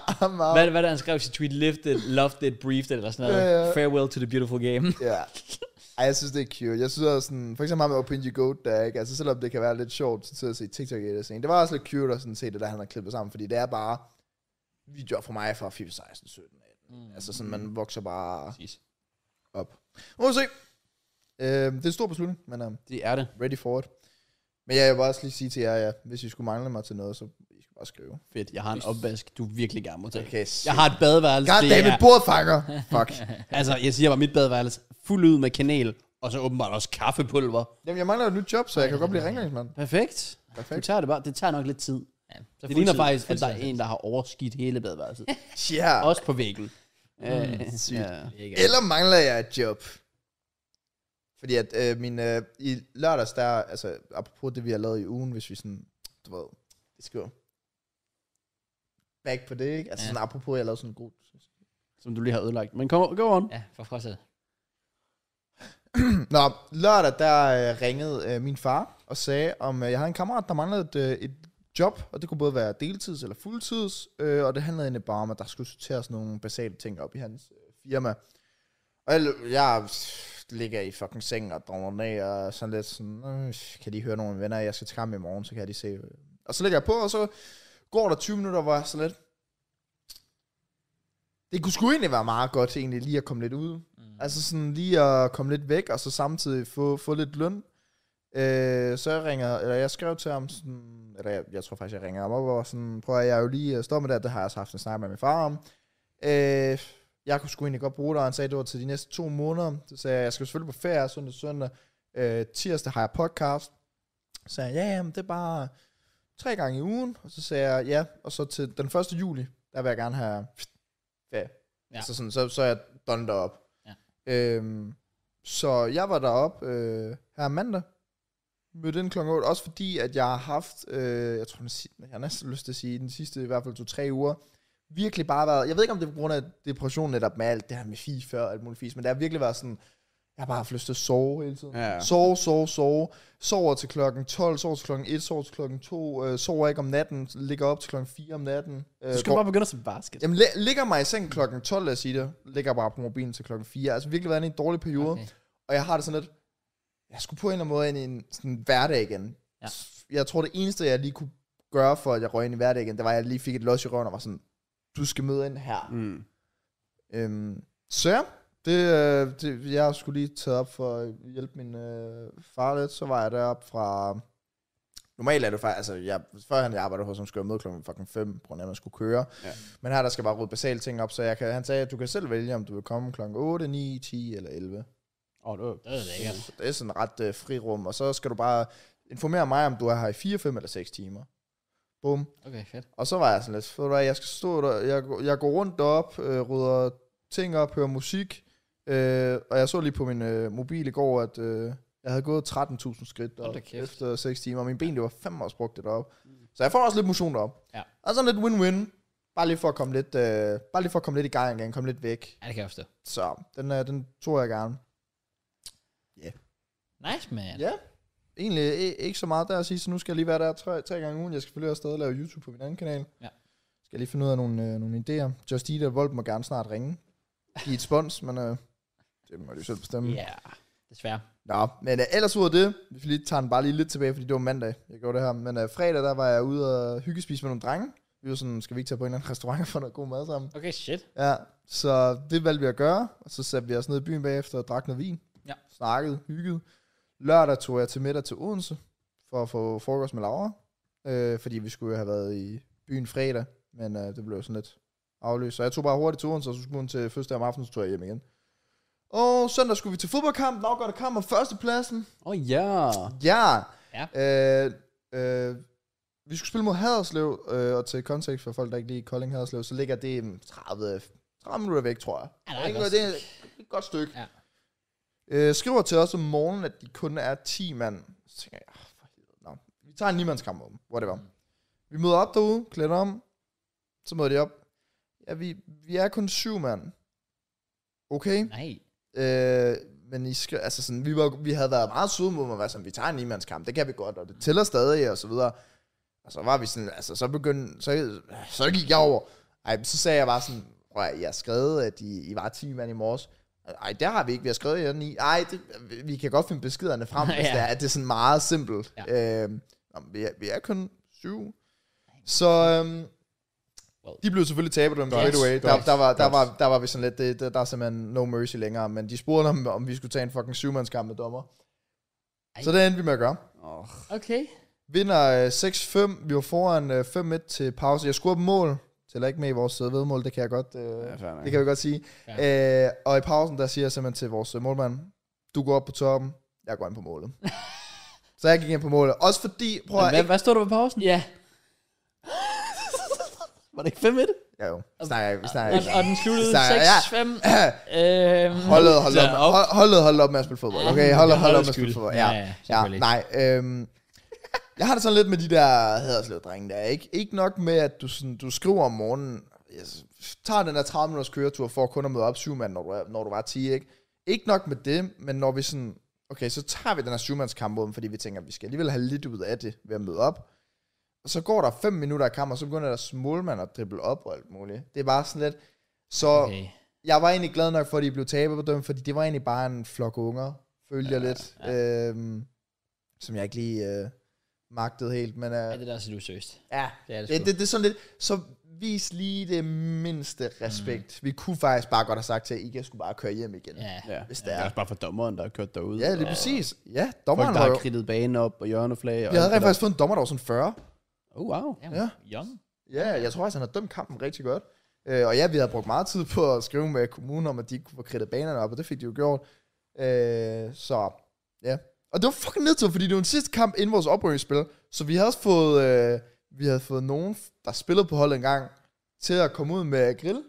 Speaker 2: Han var,
Speaker 1: Hvad, hvad er det, han skrev i sit tweet? Lift it, loved it, briefed it, eller sådan noget.
Speaker 2: Ja, ja.
Speaker 1: Farewell to the beautiful game.
Speaker 2: ja. Ej, jeg synes, det er cute. Jeg synes også sådan, for eksempel ham med Opinji Goat, der ikke, altså selvom det kan være lidt sjovt til at se TikTok i det scene, det var også lidt cute at sådan se det, der han har klippet sammen, fordi det er bare videoer for mig fra FIFA 16, 17, 18. Altså sådan, man vokser bare
Speaker 1: Mm. Præcis.
Speaker 2: op. Nu må vi se. Øh, det er en stor beslutning, men um,
Speaker 3: Det er det.
Speaker 2: ready for it. Men jeg vil bare også lige sige til jer, ja, hvis I skulle mangle mig til noget, så I skal bare skrive.
Speaker 3: Fedt. Jeg har en opvask, du virkelig gerne må tage.
Speaker 2: Okay,
Speaker 3: Jeg har et badeværelse.
Speaker 2: God
Speaker 3: det
Speaker 2: damn
Speaker 3: er-
Speaker 2: it, bordfanger. Fuck.
Speaker 3: Altså, jeg siger bare mit badeværelse. Fuld ud med kanel, og så åbenbart også kaffepulver.
Speaker 2: Jamen, jeg mangler jo et nyt job, så jeg kan godt blive rengøringsmand.
Speaker 3: Perfekt. Du
Speaker 2: Perfekt.
Speaker 3: tager det bare. Det tager nok lidt tid.
Speaker 1: Ja. Så
Speaker 3: Det ligner
Speaker 1: fuldtid.
Speaker 3: faktisk, at der er en, der har overskidt hele badeværelset.
Speaker 2: Ja. Mm,
Speaker 3: også på væggen. Øh,
Speaker 2: sygt.
Speaker 3: ja.
Speaker 1: Mega.
Speaker 2: Eller mangler jeg et job? Fordi at øh, min, øh, i lørdags, der, altså apropos det, vi har lavet i ugen, hvis vi sådan, du ved, det skal jo back på det, ikke? Altså
Speaker 1: Ja.
Speaker 2: sådan apropos, jeg lavede sådan en god...
Speaker 3: Som du lige har ødelagt. Men kom, go on.
Speaker 1: Ja, for frosset.
Speaker 2: Nå, lørdag, der øh, ringede øh, min far og sagde, om øh, jeg havde en kammerat, der manglede et, øh, et job, og det kunne både være deltids eller fuldtids, øh, og det handlede egentlig bare om, at der skulle sorteres nogle basale ting op i hans øh, firma. Og jeg, lø- jeg pff, ligger i fucking sengen og drømmer ned, og sådan lidt sådan, øh, kan de høre nogle venner, jeg skal til kamp i morgen, så kan de se. øh." Og så ligger jeg på, og så går der 20 minutter, hvor jeg sådan lidt, det kunne sgu egentlig være meget godt egentlig lige at komme lidt ud. Mm. Altså sådan lige at komme lidt væk, og så samtidig få, få lidt løn. Øh, så jeg ringer, eller jeg skrev til ham sådan, eller jeg, jeg tror faktisk, jeg ringer ham op, og var sådan, prøv at jeg er jo lige står med det, her, det har jeg også haft en snak med min far om. Øh, jeg kunne sgu egentlig godt bruge dig, og han sagde, det var til de næste to måneder. Så sagde jeg, jeg skal selvfølgelig på ferie, søndag, søndag. Øh, tirsdag har jeg podcast. Så sagde jeg, ja, jamen, det er bare tre gange i ugen. Og så sagde jeg, ja, og så til den 1. juli, der vil jeg gerne have ferie. Ja.
Speaker 1: Ja.
Speaker 2: Altså sådan, så, så er jeg done derop.
Speaker 1: Ja.
Speaker 2: Øhm, så jeg var derop øh, her mandag. Mødte ind kl. 8, også fordi, at jeg har haft, øh, jeg tror, den si- jeg har næsten lyst til at sige, den sidste i hvert fald to-tre uger, virkelig bare været, jeg ved ikke om det er på grund af depression netop med alt det her med FIFA og alt muligt fisk, men det har virkelig været sådan, jeg har bare haft lyst til at sove hele tiden.
Speaker 3: Ja.
Speaker 2: Sove, sove, sove. Sover til klokken 12, sover til klokken 1, sover til klokken 2, øh, sover ikke om natten, ligger op til klokken 4 om natten. Øh,
Speaker 3: Så skal du bare begynde at se basket.
Speaker 2: Jamen, læ- ligger mig i seng klokken 12, lad os sige det. Ligger bare på mobilen til klokken 4. Altså virkelig været inde i en dårlig periode. Okay.
Speaker 1: Okay.
Speaker 2: Og jeg har det sådan lidt, jeg skulle på en eller anden måde ind i en sådan hverdag igen.
Speaker 1: Ja.
Speaker 2: Jeg tror, det eneste, jeg lige kunne gøre for, at jeg røg ind i hverdag igen, det var, at jeg lige fik et los i røven og var sådan, du skal møde ind her.
Speaker 3: Mm.
Speaker 2: Øhm, så ja, det, øh, det, jeg skulle lige tage op for at hjælpe min øh, far lidt, så var jeg deroppe fra... Normalt er det faktisk, altså jeg, førhen jeg arbejdede hos ham, skulle jeg møde klokken fucking 5, på grund af, at man skulle køre.
Speaker 3: Ja.
Speaker 2: Men her der skal bare rydde basale ting op, så jeg kan, han sagde, at du kan selv vælge, om du vil komme klokken 8, 9, 10 eller 11.
Speaker 3: Åh, det var
Speaker 1: Det er lækkert.
Speaker 2: Så det er sådan ret øh, frirum, og så skal du bare informere mig, om du er her i 4, 5 eller 6 timer. Bum.
Speaker 1: Okay, fedt.
Speaker 2: Og så var jeg sådan lidt, ved du hvad, jeg skal stå der, jeg, går- jeg går rundt derop, øh, rydder ting op, hører musik, øh, og jeg så lige på min øh, mobil i går, at øh, jeg havde gået 13.000 skridt
Speaker 1: Hold da
Speaker 2: derop,
Speaker 1: kæft. Mm.
Speaker 2: efter 6 timer, og mine ben, det var fem års brugt det derop. Så jeg får også lidt motion derop.
Speaker 1: Ja.
Speaker 2: Og sådan lidt win-win, bare lige for at komme lidt, øh, bare lige for at komme lidt i gang igen, komme lidt væk.
Speaker 1: Ja, det kan jeg forstå.
Speaker 2: Så den, øh, den tog jeg gerne.
Speaker 1: Nice, man.
Speaker 2: Ja. Egentlig i- ikke så meget der at sige, så nu skal jeg lige være der tre, tre gange i ugen. Jeg skal selvfølgelig også stadig lave YouTube på min anden kanal.
Speaker 1: Ja.
Speaker 2: Skal lige finde ud af nogle, øh, nogle idéer. Just Eat og Volt må gerne snart ringe. Give et spons, men øh, det må du selv bestemme.
Speaker 1: Ja, desværre.
Speaker 2: Nå, men øh, ellers ud af det, hvis vi lige tager den bare lige lidt tilbage, fordi det var mandag, jeg gjorde det her. Men øh, fredag, der var jeg ude og hyggespise med nogle drenge. Vi var sådan, skal vi ikke tage på en eller anden restaurant og få noget god mad sammen?
Speaker 1: Okay, shit.
Speaker 2: Ja, så det valgte vi at gøre, og så satte vi os ned i byen bagefter og drak noget vin.
Speaker 1: Ja.
Speaker 2: Snakkede, hyggede. Lørdag tog jeg til middag til Odense for at få frokost med Laura, øh, fordi vi skulle jo have været i byen fredag, men øh, det blev sådan lidt afløst. Så jeg tog bare hurtigt til Odense, og så skulle hun til første om aftenen, så tog jeg hjem igen. Og søndag skulle vi til fodboldkamp, afgørende kamp om førstepladsen.
Speaker 3: Åh oh, ja.
Speaker 2: Ja.
Speaker 1: Ja.
Speaker 2: Øh, øh, vi skulle spille mod Haderslev, øh, og til kontekst for folk, der ikke lige Kolding Haderslev, så ligger det mm, 30, 30 minutter væk, tror jeg.
Speaker 1: Ja, der er
Speaker 2: det, er ikke,
Speaker 1: godt
Speaker 2: noget- det er et godt stykke.
Speaker 1: Ja.
Speaker 2: Øh, skriver til os om morgenen, at de kun er 10 mand. Så tænker jeg, "Ah, for helvede, no. vi tager en 9-mandskamp om, whatever. Mm. Vi møder op derude, klæder om, så møder de op. Ja, vi, vi er kun syv mand. Okay.
Speaker 1: Nej.
Speaker 2: Øh, men I skri- altså sådan, vi, var, vi havde været meget søde mod mig, var sådan, vi tager en ligemandskamp, det kan vi godt, og det tæller stadig, og så videre. Og så var vi sådan, altså så begyndte, så, så gik jeg over. Ej, men så sagde jeg bare sådan, prøv at, høre, I har skrevet, at I, I var 10 mand i morges. Ej, der har vi ikke, vi har skrevet jer ni. Ej, det, vi- vi kan godt finde beskederne frem, hvis
Speaker 1: Ja.
Speaker 2: det er, at det er sådan meget simpelt. Ja. Øh, vi, er, vi er kun syv. Så øhm,
Speaker 1: Well.
Speaker 2: de blev selvfølgelig tabet dem
Speaker 1: Godt,
Speaker 2: straight away. Der,
Speaker 1: godt,
Speaker 2: der, var, der,
Speaker 3: godt.
Speaker 2: var, der var vi sådan lidt, det, der, der er simpelthen no mercy længere, men de spurgte om, om vi skulle tage en fucking syvmandskamp med dommer.
Speaker 1: Ej.
Speaker 2: Ej. Så det endte vi med at gøre.
Speaker 3: Oh.
Speaker 1: Okay.
Speaker 2: Vinder øh, 6-5, vi var foran øh, 5-1 til pause. Jeg scorede et mål, tæller ikke med i vores øh, vedmål, det kan jeg godt, øh,
Speaker 3: Ja,
Speaker 2: ja,
Speaker 3: fair nok.
Speaker 2: det kan vi godt sige. Ja. Øh, og i pausen, der siger jeg simpelthen til vores øh, målmand, du går op på toppen, jeg går ind på målet. så jeg gik ind på målet. Også fordi, prøv at...
Speaker 3: Hvad, hvad stod der på pausen?
Speaker 1: Ja,
Speaker 3: Var det ikke 5 1
Speaker 2: Ja jo, snakker jeg, snakker
Speaker 1: og,
Speaker 2: jeg.
Speaker 1: og den sluttede
Speaker 2: Så,
Speaker 1: 6-5.
Speaker 2: ja.
Speaker 1: Øhm,
Speaker 2: Holdet, holdet,
Speaker 3: Så
Speaker 2: op.
Speaker 3: op.
Speaker 2: Hold- Holdet, holdet op med at spille fodbold. Okay, holdet, holdet op med at
Speaker 1: skyld.
Speaker 2: spille fodbold.
Speaker 1: Ja,
Speaker 2: Ja,
Speaker 1: ja,
Speaker 2: ja,
Speaker 1: selvfølgelig.
Speaker 2: nej. Øhm, jeg har det sådan lidt med de der hæderslev drenge der. Ikke, ikke nok med, at du, sådan, du skriver om morgenen, jeg s- tager den der 30 minutters køretur for kun at møde op syv mand, når du, er, når du var 10, ikke? Ikke nok med det, men når vi sådan, okay, så tager vi den her syvmandskamp ud, fordi vi tænker, at vi skal alligevel have lidt ud af det ved at møde op. Og så går der 5 minutter af kamp, og så begynder der smålmand at drible op og alt muligt. Det er bare sådan lidt, så
Speaker 1: Okay.
Speaker 2: jeg var egentlig glad nok for, at de blev tabet på dem, fordi det var egentlig bare en flok unger, følte jeg lidt, øhm, som jeg ikke lige øh, magtede helt, men
Speaker 1: Ja,
Speaker 2: øh,
Speaker 1: det er da også lidt useriøst.
Speaker 2: ja,
Speaker 1: Det er det,
Speaker 2: det, det, det er sådan lidt, så vis lige det
Speaker 1: Mm.
Speaker 2: mindste respekt. Vi kunne faktisk bare godt have sagt til, at I kan skulle bare køre hjem igen.
Speaker 1: Ja.
Speaker 3: Ja.
Speaker 2: Hvis det
Speaker 3: Det er
Speaker 2: er.
Speaker 3: også bare for dommeren, der har kørt derude.
Speaker 2: Ja, lige
Speaker 3: og
Speaker 2: præcis. Ja,
Speaker 3: Folk,
Speaker 2: dommeren
Speaker 3: der
Speaker 2: var
Speaker 3: har
Speaker 2: jo...
Speaker 3: kridtet banen op og hjørneflag. Og
Speaker 2: Jeg havde
Speaker 3: alt
Speaker 2: rent
Speaker 3: det der.
Speaker 2: faktisk fået en dommer, der var sådan 40.
Speaker 3: Oh, wow.
Speaker 1: Jamen,
Speaker 2: Ja.
Speaker 1: Young.
Speaker 2: Ja, jeg tror faktisk, han har dømt kampen rigtig godt. Øh, og ja, vi havde brugt meget tid på at skrive med kommunen om, at de ikke kunne få kridtet banerne op, og det fik de jo gjort. Øh, så ja. Og det var fucking nedtur, fordi det var den sidste kamp inden vores oprykningsspil, så vi havde også fået, øh, vi havde fået nogen, der spillede på holdet engang, til at komme ud med grill.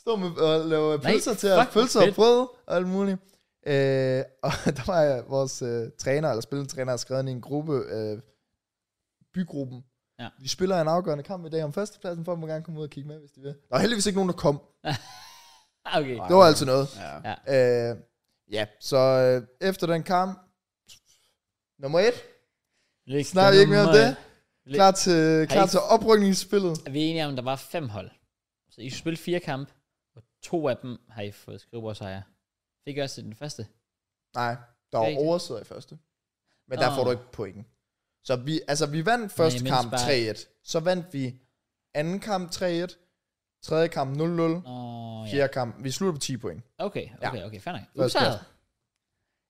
Speaker 2: Stå med og lave
Speaker 1: Nej,
Speaker 2: pølser til
Speaker 1: fuck,
Speaker 2: at
Speaker 1: hvor
Speaker 2: pølser og
Speaker 1: fedt.
Speaker 2: brød og alt muligt. Øh, og der var øh, vores øh, træner, eller spilletræner, skrevet ind i en gruppe, øh, bygruppen, vi spiller en afgørende kamp i dag om førstepladsen, folk må gerne komme ud og kigge med, hvis de vil. Der er heldigvis ikke nogen, der kom.
Speaker 1: Ah, Okay.
Speaker 2: Det var altid noget.
Speaker 3: Ja.
Speaker 2: Øh, ja, så øh, efter den kamp, nummer et,
Speaker 1: Læg
Speaker 2: snakker vi ikke mere om det.
Speaker 1: Lidt.
Speaker 2: Klar til, klar
Speaker 1: Har I-
Speaker 2: til oprykningsspillet.
Speaker 1: Er vi enige om, at der var fem hold? Så I skulle spille fire kampe, og to af dem har I fået skrivebordsejre. Fik I også den første?
Speaker 2: Nej, der var
Speaker 1: Rigtigt.
Speaker 2: oversidder i første. Men der
Speaker 1: Nå.
Speaker 2: får du ikke pointen. Så vi, altså, vi vandt første
Speaker 1: jeg mindes
Speaker 2: kamp
Speaker 1: bare-
Speaker 2: 3-1. Så vandt vi anden kamp 3-1. Tredje kamp 0-0.
Speaker 1: Åh, ja.
Speaker 2: Fjerde kamp. Vi slutter på 10 point.
Speaker 1: Okay, okay, okay, fair nok.
Speaker 2: Første
Speaker 1: Usejret.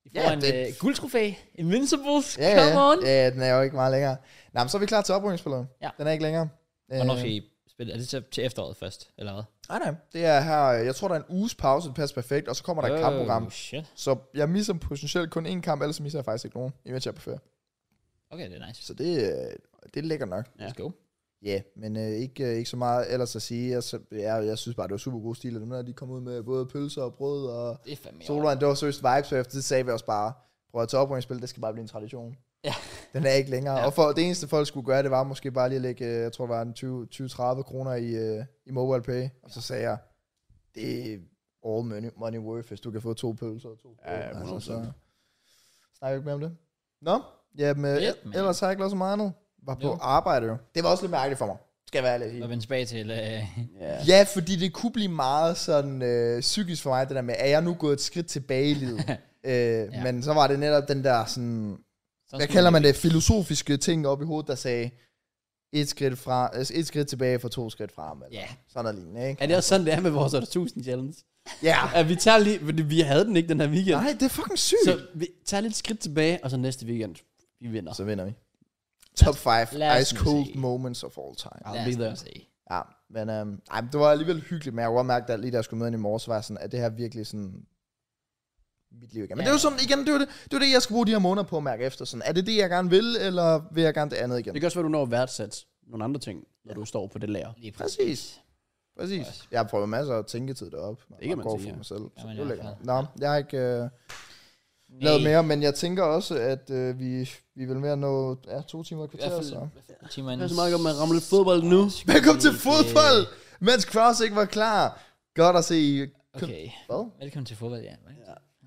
Speaker 1: I får
Speaker 2: Ja,
Speaker 1: en
Speaker 2: det-
Speaker 1: øh, guldtrofæ. Invincibles,
Speaker 2: Ja,
Speaker 1: come
Speaker 2: ja,
Speaker 1: on.
Speaker 2: ja, den er jo ikke meget længere. Nej, men så er vi klar til oprykningsspillet.
Speaker 1: Ja.
Speaker 2: Den er ikke længere.
Speaker 1: Hvornår
Speaker 2: Øh,
Speaker 1: skal I spille? Er det til, til efteråret først, eller hvad?
Speaker 2: Nej, nej. Det er her, øh, jeg tror, der er en uges pause, det passer perfekt, og så kommer der et kampprogram.
Speaker 1: Oh, shit.
Speaker 2: Så jeg misser potentielt kun én kamp, ellers misser jeg faktisk ikke nogen, imens jeg er på ferie.
Speaker 1: Okay, det er nice.
Speaker 2: Så det, øh, det er lækkert nok.
Speaker 3: Ja.
Speaker 1: Let's go.
Speaker 2: Ja, yeah, men øh, ikke, øh, ikke så meget ellers at sige. Jeg, jeg, jeg synes bare, det var super god stil, at dem der, de kom ud med både pølser og brød og
Speaker 1: Det er fandme i orden.
Speaker 2: solvand. Det var seriøst vibes, og efter det sagde vi også bare, prøv at tage oprykningsspil, det skal bare blive en tradition.
Speaker 1: Ja.
Speaker 2: Den er ikke længere.
Speaker 1: Ja.
Speaker 2: Ja. Og for, det eneste folk skulle gøre, det var måske bare lige at lægge, øh, jeg tror, det var en 20-30 kroner i, øh, i mobile pay. Og så sagde jeg, det er all money, money worth, hvis du kan få to pølser og to Altså,
Speaker 3: Ja, ja, 100%.
Speaker 2: snakker vi ikke mere om det. Nå, ja, men,
Speaker 1: Fedt, mand.
Speaker 2: ellers har jeg ikke lavet så meget andet. Var på
Speaker 1: Jo.
Speaker 2: arbejde jo. Det var også lidt mærkeligt for mig.
Speaker 3: Skal være lidt
Speaker 1: Og
Speaker 3: helt.
Speaker 1: vende tilbage til... Øh,
Speaker 3: Ja.
Speaker 2: Ja, fordi det kunne blive meget sådan øh, psykisk for mig, det der med, er jeg nu gået et skridt tilbage i livet? øh, ja. Men så var det netop den der sådan, hvad kalder man det, filosofiske ting op i hovedet, der sagde, et skridt, fra, altså et skridt tilbage for to skridt frem, eller
Speaker 1: Ja.
Speaker 2: sådan noget lignende, ikke?
Speaker 3: Er det også sådan, det er med vores 1000 challenge?
Speaker 2: Ja.
Speaker 3: At vi tager lige, fordi vi havde den ikke den her weekend.
Speaker 2: Nej, det er fucking sygt.
Speaker 3: Så vi tager lidt skridt tilbage, og så næste weekend, vi vinder.
Speaker 2: så vinder vi. Top 5
Speaker 1: lad os
Speaker 2: ice
Speaker 1: nu
Speaker 2: cold
Speaker 1: se.
Speaker 2: moments of all time.
Speaker 3: I'll
Speaker 1: Lad
Speaker 3: be
Speaker 1: os
Speaker 3: there.
Speaker 1: nu se.
Speaker 2: Ja, men øhm, ej, men det var alligevel hyggeligt, men jeg kunne godt mærke, at lige da jeg skulle møde hende i morges, var jeg sådan, at det her virkelig sådan mit liv igen. Men
Speaker 1: Ja,
Speaker 2: det er jo
Speaker 1: ja.
Speaker 2: sådan, igen, det er jo det, det, er jo det, jeg skal bruge de her måneder på at mærke efter. Sådan, er det det, jeg gerne vil, eller vil jeg gerne det andet igen?
Speaker 3: Det kan også være, du når at værdsætte nogle andre ting, når du står på det lager.
Speaker 1: Lige
Speaker 2: Præcis. Præcis.
Speaker 1: Også.
Speaker 2: Jeg har prøvet masser af tænketid deroppe. når
Speaker 3: Det kan
Speaker 2: jeg
Speaker 3: man
Speaker 2: går
Speaker 3: sige,
Speaker 2: for
Speaker 3: ja.
Speaker 2: mig selv.
Speaker 1: Ja,
Speaker 2: Så
Speaker 1: men
Speaker 2: det er
Speaker 1: i
Speaker 2: lækkert.
Speaker 1: hvert
Speaker 2: Nå, jeg har ikke øh, lavet mere, men jeg tænker også, at øh, vi, vi vil mere nå ja, to timer og et
Speaker 1: I hvert
Speaker 2: kvarter.
Speaker 1: fald,
Speaker 2: Så.
Speaker 1: timer
Speaker 3: Det er så meget godt med at ramle lidt fodbold nu.
Speaker 2: Velkommen til fodbold, mens Kraus ikke var klar. Godt at se. I-
Speaker 1: Okay,
Speaker 2: Hvad?
Speaker 1: velkommen til fodbold, ja.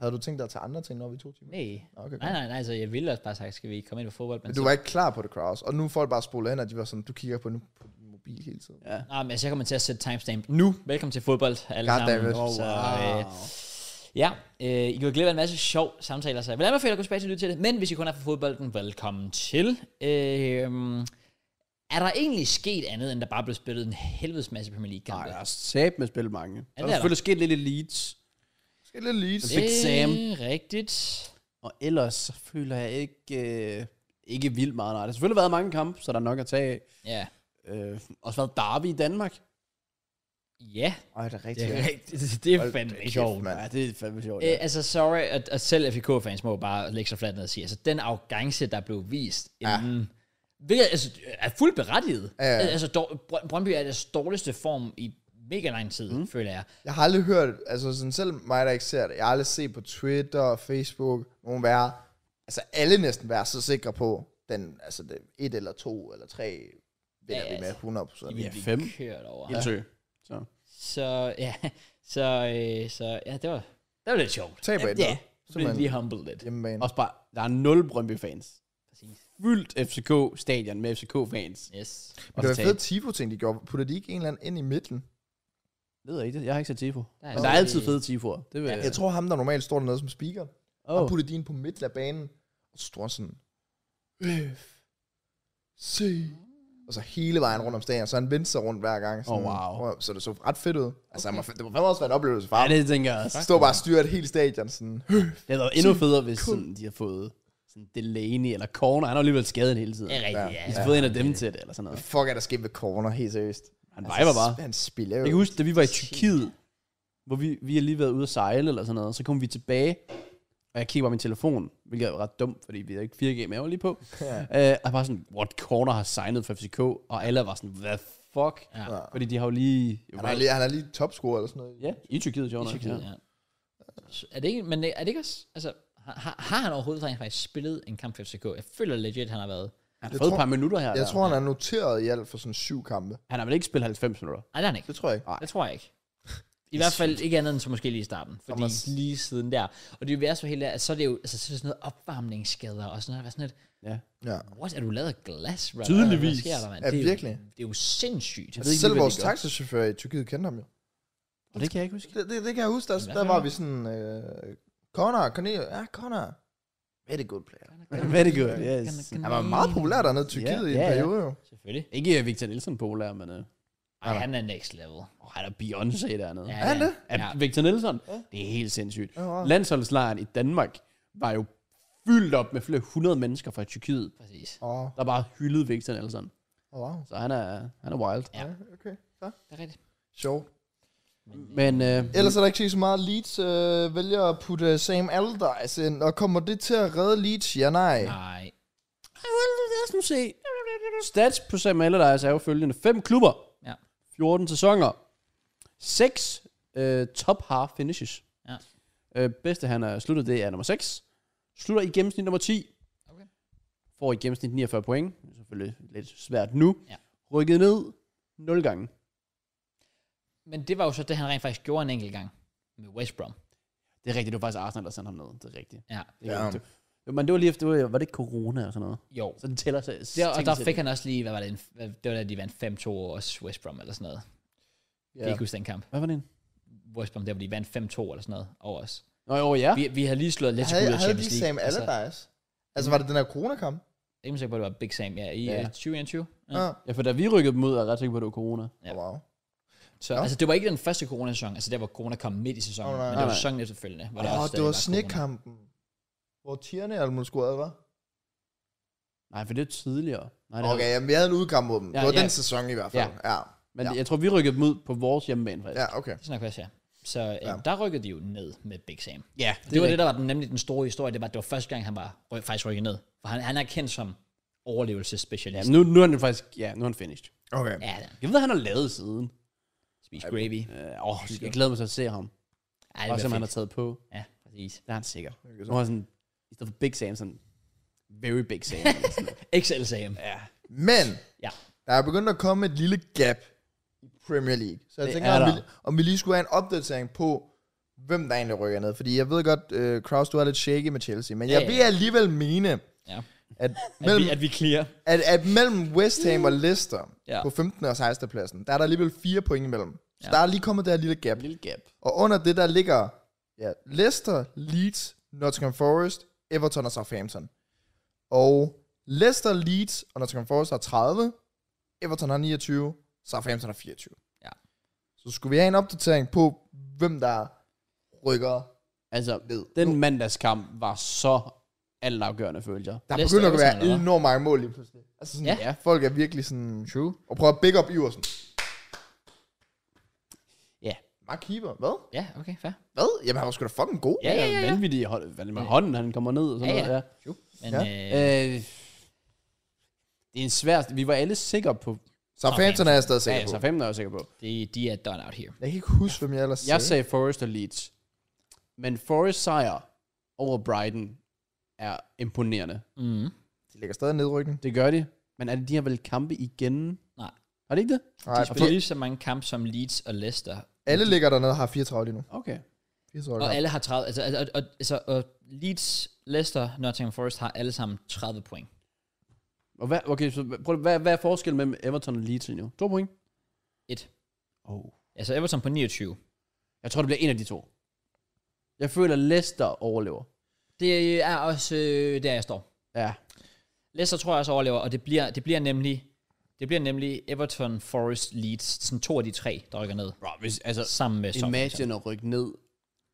Speaker 2: Havde du tænkt dig at tage andre ting, når vi to timer?
Speaker 1: Nej.
Speaker 2: Okay,
Speaker 1: Nej,
Speaker 2: godt.
Speaker 1: nej, nej, så jeg ville også bare sagt, skal vi komme ind på fodbold, men,
Speaker 2: Men du var ikke klar på det, Kraus. Og nu er folk bare spolet hen, og de var sådan, du kigger på, nu, på din mobil hele tiden.
Speaker 3: Ja.
Speaker 1: Nej, men så kommer jeg til at sætte timestamp nu. Velkommen til fodbold, alle
Speaker 2: God
Speaker 1: sammen.
Speaker 2: damn it.
Speaker 1: Og, Så,
Speaker 3: Oh,
Speaker 1: øh, ja, øh, I kan glip af en masse sjov samtaler, så jeg vil anbefale at gå tilbage til at lytte til det. Men hvis I kun er fra fodbolden, velkommen til. Øh, er der egentlig sket andet, end der bare blev spillet en helvedes masse Premier
Speaker 3: Nej,
Speaker 1: League-kampe?
Speaker 3: jeg har sat med spil mange. Der
Speaker 1: er
Speaker 3: er
Speaker 1: der.
Speaker 3: selvfølgelig sket lidt i Leeds.
Speaker 2: Skal lidt lige.
Speaker 3: Big Sam.
Speaker 1: rigtigt.
Speaker 3: Og ellers så føler jeg ikke, øh, ikke vildt meget. Nej, der har selvfølgelig været mange kampe, så der er nok at tage af.
Speaker 1: Ja.
Speaker 3: Øh, også været derby i Danmark.
Speaker 1: Ja,
Speaker 2: Ej, det er
Speaker 1: det
Speaker 2: rigtigt.
Speaker 1: er rigtigt. Det er
Speaker 2: Hold da
Speaker 1: fandme
Speaker 2: kæft,
Speaker 1: sjovt.
Speaker 2: mand.
Speaker 3: Ja, det er fandme sjovt.
Speaker 1: Øh,
Speaker 3: Ja.
Speaker 1: altså, sorry, at, at selv FCK-fans må jo bare lægge sig fladt ned og sige, altså, den arrogance, der blev vist
Speaker 2: Ja.
Speaker 1: inden, ja. hvilket altså, er fuldt berettiget.
Speaker 2: Ja, ja.
Speaker 1: Al- Altså, dår, Brøn- Brøndby er i deres dårligste form i mega lang tid,
Speaker 2: Mhm.
Speaker 1: mm. føler jeg.
Speaker 2: Jeg har aldrig hørt, altså sådan selv mig, der ikke ser det, jeg har aldrig set på Twitter og Facebook, nogen være, altså alle næsten være så sikre på, den, altså det, et eller to eller tre, vinder
Speaker 1: Ja,
Speaker 2: ja, vi med
Speaker 1: altså.
Speaker 2: 100
Speaker 1: De
Speaker 2: procent.
Speaker 1: ville
Speaker 2: Ja.
Speaker 1: blive
Speaker 3: fem.
Speaker 1: kørt over.
Speaker 3: Helt sø. Så.
Speaker 1: Så, ja, så, øh, så, ja, det var, det var lidt sjovt.
Speaker 2: Taber et
Speaker 3: Ja,
Speaker 1: Så blev de
Speaker 2: Simpelthen.
Speaker 1: lige humbled lidt.
Speaker 2: hjemmebane.
Speaker 3: også bare, der er nul Brøndby-fans.
Speaker 1: Præcis.
Speaker 3: Fyldt FCK-stadion med FCK-fans.
Speaker 1: Yes.
Speaker 2: Men det var en fed Tifo-ting, de gjorde. Puttede de ikke en eller anden ind i midten?
Speaker 3: Det ved jeg ikke. Jeg har ikke set tifo.
Speaker 1: Der er
Speaker 3: Men der er
Speaker 1: også-
Speaker 3: altid fede tifoer. Det vil
Speaker 1: Ja.
Speaker 2: Jeg tror, ham der normalt står dernede som speaker, oh. han
Speaker 3: oh.
Speaker 2: puttede de ind på midten af banen, og så stod han sådan, F, C, og så hele vejen rundt om stadion, og så han vendte sig rundt hver gang. Sådan,
Speaker 3: Åh, wow.
Speaker 2: prøv at- Så det så ret fedt ud. Altså, okay. det må fandme også være en oplevelse for
Speaker 3: Ja,
Speaker 2: ham.
Speaker 3: det tænker jeg også.
Speaker 2: Stå bare og styre et helt stadion, sådan,
Speaker 3: Det havde været endnu federe, hvis sådan, de har fået sådan Delaney eller Corner. Han har alligevel skadet hele tiden.
Speaker 1: Det er rigtigt,
Speaker 2: Ja.
Speaker 1: ja.
Speaker 3: De har
Speaker 1: ja.
Speaker 3: fået en af dem til det, eller sådan noget.
Speaker 2: fuck er der sket ved corner, helt seriøst. Altså,
Speaker 3: Han viber bare.
Speaker 2: Han spiller jo.
Speaker 3: Jeg kan huske, da vi var i Tyrkiet, hvor vi, vi har lige været ude at sejle eller sådan noget, så kom vi tilbage, og jeg kigger på min telefon, hvilket er ret dumt, fordi vi havde ikke 4G med, jeg var lige på.
Speaker 2: Ja.
Speaker 3: Ja. Øh, og bare sådan, what corner har signet for FCK, og alle var sådan, hvad fuck?
Speaker 1: Ja.
Speaker 3: Fordi de har jo lige...
Speaker 2: Han er lige, han er lige topscorer eller sådan noget.
Speaker 3: Ja, i Tyrkiet, Jonas.
Speaker 1: I Tyrkiet, ja. Så Er det ikke, men er det ikke også, altså, har, har- har han overhovedet rent faktisk spillet en kamp for FCK? Jeg føler legit, han har været.
Speaker 3: Han har
Speaker 2: Jeg
Speaker 3: fået
Speaker 2: tror-
Speaker 3: et par minutter her.
Speaker 2: Jeg
Speaker 3: der.
Speaker 2: tror, han er noteret i alt for sådan syv kampe.
Speaker 3: Han har vel ikke spillet 90 minutter?
Speaker 1: Nej, det har han ikke.
Speaker 2: Det tror jeg ikke.
Speaker 1: Det tror jeg ikke. I hvert fald ikke andet end så måske lige i starten. Fordi
Speaker 2: Thomas.
Speaker 1: lige siden der. Og det er jo værst for hele, at så er det jo altså, så er det sådan noget opvarmningsskader og sådan noget. der er Sådan et,
Speaker 3: Ja.
Speaker 2: Ja.
Speaker 1: what, er du lavet af glas? brother?
Speaker 3: Tydeligvis.
Speaker 1: Hvad sker der, mand?
Speaker 2: Ja,
Speaker 1: det er
Speaker 2: virkelig.
Speaker 1: Jo, det er jo sindssygt.
Speaker 3: ved ikke
Speaker 2: Selv
Speaker 3: lige, hvad
Speaker 2: vores
Speaker 3: de gør.
Speaker 2: taxachauffør i Tyrkiet kendte ham jo.
Speaker 3: Og det kan jeg ikke huske.
Speaker 2: Det, det, det kan jeg huske. Der,
Speaker 1: Hvad
Speaker 2: der
Speaker 1: for
Speaker 2: var
Speaker 1: noget?
Speaker 2: vi sådan... Øh, Connor, Cornel, ja, Connor. Very good player.
Speaker 3: Very good, yes.
Speaker 2: Han var meget populær dernede i Tyrkiet
Speaker 3: Ja,
Speaker 2: i en
Speaker 3: ja, ja.
Speaker 2: periode jo.
Speaker 1: Selvfølgelig.
Speaker 3: Ikke øh, Victor Nielsen populær, men øh,
Speaker 1: Ej, han er next level.
Speaker 3: åh, han er Beyoncé dernede.
Speaker 1: Ja,
Speaker 3: Ja.
Speaker 2: Er han det?
Speaker 3: Ja.
Speaker 1: Ja.
Speaker 3: Victor Nielsen, det er helt sindssygt.
Speaker 2: Ja, wow.
Speaker 3: Landsholdslejren i Danmark var jo fyldt op med flere hundrede mennesker fra Tyrkiet,
Speaker 1: Præcis.
Speaker 2: Åh,
Speaker 3: der bare hyldede Victor Nielsen.
Speaker 2: oh, wow.
Speaker 3: Så han er, han er wild.
Speaker 1: Ja.
Speaker 2: Ja, okay. Så.
Speaker 1: Det er rigtigt.
Speaker 2: Sjov.
Speaker 3: Men øh,
Speaker 2: Ellers er der ikke set så meget Leeds øh, vælger at putte Sam Allardyce ind, og kommer det til at redde Leeds? Ja, nej.
Speaker 1: Nej.
Speaker 3: lad os nu se. Stats på Sam Allardyce er jo følgende. Fem klubber,
Speaker 1: Ja.
Speaker 3: 14 sæsoner, seks øh, top half finishes.
Speaker 1: Ja.
Speaker 3: Øh, bedste han har sluttet, det er nummer 6. Slutter i gennemsnit nummer 10.
Speaker 1: Okay.
Speaker 3: Får i gennemsnit 49 point. Det er Selvfølgelig lidt svært nu.
Speaker 1: Ja.
Speaker 3: Rykket ned 0 gange.
Speaker 1: Men det var jo så det, han rent faktisk gjorde en enkelt gang med West Brom.
Speaker 3: Det er rigtigt, det var faktisk Arsenal, der sendte ham ned. Det er rigtigt.
Speaker 1: Ja.
Speaker 3: Det, ja.
Speaker 2: Ja.
Speaker 3: det, Jo, men det var lige efter, det var, var det ikke corona og sådan noget?
Speaker 1: Jo.
Speaker 3: Så det tæller sig.
Speaker 1: Der, og
Speaker 3: ting
Speaker 1: der
Speaker 3: til
Speaker 1: fik
Speaker 3: det.
Speaker 1: han også lige, hvad var det, en, hvad- det var da de vandt 5-2 over West Brom eller sådan noget. Yeah. Jeg kan
Speaker 3: Ja.
Speaker 1: ikke huske den kamp.
Speaker 3: Hvad var det en?
Speaker 1: West Brom, der hvor de vandt 5-2 eller sådan noget over os.
Speaker 3: Nå jo, ja.
Speaker 1: Vi, vi havde lige slået Atletico ud
Speaker 2: Havde,
Speaker 1: af
Speaker 2: havde
Speaker 1: Champions
Speaker 2: de
Speaker 1: League. Altså,
Speaker 2: Sam Allardyce? Altså, var det den her coronakamp?
Speaker 1: jeg er ikke sikker på, at det var Big Sam, ja, i
Speaker 3: Ja.
Speaker 1: ja. 2021. Ja.
Speaker 2: Ja.
Speaker 3: Ja, for da vi rykkede dem ud, er jeg ret sikker på, at det var corona.
Speaker 1: Ja.
Speaker 2: Wow.
Speaker 1: Så,
Speaker 2: Nå.
Speaker 1: altså, det var ikke den første coronasæson, altså der, hvor corona kom midt i sæsonen,
Speaker 2: Nå,
Speaker 1: oh,
Speaker 2: nej.
Speaker 1: men det
Speaker 3: Nej,
Speaker 1: var
Speaker 3: nej.
Speaker 1: sæsonen efterfølgende. Hvor der
Speaker 2: Åh,
Speaker 1: også
Speaker 2: det
Speaker 1: stadig
Speaker 2: var
Speaker 1: corona.
Speaker 2: snekampen. Hvor Tierne Almund scorede, var?
Speaker 3: Nej, for det er tidligere. Nej, det er-
Speaker 2: Okay, jamen, vi havde en udkamp mod dem.
Speaker 3: Ja,
Speaker 2: Det var
Speaker 3: ja.
Speaker 2: den sæson i hvert fald. Ja.
Speaker 3: Men
Speaker 2: Ja.
Speaker 3: jeg tror, vi rykkede dem ud på vores hjemmebane, faktisk.
Speaker 2: Ja, okay.
Speaker 1: Det snakker jeg også, ja. Så øh,
Speaker 2: Ja.
Speaker 1: ja. der rykkede de jo ned med Big Sam. Det,
Speaker 3: ja
Speaker 1: det var det, der var den, nemlig den store historie, det var, at det var første gang, han var rø- faktisk rykket ned. For han, han er kendt som
Speaker 3: Ja,
Speaker 1: overlevelsesspecialist.
Speaker 3: nu, nu er han faktisk, ja, nu er han finished.
Speaker 2: Okay.
Speaker 1: Ja, ja.
Speaker 3: Jeg ved, hvad han har lavet siden.
Speaker 1: Spis gravy.
Speaker 3: Øh, åh, jeg glæder mig så at se ham.
Speaker 1: Ej, det
Speaker 3: Og
Speaker 1: var
Speaker 3: som han
Speaker 1: fedt.
Speaker 3: har taget på.
Speaker 1: Ja, præcis.
Speaker 3: Det er han sikker. Nu er han sådan, i stedet for Big Sam, sådan, very Big Sam. eller sådan noget.
Speaker 1: XL Sam.
Speaker 3: ja.
Speaker 2: Men,
Speaker 1: Ja.
Speaker 2: der er begyndt at komme et lille gap i Premier League. Så jeg
Speaker 3: Det
Speaker 2: tænker,
Speaker 3: er
Speaker 2: om
Speaker 3: der.
Speaker 2: vi, om vi lige skulle have en opdatering på, hvem der egentlig rykker ned. Fordi jeg ved godt, uh, Kraus, du er lidt shaky med Chelsea, men
Speaker 1: Ja,
Speaker 2: jeg
Speaker 1: ja.
Speaker 2: vil alligevel mene,
Speaker 1: Ja.
Speaker 2: at
Speaker 1: At,
Speaker 2: mellem,
Speaker 1: vi, at vi clear.
Speaker 2: at, at mellem West Ham og Leicester ja.
Speaker 1: Ja.
Speaker 2: på 15. og 16. pladsen, der er der alligevel fire point imellem. Så
Speaker 1: Ja.
Speaker 2: der er lige kommet det her lille gap.
Speaker 3: Lille gap.
Speaker 2: Og under det, der ligger ja, Leicester, Leeds, Nottingham Forest, Everton og Southampton. Og Leicester, Leeds og Nottingham Forest har 30, Everton har 29, Southampton har 24.
Speaker 1: Ja.
Speaker 2: Så skulle vi have en opdatering på, hvem der rykker.
Speaker 3: Altså,
Speaker 2: Ned.
Speaker 3: den mandagskamp var så altafgørende, følte jeg.
Speaker 2: Der
Speaker 1: Leicester,
Speaker 2: begynder at
Speaker 1: Everton,
Speaker 2: være
Speaker 1: eller hvad?
Speaker 2: enormt mange mål lige pludselig. Altså sådan,
Speaker 1: Ja.
Speaker 2: ja. folk er virkelig sådan... True. Og prøv at big up Iversen.
Speaker 3: Ja.
Speaker 2: Mark Keeper, hvad?
Speaker 1: Ja, okay, fair.
Speaker 2: Hvad? Jamen, han var sgu da fucking god.
Speaker 1: Ja, ja, ja, ja.
Speaker 3: Vanvittig i hånd- hvad er det med hånden, han kommer ned og sådan
Speaker 1: Ja,
Speaker 3: noget.
Speaker 1: ja.
Speaker 3: Ja.
Speaker 1: Men,
Speaker 2: Ja.
Speaker 1: ja. Øh,
Speaker 3: Øh, det er en svær... Vi var alle sikre på...
Speaker 2: Southampton er jeg stadig
Speaker 3: Ja,
Speaker 2: sikker
Speaker 3: ja,
Speaker 2: på.
Speaker 3: så 15 er jeg sikker på.
Speaker 1: de, de er done out here.
Speaker 2: Jeg kan ikke huske, hvem jeg ellers
Speaker 3: Jeg sagde Forrest og Leeds. Men Forrest sejr over Brighton er imponerende.
Speaker 1: Mm.
Speaker 2: De ligger stadig i nedrykning.
Speaker 3: Det gør de. Men er det de her vel kampe igen?
Speaker 1: Nej.
Speaker 3: Er det ikke det?
Speaker 2: Nej,
Speaker 1: De spiller lige så mange kampe som Leeds og Leicester.
Speaker 2: alle ligger dernede og har 34 lige nu.
Speaker 3: Okay.
Speaker 2: 34
Speaker 1: Og
Speaker 2: kampe.
Speaker 1: alle har 30, altså, altså, og, og, altså og Leeds, Leicester, Nottingham Forest har alle sammen 30 point.
Speaker 3: Og hvad, okay, så prøv, hvad, hvad er forskellen mellem Everton og Leeds lige nu? To point?
Speaker 1: Et.
Speaker 3: Oh.
Speaker 1: Altså Everton på 29.
Speaker 3: Jeg tror, det bliver en af de to. Jeg føler, at Leicester overlever.
Speaker 1: Det er også øh, der, jeg står.
Speaker 3: Ja.
Speaker 1: Leicester tror jeg også overlever, og det bliver, det bliver nemlig det bliver nemlig Everton, Forest, Leeds, sådan to af de tre, der rykker ned,
Speaker 3: Bro, hvis, altså,
Speaker 1: sammen med Southampton.
Speaker 3: imagine at rykke ned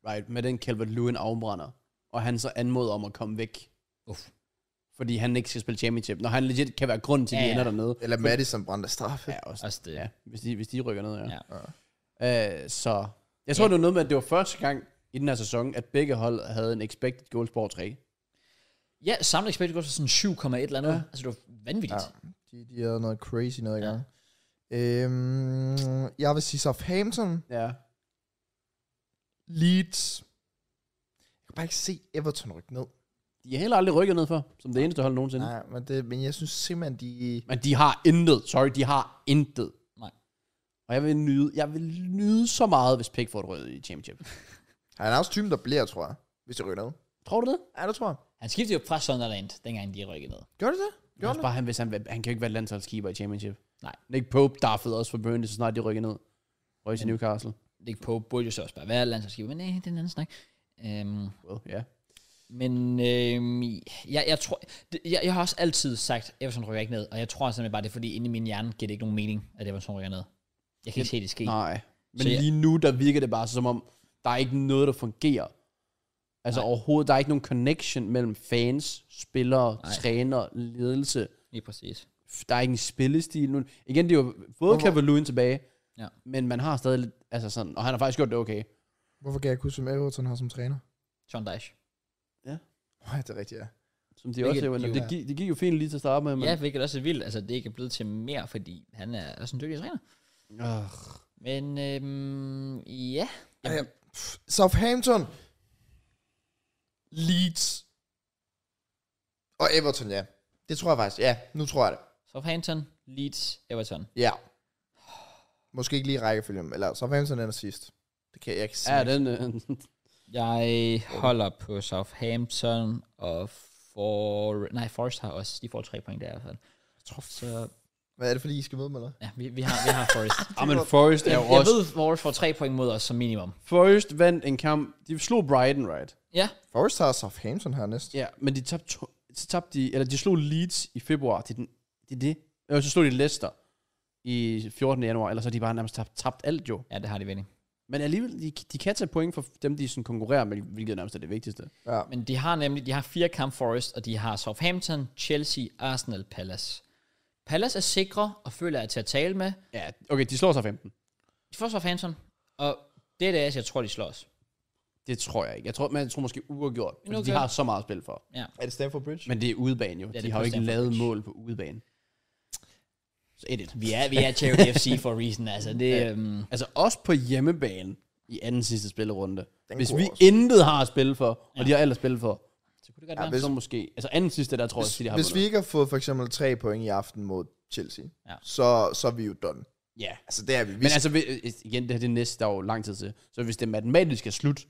Speaker 3: right, med den Calvert-Lewin afbrænder, og han så anmoder om at komme væk,
Speaker 1: Uff.
Speaker 3: fordi han ikke skal spille championship, når han legit kan være grunden til, at de
Speaker 1: Ja,
Speaker 3: ja,
Speaker 1: ja.
Speaker 3: ender dernede.
Speaker 2: Eller Madison brændte straffe.
Speaker 3: Ja, også,
Speaker 1: Også Altså, det.
Speaker 3: ja hvis, de, hvis de rykker ned, ja.
Speaker 1: Ja.
Speaker 3: ja. Øh, så jeg tror, ja. det var noget med, at det var første gang i den her sæson, at begge hold havde en expected goals på over 3.
Speaker 1: Ja, samlet expected goals var sådan 7,1 eller andet. Ja. Altså, det var vanvittigt. Ja.
Speaker 2: De, de havde noget crazy noget i gang. Øhm, jeg vil sige Southampton,
Speaker 3: Ja.
Speaker 2: Leeds. Jeg kan bare ikke se Everton rykke ned.
Speaker 3: De har heller aldrig rykket ned for, som det eneste hold nogensinde. Nej.
Speaker 2: Nej, men, det, men jeg synes simpelthen, de...
Speaker 3: Men de har intet. Sorry, de har intet.
Speaker 1: Nej.
Speaker 3: Og jeg vil nyde, jeg vil nyde så meget, hvis Pickford rød i championship.
Speaker 2: Han er også typen, der bliver, tror jeg. Hvis de rykker ned.
Speaker 3: tror du det?
Speaker 2: Ja, det tror jeg.
Speaker 1: Han skiftede jo fra Sunderland, dengang de rykkede ned.
Speaker 2: Gjorde de det?
Speaker 3: Det
Speaker 2: Gjorde det?
Speaker 3: også Altså bare, han, hvis han, han kan jo ikke være landsholdskeeper i championship.
Speaker 1: Nej.
Speaker 3: Nick Pope daffede også for Burnley, så snart de rykker ned. Røg til Newcastle.
Speaker 1: Nick Pope burde jo så også bare være landsholdsskiver, men nej, det er en anden snak. Øhm,
Speaker 3: Well, yeah.
Speaker 1: men øhm, jeg, jeg, tror, det, jeg, jeg har også altid sagt, Everton rykker ikke ned, og jeg tror altså simpelthen bare, det er fordi, inde i min hjerne giver det ikke nogen mening, at Everton rykker ned. Jeg kan ikke se det ske.
Speaker 3: Nej. Men
Speaker 1: Så jeg-
Speaker 3: lige nu, der virker det bare som om, der er ikke noget, der fungerer. Altså Nej. overhovedet, der er ikke nogen connection mellem fans, spillere, Nej.
Speaker 1: Nej.
Speaker 3: træner, ledelse.
Speaker 1: Lige præcis.
Speaker 3: F- Der er ikke en spillestil nu. Igen, det er jo både
Speaker 2: Hvorfor-
Speaker 3: Cavaloon tilbage,
Speaker 1: Ja.
Speaker 3: men man har stadig lidt, altså sådan, og han har faktisk gjort det okay.
Speaker 2: Hvorfor kan jeg ikke huske, hvem Everton har som træner?
Speaker 1: Sean Dyche.
Speaker 2: Nej, det er rigtigt, ja.
Speaker 3: Som de
Speaker 1: Hvilket
Speaker 3: også det,
Speaker 1: de jo
Speaker 3: det,
Speaker 2: er.
Speaker 3: gik, det gik jo fint lige til at starte med, men...
Speaker 1: Ja, hvilket også er vildt. Altså, det ikke er blevet til mere, fordi han er også en dygtig træner.
Speaker 3: Øh,
Speaker 1: Men øhm, ja,
Speaker 2: Jamen. Southampton, Leeds og Everton, ja. Det tror jeg faktisk. Ja, nu tror jeg det.
Speaker 1: Southampton, Leeds, Everton.
Speaker 2: Ja. Måske ikke lige rækkefølge, men- eller Southampton er sidst. Det kan jeg ikke se.
Speaker 3: ja, den... Øh,
Speaker 1: Jeg holder på Southampton og For, nej, Forest har også. De får tre point der i hvert fald. Jeg tror, så,
Speaker 2: Hvad er det, fordi I skal møde mig, eller?
Speaker 1: ja, vi, vi, har, vi har Forest.
Speaker 3: Ah, men Forrest er
Speaker 1: jeg,
Speaker 3: jo
Speaker 1: jeg
Speaker 3: også...
Speaker 1: ved, Forest får tre point mod os som minimum.
Speaker 3: Forrest vandt en kamp. De slog Brighton, right?
Speaker 1: Ja,
Speaker 2: Forrest har Southampton her næste.
Speaker 3: Ja, men de tabte, to, så tabte de, eller de slog Leeds i februar. Det er den- det. Er det. Og så slog de Leicester i 14. januar, eller så har de bare nærmest tabt, tabt alt jo.
Speaker 1: ja det har de vinding.
Speaker 3: Men alligevel, de, de kan tage point for dem, de sådan konkurrerer med, hvilket nærmest er det vigtigste.
Speaker 2: Ja.
Speaker 1: Men de har nemlig, de har fire kamp Forest, og de har Southampton, Chelsea, Arsenal, Palace. Palace er sikre og føler er til at tale med.
Speaker 3: Ja, okay, de slår sig 15.
Speaker 1: De får Southampton, og det er deres, jeg tror, de slår os.
Speaker 3: Det tror jeg ikke. Jeg tror, man tror måske uafgjort, fordi okay.
Speaker 1: okay.
Speaker 3: de har så meget at spille for.
Speaker 2: Er det Stamford Bridge?
Speaker 3: Men det er udebane jo. Ja,
Speaker 1: det
Speaker 3: de
Speaker 1: er
Speaker 3: har jo
Speaker 1: på
Speaker 3: ikke
Speaker 1: Stamford
Speaker 3: lavet
Speaker 1: Bridge.
Speaker 3: mål på udebane. Så 1-1.
Speaker 1: Vi er, vi er Charity FC for a reason, altså. Det, ja. øhm,
Speaker 3: Altså også på hjemmebane i anden sidste spillerunde.
Speaker 2: Den
Speaker 3: hvis
Speaker 2: kunne
Speaker 3: vi
Speaker 2: også.
Speaker 3: intet har at spille for, og de har alt at spille for,
Speaker 1: så kunne det godt
Speaker 2: Ja,
Speaker 1: være.
Speaker 2: hvis-
Speaker 3: så måske... Altså anden sidste, der tror jeg, at de har
Speaker 2: Hvis vi
Speaker 3: vundet.
Speaker 2: ikke har fået for eksempel tre point i aften mod Chelsea,
Speaker 1: Ja.
Speaker 2: så, så er vi jo done.
Speaker 3: Ja.
Speaker 2: Altså, det er vi. vi
Speaker 3: Men altså, vi- igen, det her det er næste, der er jo lang tid til. Så hvis det matematisk er slut, så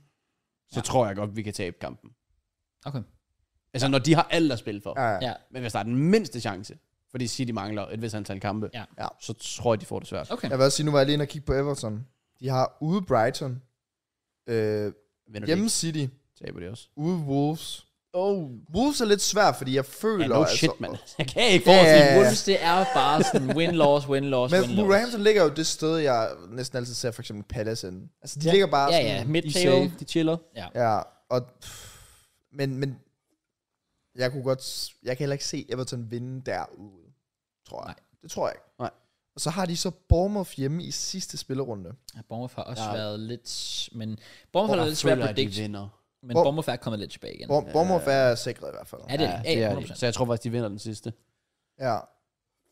Speaker 3: ja. tror jeg godt, vi kan tabe kampen.
Speaker 1: Okay.
Speaker 3: Altså, ja. når de har alt at spille for.
Speaker 2: ja, ja.
Speaker 1: Ja,
Speaker 3: Men hvis der er den mindste chance, fordi City mangler et vist antal kampe,
Speaker 1: Ja.
Speaker 2: Ja.
Speaker 3: så tror jeg, de får det svært.
Speaker 1: okay.
Speaker 2: Jeg vil også sige, nu var jeg lige inde og kigge på Everton. De har ude Brighton, øh,
Speaker 3: Vinder de
Speaker 2: hjemme
Speaker 3: ikke,
Speaker 2: City,
Speaker 3: taber de også.
Speaker 2: ude Wolves.
Speaker 3: Oh,
Speaker 2: Wolves er lidt svært, fordi jeg
Speaker 3: ja,
Speaker 2: føler... altså-
Speaker 3: no shit, mand. Jeg kan ikke
Speaker 2: Ja,
Speaker 3: forestille
Speaker 2: ja,
Speaker 3: yeah.
Speaker 2: ja.
Speaker 1: Wolves, det er bare sådan win-loss, win-loss,
Speaker 2: Men
Speaker 1: win-loss.
Speaker 2: Wolverhampton ligger jo det sted, jeg næsten altid ser for eksempel Palace inde. Altså, de ja. ligger bare
Speaker 1: Ja,
Speaker 2: sådan...
Speaker 1: ja,
Speaker 3: De er
Speaker 1: midt-table.
Speaker 3: safe, de chiller.
Speaker 2: Ja, og... Men, men... Jeg kunne godt... s- Jeg kan heller ikke se Everton vinde derude. Tror jeg. Nej. Det tror jeg ikke.
Speaker 3: Nej.
Speaker 2: Og så har de så Bournemouth hjemme i sidste spillerunde.
Speaker 1: Ja, Bournemouth har også
Speaker 3: Ja.
Speaker 1: ja. været lidt... Men Bournemouth har
Speaker 3: Jeg
Speaker 1: været lidt svært
Speaker 3: føler,
Speaker 1: at
Speaker 3: at
Speaker 1: predict,
Speaker 3: de vinder.
Speaker 1: men
Speaker 2: Hvor-
Speaker 1: Bournemouth er kommet lidt tilbage igen.
Speaker 2: Bour- Bournemouth er sikret i hvert fald.
Speaker 1: Ja, det er
Speaker 3: øh, Ja,
Speaker 1: det.
Speaker 3: det
Speaker 1: Ja,
Speaker 3: er
Speaker 1: 100%.
Speaker 3: de. Så jeg tror faktisk, de vinder den sidste.
Speaker 2: Ja.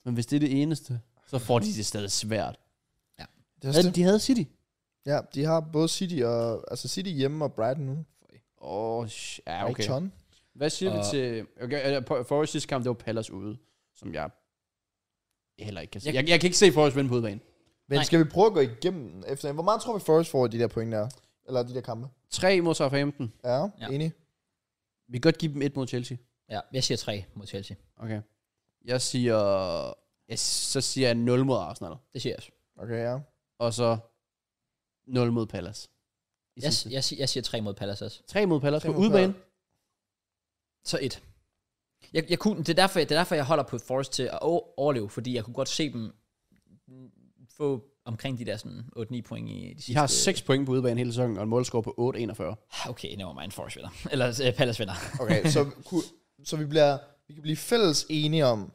Speaker 3: Men hvis det er det eneste, så får de det stadig svært.
Speaker 2: Det er også det.
Speaker 3: de havde City.
Speaker 2: Ja, de har både City og... Altså City hjemme og Brighton nu.
Speaker 3: Åh, oh, sh- ja, okay.
Speaker 2: Brighton.
Speaker 3: Hvad siger vi
Speaker 1: Og-
Speaker 3: til... Okay, øh, på- Forrest sidste kamp, det var Palace ude, som jeg heller ikke kan se.
Speaker 1: Jeg-
Speaker 3: Jeg, jeg kan ikke se Forrest vinde på udebane.
Speaker 2: Men
Speaker 1: Nej.
Speaker 2: skal vi prøve at gå igennem efter... Hvor meget tror vi Forrest får i de der point der? Eller de der kampe?
Speaker 3: 3 mod Southampton.
Speaker 2: Ja,
Speaker 1: Ja.
Speaker 2: ja. enig.
Speaker 3: Vi kan godt give dem et mod Chelsea.
Speaker 1: Ja, jeg siger 3 mod Chelsea.
Speaker 3: Okay. Jeg siger... Jeg, så siger jeg 0 mod Arsenal.
Speaker 1: Det siger jeg også.
Speaker 2: Okay, ja.
Speaker 3: Og så 0 mod Palace. I
Speaker 1: Jeg,
Speaker 3: sidste.
Speaker 1: jeg, siger, jeg siger 3 mod Palace også.
Speaker 3: 3 mod Palace
Speaker 2: Tre
Speaker 3: på
Speaker 2: mod
Speaker 3: udebane.
Speaker 1: Så et. Jeg, jeg kunne, det, er derfor, det er derfor, jeg holder på Forest til at o- overleve, fordi jeg kunne godt se dem mm, få omkring de der sådan 8-9 point i de sidste...
Speaker 3: De har 6 point på udebane hele sæsonen, og en målscore på 8-41.
Speaker 1: Okay, nevermind, Forest vinder. Eller äh, Palace vinder.
Speaker 2: Okay, så, kunne, så vi, bliver, vi kan blive fælles enige om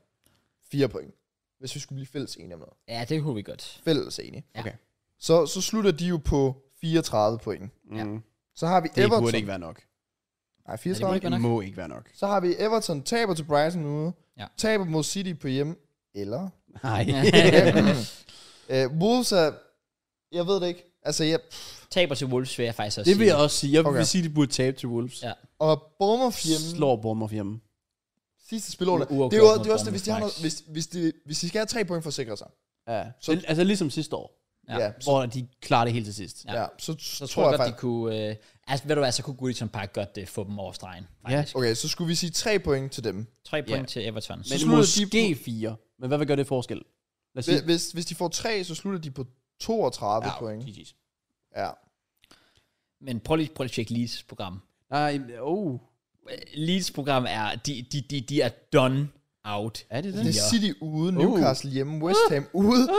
Speaker 2: fire point. Hvis vi skulle blive fælles enige om noget.
Speaker 1: Ja, det kunne vi godt.
Speaker 2: Fælles enige.
Speaker 1: Ja.
Speaker 3: Okay.
Speaker 2: Så, så slutter de jo på 34 point.
Speaker 3: Mm. Ja.
Speaker 2: Så har vi
Speaker 3: Det
Speaker 2: Everton.
Speaker 3: burde ikke være nok.
Speaker 2: Nej,
Speaker 1: Ja,
Speaker 2: 34.
Speaker 1: det burde
Speaker 3: Det
Speaker 1: nok.
Speaker 3: må ikke være nok.
Speaker 2: så har vi Everton taber til Brighton ude.
Speaker 1: Ja.
Speaker 2: Taber mod City på hjemme. Eller?
Speaker 3: Nej.
Speaker 2: Uh, Wolves er... Jeg ved det ikke. Altså, jeg,
Speaker 1: Taber til Wolves vil jeg faktisk også
Speaker 3: det vil
Speaker 1: sige.
Speaker 3: jeg også sige. Jeg okay.
Speaker 2: Okay.
Speaker 3: vil sige, at de burde tabe til Wolves.
Speaker 1: Ja.
Speaker 3: Ja.
Speaker 2: og Bournemouth hjemme.
Speaker 3: Slår Bournemouth hjemme.
Speaker 2: Sidste spilordet.
Speaker 1: Uafgjort
Speaker 2: Det er jo
Speaker 1: mod
Speaker 2: det er også det, hvis de, har noget,
Speaker 1: Bournemouth,
Speaker 2: hvis, hvis, de, hvis de skal have tre point for at sikre sig.
Speaker 3: Ja.
Speaker 2: Så-
Speaker 3: Så, altså ligesom sidste år,
Speaker 1: Ja.
Speaker 2: Ja, ja, så,
Speaker 3: hvor de klarer det helt til sidst.
Speaker 1: Ja.
Speaker 3: Ja,
Speaker 2: ja, så,
Speaker 1: Så
Speaker 2: så
Speaker 1: tror jeg godt, de
Speaker 2: faktisk...
Speaker 1: kunne... Øh, altså, ved du hvad, så kunne Goodison Park godt øh, få dem over stregen.
Speaker 3: ja.
Speaker 1: Faktisk.
Speaker 2: Okay, så skulle vi sige tre point til dem.
Speaker 1: 3 point
Speaker 3: Ja.
Speaker 1: til Everton.
Speaker 3: men
Speaker 2: slutter de
Speaker 3: måske de... fire. Men hvad vil gøre det forskel? Lad os sige,
Speaker 2: Hvis, hvis, hvis de får tre, så slutter de på 32 ja,
Speaker 3: ja,
Speaker 2: point.
Speaker 3: GG's.
Speaker 2: Ja.
Speaker 1: Men prøv lige, prøv lige at tjekke Leeds program.
Speaker 3: Nej, oh.
Speaker 1: Leeds program er... De, de, de, de er done out.
Speaker 3: Er det
Speaker 2: Det
Speaker 3: det?
Speaker 2: er City ude,
Speaker 1: Uh.
Speaker 2: Newcastle hjemme, West Ham ude, og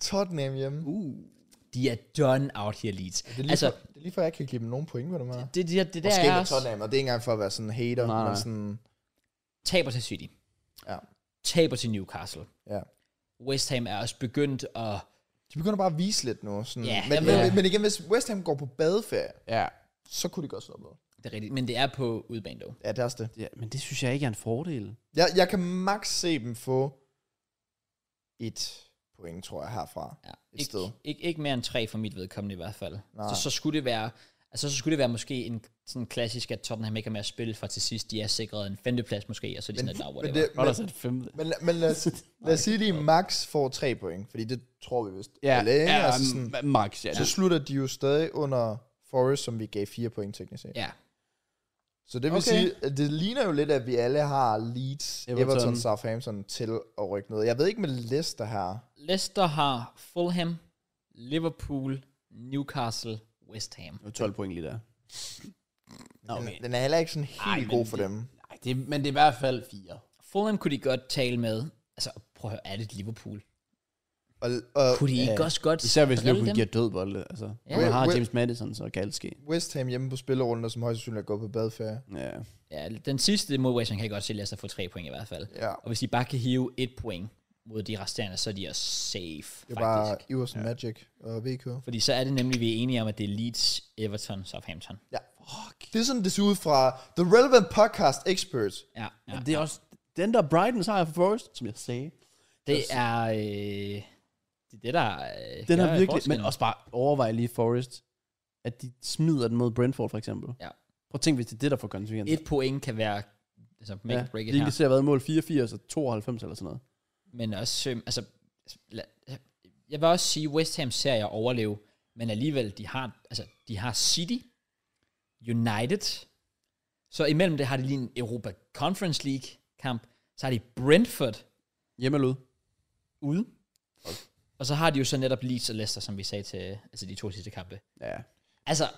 Speaker 2: Tottenham hjemme. Det
Speaker 1: De er done out her, Leeds.
Speaker 2: er, lige
Speaker 1: Uh. Altså,
Speaker 2: for, Uh. det er lige for, at jeg kan give dem nogle point, ved du hvad?
Speaker 1: det, det, det der
Speaker 2: Måske
Speaker 1: er
Speaker 2: med
Speaker 1: også...
Speaker 2: Tottenham, og det er ikke engang for at være sådan en hater,
Speaker 3: Nej,
Speaker 2: nej, men
Speaker 3: nej.
Speaker 2: sådan...
Speaker 1: Taber til City.
Speaker 2: Ja.
Speaker 1: Taber til Newcastle.
Speaker 2: Ja.
Speaker 1: West Ham er også begyndt at...
Speaker 2: De begynder bare at vise lidt nu. Sådan.
Speaker 1: Ja,
Speaker 2: men,
Speaker 1: jeg
Speaker 2: men,
Speaker 1: ved
Speaker 2: men,
Speaker 1: det.
Speaker 2: men, igen, hvis West Ham går på badeferie,
Speaker 3: Ja.
Speaker 2: så kunne de godt slå med.
Speaker 1: Det er rigtigt, men det er på udebane dog.
Speaker 2: Ja, det er også det.
Speaker 3: ja. Men det synes jeg ikke er en fordel.
Speaker 2: Jeg, jeg kan max se dem få et point, tror jeg, herfra.
Speaker 1: Ja.
Speaker 2: Et sted.
Speaker 1: Ikke, ikke, ikke mere end tre for mit vedkommende i hvert fald.
Speaker 2: Nej.
Speaker 1: Så, så skulle det være... Altså, så skulle det være måske en sådan klassisk, at Tottenham ikke er med at spille, for til sidst de er sikret en femteplads måske, og så er de sådan, at, "Nå,
Speaker 2: men,
Speaker 1: whatever."
Speaker 2: det,
Speaker 3: Godt altså,
Speaker 2: men,
Speaker 3: at sætte femte.
Speaker 2: men, men lad, os, lad os sige, at de max får tre point, fordi det tror vi vist. Eller, ikke?
Speaker 3: ja,
Speaker 2: altså sådan,
Speaker 3: m- max, ja.
Speaker 2: så slutter de jo stadig under Forest, som vi gav fire point teknisk set.
Speaker 1: Ja.
Speaker 2: Så det vil okay.
Speaker 3: Okay.
Speaker 2: sige, at det ligner jo lidt, at vi alle har Leeds, Everton,
Speaker 3: Everton.
Speaker 2: Everton Southampton til at rykke noget. Jeg ved ikke med Leicester her.
Speaker 1: Leicester har Fulham, Liverpool, Newcastle, West Ham.
Speaker 3: Det var 12 point lige der. Nå, okay.
Speaker 2: Den er heller ikke sådan helt
Speaker 3: Ej,
Speaker 2: Ej, god
Speaker 3: men
Speaker 2: for
Speaker 3: det-
Speaker 2: dem.
Speaker 3: Nej, det, er- men det er i hvert fald fire.
Speaker 1: Fulham kunne de godt tale med. Altså, prøv at høre, er det Liverpool?
Speaker 2: Og, og
Speaker 1: Kunne de ikke også godt
Speaker 3: Især hvis
Speaker 1: drille
Speaker 3: Liverpool
Speaker 1: dem?
Speaker 3: giver død bolde. Altså,
Speaker 1: Ja.
Speaker 3: ja. man har
Speaker 2: Well-
Speaker 3: James Madison, så kan alt ske.
Speaker 2: West Ham hjemme på spillerunden, som højst sandsynligt er gået på badeferie.
Speaker 3: Ja.
Speaker 1: Ja, den sidste mod West Ham kan jeg godt se Leicester få tre point i hvert fald.
Speaker 2: Ja.
Speaker 1: Og hvis de bare kan hive et point mod de resterende, så er de også safe,
Speaker 2: Det er
Speaker 1: faktisk.
Speaker 2: bare Iversen ja. Magic og VK.
Speaker 1: Fordi så er det nemlig, vi er enige om, at det er Leeds, Everton, Southampton.
Speaker 2: Ja. Fuck. Det er sådan, det ser ud fra The Relevant Podcast Experts.
Speaker 1: Ja, ja.
Speaker 3: Men det er også den der Brighton sejr for Forest, som jeg sagde.
Speaker 1: Det er øh, det, er det, der øh,
Speaker 3: Den
Speaker 1: gør
Speaker 3: har virkelig,
Speaker 1: forskellen.
Speaker 3: men også bare overvej lige Forest, at de smider den mod Brentford for eksempel.
Speaker 1: Ja.
Speaker 3: Prøv at tænke, hvis det er det, der får konsekvenser.
Speaker 1: Et point kan være altså, make ja, break it
Speaker 3: lige
Speaker 1: her.
Speaker 3: kan se, at været mål 84 og 92 eller sådan noget.
Speaker 1: Men også, øh, altså, la- jeg vil også sige, West Ham ser jeg overleve, men alligevel, de har, altså, de har City, United, så imellem det har de lige en Europa Conference League kamp, så har de Brentford
Speaker 3: Hjemme eller ude?
Speaker 1: ude, og så har de jo så netop Leeds og Leicester, som vi sagde til altså de to sidste kampe.
Speaker 3: Ja.
Speaker 1: Altså,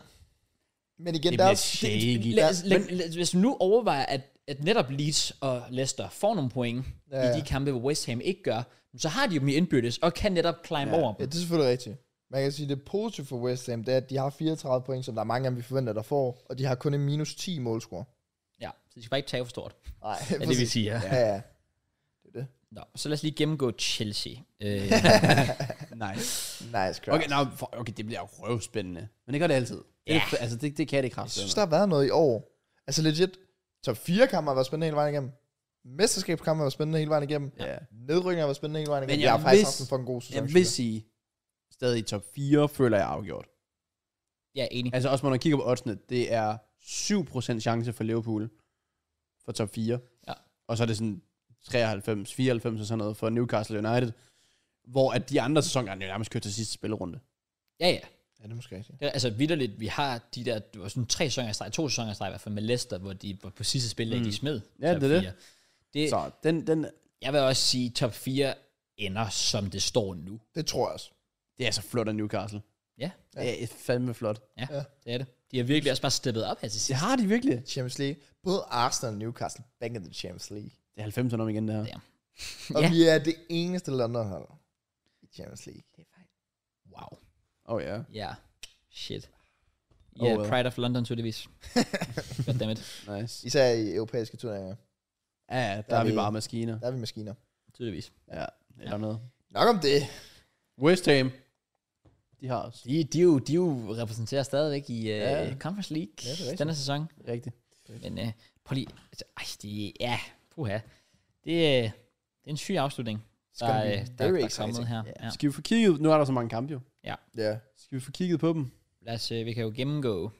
Speaker 2: Men igen,
Speaker 3: Det
Speaker 2: der er
Speaker 3: bliver
Speaker 2: det-
Speaker 3: shaky.
Speaker 2: det-
Speaker 1: Lad, os-
Speaker 2: der-
Speaker 1: lad, lad, hvis du nu overvejer, at, at netop Leeds og Leicester får nogle point ja,
Speaker 2: Ja,
Speaker 1: ja. i
Speaker 2: ja.
Speaker 1: de kampe, hvor West Ham ikke gør, så har de dem i indbyrdes, og kan netop climb ja, over
Speaker 2: Ja,
Speaker 1: dem.
Speaker 2: det er selvfølgelig rigtigt. Man kan sige, det positive for West Ham, det er, at de har 34 point, som der er mange af dem, vi forventer, der får, og de har kun en minus 10 målscore.
Speaker 1: Ja, så de skal bare ikke tage for stort.
Speaker 2: Nej,
Speaker 1: Ja, det vil sige, ja.
Speaker 2: Ja, ja. Det er det.
Speaker 1: Nå, så lad os lige gennemgå Chelsea. Øh,
Speaker 3: Nice.
Speaker 2: Nice, crap.
Speaker 3: Okay, no, for, okay, det bliver røvspændende. Men det gør det altid.
Speaker 1: Ja.
Speaker 3: Det, altså, det, det kan det
Speaker 2: Jeg
Speaker 3: kraftigt.
Speaker 2: synes, der har været noget i år. Altså legit, top 4 kammer var spændende hele vejen igennem. Mesterskabskammer var spændende hele vejen igennem.
Speaker 3: Ja.
Speaker 2: Nedrykninger var spændende hele vejen igennem.
Speaker 3: Men
Speaker 2: Men jeg,
Speaker 3: jeg
Speaker 2: har faktisk haft
Speaker 3: vidste-
Speaker 2: en fucking god sæson.
Speaker 3: Jeg
Speaker 2: synes
Speaker 3: vil sige, stadig i top 4 føler jeg afgjort.
Speaker 1: jeg er enig.
Speaker 3: Altså også, når man kigger på oddsene, det er 7% chance for Liverpool for top 4.
Speaker 1: Ja.
Speaker 3: Og så er det sådan 93, 94 og sådan noget for Newcastle United, hvor at de andre sæsoner er nærmest kørt til sidste spillerunde.
Speaker 1: Ja, ja.
Speaker 2: Ja, det er måske rigtigt.
Speaker 1: Det er- Altså vidderligt, vi har de der, det var sådan tre sæsoner i streg, to sæsoner i streg i hvert fald med Leicester, hvor de var på sidste spil, mm. de smed.
Speaker 3: Ja,
Speaker 1: top
Speaker 3: det er det.
Speaker 1: fire. det.
Speaker 3: Så den, den,
Speaker 1: Jeg vil også sige, top 4 ender, som det står nu.
Speaker 2: Det tror jeg også.
Speaker 3: det er så flot af Newcastle.
Speaker 1: Ja,
Speaker 3: Det er fandme flot.
Speaker 1: ja,
Speaker 2: Ja.
Speaker 1: ja. det er det. De har virkelig også bare steppet op her til sidst.
Speaker 3: Det har de virkelig.
Speaker 2: Champions League. Både Arsenal og Newcastle back in the Champions League.
Speaker 3: Det er 90'erne om igen, det her.
Speaker 1: Ja.
Speaker 2: Og
Speaker 1: Ja.
Speaker 2: vi er det eneste London-hold i Champions League.
Speaker 1: Wow.
Speaker 3: Åh oh, ja,
Speaker 1: Ja. Yeah. Shit. Ja,
Speaker 3: Oh
Speaker 1: yeah,
Speaker 3: well.
Speaker 1: Pride of London, tydeligvis. Goddammit.
Speaker 3: nice.
Speaker 2: Især i europæiske turneringer.
Speaker 3: Ja, ja, der er vi
Speaker 2: vi-
Speaker 3: bare maskiner.
Speaker 2: Der er vi maskiner.
Speaker 1: Tydeligvis.
Speaker 3: Ja, eller noget.
Speaker 2: Nok om det.
Speaker 3: West Ham. De har os.
Speaker 1: De, de, jo, de jo repræsenterer stadigvæk i uh,
Speaker 3: Ja.
Speaker 1: ja. Conference League
Speaker 2: er
Speaker 1: ja,
Speaker 2: rigtigt.
Speaker 1: denne sæson.
Speaker 3: Rigtigt.
Speaker 1: Men uh, prøv lige... Altså, ej, det... Ja, puha. Det, øh, det er en syg afslutning, der,
Speaker 2: gonna
Speaker 1: øh,
Speaker 2: be
Speaker 1: der,
Speaker 2: very
Speaker 1: der, er
Speaker 2: exciting.
Speaker 1: kommet her.
Speaker 2: Ja.
Speaker 1: Ja.
Speaker 3: Skal vi få kigget? Nu er der så mange kampe jo.
Speaker 2: Ja.
Speaker 3: Skal vi få kigget på dem?
Speaker 1: Lad os, øh, vi kan jo gennemgå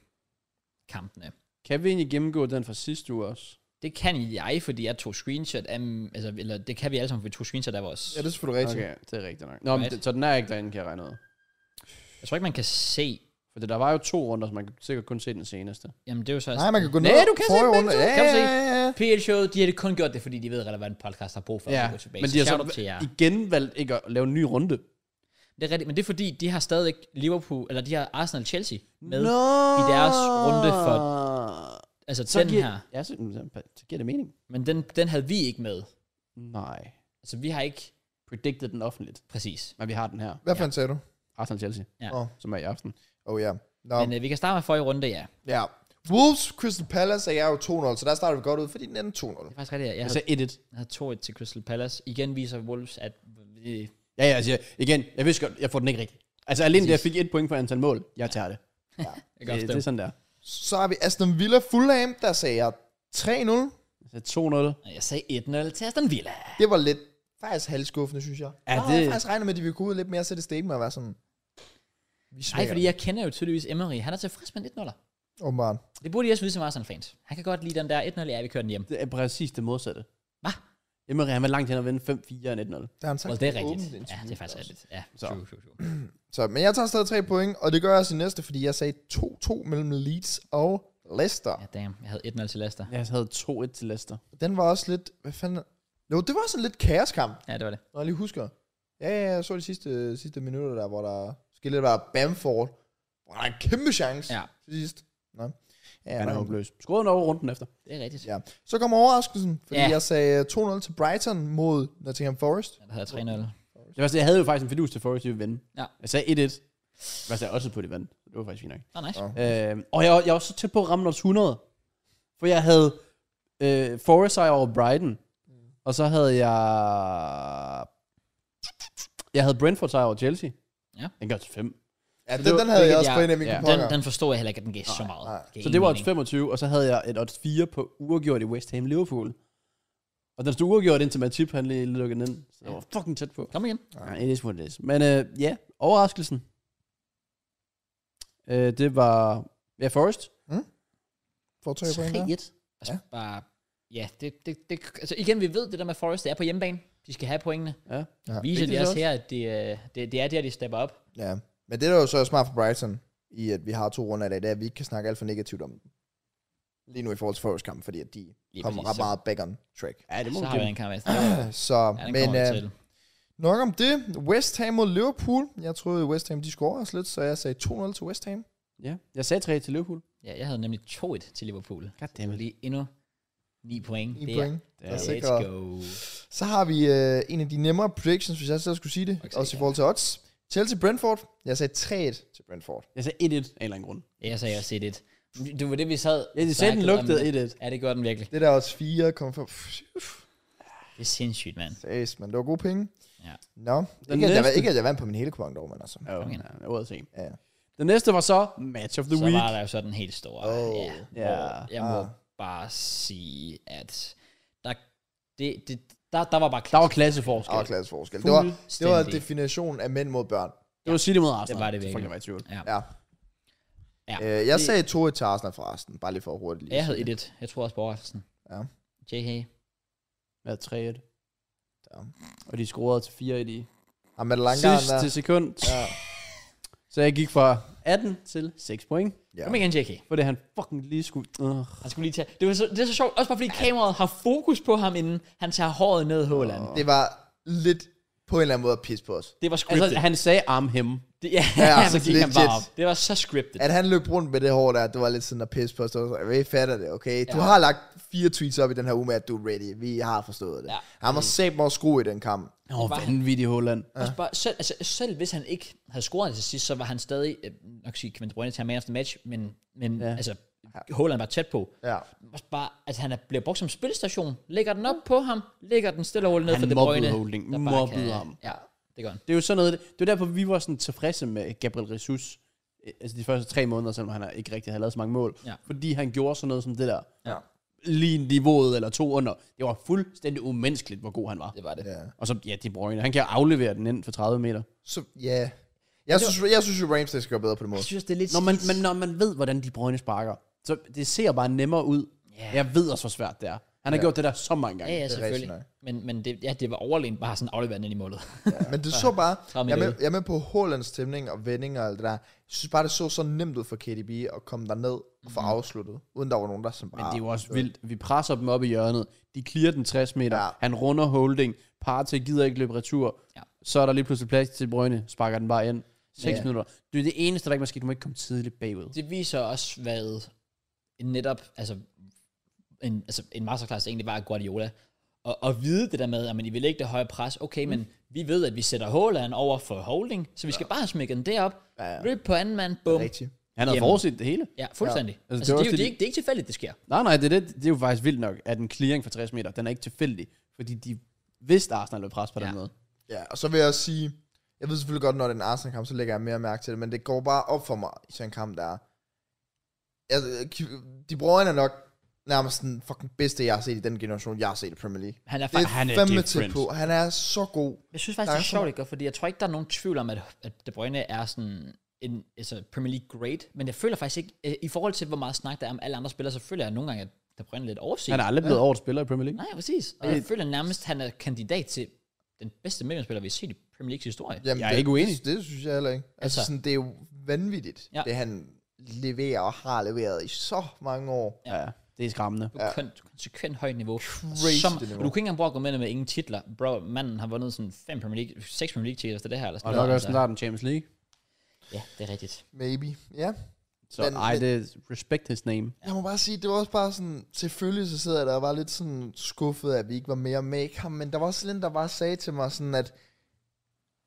Speaker 1: kampene.
Speaker 3: Kan vi egentlig gennemgå den fra sidste uge også?
Speaker 1: Det kan jeg, fordi jeg tog screenshot af... Altså, eller det kan vi alle sammen, for vi tog screenshot af vores...
Speaker 2: Ja, det er selvfølgelig rigtigt.
Speaker 3: Okay, det er rigtigt nok. Nå, men
Speaker 1: Right.
Speaker 3: det, så den er ikke derinde, kan jeg regne ud.
Speaker 1: Jeg tror ikke, man kan se...
Speaker 3: For der var jo to runder, så man kan sikkert kun se den seneste.
Speaker 1: Jamen, det er jo så...
Speaker 2: Nej, man kan gå
Speaker 1: Nej,
Speaker 2: ned.
Speaker 1: du kan se
Speaker 2: forrige
Speaker 1: begge
Speaker 2: runde.
Speaker 1: to.
Speaker 2: Ja,
Speaker 1: Kan du
Speaker 2: ja,
Speaker 1: se?
Speaker 2: ja, ja.
Speaker 1: PL Show, de har det kun gjort det, fordi de ved, at relevant podcast har brug for ja, at gå tilbage.
Speaker 3: men
Speaker 1: Så
Speaker 3: de har
Speaker 1: shout out til jer.
Speaker 3: så igen valgt ikke at lave en ny runde.
Speaker 1: Det er rigtigt, men det er fordi, de har stadigvæk Liverpool, eller de har Arsenal og Chelsea med.
Speaker 3: Nå!
Speaker 1: i deres runde for- Altså
Speaker 3: så
Speaker 1: den
Speaker 3: giver,
Speaker 1: her.
Speaker 3: Ja, så, så giver det mening.
Speaker 1: Men den, den havde vi ikke med.
Speaker 3: Nej.
Speaker 1: Altså vi har ikke...
Speaker 3: Predicted den offentligt.
Speaker 1: Præcis.
Speaker 3: Men vi har den her.
Speaker 2: Hvad for en sagde du?
Speaker 3: Arsenal-Chelsea,
Speaker 1: Ja.
Speaker 2: Åh.
Speaker 3: som er i aften.
Speaker 2: Oh ja. Nå,
Speaker 1: Men øh, vi kan starte med forrige runde, ja. Det
Speaker 2: ja. Wolves, Crystal Palace er jeg jo 2-0, så der starter vi godt ud, fordi den er 2-0.
Speaker 1: er faktisk rigtigt, ja. jeg
Speaker 3: Jeg
Speaker 1: havde,
Speaker 3: sagde 1-1.
Speaker 1: jeg havde 2-1 til Crystal Palace. Igen viser Wolves, at... Øh,
Speaker 3: Ja, ja, altså, igen, jeg vidste godt, jeg får den ikke rigtigt. Altså alene det, jeg fik et point for antal mål. Jeg tager det.
Speaker 1: jeg kan
Speaker 3: Det, det er sådan der.
Speaker 2: Så har vi Aston Villa Fulham, der sagde jeg 3-0.
Speaker 3: Så 2-0.
Speaker 1: jeg sagde 1-0 til Aston Villa.
Speaker 2: Det var lidt faktisk halvskuffende, synes jeg.
Speaker 3: Ja,
Speaker 2: Ja, det... Jeg
Speaker 3: det-
Speaker 2: havde faktisk regnet med, at de ville gå ud lidt mere og sætte statement og være sådan... Vi
Speaker 1: Nej,
Speaker 2: smager
Speaker 1: fordi
Speaker 2: dem.
Speaker 1: jeg kender jo tydeligvis Emery. Han er tilfreds med en 1-0'er.
Speaker 2: Åbenbart.
Speaker 1: Det burde I også vide som Arsenal-fans. Han kan godt lide den der 1-0, ja, vi kører den hjem.
Speaker 3: Det er præcis det modsatte.
Speaker 1: Hvad?
Speaker 3: Emery, han var langt hen at vinde 5-4 og 1-0.
Speaker 2: Der har han sagt
Speaker 1: Well, det er
Speaker 2: åbent
Speaker 1: rigtigt. Ja,
Speaker 2: interview
Speaker 1: det er faktisk
Speaker 2: også.
Speaker 1: rigtigt. Ja,
Speaker 3: Så.
Speaker 1: true, true, true.
Speaker 2: Så, men jeg tager stadig tre point, og det gør jeg også i næste, fordi jeg sagde 2-2 mellem Leeds og Leicester.
Speaker 1: Ja, damn. Jeg havde 1-0 til Leicester.
Speaker 3: Jeg havde 2-1 til Leicester.
Speaker 2: Den var også lidt... Hvad fanden... Jo, det var sådan lidt kaoskamp,
Speaker 1: Ja, det var det.
Speaker 2: når jeg lige husker. Ja, ja, jeg så de sidste, sidste minutter der, hvor der skete lidt, var Bamford. Hvor der er en kæmpe chance
Speaker 1: Ja.
Speaker 2: til sidst. Nå. Ja,
Speaker 3: Han er
Speaker 2: men-
Speaker 3: håbløs. Skruede han over runden efter.
Speaker 1: Det er rigtigt. Ja.
Speaker 2: Ja. Så kom overraskelsen, fordi
Speaker 1: Ja.
Speaker 2: ja. jeg sagde 2-0 til Brighton mod Nottingham Forest.
Speaker 1: Der havde jeg 3-0.
Speaker 3: Det var, sådan, jeg havde jo faktisk en fidus til Forest, at de ville vinde.
Speaker 1: Ja.
Speaker 3: Jeg sagde 1-1. Jeg sagde også på, at de vandt. Det var faktisk fint nok.
Speaker 1: Nå, nice.
Speaker 2: Ja.
Speaker 3: Øh, og jeg, var- jeg var så tæt på at ramme deres 100. For jeg havde øh, Forest sejr over Brighton. Og så havde jeg... Jeg havde Brentford sejr over Chelsea.
Speaker 1: Ja.
Speaker 3: Den gør til 5.
Speaker 2: Ja, den,
Speaker 3: det var-
Speaker 2: den havde
Speaker 1: det
Speaker 2: jeg
Speaker 1: kan
Speaker 2: også
Speaker 1: jeg-
Speaker 2: på en af mine
Speaker 3: ja.
Speaker 2: ja.
Speaker 1: Den, den forstod jeg heller ikke, at den gav så meget.
Speaker 2: nej.
Speaker 1: Det gav
Speaker 3: Så
Speaker 1: ingen
Speaker 3: det var odds
Speaker 1: mening.
Speaker 3: 25, og så havde jeg et odds 4 på uafgjort i West Ham Liverpool. Og den stod uafgjort indtil Matip, han lige lukkede den ind. Så det var fucking tæt på.
Speaker 1: Kom igen.
Speaker 3: Ja, it is what it is. Men øh, ja, overraskelsen. Øh, det var... Ja, Forrest.
Speaker 2: Får tre point der.
Speaker 3: 3-1.
Speaker 1: Altså,
Speaker 2: Ja.
Speaker 1: ja. bare... Ja, det, det, det, altså igen, vi ved det der med Forest, det er på hjemmebane. De skal have pointene.
Speaker 3: Ja.
Speaker 2: Ja.
Speaker 1: Viser
Speaker 3: Vigtigt
Speaker 1: de også
Speaker 3: også.
Speaker 1: her, at det, øh, det, det er der, de stepper op.
Speaker 2: Ja. Men det der er jo så smart for Brighton, i at vi har to runder i dag, det er, at vi ikke kan snakke alt for negativt om dem. Lige nu i forhold til Forest kamp, fordi at de
Speaker 1: Lige
Speaker 2: kommer
Speaker 1: præcis,
Speaker 2: ret
Speaker 1: så-
Speaker 2: meget back on track.
Speaker 3: Ja, det må
Speaker 1: Så
Speaker 3: man
Speaker 1: har vi
Speaker 3: give.
Speaker 1: en kamp efter.
Speaker 2: Så,
Speaker 1: Ja,
Speaker 2: ja,
Speaker 1: den
Speaker 2: men
Speaker 1: kommer vi
Speaker 2: øh,
Speaker 1: til.
Speaker 2: nok om det. West Ham mod Liverpool. Jeg troede, West Ham de scorer os lidt, så jeg sagde 2-0 til West Ham.
Speaker 3: Ja, jeg sagde 3 til Liverpool.
Speaker 1: Ja, jeg havde nemlig 2-1 til Liverpool.
Speaker 3: Goddammit.
Speaker 1: Lige endnu 9 point.
Speaker 2: 9
Speaker 1: Det er-
Speaker 2: point.
Speaker 1: Ja,
Speaker 2: er
Speaker 1: let's
Speaker 2: sikret.
Speaker 1: go.
Speaker 2: Så har vi øh, en af de nemmere predictions, hvis jeg selv skulle sige det,
Speaker 1: Okay,
Speaker 2: også i
Speaker 1: ja.
Speaker 2: forhold til odds. Chelsea Brentford. Jeg sagde 3-1 til Brentford.
Speaker 3: Jeg sagde 1-1 af en eller anden grund.
Speaker 1: Ja, jeg sagde også 1-1. Det var det, vi sad.
Speaker 3: Ja, de sagde, den
Speaker 1: snakket om.
Speaker 3: lugtede 1-1.
Speaker 1: Ja, det gjorde den virkelig.
Speaker 2: Det der også 4,5. Pff,
Speaker 1: Det er sindssygt, mand.
Speaker 2: Seriøst, men det var gode penge.
Speaker 1: Ja.
Speaker 2: Nå, ikke at, jeg,
Speaker 3: næste-
Speaker 2: ikke at jeg vandt på min hele kupon dog, men altså.
Speaker 3: Ja,
Speaker 1: igen.
Speaker 3: ja, ordet sent.
Speaker 2: Ja. ja.
Speaker 3: Den næste var så Match of the
Speaker 1: så
Speaker 3: Week.
Speaker 1: var der jo sådan helt stor.
Speaker 2: Åh,
Speaker 1: ja.
Speaker 3: ja.
Speaker 1: Hvor Jeg må
Speaker 2: Ah.
Speaker 1: bare sige, at der, det, det, der, der var bare
Speaker 3: Der var
Speaker 1: klasse.
Speaker 3: klasseforskel.
Speaker 2: Og klasseforskel. Det var, det var
Speaker 1: Fuldstændig.
Speaker 2: definitionen af mænd mod børn.
Speaker 3: Det var City mod Arsenal.
Speaker 1: Det var det
Speaker 3: Så
Speaker 1: virkelig.
Speaker 3: folk, jeg var i tvivl.
Speaker 1: Ja.
Speaker 2: Ja.
Speaker 1: Ja.
Speaker 2: Øh, jeg sagde 2 til Arsenal forresten, bare lige for hurtigt lige.
Speaker 1: Ja, Jeg havde
Speaker 2: at sige
Speaker 1: 1-1. Jeg tror også på overraskelsen.
Speaker 2: Ja.
Speaker 1: JK.
Speaker 3: Jeg havde 3-1.
Speaker 2: Ja.
Speaker 3: Og de scorede til 4 i de
Speaker 2: det. Ham med langgarn der.
Speaker 3: sidste sekund.
Speaker 2: Ja.
Speaker 3: Så jeg gik fra 18 til 6 point.
Speaker 2: Ja.
Speaker 1: Kom igen, JK.
Speaker 3: For det han fucking lige skulle... Uh.
Speaker 1: Han skulle lige tage... Det, var så, det er så sjovt, også bare fordi kameraet har fokus på ham, inden han tager håret ned, Håland.
Speaker 2: Det var lidt på en eller anden måde at pisse på os.
Speaker 1: Det var scripted.
Speaker 3: Altså, han sagde arm him.
Speaker 1: det, ja,
Speaker 2: Ja, altså,
Speaker 1: så gik han
Speaker 2: legit.
Speaker 1: bare op. Det var så scriptet.
Speaker 2: At han løb rundt med det hår der, det var lidt sådan at pisse på os. Det var sådan, Vi fatter det, okay? Du har lagt fire tweets op i den her uge med, at du er ready. Vi har forstået det.
Speaker 1: Ja. Mm.
Speaker 2: Han var sat mig skrue i den kamp.
Speaker 3: Åh, oh, vanvittig Holland.
Speaker 1: Også bare, selv, altså, selv hvis han ikke havde scoret til sidst, så var han stadig, øh, nok sige, Kevin De Bruyne tager man efter match, men, men ja. altså, Haaland var tæt på.
Speaker 2: Ja.
Speaker 1: Også bare, at han er blevet brugt som spilstation. Lægger den op på ham, lægger den stille og roligt ned
Speaker 3: Han
Speaker 1: for De
Speaker 3: mobbede
Speaker 1: Bruyne.
Speaker 3: Holding.
Speaker 1: der bare
Speaker 3: Mobbede ham.
Speaker 1: Ja, det gør han.
Speaker 3: Det er jo sådan noget... Det er derfor, vi var sådan tilfredse med Gabriel Jesus. øh, Altså de første tre måneder, selvom han ikke rigtig havde lavet så mange mål.
Speaker 1: Ja.
Speaker 3: Fordi han gjorde sådan noget som det der.
Speaker 2: Ja.
Speaker 3: Lige niveauet eller to under. Det var fuldstændig umenneskeligt, hvor god han var.
Speaker 1: Det var det.
Speaker 2: ja.
Speaker 3: Og så, ja, De Bruyne. Han kan aflevere den ind for 30 meter.
Speaker 2: Så, ja. Jeg synes, jeg synes jo, Ramsdale skal gøre bedre på den måde.
Speaker 1: Jeg synes, det er lidt
Speaker 3: Når man,
Speaker 1: skidt.
Speaker 3: men når man ved, hvordan De Bruyne sparker, så det ser bare nemmere ud.
Speaker 1: Ja.
Speaker 3: Jeg ved også, hvor svært det er. Han har gjort det der så mange gange.
Speaker 1: Ja, ja,
Speaker 2: er
Speaker 1: selvfølgelig.
Speaker 2: rigtigt
Speaker 1: Men, men det, ja, det var overlænt bare sådan afleveret ind i målet.
Speaker 2: Men det så bare,
Speaker 1: Træd
Speaker 2: jeg
Speaker 1: mig
Speaker 2: er, med,
Speaker 1: ned.
Speaker 2: jeg er med på Hålands stemning og vendinger og alt det der. Jeg synes bare, det så så nemt ud for KDB at komme derned og få afsluttet, uden der var nogen, der som
Speaker 3: Mhm. Men
Speaker 2: bare...
Speaker 3: det er jo også vildt. Vi presser dem op i hjørnet. De clearer den 60 meter.
Speaker 2: Ja.
Speaker 3: Ja. Han runder holding. Partey gider ikke løbe retur.
Speaker 1: Ja.
Speaker 3: Ja. Så er der lige pludselig plads til Brøgne. Sparker den bare ind. 6
Speaker 2: Ja.
Speaker 3: ja. minutter. Det er det eneste, der ikke må ske. Du må ikke komme tidligt bagud.
Speaker 1: Det viser også, hvad netop, altså en, altså en masterclass egentlig var af Guardiola. Og, og vide det der med, at man, I vil ikke det høje pres. Okay, mm. men vi ved, at vi sætter Haaland over for holding, så vi skal bare smække den derop.
Speaker 2: Ja, ja.
Speaker 1: Løb på anden mand, bum.
Speaker 2: Rigtigt.
Speaker 3: Han havde
Speaker 1: Jamen.
Speaker 3: forudset det hele.
Speaker 1: Ja, fuldstændig. Ja.
Speaker 3: det
Speaker 1: Altså,
Speaker 3: var
Speaker 1: det, er jo,
Speaker 3: også
Speaker 1: det,
Speaker 3: det,
Speaker 1: er
Speaker 3: de-
Speaker 1: ikke, det er ikke tilfældigt, det sker.
Speaker 3: Nej, nej, det er, det, det er jo faktisk vildt nok, at en clearing for 60 meter, den er ikke tilfældig. Fordi de vidste, at Arsenal ville presse på
Speaker 1: Ja.
Speaker 3: den måde.
Speaker 2: Ja, og så vil jeg også sige, jeg ved selvfølgelig godt, når det er en Arsenal-kamp, så lægger jeg mere mærke til det, men det går bare op for mig i sådan en kamp, der er... Altså, Ki- de brødrene er nok nærmest den fucking bedste, jeg har set i den generation, jeg har set i Premier League.
Speaker 1: Han er
Speaker 2: Det
Speaker 1: faktisk,
Speaker 2: er,
Speaker 3: han er
Speaker 2: fandme tæt
Speaker 3: different.
Speaker 2: på. Han er så god.
Speaker 1: jeg synes faktisk,
Speaker 2: der
Speaker 1: det
Speaker 2: er
Speaker 1: er
Speaker 2: så-
Speaker 1: sjovt, det gør, fordi jeg tror ikke, der er nogen tvivl om, at, at De Bruyne er sådan en altså Premier League great, men jeg føler faktisk ikke, øh, i forhold til, hvor meget snak der er om alle andre spillere, så føler jeg nogle gange, at De Bruyne er lidt overset.
Speaker 3: Han er aldrig blevet ja. årets spiller i Premier League.
Speaker 1: Nej, præcis. Og jeg føler nærmest, at han er kandidat til den bedste midtbanespiller, vi har set i Premier Leagues historie. Ja.
Speaker 2: Jamen,
Speaker 3: Jeg er
Speaker 2: det,
Speaker 3: ikke uenig.
Speaker 2: Det, det synes jeg heller ikke.
Speaker 1: Altså-
Speaker 2: Altså, altså sådan, det er jo vanvittigt,
Speaker 1: Ja.
Speaker 2: ja. det han leverer og har leveret i så mange år.
Speaker 3: Ja. ja. Det er skræmmende.
Speaker 1: Ja. Kon- konsekvent højt niveau.
Speaker 2: Crazy
Speaker 1: Som, og du
Speaker 2: niveau.
Speaker 1: kan ikke engang bruge argumenter med ingen titler. Bro, manden har vundet sådan fem Premier League, seks Premier League titler efter det her. Eller
Speaker 3: Og
Speaker 1: sådan
Speaker 3: nok
Speaker 1: noget. altså.
Speaker 3: også snart en Champions League.
Speaker 1: Ja, det er rigtigt.
Speaker 2: Maybe, ja.
Speaker 3: Så
Speaker 2: Men-
Speaker 3: ej,
Speaker 2: men-
Speaker 3: det er respect his name.
Speaker 2: Jeg må bare sige, det var også bare sådan, selvfølgelig så sidder jeg der og var lidt sådan skuffet, at vi ikke var mere med ham, men der var også lidt, der bare sagde til mig sådan, at,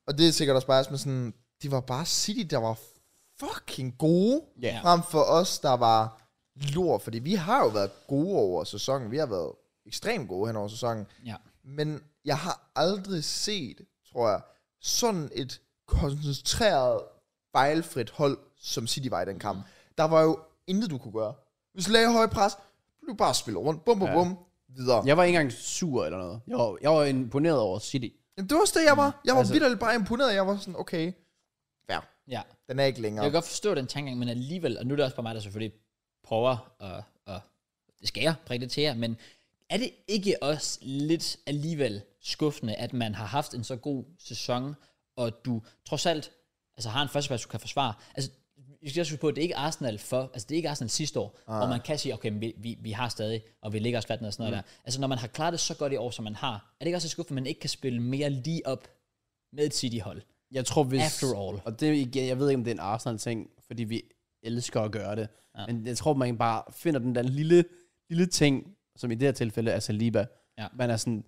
Speaker 2: og det er sikkert også bare sådan, sådan, det var bare City, der var fucking gode,
Speaker 1: Ja.
Speaker 2: frem for os, der var lort, fordi vi har jo været gode over sæsonen, vi har været ekstremt gode hen over sæsonen,
Speaker 1: Ja.
Speaker 2: men jeg har aldrig set, tror jeg, sådan et koncentreret, fejlfrit hold, som City var i den kamp. Der var jo intet, du kunne gøre. Hvis du lagde høj pres, blev du bare spillet rundt, bum, bum,
Speaker 3: Ja.
Speaker 2: bum, videre.
Speaker 3: Jeg var ikke engang sur eller noget. Jeg var, jeg var imponeret over City.
Speaker 2: Jamen, det var også det, jeg var. Jeg var
Speaker 3: Altså-
Speaker 2: altså, vildt bare imponeret. Jeg var sådan, okay, ja,
Speaker 1: ja.
Speaker 2: den er ikke længere.
Speaker 1: Jeg kan godt forstå den tankegang, men alligevel, og nu er det også bare mig, der selvfølgelig prøver og, og det skal jeg prikke det til jer, men er det ikke også lidt alligevel skuffende, at man har haft en så god sæson, og du trods alt altså, har en førsteplads, du kan forsvare? Altså, vi skal også huske på, at det er ikke Arsenal for, altså det er ikke Arsenal sidste år, ah. og man kan sige, okay, men vi, vi, vi har stadig, og vi ligger os fladt ned og sådan noget mm. der. Altså når man har klaret det så godt i år, som man har, er det ikke også lidt skuffende, at man ikke kan spille mere lige op med et City-hold?
Speaker 3: Jeg tror, hvis...
Speaker 1: After all.
Speaker 3: Og det, er igen- jeg ved ikke, om det er en Arsenal-ting, fordi vi elsker at gøre det. Ja. Men jeg tror, man bare finder den der lille, lille ting, som i det her tilfælde er Saliba.
Speaker 1: Ja.
Speaker 3: Man er sådan,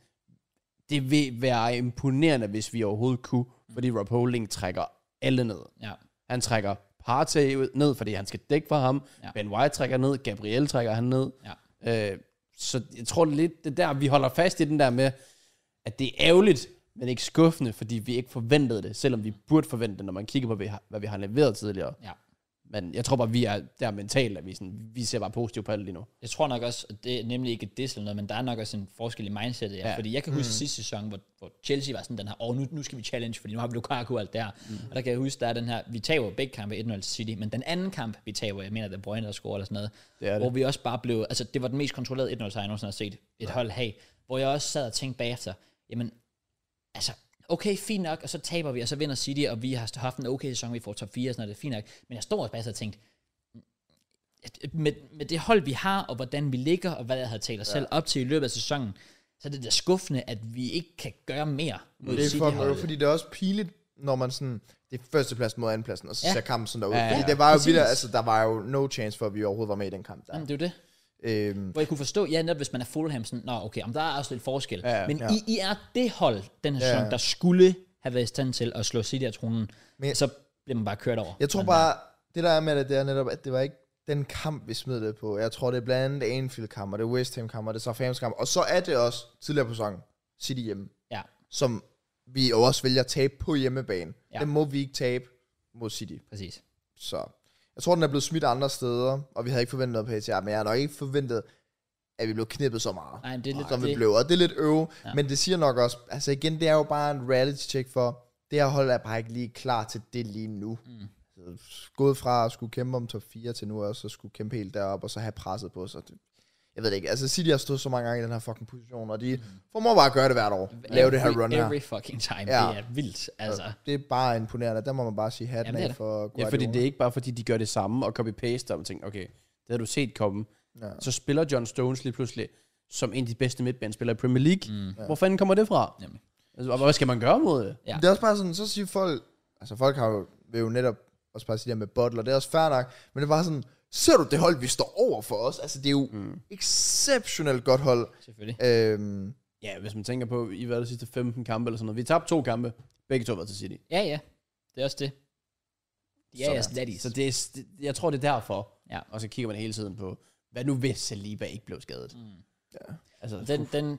Speaker 3: det vil være imponerende, hvis vi overhovedet kunne, fordi Rob Holding trækker alle ned.
Speaker 1: Ja,
Speaker 3: Han trækker Partey ud- ned, fordi han skal dække for ham.
Speaker 1: Ja.
Speaker 3: Ja. Ben White trækker ned, Gabriel trækker han ned.
Speaker 1: ja.
Speaker 3: Øh, så jeg tror lidt, det der, vi holder fast i den der med, at det er ærgerligt, men ikke skuffende, fordi vi ikke forventede det, selvom vi burde forvente det, når man kigger på, hvad vi har, hvad vi har leveret tidligere.
Speaker 1: ja.
Speaker 3: Men jeg tror bare, vi er der mentalt, at vi, sådan, vi ser bare positivt på alt lige nu.
Speaker 1: Jeg tror nok også, at det er nemlig ikke et diss eller noget, men der er nok også en forskel i mindsetet. Ja.
Speaker 3: Ja.
Speaker 1: Fordi jeg kan huske mm. sidste sæson, hvor, hvor Chelsea var sådan den her, åh, nu, nu skal vi challenge, fordi nu har vi Lukaku og alt det her. Mm. Og der kan jeg huske, der er den her, vi taber begge kampe 1-0 til City, men den anden kamp, vi taber, jeg mener, det er Brønne, der scorer eller sådan noget,
Speaker 3: Det er det.
Speaker 1: hvor vi også bare blev, altså det var den mest kontrollerede 1-0 sejr, jeg nogensinde har set et hold have, hvor jeg også sad og tænkte bagefter, jamen, altså, okay, fint nok, og så taber vi, og så vinder City, og vi har haft en okay sæson, vi får top 4 og sådan noget, det er fint nok. Men jeg står også bare og tænkte, med, med det hold, vi har, og hvordan vi ligger, og hvad jeg havde talt os ja. selv op til i løbet af sæsonen, så er det da skuffende, at vi ikke kan gøre mere mod
Speaker 2: Det er
Speaker 1: City.
Speaker 2: fucking øv, fordi det er også pinligt, når man sådan, det er førstepladsen mod andenpladsen, og så
Speaker 1: Ja.
Speaker 2: ja. ser kampen sådan derude.
Speaker 3: Ja, ja,
Speaker 2: Ja,
Speaker 3: ja.
Speaker 2: ja, det var jo
Speaker 1: Præcis. Mm.
Speaker 2: vildt, altså der var jo no chance for, at vi overhovedet var med i den kamp der.
Speaker 1: Jamen, det er jo det.
Speaker 2: Øhm,
Speaker 1: Hvor jeg kunne forstå, ja, netop hvis man er Fulham, sådan, nå okay, om der er også lidt forskel.
Speaker 3: Ja,
Speaker 1: Men
Speaker 2: ja.
Speaker 1: I, I er det hold, den her sæson,
Speaker 2: Ja.
Speaker 1: der skulle have været i stand til at slå City af tronen, Men,
Speaker 2: Men-
Speaker 1: så bliver man bare kørt over.
Speaker 2: jeg tror bare, det der er med det, det er netop, at det var ikke den kamp, vi smed det på. Jeg tror, det er blandt andet Anfield-kamp, og det er West Ham-kamp, og det er Southampton-kamp, og så er det også tidligere på sæsonen, City hjemme,
Speaker 1: Ja,
Speaker 2: som vi jo også vælger at tabe på hjemmebane.
Speaker 1: Ja.
Speaker 2: Ja. Det må vi ikke tabe mod City.
Speaker 1: præcis.
Speaker 2: Så jeg tror, den er blevet smidt andre steder, og vi havde ikke forventet noget på ATR, men jeg har nok ikke forventet, at vi blev knippet så meget.
Speaker 1: Nej, men det er lidt
Speaker 2: som vi
Speaker 1: det.
Speaker 2: blev, og det er lidt øve,
Speaker 1: Ja.
Speaker 2: ja. men det siger nok også, altså igen, det er jo bare en reality check for, det her hold er bare ikke lige klar til det lige nu. Mm. Gået fra at skulle kæmpe om top 4 til nu også, og skulle kæmpe helt derop og så have presset på sig. Det, jeg ved det ikke, altså City har stået så mange gange i den her fucking position, og de mm. formår bare at gøre det hvert år, lave det her
Speaker 1: Every-
Speaker 2: run her.
Speaker 1: Every fucking time,
Speaker 2: Ja.
Speaker 1: ja. det er vildt, altså.
Speaker 2: Det er bare imponerende, der må man bare sige hatten
Speaker 1: Jamen, det er
Speaker 2: af
Speaker 1: det.
Speaker 2: for Guardiola.
Speaker 3: Ja, fordi det er ikke bare, fordi de gør det samme og copy-paste og tænker, okay, det har du set komme. Ja. Så spiller John Stones lige pludselig som en af de bedste midtbanespillere i Premier League. Mm. Hvor fanden kommer det fra?
Speaker 1: Jamen.
Speaker 3: Altså, og hvad skal man gøre mod det?
Speaker 1: Ja.
Speaker 2: Men Det er også bare sådan, så siger folk, altså folk har jo, vil jo netop også bare sige det her med bottler, det er også fair nok, men det er bare sådan, ser du det hold, vi står over for os? Altså det er jo mm. exceptionelt godt hold.
Speaker 1: Selvfølgelig.
Speaker 2: Øhm,
Speaker 3: Ja, hvis man tænker på, I var de sidste 15 kampe eller sådan noget. Vi tabte to kampe. Begge to var til City.
Speaker 1: Ja, ja. Det er også det. De er jeres daddies.
Speaker 3: Så det er, s- det- jeg tror, det er derfor.
Speaker 1: Ja.
Speaker 3: Og så kigger man hele tiden på, hvad nu hvis Saliba ikke blev skadet? Mm. Ja. Altså,
Speaker 1: Den, den,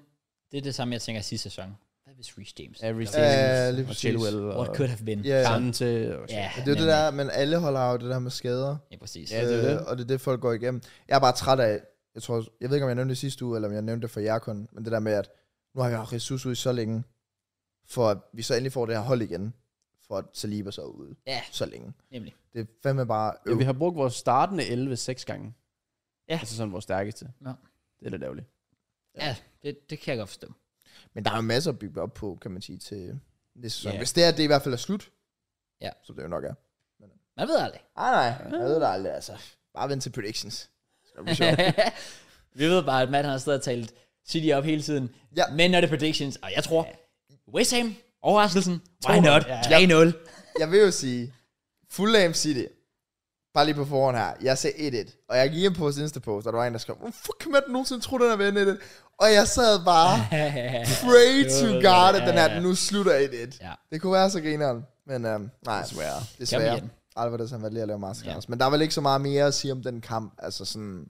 Speaker 1: det er det samme, jeg tænker sidste sæson. Hvad hvis Reece James?
Speaker 3: every
Speaker 2: Ja, lige
Speaker 3: og
Speaker 2: præcis.
Speaker 3: Chilwell og
Speaker 1: What could have been?
Speaker 2: Ja, ja.
Speaker 3: Kante. Og
Speaker 1: ja
Speaker 3: yeah.
Speaker 2: det er jo det
Speaker 1: nemlig.
Speaker 2: der, men alle hold har jo det der med skader,
Speaker 1: Ja, præcis.
Speaker 3: Ja, det er jo det.
Speaker 2: Øh, og det er det, folk går igennem. Jeg er bare træt af, jeg tror, jeg ved ikke, om jeg nævnte det sidste uge, eller om jeg nævnte det for jer kun, men det der med, at nu har vi haft Jesus ude i så længe, for at vi så endelig får det her hold igen, for at Saliba så er ude
Speaker 1: Ja,
Speaker 2: så længe.
Speaker 1: nemlig.
Speaker 2: Det er fandme bare
Speaker 3: Ja,
Speaker 2: øv.
Speaker 3: vi har brugt vores startende 11 seks gange.
Speaker 1: Ja.
Speaker 3: Altså sådan vores stærkeste.
Speaker 1: Ja.
Speaker 3: Det er lidt ærgerligt.
Speaker 1: Ja, det, det kan jeg godt forstå.
Speaker 2: Men der er jo masser at bygge op på, kan man sige, til næste sæson.
Speaker 1: Ja.
Speaker 2: Yeah. Hvis det er, det i hvert fald er slut,
Speaker 1: Ja.
Speaker 2: så det jo nok er.
Speaker 1: Man ved aldrig.
Speaker 2: Ah, Nej, nej, jeg ved det aldrig, altså. Bare vent til predictions. Det skal nok blive sjovt.
Speaker 1: vi ved bare, at Matt han har stadig talt City op hele tiden.
Speaker 2: Ja.
Speaker 1: Men når det er predictions, og jeg tror, West Ham, overraskelsen, why not, 3-0.
Speaker 2: jeg vil jo sige, Fulham City, bare lige på forhånd her, jeg sagde 1-1, og jeg gik ind på vores Insta-post, og der var en, der skrev, hvor fuck kan man nogensinde tro, den er ved 1-1? Og jeg sad bare, pray to
Speaker 1: Jo,
Speaker 2: God,
Speaker 1: ja,
Speaker 2: at den
Speaker 1: ja,
Speaker 2: her, nu slutter 1-1.
Speaker 1: Ja.
Speaker 2: Det kunne være så grineren, men øhm, nej,
Speaker 3: Desværre.
Speaker 1: Kom
Speaker 2: desværre.
Speaker 1: igen.
Speaker 2: Alvarez han valgte lige at lave masterclass, ja. men der er vel ikke så meget mere at sige om den kamp, altså sådan...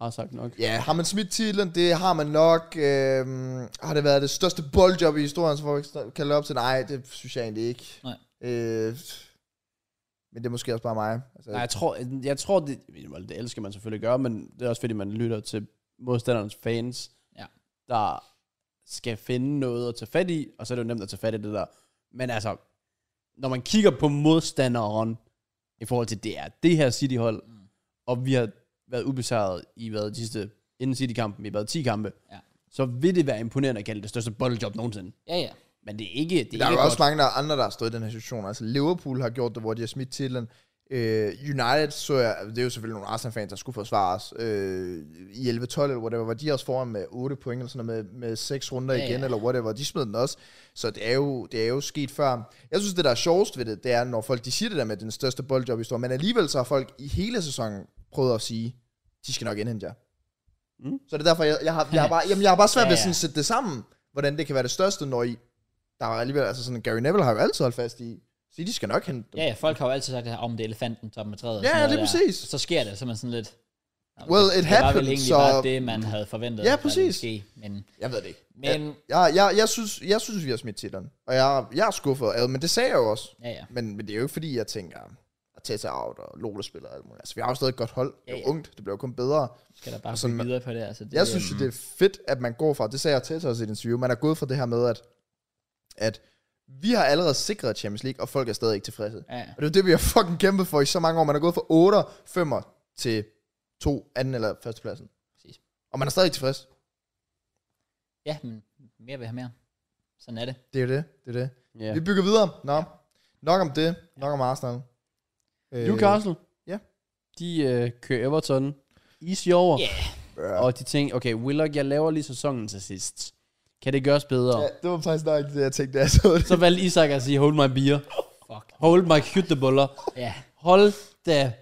Speaker 3: Har sagt nok.
Speaker 2: Ja, har man smidt titlen? Det har man nok. Øhm, har det været det største boldjob i historien, så folk sta- kan lade op til? Nej, det synes jeg egentlig ikke.
Speaker 1: Nej.
Speaker 2: Øh, men det er måske også bare mig. Altså,
Speaker 3: Nej, jeg tror, jeg tror det, well, det elsker man selvfølgelig gøre, men det er også fordi, man lytter til modstanderens fans,
Speaker 1: Ja.
Speaker 3: der skal finde noget at tage fat i, og så er det jo nemt at tage fat i det der. Men altså, når man kigger på modstanderen, i forhold til, det er det her City-hold, mm. og vi har været ubesejret i hvad, de sidste, inden City-kampen, vi har været 10 kampe,
Speaker 1: Ja.
Speaker 3: så vil det være imponerende at kalde det største boldjob nogensinde.
Speaker 1: Ja, ja.
Speaker 3: Men det er ikke, det er
Speaker 2: der er
Speaker 3: ikke
Speaker 2: jo
Speaker 3: godt.
Speaker 2: også mange der andre, der har stået i den her situation. Altså Liverpool har gjort det, hvor de har smidt titlen. Øh, United så jeg, det er jo selvfølgelig nogle Arsenal-fans, der skulle forsvare os. Øh, I 11-12 eller whatever, var de også foran med 8 point eller sådan noget, med, med 6 runder
Speaker 1: Ja,
Speaker 2: ja, igen
Speaker 1: ja.
Speaker 2: eller whatever. De smed den også. Så det er, jo, det er jo sket før. Jeg synes, det der er sjovest ved det, det er, når folk de siger det der med den største boldjob i historien, men alligevel så har folk i hele sæsonen prøvet at sige, de skal nok indhente jer. Mm. Så det er derfor, jeg, jeg, har, jeg, har, bare, jamen, jeg har bare svært
Speaker 1: Ja,
Speaker 2: ved
Speaker 1: ja.
Speaker 2: sådan at sætte det sammen, hvordan det kan være det største, når I der var alligevel, altså sådan, Gary Neville har jo altid holdt fast i, sige, de skal nok hente dem.
Speaker 1: Ja, ja, folk har jo altid sagt det her, om det er elefanten, toppen af træet. og
Speaker 2: Ja,
Speaker 1: sådan noget
Speaker 2: lige
Speaker 1: der.
Speaker 2: præcis.
Speaker 1: Så sker det, så er man sådan lidt... "Nå,
Speaker 2: Well,
Speaker 1: det-
Speaker 2: it
Speaker 1: Det var vel
Speaker 2: happened,
Speaker 1: egentlig
Speaker 2: så-
Speaker 1: bare det, man havde forventet.
Speaker 2: Ja,
Speaker 1: at der ville
Speaker 2: præcis.
Speaker 1: Ske, men,
Speaker 2: Jeg ved det ikke.
Speaker 1: men
Speaker 2: Jeg, jeg, jeg, synes, jeg synes, vi har smidt titlen, og jeg, jeg er skuffet, og- men det sagde jeg jo også.
Speaker 1: ja, ja.
Speaker 2: Men, men det er jo ikke fordi, jeg tænker, at Tessa out og Lotte spiller og alt muligt. Altså, vi har jo stadig et godt hold.
Speaker 1: Ja,
Speaker 2: Det er jo
Speaker 1: ja.
Speaker 2: ungt, det bliver jo kun bedre.
Speaker 1: Skal der bare
Speaker 2: sådan-
Speaker 1: blive videre på det, altså. Det,
Speaker 2: Jeg synes jo, det er fedt, at man går fra, det sagde jeg til os i et interview, man er gået fra det her med, at, at vi har allerede sikret Champions League, og folk er stadig ikke tilfredse.
Speaker 1: Ja, ja.
Speaker 2: Og det er jo det, vi har fucking kæmpet for i så mange år. Man er gået fra 8, 5 til 2, anden eller førstepladsen.
Speaker 1: Præcis.
Speaker 2: Og man er stadig ikke tilfreds.
Speaker 1: ja, men mere vil have mere. Sådan er det.
Speaker 2: Det er jo det, det er det.
Speaker 3: Ja.
Speaker 2: Vi bygger videre. Nå, nok om det. Nok om Arsenal. Øh,
Speaker 3: Newcastle.
Speaker 2: ja.
Speaker 3: De øh, kører Everton. Easy over.
Speaker 1: Ja.
Speaker 2: Ja.
Speaker 3: Og de tænker, okay, Willock, jeg laver lige sæsonen til sidst. Kan det gøres bedre?
Speaker 2: Ja,
Speaker 3: Yeah.
Speaker 2: det var faktisk nok det, jeg tænkte, da jeg så det.
Speaker 3: Så valgte Isak at sige, hold my beer.
Speaker 1: Fuck.
Speaker 3: Hold my hytteboller.
Speaker 1: Ja,
Speaker 3: Hold da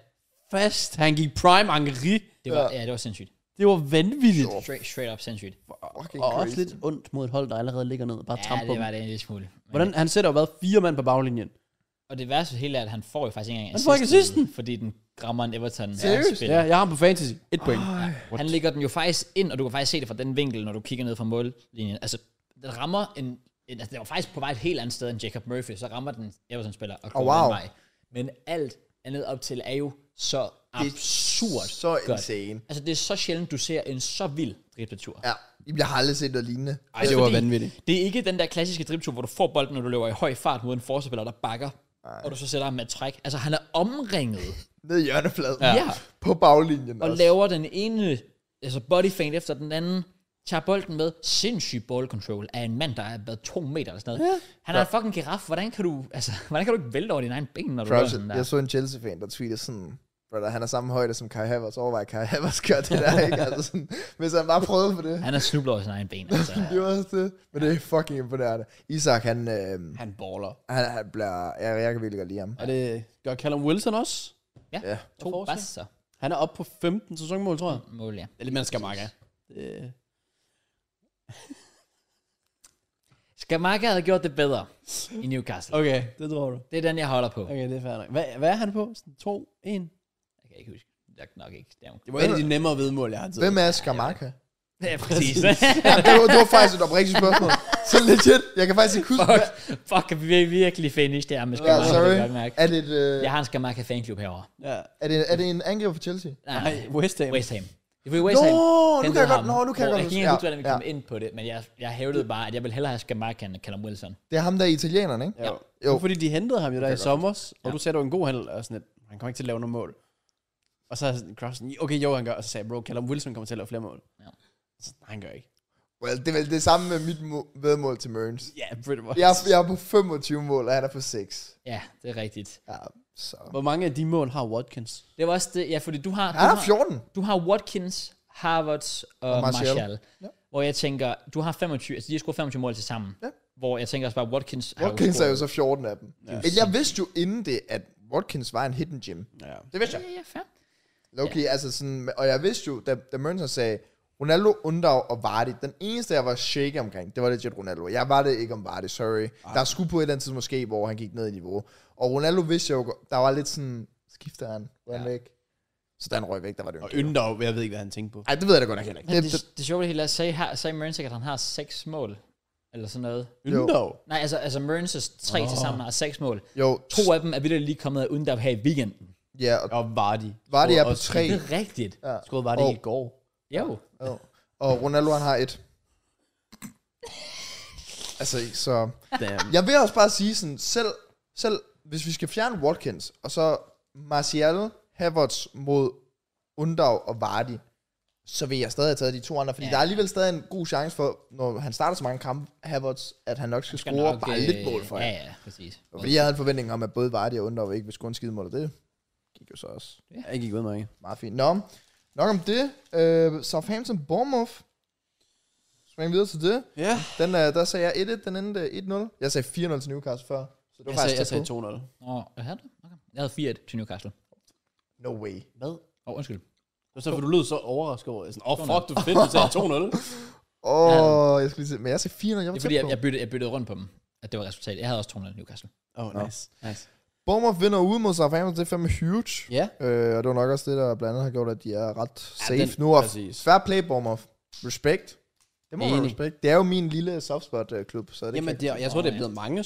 Speaker 3: fast. Han gik prime angeri.
Speaker 1: det var, ja, det var sindssygt.
Speaker 3: Det var vanvittigt.
Speaker 1: Straight, straight up sindssygt.
Speaker 2: Fucking
Speaker 3: Og også lidt ondt mod et hold, der allerede ligger ned og bare
Speaker 1: Ja,
Speaker 3: tramper
Speaker 1: det
Speaker 3: dem.
Speaker 1: var det en lille smule. Men,
Speaker 3: Hvordan, han sætter jo hvad, fire mand på baglinjen.
Speaker 1: Og det værste hele er, at han får jo faktisk ikke engang
Speaker 3: Han får ikke
Speaker 1: assisten,
Speaker 3: assisten.
Speaker 1: Fordi den rammer en Everton
Speaker 2: Seriøst?
Speaker 1: spiller.
Speaker 3: Ja, jeg har ham på fantasy. Et point.
Speaker 1: Han lægger den jo faktisk ind, og du kan faktisk se det fra den vinkel, når du kigger ned fra mållinjen. Altså, den rammer en... en altså, den var faktisk på vej et helt andet sted end Jacob Murphy, så rammer den Everton-spiller og kommer
Speaker 2: wow.
Speaker 1: den vej. Men alt andet op til er jo så absurd
Speaker 2: Så
Speaker 1: godt.
Speaker 2: insane.
Speaker 1: Altså, det er så sjældent, du ser en så vild dribletur.
Speaker 2: Ja, Jamen, jeg har aldrig set noget lignende.
Speaker 1: Ej,
Speaker 3: det var vanvittigt.
Speaker 1: Det er ikke den der klassiske dribletur, hvor du får bolden, når du løber i høj fart mod en forsvarsspiller, der bakker, Ej. og du så sætter ham med et træk. Altså, han er omringet
Speaker 2: Ned i hjørnefladen.
Speaker 1: Ja.
Speaker 2: På baglinjen
Speaker 1: og
Speaker 2: også.
Speaker 1: laver den ene altså body feint efter den anden, tager bolden med, sindssyg ball control af en mand, der er været to meter eller sådan noget. Ja. Han er en fucking giraf. Hvordan kan du, altså, hvordan kan du ikke vælte over dine egne ben, når du gør
Speaker 2: Props,
Speaker 1: sådan der?
Speaker 2: jeg så en Chelsea-fan, der tweetede sådan, brother, han er samme højde som Kai Havertz. Overvej, Kai Havertz gør det der, ikke? Altså sådan, hvis han bare prøvede for det.
Speaker 1: Han er snublet over sine egne ben, altså.
Speaker 2: Det var også det. Men det er fucking imponerende. Isak, han, øh,
Speaker 3: Han baller.
Speaker 2: han, han bliver... Jeg, jeg kan virkelig godt lide ham.
Speaker 3: Og det gør Callum Wilson også.
Speaker 2: Ja.
Speaker 1: to
Speaker 3: forskel.
Speaker 1: basser
Speaker 3: Han er oppe på 15 sæsonmål, tror jeg.
Speaker 1: mål, ja.
Speaker 3: Det er lidt, man skal makke. Det-
Speaker 1: Skamaka havde gjort det bedre i Newcastle.
Speaker 3: Okay, det tror du.
Speaker 1: Det er den, jeg holder på.
Speaker 3: Okay, det er fair nok. Hvad, hvad er han på? Sådan 2, 1?
Speaker 1: Jeg kan ikke huske. Jeg kan nok ikke stemme.
Speaker 3: Det var et af de nemmere vedmål, jeg har tid.
Speaker 2: Hvem er Skamaka?
Speaker 1: Ja, præcis.
Speaker 2: Ja, det, var, det var faktisk et oprigtigt spørgsmål. Så legit. Jeg kan faktisk ikke huske,
Speaker 1: fuck,
Speaker 2: hvad...
Speaker 1: fuck, vi er virkelig finish det her med
Speaker 2: Ja,
Speaker 1: Skamaka. Ja,
Speaker 2: sorry.
Speaker 1: Det kan jeg godt mærke.
Speaker 2: Er det, et, øh,
Speaker 1: Jeg har en Skamaka fanklub herovre.
Speaker 3: Ja.
Speaker 2: er, det, er det en angreb for Chelsea?
Speaker 1: Nej,
Speaker 3: Nej, West Ham.
Speaker 1: West Ham. Det var West Ham.
Speaker 2: nu
Speaker 1: hentede
Speaker 2: kan jeg godt-
Speaker 1: ham,
Speaker 2: nå, nu kan jeg
Speaker 1: hvor Jeg
Speaker 2: godt
Speaker 1: kan
Speaker 2: huske-
Speaker 1: ikke
Speaker 2: ja,
Speaker 1: huske, hvordan vi
Speaker 2: ja.
Speaker 1: kom ind på det, men jeg, jeg hævdede bare, at jeg ville hellere have Skamark end Callum Wilson.
Speaker 2: Det er ham der er italieneren, ikke?
Speaker 3: Ja.
Speaker 2: Jo.
Speaker 3: Jo. Fordi de hentede ham jo der i sommer, og
Speaker 1: Ja.
Speaker 3: du sagde, det var en god handel, og sådan lidt, han kommer ikke til at lave noget mål. Og så er sådan, Crossen, okay, jo, han gør, og så sagde jeg, bro, Callum Wilson kommer til at lave flere mål.
Speaker 1: Ja.
Speaker 3: Så, nej, han gør ikke.
Speaker 2: Well, det er vel det samme med mit må- vedmål til Mørns.
Speaker 3: Ja, yeah, pretty much.
Speaker 2: Jeg, er, jeg er på 25 mål, og han er på 6.
Speaker 1: Ja, det er rigtigt.
Speaker 2: Ja, så.
Speaker 3: Hvor mange af de mål har Watkins?
Speaker 1: Det var også det, ja, fordi du har...
Speaker 2: Han
Speaker 1: du
Speaker 2: er
Speaker 1: har-
Speaker 2: 14.
Speaker 1: du har Watkins, Harvard og, og
Speaker 2: Martial.
Speaker 1: Martial. Martial ja. Hvor jeg tænker, du har 25, altså de har scoret 25 mål til sammen.
Speaker 2: Ja.
Speaker 1: Hvor jeg tænker også bare, Watkins,
Speaker 2: Watkins
Speaker 1: har
Speaker 2: er jo så 14 af dem. Ja. Men jeg vidste jo inden det, at Watkins var en hidden gem.
Speaker 3: Ja.
Speaker 2: Det vidste jeg.
Speaker 1: Ja, ja, fair.
Speaker 2: Loki, ja. altså sådan, og jeg vidste jo, da, da Mønster sagde, Ronaldo, Undav og Vardy, den eneste, jeg var shake omkring, det var legit Ronaldo. Jeg var det ikke om Vardy, sorry. Ej. Der skulle på et eller andet tid måske, hvor han gik ned i niveau. Og Ronaldo vidste jeg jo, godt- der var lidt sådan, skifter han, røg han væk. Så da han røg væk, der var det jo
Speaker 3: Og
Speaker 2: en del.
Speaker 3: Yndov, jeg ved ikke, hvad han tænkte på.
Speaker 2: Ej, det ved jeg da godt nok heller ikke.
Speaker 1: Men det,
Speaker 2: Det, det,
Speaker 1: det, det sjove ved det hele er, sagde, her, sagde Mørens ikke, at han har seks mål? Eller sådan noget.
Speaker 3: Yndov?
Speaker 1: Nej, altså, altså Mørens tre oh. til sammen har seks mål.
Speaker 2: jo,
Speaker 1: To af dem er vildt lige kommet af undab her i weekenden.
Speaker 2: ja, og
Speaker 3: Og Vardy.
Speaker 2: Vardy er
Speaker 3: Scorede
Speaker 2: på
Speaker 3: også-
Speaker 2: tre.
Speaker 1: Det er rigtigt. Ja.
Speaker 3: Scorede Vardy
Speaker 2: Og-
Speaker 3: i går.
Speaker 1: Jo.
Speaker 2: Jo. Og Ronaldo, han har et. Altså, så...
Speaker 3: Damn.
Speaker 2: Jeg vil også bare sige sådan, selv, selv hvis vi skal fjerne Watkins, og så Martial, Havertz mod Undav og Vardy, så vil jeg stadig have taget de to andre, fordi ja. der er alligevel stadig en god chance for, når han starter så mange kampe, Havertz, at han nok skal,
Speaker 1: Skal
Speaker 2: score
Speaker 1: nok,
Speaker 2: bare
Speaker 1: øh,
Speaker 2: lidt mål for
Speaker 1: Ja,
Speaker 2: jer.
Speaker 1: ja, præcis.
Speaker 2: Fordi jeg havde en forventning om, at både Vardy og Undav ikke ville score en skidemål, og det gik jo så også
Speaker 3: Jeg gik ud med
Speaker 2: meget fint. Nå, nok om det. Øh, Southampton Bournemouth. Spring videre til det.
Speaker 3: Ja.
Speaker 2: Den, øh, der sagde jeg 1-1, den endte 1-0. Jeg sagde 4-0 til Newcastle før. Så det var faktisk
Speaker 3: Jeg sagde, jeg
Speaker 2: tæt
Speaker 3: sagde
Speaker 2: på.
Speaker 3: 2-0.
Speaker 1: Nå, hvad havde du? Okay. Jeg havde 4-1 til Newcastle.
Speaker 2: No way.
Speaker 3: Hvad?
Speaker 1: Åh, oh, undskyld.
Speaker 3: Og så for du lød så overrasket over. Jeg er sådan, Åh, oh, fuck, du er fedt, du sagde 2-0.
Speaker 2: Åh, oh, jeg skulle lige se. Men jeg sagde 400, jeg var
Speaker 1: Det er fordi,
Speaker 2: tæt på.
Speaker 1: jeg, jeg, byttede, jeg byttede rundt på dem, at det var resultatet. Jeg havde også 200 Newcastle.
Speaker 3: Åh, oh, nice. nice.
Speaker 2: Bournemouth vinder ude mod Southampton, det er fandme huge.
Speaker 3: Ja.
Speaker 2: Øh, og det var nok også det, der blandt andet har gjort, at de er ret safe
Speaker 3: den-
Speaker 2: nu. Og
Speaker 3: præcis.
Speaker 2: fair play, Bournemouth. Respekt. Det må man
Speaker 3: Enig.
Speaker 2: respekt. Det er jo min lille softspot-klub, så det
Speaker 3: Jamen,
Speaker 2: kan
Speaker 3: det er, jeg tror, det er
Speaker 1: Åh,
Speaker 3: blevet mange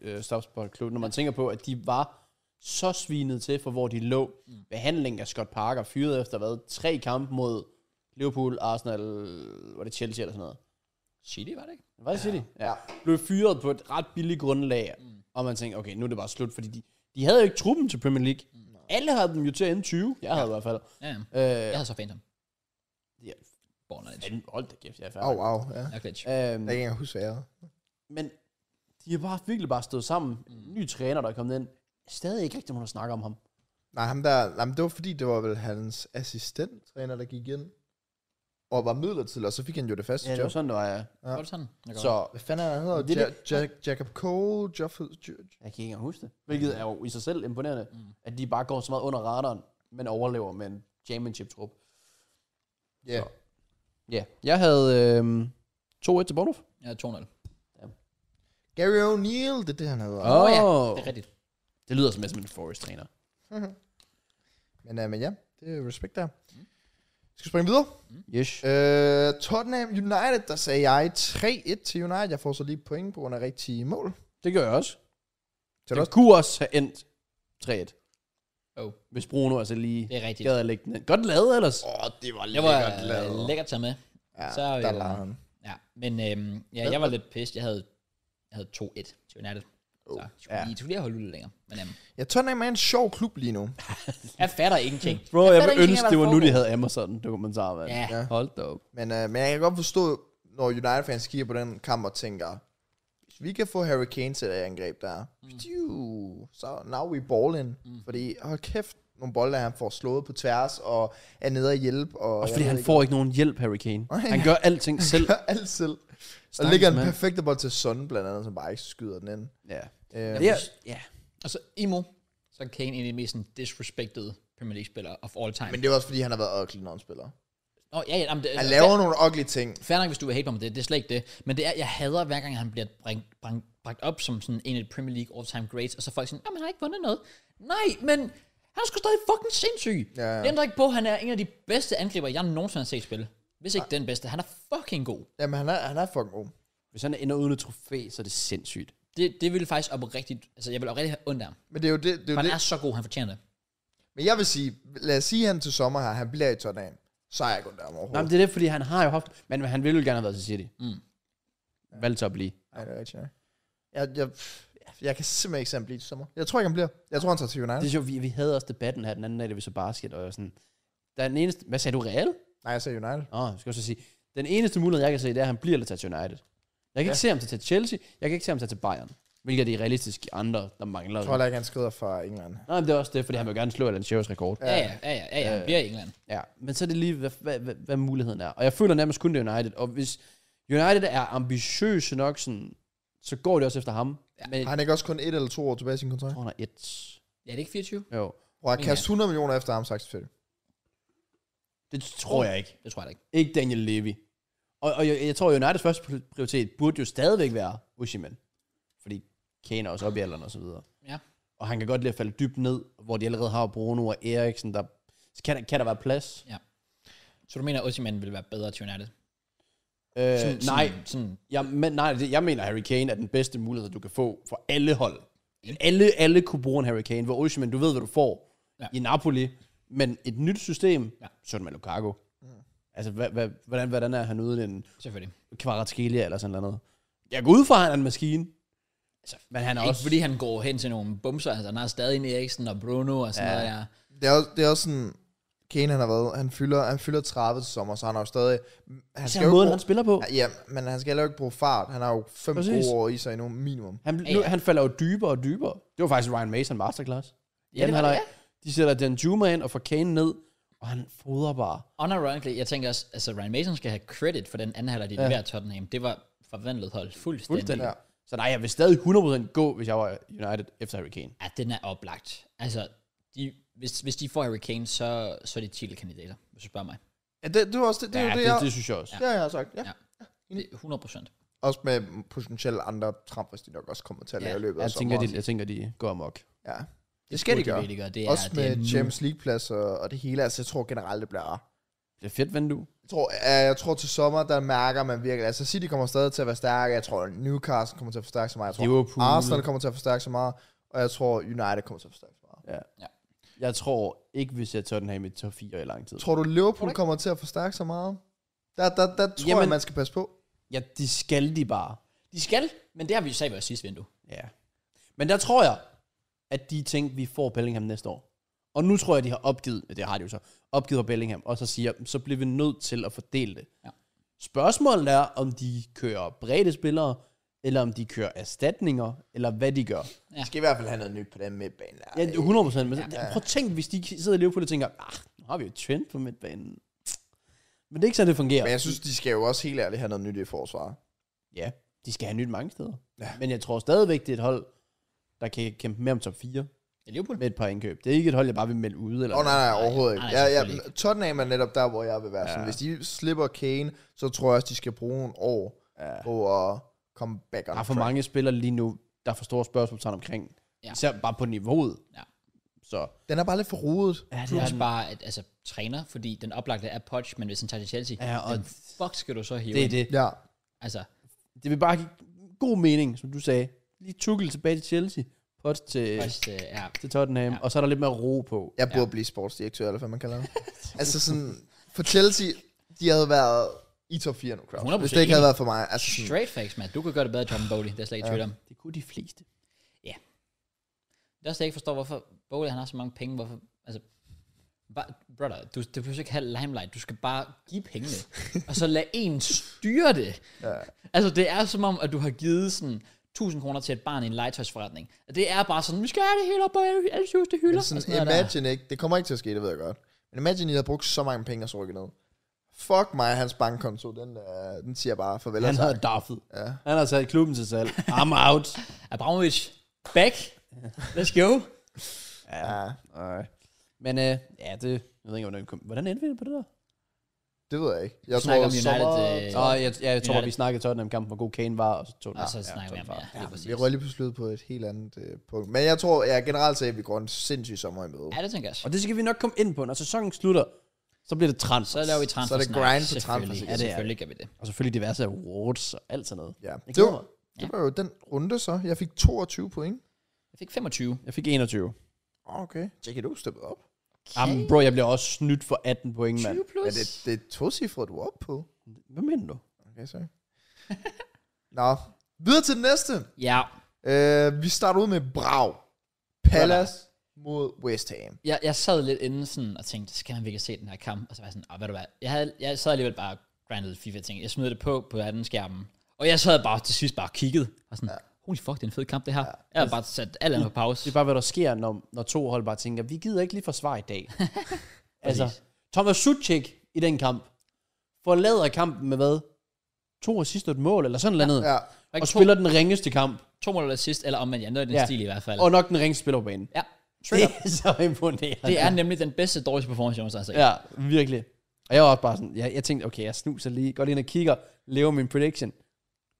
Speaker 3: øh, stopspot-klub, når man tænker på, at de var så svinet til, for hvor de lå. Behandling af Scott Parker fyret efter, hvad, tre kampe mod Liverpool, Arsenal, var det Chelsea eller sådan noget?
Speaker 1: Chili var det ikke?
Speaker 3: Hvad siger de? Ja. Blev fyret på et ret billigt grundlag, og man tænkte, okay, nu er det bare slut, fordi de, de havde jo ikke truppen til Premier League. Alle havde dem jo til at ende 20. Jeg havde i hvert fald.
Speaker 1: Ja, ja.
Speaker 3: Øh,
Speaker 1: Jeg
Speaker 3: ja.
Speaker 1: havde så Phantom. Bornage.
Speaker 3: fandme, Hold da kæft, jeg er
Speaker 2: Au,
Speaker 3: færdig.
Speaker 2: au, ja.
Speaker 1: Jeg er glitch.
Speaker 3: Øhm,
Speaker 2: Jeg kan ikke engang huske, hvad jeg havde.
Speaker 3: Men de har bare virkelig bare stået sammen. En ny træner, der er kommet ind. Stadig ikke rigtig nogen, der snakker om ham.
Speaker 2: Nej, ham der, nej, men det var fordi, det var vel hans assistenttræner, der gik ind og var midlertidig, og så fik han jo det faste
Speaker 3: Ja, det var
Speaker 2: job.
Speaker 3: sådan, det var, ja.
Speaker 2: Ja.
Speaker 1: Var det sådan? Jeg går.
Speaker 3: Så
Speaker 2: Hvad fanden er han hedder?
Speaker 3: Men det er
Speaker 2: Ja, Jack, Jacob Cole, Joff,
Speaker 3: jeg kan ikke engang huske det. Hvilket er jo i sig selv imponerende, mm. at de bare går så meget under radaren, men overlever med en championship-trup.
Speaker 2: Ja.
Speaker 3: Ja, jeg havde øhm, 2-1 til Bournemouth.
Speaker 1: Jeg havde 200.
Speaker 2: Gary O'Neill, det er det, han hedder.
Speaker 3: Åh, oh,
Speaker 1: ja,
Speaker 3: ja.
Speaker 1: det er rigtigt.
Speaker 3: det lyder som en Forest-træner.
Speaker 2: Men, øh, men ja, det er respekt der. Mm. Skal vi springe videre?
Speaker 3: Mm. Yes.
Speaker 2: Øh, Tottenham United, der sagde jeg 3-1 til United. Jeg får så lige point på grund af rigtige mål.
Speaker 3: Det gør jeg også.
Speaker 2: Så
Speaker 3: Det,
Speaker 2: er det
Speaker 3: det
Speaker 2: også
Speaker 3: kunne også have endt 3-1.
Speaker 1: Oh.
Speaker 3: Hvis Bruno altså lige
Speaker 1: Det er rigtigt.
Speaker 3: gad at lægge den ind. Godt lavet ellers.
Speaker 2: Åh, oh, det var
Speaker 1: Det var
Speaker 2: lækkert lavet.
Speaker 1: øh, lækkert at tage med.
Speaker 2: Ja,
Speaker 1: så er vi
Speaker 2: der
Speaker 1: jo-
Speaker 2: lader han.
Speaker 1: Ja, men øhm, ja, jeg var lidt pissed. Jeg havde, jeg havde 2-1 til United. Så jeg skulle
Speaker 3: ja.
Speaker 1: lige, jeg skulle lige have holdt ud lidt længere. Men øhm,
Speaker 2: Ja, Tottenham er en sjov klub lige nu.
Speaker 1: jeg fatter ingenting.
Speaker 3: Bro, jeg,
Speaker 1: fatter
Speaker 3: jeg
Speaker 1: ingenting
Speaker 3: ønske,
Speaker 1: af,
Speaker 3: det
Speaker 1: hvad
Speaker 3: var
Speaker 1: der
Speaker 3: nu, de
Speaker 1: foregår.
Speaker 3: havde Amazon-dokumentar, mand.
Speaker 1: Ja.
Speaker 2: Ja.
Speaker 3: Hold da op.
Speaker 2: Men, øh, men jeg kan godt forstå, når United-fans kigger på den kamp og tænker, hvis vi kan få Harry Kane til det angreb der, mm. så now we balling. Mm. Fordi hold kæft, nogle bolde, han får slået på tværs, og er nede og hjælpe. Og
Speaker 3: Også
Speaker 2: jeg
Speaker 3: fordi
Speaker 2: ved
Speaker 3: han
Speaker 2: ikke-
Speaker 3: får ikke nogen hjælp, Harry Kane.
Speaker 2: Nej.
Speaker 3: Han gør alting selv.
Speaker 2: gør alt selv. Og
Speaker 3: Stakkels
Speaker 2: ligger en
Speaker 3: mand.
Speaker 2: perfekte bold til Son, blandt andet, som bare ikke skyder den ind.
Speaker 3: Ja.
Speaker 2: Øh,
Speaker 3: Ja. ja.
Speaker 1: Og så Imo, så er Kane en af de mest sådan, disrespected Premier League-spillere of all time.
Speaker 2: men det er også, fordi han har været ugly, når han spiller.
Speaker 1: Nå, ja, ja, jamen, det,
Speaker 2: Han
Speaker 1: altså,
Speaker 2: laver nogle ugly ting.
Speaker 1: Fair nok, hvis du vil hate på mig, det, det er slet ikke det. Men det er, jeg hader hver gang, han bliver bragt, bragt, bragt op som sådan en af de Premier League all-time greats, og så er folk sådan, at han har ikke vundet noget. Nej, men han er sgu stadig fucking sindssyg.
Speaker 2: Ja, ja.
Speaker 1: Det ændrer ikke på, at han er en af de bedste angriber, jeg nogensinde har set spille. Hvis ikke den bedste. Han er fucking god.
Speaker 2: Jamen, han er, han er fucking god.
Speaker 3: Hvis han ender uden et trofæ, så er det sindssygt.
Speaker 1: Det, det ville faktisk oprigtigt, altså jeg ville oprigtigt have ondt af ham.
Speaker 2: Men det er jo det, det, er
Speaker 1: For
Speaker 2: jo
Speaker 1: han er
Speaker 2: det.
Speaker 1: så god, han fortjener det.
Speaker 2: Men jeg vil sige, lad os sige, at han til sommer her, han bliver i Tottenham. Så er jeg gået der om overhovedet.
Speaker 3: Nej, men det er det, fordi han har jo haft... Men han ville jo gerne have været til City. Mm. Valgte at blive.
Speaker 2: Nej, det er rigtigt, ja. Jeg, jeg, jeg kan simpelthen ikke se, at han bliver til sommer. Jeg tror ikke, han bliver. Jeg tror, han tager til United.
Speaker 3: Det er sjovt, vi, vi havde også debatten her den anden dag, da vi så basket, og jeg var sådan... Der er den eneste... Hvad sagde du, Real?
Speaker 2: Nej, jeg sagde United.
Speaker 3: Åh, oh, skal jeg så sige... Den eneste mulighed, jeg kan se, det er, at han bliver eller tager til United. Jeg kan ja. ikke se ham tage til Chelsea, jeg kan ikke se ham tage til Bayern. Hvilket er de realistiske andre, der mangler.
Speaker 2: Jeg tror heller ikke, han skrider fra England.
Speaker 3: Nej, men det er også det, fordi han vil gerne slå Alan Shearers rekord.
Speaker 1: Ja, ja, ja, ja, ja, ja. Han bliver i England.
Speaker 3: Ja, men så er det lige, hvad, hvad, hvad, hvad muligheden er. Og jeg føler nærmest kun det er United. Og hvis United er ambitiøse nok, sådan, så går det også efter ham. Ja. Men
Speaker 2: Har han ikke også kun et eller to år tilbage i sin kontrakt?
Speaker 3: han er et.
Speaker 1: Ja, det er ikke 24?
Speaker 3: Jo,
Speaker 2: Og han kaster 100 millioner efter ham, sagt selvfølgelig.
Speaker 3: det tror jeg ikke.
Speaker 1: Det tror jeg da ikke.
Speaker 3: Ikke Daniel Levy. Og, og jeg, jeg tror, Uniteds første pri- prioritet burde jo stadigvæk være Osimhen. Fordi Kane er også op i alderen og så videre.
Speaker 1: Ja.
Speaker 3: Og han kan godt lide at falde dybt ned, hvor de allerede har Bruno og Eriksen, der så kan, der- kan der være plads.
Speaker 1: Så du mener, at Osimhen vil være bedre til United?
Speaker 3: Øh, nej,
Speaker 1: Sådan, sådan,
Speaker 3: jeg, men, nej, det- jeg mener, Harry Kane er den bedste mulighed, du kan få for alle hold. Alle, alle kunne bruge en Harry Kane, hvor Osimhen, du ved, hvad du får
Speaker 1: Ja.
Speaker 3: ja. i Napoli. Men et nyt system,
Speaker 1: Ja.
Speaker 3: ja. så er det med Lukaku. Altså, hvad, hvad, hvordan, hvordan er han ude i en
Speaker 1: selvfølgelig.
Speaker 3: Kvaratskhelia eller sådan noget. Jeg går ud fra, at han er en maskine.
Speaker 1: Altså,
Speaker 3: Men han er
Speaker 1: Ikke
Speaker 3: også...
Speaker 1: fordi han går hen til nogle bumser, altså han har stadig en Eriksen og Bruno og sådan ja.
Speaker 3: Ja.
Speaker 1: noget der.
Speaker 2: Det er, også, det er også sådan... Kane, han har været... Han fylder, han fylder 30 til sommer, så han har jo stadig... Han
Speaker 3: Især
Speaker 2: skal jo ikke
Speaker 3: måden,
Speaker 2: bruge,
Speaker 3: han spiller på.
Speaker 2: Ja, men han skal heller ikke bruge fart. Han har jo fem
Speaker 3: Præcis.
Speaker 2: gode år i sig endnu, minimum.
Speaker 3: Han,
Speaker 1: Ja,
Speaker 3: nu,
Speaker 1: ja.
Speaker 3: han falder jo dybere og dybere. Det var faktisk Ryan Mason masterclass.
Speaker 1: Ja, det var det,
Speaker 3: han har- De sætter Dan Juma ind og får Kane ned, og han fodrer bare.
Speaker 1: Unironically, jeg tænker også, altså Ryan Mason skal have credit for den anden halvdel, de ja. leverer Tottenham. Det var forvandlet hold fuldstændig.
Speaker 3: Fuldstændig.
Speaker 2: Ja.
Speaker 3: Ja. Så nej, jeg vil stadig 100% gå, hvis jeg var United efter Harry Kane.
Speaker 1: Ja, den er oplagt. Altså, de, hvis, hvis de får Harry Kane, så, så er de titelkandidater, hvis du spørger mig.
Speaker 2: Ja, det, det er også det, det, ja,
Speaker 3: ja,
Speaker 2: jo det,
Speaker 3: det,
Speaker 2: jeg,
Speaker 3: det, det synes jeg også.
Speaker 2: det, jeg har sagt. Ja.
Speaker 1: Ja.
Speaker 2: Mm.
Speaker 1: Det er 100 procent.
Speaker 2: Også med potentielle andre trampers, de nok også kommer til at
Speaker 1: Ja,
Speaker 2: lave i løbet
Speaker 3: Ja.
Speaker 2: af
Speaker 3: Jeg, tænker,
Speaker 2: sommeren.
Speaker 3: de, jeg tænker, de går amok.
Speaker 2: Ja. Det skal de gøre.
Speaker 1: Det, gør. det er,
Speaker 2: Også
Speaker 1: det er
Speaker 2: med
Speaker 1: nu.
Speaker 2: Champions League-plads og, og det hele. Altså, jeg tror generelt, det bliver...
Speaker 3: Det er fedt vindue.
Speaker 2: Jeg tror, ja, jeg tror til sommer, der mærker man virkelig... Altså, City kommer stadig til at være stærke. Jeg tror, Newcastle kommer til at forstærke sig meget. Jeg tror,
Speaker 3: Liverpool.
Speaker 2: Arsenal kommer til at forstærke sig meget. Og jeg tror, United kommer til at forstærke sig meget.
Speaker 3: Jeg tror ikke, vi ser Tottenham i top 4 i lang tid.
Speaker 2: Tror du, Liverpool kommer til at forstærke sig meget? Der, der, der tror Jamen,
Speaker 3: Jamen-
Speaker 2: jeg, man skal passe på.
Speaker 3: Ja, de skal de bare.
Speaker 1: De skal, men det har vi jo sagt i vores sidste vindue.
Speaker 3: Ja. Men der tror jeg, at de tænkte, vi får Bellingham næste år. Og nu tror jeg, de har opgivet, det har de jo så, opgivet for Bellingham, og så siger, så bliver vi nødt til at fordele det.
Speaker 1: Ja.
Speaker 3: Spørgsmålet er, om de kører brede spillere, eller om de kører erstatninger, eller hvad de gør.
Speaker 1: Ja.
Speaker 2: skal i hvert fald have noget nyt på den midtbane. Der.
Speaker 3: Ja, 100 procent. Men ja. prøv at tænk, hvis de sidder i Liverpool og tænker, ah, nu har vi jo Trent på midtbanen. Men det er ikke sådan, det fungerer.
Speaker 2: Men jeg synes, de skal jo også helt ærligt have noget nyt i forsvaret.
Speaker 3: Ja, de skal have nyt mange steder. Ja. Men jeg tror stadigvæk, det er et hold, der kan kæmpe med om top 4
Speaker 1: Det er Liverpool.
Speaker 3: med et par indkøb. Det er ikke et hold, jeg bare vil melde ude. Eller
Speaker 2: Åh oh, nej, nej, overhovedet ikke.
Speaker 1: nej,
Speaker 2: Ja, ja,
Speaker 1: selvfølgelig
Speaker 2: Tottenham er netop der, hvor jeg vil være. Ja. Sådan,
Speaker 3: Ja.
Speaker 2: hvis de slipper Kane, så tror jeg også, de skal bruge nogle år ja. på at komme back on
Speaker 3: Der er for
Speaker 2: track.
Speaker 3: mange spillere lige nu, der er for store spørgsmålstegn omkring.
Speaker 1: Ja.
Speaker 3: Ja. Især bare på niveauet.
Speaker 1: Ja.
Speaker 3: Så
Speaker 2: Den er bare lidt for rodet.
Speaker 3: ja,
Speaker 1: Det er også bare at, altså, træner, fordi den oplagte er Poch, men hvis han tager til Chelsea,
Speaker 3: Ja, og
Speaker 1: den fuck skal du så hive
Speaker 3: det er
Speaker 1: ind?
Speaker 3: det.
Speaker 2: Ja.
Speaker 1: Altså,
Speaker 3: Det vil bare give god mening, som du sagde. Lige tukkel tilbage til Chelsea, pot til,
Speaker 1: først, øh, ja.
Speaker 3: til Tottenham, ja. og så er der lidt mere ro på.
Speaker 2: Jeg burde ja. blive sportsdirektør, eller hvad man kalder det. altså sådan, for Chelsea, de havde været i top 4 nu, Kraus.
Speaker 1: 100%
Speaker 2: Hvis det ikke havde været for mig. Altså sådan,
Speaker 1: Straight facts, mand. Du kan gøre det bedre, John Bowley. Det er slet ikke ja. tvivl om.
Speaker 3: Det kunne de fleste.
Speaker 1: Det er også, jeg ikke forstår, hvorfor Bowley han har så mange penge. Hvorfor, altså, bare, brother, du, du behøver ikke have limelight. Du skal bare give pengene, og så lad en styre det. Ja. Altså, det er som om, at du har givet sådan 1000 kroner til et barn i en legetøjsforretning. Og det er bare sådan, vi skal have det hele op på alle alle hylder.
Speaker 2: men
Speaker 1: hylder.
Speaker 2: sådan,
Speaker 1: og sådan noget der.
Speaker 2: imagine ikke, det kommer ikke til at ske, det ved jeg godt. Men imagine, I havde brugt så mange penge, og så rykket ned. Fuck mig, hans bankkonto, den, øh, den siger bare farvel.
Speaker 3: Han
Speaker 2: og tak.
Speaker 3: har daffet. Ja. Han har sat klubben til salg. Ah. I'm out.
Speaker 1: Abramovic, back. Let's go.
Speaker 2: Ja,
Speaker 3: Nej. Men øh, ja, det, jeg ved ikke, hvordan, kom- hvordan endte vi på det der?
Speaker 2: det ved jeg ikke. Jeg
Speaker 1: snakker om
Speaker 2: sommer-
Speaker 1: United, øh,
Speaker 3: Nå, jeg, jeg, jeg tror,
Speaker 1: United.
Speaker 3: vi snakkede Tottenham-kampen, hvor god Kane var, og så tog den
Speaker 1: Og
Speaker 3: ja,
Speaker 1: så snakker vi om
Speaker 3: tog den
Speaker 1: det.
Speaker 3: fra.
Speaker 1: Ja, lige præcis.
Speaker 2: Vi rører lige pludselig ud på et helt andet øh, punkt. Men jeg tror, jeg generelt set, at vi går en sindssyg sommer i møde.
Speaker 1: Ja, det tænker jeg også.
Speaker 3: Og det skal vi nok komme ind på. Når sæsonen slutter, så bliver det trans.
Speaker 1: Så laver vi transfer
Speaker 2: Så er det grind på transfer,
Speaker 1: selvfølgelig.
Speaker 2: sikkert.
Speaker 1: Ja,
Speaker 3: Ja, det er
Speaker 1: selvfølgelig gør vi det.
Speaker 3: Og selvfølgelig diverse awards og alt sådan noget.
Speaker 2: Ja.
Speaker 3: Jeg
Speaker 2: Det,
Speaker 3: glæder
Speaker 2: var,
Speaker 3: mig.
Speaker 2: det var jo den runde så. Jeg fik 22 point.
Speaker 1: Jeg fik 25.
Speaker 3: Jeg fik 21.
Speaker 2: Okay. Jackie, du er steppet op.
Speaker 3: Jamen, bro, jeg bliver også snydt for 18 point, mand.
Speaker 1: 20 plus.
Speaker 2: Ja, det, det er tocifret, du er op på.
Speaker 3: Hvad mener du?
Speaker 2: Okay, sorry. Nå, videre til den næste.
Speaker 1: Ja,
Speaker 2: Øh, vi starter ud med Brag. Palace mod West Ham.
Speaker 1: jeg, jeg sad lidt inden sådan og tænkte, skal man virkelig se den her kamp? Og så var jeg sådan, åh, ved du hvad, jeg, havde, jeg sad alligevel bare granted FIFA-ting. Jeg smed det på på anden skærmen. Og jeg sad bare til sidst bare og kiggede. Og sådan, ja. holy fuck, det er en fed kamp det her. Ja. Jeg havde bare sat alt andet på pause.
Speaker 3: Det er bare, hvad der sker, når, når to hold bare tænker, vi gider ikke lige forsvare i dag. altså, Thomas Suchik i den kamp forlader kampen med hvad? To assist og et mål, eller sådan noget.
Speaker 2: Ja.
Speaker 3: Og spiller den ringeste kamp,
Speaker 1: to mål eller sidst, eller omvendt, ja, noget i den
Speaker 3: Ja.
Speaker 1: ja. stil i hvert fald.
Speaker 3: og nok den ringeste spiller på banen.
Speaker 1: ja,
Speaker 3: Det er så imponerende.
Speaker 1: det er nemlig den bedste dårligste performance, altså. jeg har set.
Speaker 3: Ja, virkelig. Og jeg var også bare sådan, jeg, jeg tænkte, okay, jeg snuser lige, går lige ind og kigger, laver min prediction.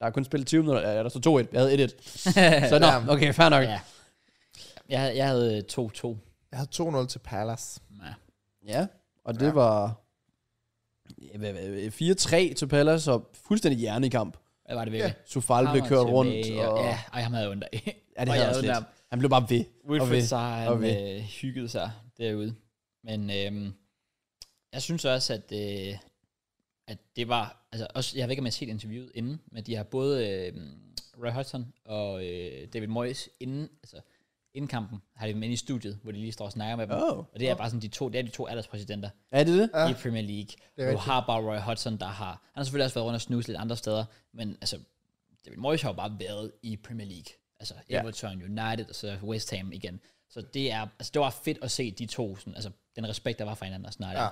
Speaker 3: Der er kun spillet 20 minutter, ja, der stod 2-1, jeg havde 1-1. så nå, okay, fair nok.
Speaker 1: Ja. Jeg, havde- jeg havde øh, 2-2.
Speaker 2: Jeg havde 2-0 til Palace.
Speaker 1: Ja.
Speaker 3: Ja, og det ja. var ja, hvad- hvad- 4-3 til Palace, og fuldstændig hjernekamp.
Speaker 1: Hvad var det virkelig?
Speaker 3: Sofal blev
Speaker 1: Hammer
Speaker 3: kørt
Speaker 1: tilbage,
Speaker 3: rundt, og
Speaker 1: Ja, ej, ham havde jeg ondt af.
Speaker 3: ja, det
Speaker 1: og
Speaker 3: havde
Speaker 1: jeg
Speaker 3: også lidt.
Speaker 1: ondt af
Speaker 3: Han blev bare ved. og
Speaker 1: Wilfred
Speaker 3: ved.
Speaker 1: så han
Speaker 3: og ved.
Speaker 1: øh, hyggede sig derude. Men øhm, jeg synes også, at, øh, at det var... Altså, også, jeg ved ikke, om jeg har set interviewet inden, men de har både øh, Roy Hodgson og øh, David Moyes inden, altså, inden kampen, har de dem inde i studiet, hvor de lige står og snakker med dem.
Speaker 3: Oh.
Speaker 1: Og det er bare sådan de to, det er de to alderspræsidenter
Speaker 3: Er det det?
Speaker 1: ja.
Speaker 2: Ja.
Speaker 1: i Premier League.
Speaker 2: er
Speaker 1: Og du
Speaker 2: rigtigt.
Speaker 1: har bare Roy Hodgson, der har... Han har selvfølgelig også været rundt og snuse lidt andre steder, men altså, David Moyes har jo bare været i Premier League. Altså
Speaker 3: Ja.
Speaker 1: Everton, United og så West Ham igen. Så det er, altså det var fedt at se de to, sådan, altså den respekt, der var for hinanden og snakke.
Speaker 2: Ja.
Speaker 1: Ja.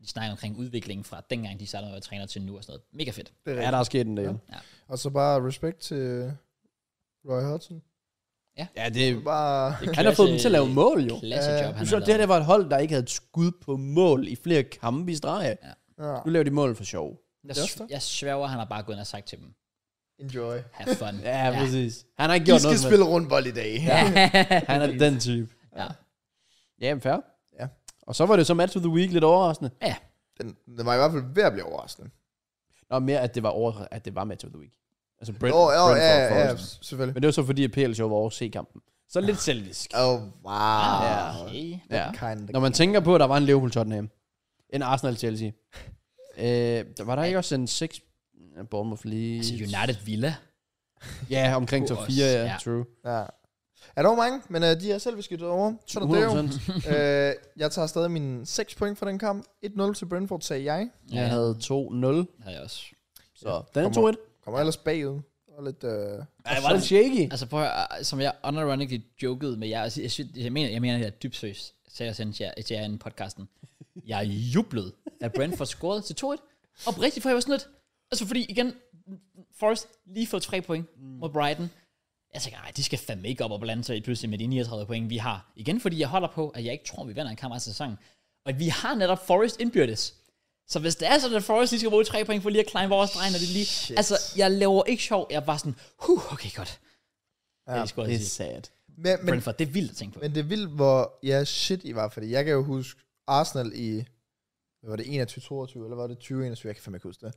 Speaker 1: De snakker omkring udviklingen fra dengang, de startede med at være træner til nu og sådan noget. Mega fedt.
Speaker 2: Det er
Speaker 3: Ja,
Speaker 2: rigtigt.
Speaker 3: der er sket en del.
Speaker 2: Og så bare respekt til Roy Hodgson.
Speaker 3: Ja, det,
Speaker 2: Det er Bare,
Speaker 1: Det er
Speaker 3: han har fået dem til at lave
Speaker 1: klasse-
Speaker 3: mål, jo.
Speaker 1: Klassejob,
Speaker 3: Du
Speaker 1: han
Speaker 3: så,
Speaker 1: har
Speaker 3: det her
Speaker 1: lavet.
Speaker 3: det var et hold, der ikke havde et skud på mål i flere kampe i streg.
Speaker 2: ja.
Speaker 3: Nu laver de mål for sjov.
Speaker 1: Jeg,
Speaker 2: Det er også
Speaker 1: sv- jeg sværger, han har bare gået ind og sagt til dem,
Speaker 2: Enjoy.
Speaker 1: have fun.
Speaker 3: Ja, ja. præcis. Han har ikke
Speaker 2: I
Speaker 3: gjort
Speaker 2: skal
Speaker 3: noget som
Speaker 2: spille rundbold i dag. Ja.
Speaker 3: helst. Han er den type.
Speaker 1: Ja.
Speaker 3: Ja, men fair.
Speaker 2: Ja.
Speaker 3: Og så var det så match of the week lidt overraskende.
Speaker 1: ja.
Speaker 2: Den, den, var i hvert fald ved at blive overraskende.
Speaker 3: Nå, mere at det var over, at det var match of the week. Altså Brent,
Speaker 2: Åh, oh, oh,
Speaker 3: Brentford
Speaker 2: ja,
Speaker 3: og
Speaker 2: ja, ja,
Speaker 3: Forest.
Speaker 2: selvfølgelig.
Speaker 3: Men det var så fordi, at PL Show var over C-kampen. Så lidt selvisk.
Speaker 2: Åh, oh, wow.
Speaker 3: Ja.
Speaker 1: Ah, Okay.
Speaker 3: Ja.
Speaker 2: Kind
Speaker 3: Når man tænker på, at der var en Liverpool Tottenham, en Arsenal Chelsea. øh, der var der ikke også en 6 Bournemouth lige...
Speaker 1: Altså United Villa.
Speaker 3: Ja, omkring top
Speaker 1: Kunne
Speaker 3: 4,
Speaker 1: også,
Speaker 3: ja,
Speaker 1: ja.
Speaker 3: true.
Speaker 2: ja. Er der jo mange, men uh, de er selv beskidt over. Sådan er det jo.
Speaker 3: 100%.
Speaker 2: uh, jeg tager stadig mine 6 point for den kamp. 1-0 til Brentford, sagde jeg.
Speaker 3: Jeg havde 2-0,
Speaker 1: havde jeg også.
Speaker 3: så den er
Speaker 2: Kommer-
Speaker 3: 2-1.
Speaker 2: Kommer ellers bagud. Og lidt, uh,
Speaker 3: Ja, var lidt shaky.
Speaker 1: Altså prøv at, høre, som jeg unironically jokede med jer, altså, jeg, synes, jeg mener, jeg mener, jeg er dybt seriøs, sagde jeg til jer, til jer inden podcasten. Jeg jublede, at Brentford scorede til 2-1. Og rigtig for jeg var sådan lidt. Altså fordi igen, Forrest lige fået 3 point mod Brighton. Jeg tænker, nej, de skal fandme ikke op og blande sig i pludselig med de 39 point, vi har. Igen fordi jeg holder på, at jeg ikke tror, vi vinder en kamp af sæsonen. Og vi har netop Forrest indbyrdes. Så hvis det er sådan, at Forrest lige skal bruge 3 point for lige at climb vores stregen, og det lige... Shit. Altså, jeg laver ikke sjov. Jeg var sådan, huh, okay, godt. Ja, det, skulle
Speaker 3: Det
Speaker 1: jeg
Speaker 3: er
Speaker 1: sige.
Speaker 3: sad.
Speaker 2: men, men,
Speaker 1: Brentford, det er vildt at tænke på.
Speaker 2: men det er vildt, hvor... Ja, shit, I var, fordi jeg kan jo huske Arsenal i... Hvad var det 21-22, eller var det 20-21? Jeg kan fandme ikke huske det.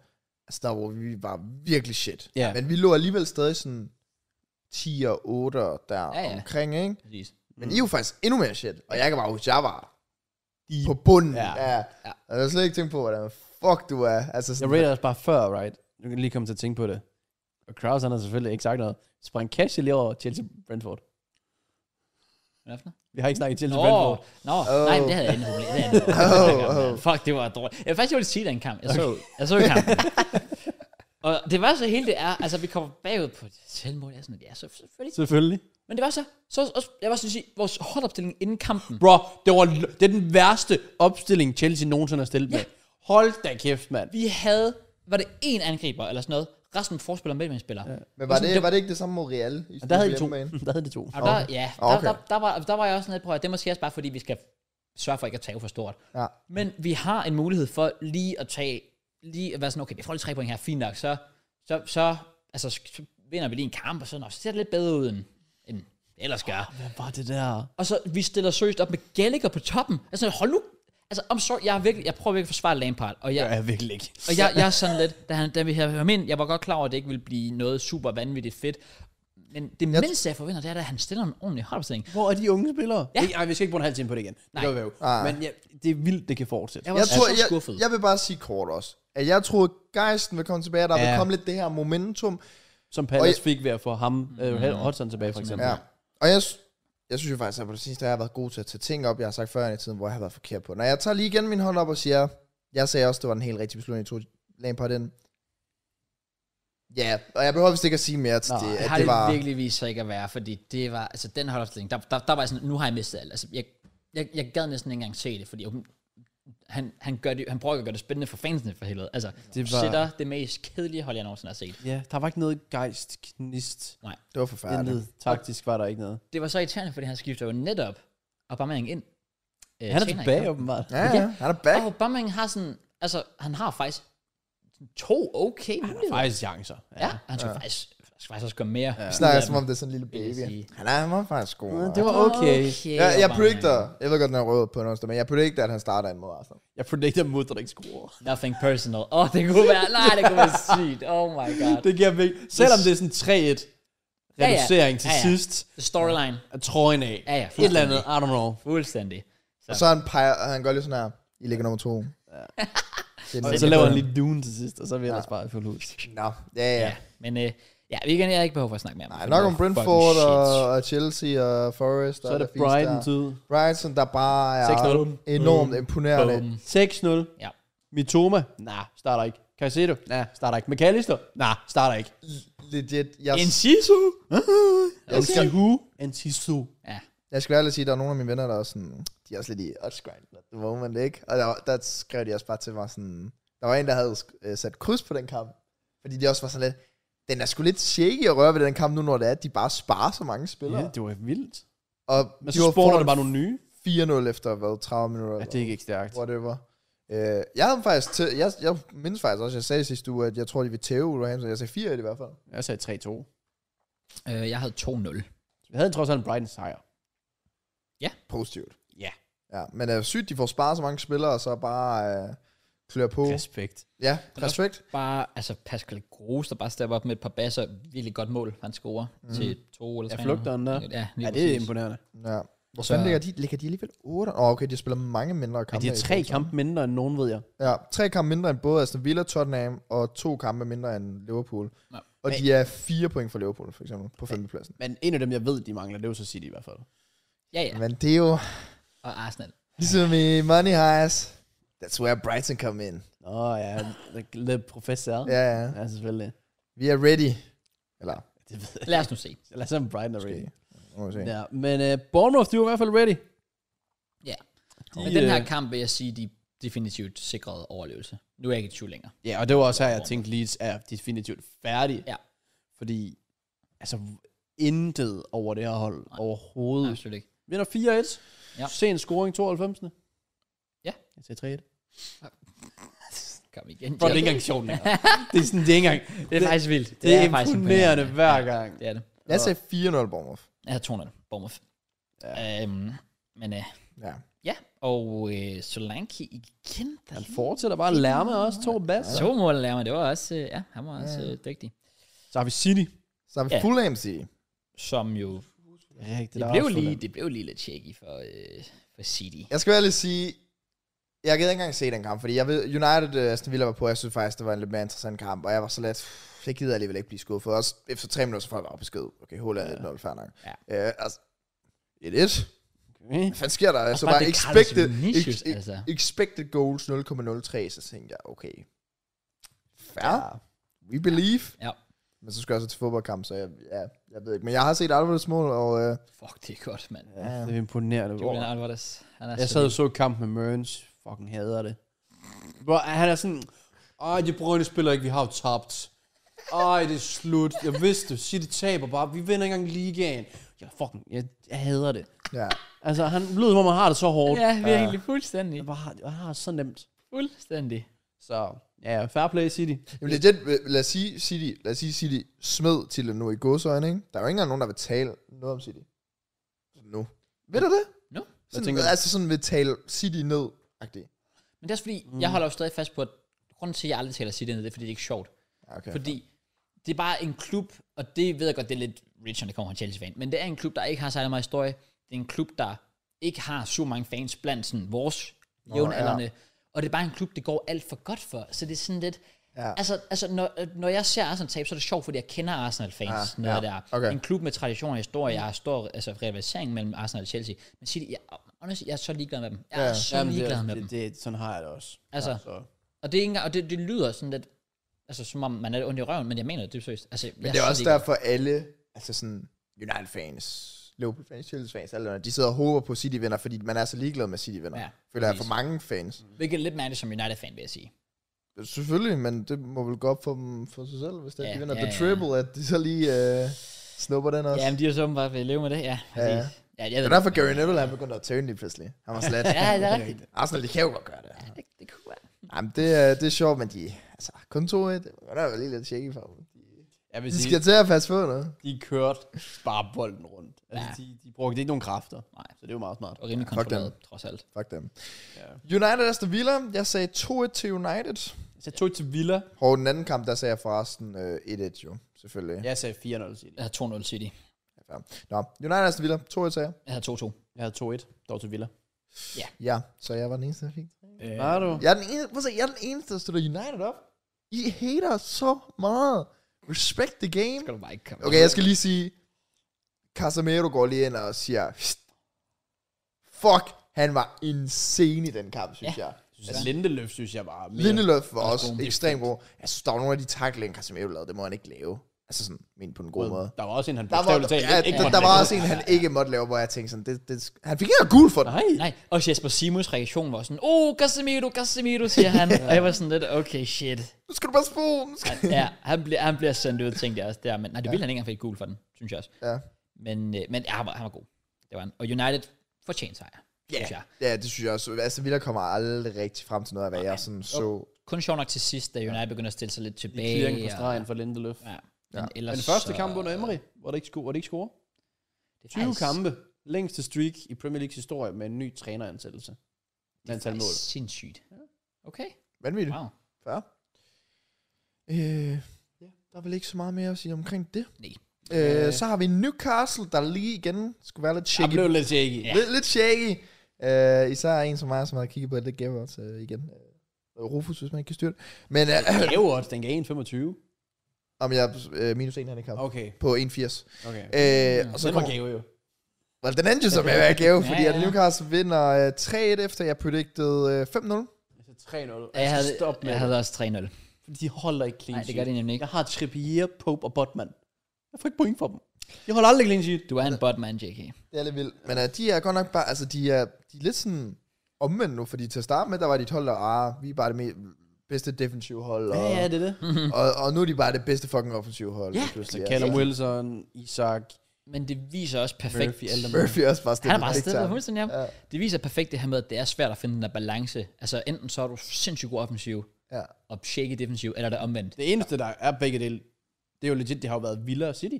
Speaker 2: Altså, der hvor vi var virkelig shit.
Speaker 3: Ja.
Speaker 2: Men vi lå alligevel stadig sådan 10 og 8 der ja, ja.
Speaker 1: ja.
Speaker 2: omkring, ikke?
Speaker 1: Præcis.
Speaker 2: Men mm. I er jo faktisk endnu mere shit. Og jeg kan bare huske, jeg var I, på bunden.
Speaker 3: Ja.
Speaker 2: Ja. ja.
Speaker 1: Ja.
Speaker 2: Og jeg har slet ikke tænkt på, hvordan fuck du er. Altså
Speaker 3: Jeg
Speaker 2: sådan,
Speaker 3: rated også bare før, right? Nu kan jeg lige komme til at tænke på det. Og Kraus, han har selvfølgelig ikke sagt noget. Sprang cash lige over Chelsea Brentford.
Speaker 1: Hvad er det for noget?
Speaker 3: Vi har ikke snakket Chelsea
Speaker 1: Nå,
Speaker 3: Brentford.
Speaker 1: nå, nej, men det havde jeg ikke problem. Det havde jeg ikke
Speaker 2: Oh,
Speaker 1: problem.
Speaker 2: oh.
Speaker 1: Fuck, det var dårligt. Jeg vil faktisk ville sige den kamp. Jeg så, jeg så kampen. Og det var så hele det er, altså vi kommer bagud på et selvmål, jeg er sådan, ja, så selvfølgelig.
Speaker 3: Selvfølgelig.
Speaker 1: Men det var så, så også, jeg var sådan at sige, vores holdopstilling inden kampen,
Speaker 3: Bro, det, var, det er den værste opstilling, Chelsea nogensinde har stillet med. Hold da kæft, mand.
Speaker 1: vi havde, var det en angriber eller sådan noget, resten forspiller og medmindspiller. Ja.
Speaker 2: men var det, var det ikke det samme mod Real? I
Speaker 3: Og der havde de to.
Speaker 2: hjemmebane?
Speaker 3: Der havde de to.
Speaker 1: Og der, ja, der,
Speaker 2: Okay.
Speaker 1: okay. der, der, var, der var jeg også sådan lidt, prøv at høre, det er måske også bare fordi, vi skal sørge for ikke at tage for stort.
Speaker 2: Ja.
Speaker 1: Men vi har en mulighed for lige at tage, lige at være sådan, okay, vi får lige tre point her, fint nok, så, så, så, altså, så vinder vi lige en kamp, og sådan, og så ser det lidt bedre ud, end, end det ellers gør.
Speaker 3: Hvad var det der?
Speaker 1: Og så vi stiller seriøst op med Gallagher på toppen. Altså, hold nu, altså, I'm sorry, jeg, er virkelig, jeg prøver virkelig at forsvare Lampard, og jeg,
Speaker 3: Ja, virkelig ikke.
Speaker 1: og jeg, jeg er sådan lidt, da, han, da vi havde ham ind, jeg var godt klar over, at det ikke ville blive noget super vanvittigt fedt, men det
Speaker 2: Jeg-
Speaker 1: mindste, jeg forventer, det er, at han stiller en ordentlig holdopstilling.
Speaker 3: Hvor er de unge spillere? Ja. Nej, vi skal ikke bruge en halv time på det igen. Nej. Det var
Speaker 2: Nej.
Speaker 3: Men ja, det er vildt, det kan fortsætte.
Speaker 1: Jeg var
Speaker 2: Jeg,
Speaker 1: så
Speaker 2: tror,
Speaker 1: skuffet.
Speaker 2: jeg, jeg vil bare sige kort også, at jeg troede, Geisten vil komme tilbage, der ja.
Speaker 3: Ja.
Speaker 2: vil komme lidt det her momentum.
Speaker 3: Som Palace fik ved at få ham, øh, Hodgson tilbage, for eksempel.
Speaker 2: Ja. Og jeg, s- jeg synes jo faktisk, at på det sidste, jeg har været god til at tage ting op, jeg har sagt før i tiden, hvor jeg har været forkert på. Når jeg tager lige igen min hånd op og siger, jeg sagde også, at det var den helt rigtige beslutning, jeg tog Lampard ind. Ja, og jeg behøver vist ikke at sige mere til
Speaker 3: Nej,
Speaker 2: det.
Speaker 1: Ja,
Speaker 2: At
Speaker 1: det har
Speaker 2: det
Speaker 1: det
Speaker 2: var,
Speaker 1: virkelig vist sig ikke at være, fordi det var, altså den holdopstilling, der, der, der var jeg sådan, nu har jeg mistet alt. Altså, jeg, jeg, jeg gad næsten ikke engang se det, fordi hun- han, han, gør det, han prøver ikke at gøre det spændende for fansene for helvede. Altså, det
Speaker 3: Det
Speaker 1: var...
Speaker 3: var-
Speaker 1: sætter det mest kedelige hold, jeg nogensinde har set.
Speaker 3: Ja, der var ikke noget gejst, knist,
Speaker 2: det var
Speaker 3: ja,
Speaker 2: forfærdeligt.
Speaker 3: intet. Taktisk var der ikke noget.
Speaker 1: Det var så irriterende, fordi han skifter jo netop Aubameyang ind. Øh,
Speaker 3: Han er
Speaker 1: senere i
Speaker 3: tilbage,
Speaker 1: kampen.
Speaker 3: åbenbart.
Speaker 2: Ja, ja, han er back.
Speaker 1: Og Aubameyang har sådan, altså han har faktisk to okay muligheder.
Speaker 3: Faktisk chancer.
Speaker 1: Ja, han skal, ja. Faktisk, skal faktisk også gøre mere. Ja.
Speaker 2: Vi snakker som om det er sådan en lille baby.
Speaker 1: sige.
Speaker 2: Han er, han var faktisk god.
Speaker 3: Det var okay.
Speaker 2: Jeg, jeg predicter, jeg ved godt, den er rød på en onsdag, men jeg predicter, at han starter ind mod Arsenal.
Speaker 3: Jeg predicter mod, at der ikke scorer.
Speaker 1: Nothing personal. Åh, oh, det kunne være, nej, det kunne være sygt. Oh my god.
Speaker 3: Det giver mig. Selvom det er sådan 3-1 reducering
Speaker 1: Ja, ja.
Speaker 3: til
Speaker 1: Ja, ja.
Speaker 3: sidst,
Speaker 1: The storyline.
Speaker 3: er trøjen af.
Speaker 1: Ja, ja,
Speaker 3: Et eller andet, I don't know.
Speaker 1: Fuldstændig. Så,
Speaker 2: Og så han peger, og han gør lige sådan her, I ligger nummer to. Ja. Det
Speaker 3: Og så laver han lige Dune til sidst, og så er vi ellers bare i fuld hus.
Speaker 2: Nå, ja, ja.
Speaker 1: ja. Men øh, ja, vi kan jeg har ikke behov for at snakke mere om
Speaker 2: Nej,
Speaker 1: det,
Speaker 2: nok
Speaker 1: for
Speaker 2: om
Speaker 1: det er
Speaker 2: Brentford
Speaker 1: fucking
Speaker 2: og,
Speaker 1: shit.
Speaker 2: og Chelsea og Forest.
Speaker 3: Så er det
Speaker 2: fint
Speaker 3: Brighton
Speaker 2: der.
Speaker 3: tid. Mm.
Speaker 2: Brighton, der bare er
Speaker 3: 6-0.
Speaker 2: enormt imponerende.
Speaker 1: Boom.
Speaker 3: 6-0.
Speaker 1: Ja.
Speaker 3: Mitoma? Nej, starter ikke. Caicedo? Nej, starter ikke. McAllister? Nej, starter ikke.
Speaker 2: Legit, jeg,
Speaker 1: En sisu.
Speaker 2: jeg, skal,
Speaker 3: Antihu? Antisu.
Speaker 1: Ja.
Speaker 2: jeg skal ærligt sige, at der er nogle af mine venner, der er sådan, de er også lidt i odds grind, at det må man ikke. Og der, der skrev de også bare til mig sådan, der var en, der havde øh, sat kryds på den kamp, fordi de også var sådan lidt, den er sgu lidt shaky at røre ved den kamp nu, når det er, at de bare sparer så mange spillere.
Speaker 3: Ja, det var vildt.
Speaker 2: Og
Speaker 3: Men
Speaker 2: de
Speaker 3: så
Speaker 2: var
Speaker 3: spawner
Speaker 2: foran
Speaker 3: der bare nogle nye.
Speaker 2: 4-0 efter, hvad, 30 minutter?
Speaker 3: Ja,
Speaker 2: eller
Speaker 3: det er ikke ikke stærkt.
Speaker 2: Whatever. Øh, jeg havde faktisk til, jeg, jeg mindes faktisk også, jeg sagde sidste uge, at jeg tror, de vil tæve Wolverhampton. Jeg sagde 4 i hvert fald.
Speaker 3: Jeg sagde 3-2.
Speaker 1: Øh, jeg havde 2-0.
Speaker 3: Vi havde en trods alt en Brighton sejr.
Speaker 2: Positivt.
Speaker 3: Ja.
Speaker 2: Ja, men øh, sygt, de får sparet så mange spillere, og så bare øh, klør på. Respekt.
Speaker 3: Respekt.
Speaker 2: Ja, respekt.
Speaker 1: Bare, altså Pascal Groß, der bare stepper op med et par basser. Virkelig godt mål, han scorer
Speaker 3: Mhm.
Speaker 1: mm. til to eller
Speaker 3: Ja,
Speaker 1: tre.
Speaker 3: flugteren der.
Speaker 1: Ja, lige
Speaker 3: Ja, det er
Speaker 1: præcis.
Speaker 3: imponerende.
Speaker 2: Ja. Hvor
Speaker 1: Så-
Speaker 2: fanden ligger de? Ligger de alligevel 8? Åh, oh, okay, de har spillet mange mindre
Speaker 3: Ja,
Speaker 2: kampe.
Speaker 3: de har
Speaker 2: i
Speaker 3: tre
Speaker 2: forhold til-
Speaker 3: kampe mindre end nogen, ved jeg.
Speaker 2: Ja, tre kampe mindre end både Aston Villa, Tottenham, og to kampe mindre end Liverpool.
Speaker 1: Ja.
Speaker 2: Ja. Og de er fire point for Liverpool, for eksempel, på femtepladsen.
Speaker 3: Men en af dem, jeg ved, de mangler, det er jo så City i hvert fald.
Speaker 1: Ja, ja.
Speaker 2: Ja. Men det er jo
Speaker 1: Og Arsenal.
Speaker 2: ligesom i Money Heist. That's where Brighton come in.
Speaker 3: Nå ja, lidt professor.
Speaker 2: Ja, ja.
Speaker 3: Ja, selvfølgelig.
Speaker 2: Vi er ready. Eller,
Speaker 3: Det ved jeg.
Speaker 1: Lad os nu se.
Speaker 3: Lad os have en Brighton er
Speaker 2: måske.
Speaker 3: ready.
Speaker 2: Nu må vi se.
Speaker 3: Ja, men uh, Bournemouth, de var i hvert fald ready.
Speaker 1: Ja.
Speaker 3: De,
Speaker 1: Men den her
Speaker 3: øh,
Speaker 1: kamp vil jeg sige, de definitivt sikrede overlevelse. Nu er jeg ikke i tvivl længere.
Speaker 3: Ja, og det var også her, jeg tænkte, Leeds er definitivt færdig.
Speaker 1: Ja.
Speaker 3: Fordi, altså, intet over det her hold Nej.
Speaker 1: Nej,
Speaker 3: overhovedet.
Speaker 1: absolut ikke.
Speaker 3: Vinder 4-1.
Speaker 1: Ja.
Speaker 3: Ja. Sen scoring 92.
Speaker 1: Ja.
Speaker 3: Jeg sagde 3-1.
Speaker 1: Kom igen.
Speaker 3: Bro, det er ikke engang sjovt længere. det er sådan, det er ikke engang.
Speaker 1: det er faktisk vildt.
Speaker 3: Det, det er, imponerende hver gang.
Speaker 1: Det er det.
Speaker 2: Jeg sagde 4-0 Bournemouth.
Speaker 1: Jeg havde 2-0, Bournemouth. Ja. Øhm, men øh,
Speaker 2: Ja.
Speaker 1: ja, og øh, Solanke igen. Der
Speaker 3: Han
Speaker 1: lige-
Speaker 3: fortsætter bare at lærme også to basser.
Speaker 1: to mål laver, det var også, øh, ja, han var også øh, dygtig.
Speaker 3: Så har vi City.
Speaker 2: Så er vi
Speaker 1: Ja.
Speaker 2: ja. Fulham sige.
Speaker 1: Som jo,
Speaker 3: Rigtigt,
Speaker 1: det, det, blev, lige, det blev lige lidt shaky for, øh, for City.
Speaker 2: Jeg skal ærligt sige, jeg gad ikke engang se den kamp, fordi jeg ved, United øh, Aston Villa var på, og jeg synes faktisk, det var en lidt mere interessant kamp, og jeg var så let, "Pff, jeg gider alligevel ikke blive skuffet. Også efter tre minutter, så får jeg bare besked. Okay, hul er 1-0, fair nok. Ja. Øh, altså, 1-1.
Speaker 3: Okay.
Speaker 2: Hvad fanden sker der? Så
Speaker 1: bare
Speaker 2: bare
Speaker 1: det er Carlos
Speaker 2: expected,
Speaker 1: Vinicius,
Speaker 2: ex, ex,
Speaker 1: altså.
Speaker 2: expected goals 0,03, så tænkte jeg, okay, fair, ja. we believe.
Speaker 1: Ja.
Speaker 2: Men så skal jeg så til fodboldkamp, så jeg, ja, jeg ved ikke. Men jeg har set Alvarez mål, og øh,
Speaker 1: Fuck, det er godt, mand.
Speaker 3: Ja, det er imponerende.
Speaker 1: Julian Alvarez, han er
Speaker 3: Jeg
Speaker 1: så
Speaker 3: sad og
Speaker 1: vild.
Speaker 3: så kamp med Mørens. Fucking hader det. Bro, han er sådan... Ej, de brønde spiller ikke, vi har jo tabt. Ej, det er slut. Jeg vidste, det. City taber bare. Vi vinder ikke engang ligaen. Jeg fucking... Jeg, jeg hader det.
Speaker 2: ja.
Speaker 3: Altså, han lyder som om, han har det så hårdt.
Speaker 1: Ja, virkelig, fuldstændig.
Speaker 3: Jeg, bare, har- jeg har det så nemt.
Speaker 1: Fuldstændig.
Speaker 3: Så ja, fair play City.
Speaker 2: Jamen, legit, øh, lad os sige, City, lad os sige, City smed til nu i godsøjne, ikke? Der er jo ikke engang nogen, der vil tale noget om City. Nu. Ved du det?
Speaker 1: No?
Speaker 2: Sådan,
Speaker 3: tænker du?
Speaker 2: altså sådan vil tale City ned. -agtigt.
Speaker 1: Men det er også fordi, mm. jeg holder jo stadig fast på, at grunden til, at jeg aldrig taler City ned, det er, fordi det er ikke sjovt.
Speaker 2: Okay.
Speaker 1: Fordi det er bare en klub, og det ved jeg godt, det er lidt rich, når det kommer fra Chelsea-fan, men det er en klub, der ikke har særlig meget historie. Det er en klub, der ikke har så mange fans blandt sådan, vores jævnaldrende. Ja. Og det er bare en klub, det går alt for godt for. Så det er sådan lidt... Ja.
Speaker 2: Ja.
Speaker 1: Altså, altså når, når jeg ser Arsenal tabe, så er det sjovt, fordi jeg kender Arsenal-fans. Ja,
Speaker 2: Ja,
Speaker 1: noget
Speaker 2: ja,
Speaker 1: der.
Speaker 2: okay. Mm.
Speaker 1: En klub med tradition og historie. Jeg har stor altså, rivalisering mellem Arsenal og Chelsea. Men City, jeg, honestly, jeg er så ligeglad med dem. Jeg er ja. så
Speaker 3: det,
Speaker 1: ligeglad med dem.
Speaker 3: det, det, sådan har jeg det også.
Speaker 1: Altså,
Speaker 3: så.
Speaker 1: Og Og det, er ikke engang, og det, det lyder sådan lidt, altså som om man er ondt i røven, men jeg mener det dybt seriøst. Altså,
Speaker 2: Men det er også derfor alle, altså sådan United-fans, Liverpool-fans, Chelsea-fans, alle, de sidder og håber på City-vinder, fordi man er så ligeglad med City-vinder.
Speaker 1: Ja,
Speaker 2: Ja, Føler jeg er
Speaker 1: præcis.
Speaker 2: for mange fans.
Speaker 1: Hvilket er lidt mærkeligt som United-fan, vil jeg sige.
Speaker 2: Selvfølgelig, men det må vel gå op for dem for sig selv, hvis det
Speaker 1: Ja,
Speaker 2: ja, de vinder
Speaker 1: ja,
Speaker 2: ja,
Speaker 1: ja.
Speaker 2: the triple, at de så lige øh, snupper den også.
Speaker 1: Ja, men de har så åbenbart ved at leve med det, ja.
Speaker 2: Ja.
Speaker 1: præcis. ja jeg ved
Speaker 2: Det er derfor Gary Neville, han begyndte at tøne lige pludselig. Han var slet.
Speaker 1: Ja, det er rigtigt.
Speaker 2: Arsenal, de kan jo godt gøre det.
Speaker 1: Det, det kunne være.
Speaker 2: Jamen, det, er, det er sjovt, men de... Altså, kun 2-1. Det var jo lige lidt shaky for dem.
Speaker 3: Jeg vil
Speaker 2: De
Speaker 3: sige,
Speaker 2: skal til at passe på noget.
Speaker 3: de kørte bare bolden rundt. Altså,
Speaker 1: Ja.
Speaker 3: de, de brugte ikke nogen kræfter.
Speaker 1: Nej.
Speaker 3: Så det var meget smart.
Speaker 1: Og rimelig
Speaker 2: fuck dem.
Speaker 1: kontrolleret, trods alt.
Speaker 2: Fuck dem.
Speaker 3: Ja.
Speaker 2: United Aston Villa. Jeg sagde 2-1 til United.
Speaker 3: Så tog til Villa.
Speaker 2: Og den anden kamp, der sagde jeg forresten øh, 1-1 jo, selvfølgelig. Ja.
Speaker 3: Jeg sagde 4-0 til
Speaker 1: Jeg
Speaker 3: det.
Speaker 1: havde 2-0 City.
Speaker 2: Nå, United Aston Villa, 2-1 sagde jeg.
Speaker 1: Jeg havde 2-2.
Speaker 3: Jeg havde 2-1. Dog til Villa.
Speaker 2: Ja, så jeg var den eneste, der fik det.
Speaker 1: Øh,
Speaker 3: Var du?
Speaker 2: Jeg er den eneste, prøv at se, jeg er den eneste, der støtter United op. I hater så meget. Respect the game.
Speaker 1: skal du bare ikke komme.
Speaker 2: Okay, jeg skal lige sige, Casemiro går lige ind og siger, "Pst." fuck, han var insane i den kamp, synes ja. jeg.
Speaker 3: Altså, Lindeløf synes jeg bare... mere-
Speaker 2: Lindeløf var
Speaker 1: Også
Speaker 2: også
Speaker 1: god.
Speaker 2: ekstremt god. Jeg synes, der var nogle af de taklinger, Casemiro lavede, det må han ikke lave. Altså sådan, men på en god måde.
Speaker 3: Der var også en, han
Speaker 2: Der var,
Speaker 3: bogstaveligt talt
Speaker 2: ja,
Speaker 3: ikke- ikke
Speaker 2: der,
Speaker 3: måtte
Speaker 2: der var
Speaker 3: lave.
Speaker 2: også en, han ikke måtte lave, hvor jeg tænkte sådan, det, det, han fik ikke engang gul for det.
Speaker 3: Nej.
Speaker 1: Nej, og Jesper Simons reaktion var sådan, oh, Casemiro, Casemiro, siger han. og jeg var sådan lidt, okay, shit.
Speaker 2: Nu skal du bare spole. Nu skal...
Speaker 1: Ja, han, bliver, han bliver sendt ud, tænkte jeg også der. Men, nej, det ville han ikke engang fik gul for den, synes jeg også.
Speaker 2: Ja.
Speaker 1: Men, øh, men ja, han, var, han var god. Det var han. Og United fortjente sejr, synes jeg.
Speaker 2: ja, det synes jeg også. Altså, Villa kommer aldrig rigtig frem til noget af, hvad jeg sådan så.
Speaker 1: Kun sjov nok til sidst, da United begynder at stille sig lidt
Speaker 3: I
Speaker 1: tilbage.
Speaker 3: clearing på
Speaker 1: og-
Speaker 3: stregen for Lindeløf.
Speaker 1: Ja.
Speaker 2: Ja.
Speaker 1: Men ellers
Speaker 3: Men første
Speaker 1: så-
Speaker 3: kamp under Emery, hvor det ikke score. Hvor det ikke score.
Speaker 1: det er
Speaker 3: 20
Speaker 1: faktisk-
Speaker 3: kampe. Længste streak i Premier Leagues historie med en ny træneransættelse. Med antal
Speaker 1: Det
Speaker 3: mål.
Speaker 1: er sindssygt. Okay,
Speaker 2: Vanvittigt.
Speaker 1: wow.
Speaker 2: Før. Øh, ja, der er vel ikke så meget mere at sige omkring det.
Speaker 1: Nej.
Speaker 2: Øh, så har vi Newcastle, der lige igen skulle være lidt
Speaker 3: Jeg
Speaker 2: shaky.
Speaker 3: blev lidt shaky.
Speaker 1: Ja.
Speaker 2: ja. lidt, lidt shaky. Øh, især en som mig, som har kigget på det lidt gaver også øh, igen. Øh, Rufus, hvis man ikke kan styre det. Men øh,
Speaker 3: Gavert, den gav 1,25.
Speaker 2: om jeg øh, minus en
Speaker 1: Oh.
Speaker 2: handicap okay.
Speaker 3: Okay,
Speaker 2: på 1,80.
Speaker 3: okay.
Speaker 2: Øh, og så
Speaker 3: Den var
Speaker 2: kommer,
Speaker 3: gave jo.
Speaker 2: well, den endte jo så med at være gave,
Speaker 1: Ja,
Speaker 2: fordi
Speaker 1: ja,
Speaker 2: at
Speaker 1: ja.
Speaker 2: Newcastle vinder øh, 3-1, efter jeg predicted øh, 5-0.
Speaker 3: Altså 3-0.
Speaker 1: Jeg havde,
Speaker 3: stop med
Speaker 1: jeg
Speaker 3: det.
Speaker 1: havde også 3-0.
Speaker 3: Fordi de holder ikke clean
Speaker 1: Nej, det
Speaker 3: sheet.
Speaker 1: gør de nemlig ikke.
Speaker 3: Jeg har Trippier, Pope og Botman. Jeg får ikke point for dem. Jeg holder aldrig clean sheet.
Speaker 1: Du er en botman, JK.
Speaker 2: Det er lidt vildt. Men øh, de er godt nok bare, altså de er, de er lidt sådan omvendt nu, fordi til at starte med, der var de 12, der, ah, vi er bare det me- bedste defensive hold, og,
Speaker 3: Ja, ja, det er det.
Speaker 2: og, og, nu er de bare det bedste fucking offensive hold.
Speaker 1: Ja.
Speaker 2: lige pludselig.
Speaker 3: Så Callum Wilson, Isak,
Speaker 1: Men det viser også perfekt...
Speaker 3: Murphy, alle dem.
Speaker 2: Murphy er også bare
Speaker 1: Han
Speaker 2: stillet.
Speaker 1: er bare
Speaker 2: big time.
Speaker 1: stedet fuldstændig ham.
Speaker 2: Ja.
Speaker 1: Det viser perfekt det her med, at det er svært at finde den der balance. Altså enten så er du sindssygt god offensiv,
Speaker 2: Ja.
Speaker 1: og shaky defensiv, eller det er omvendt.
Speaker 3: Det eneste, der er begge dele, det er jo legit, det har jo været Villa og City.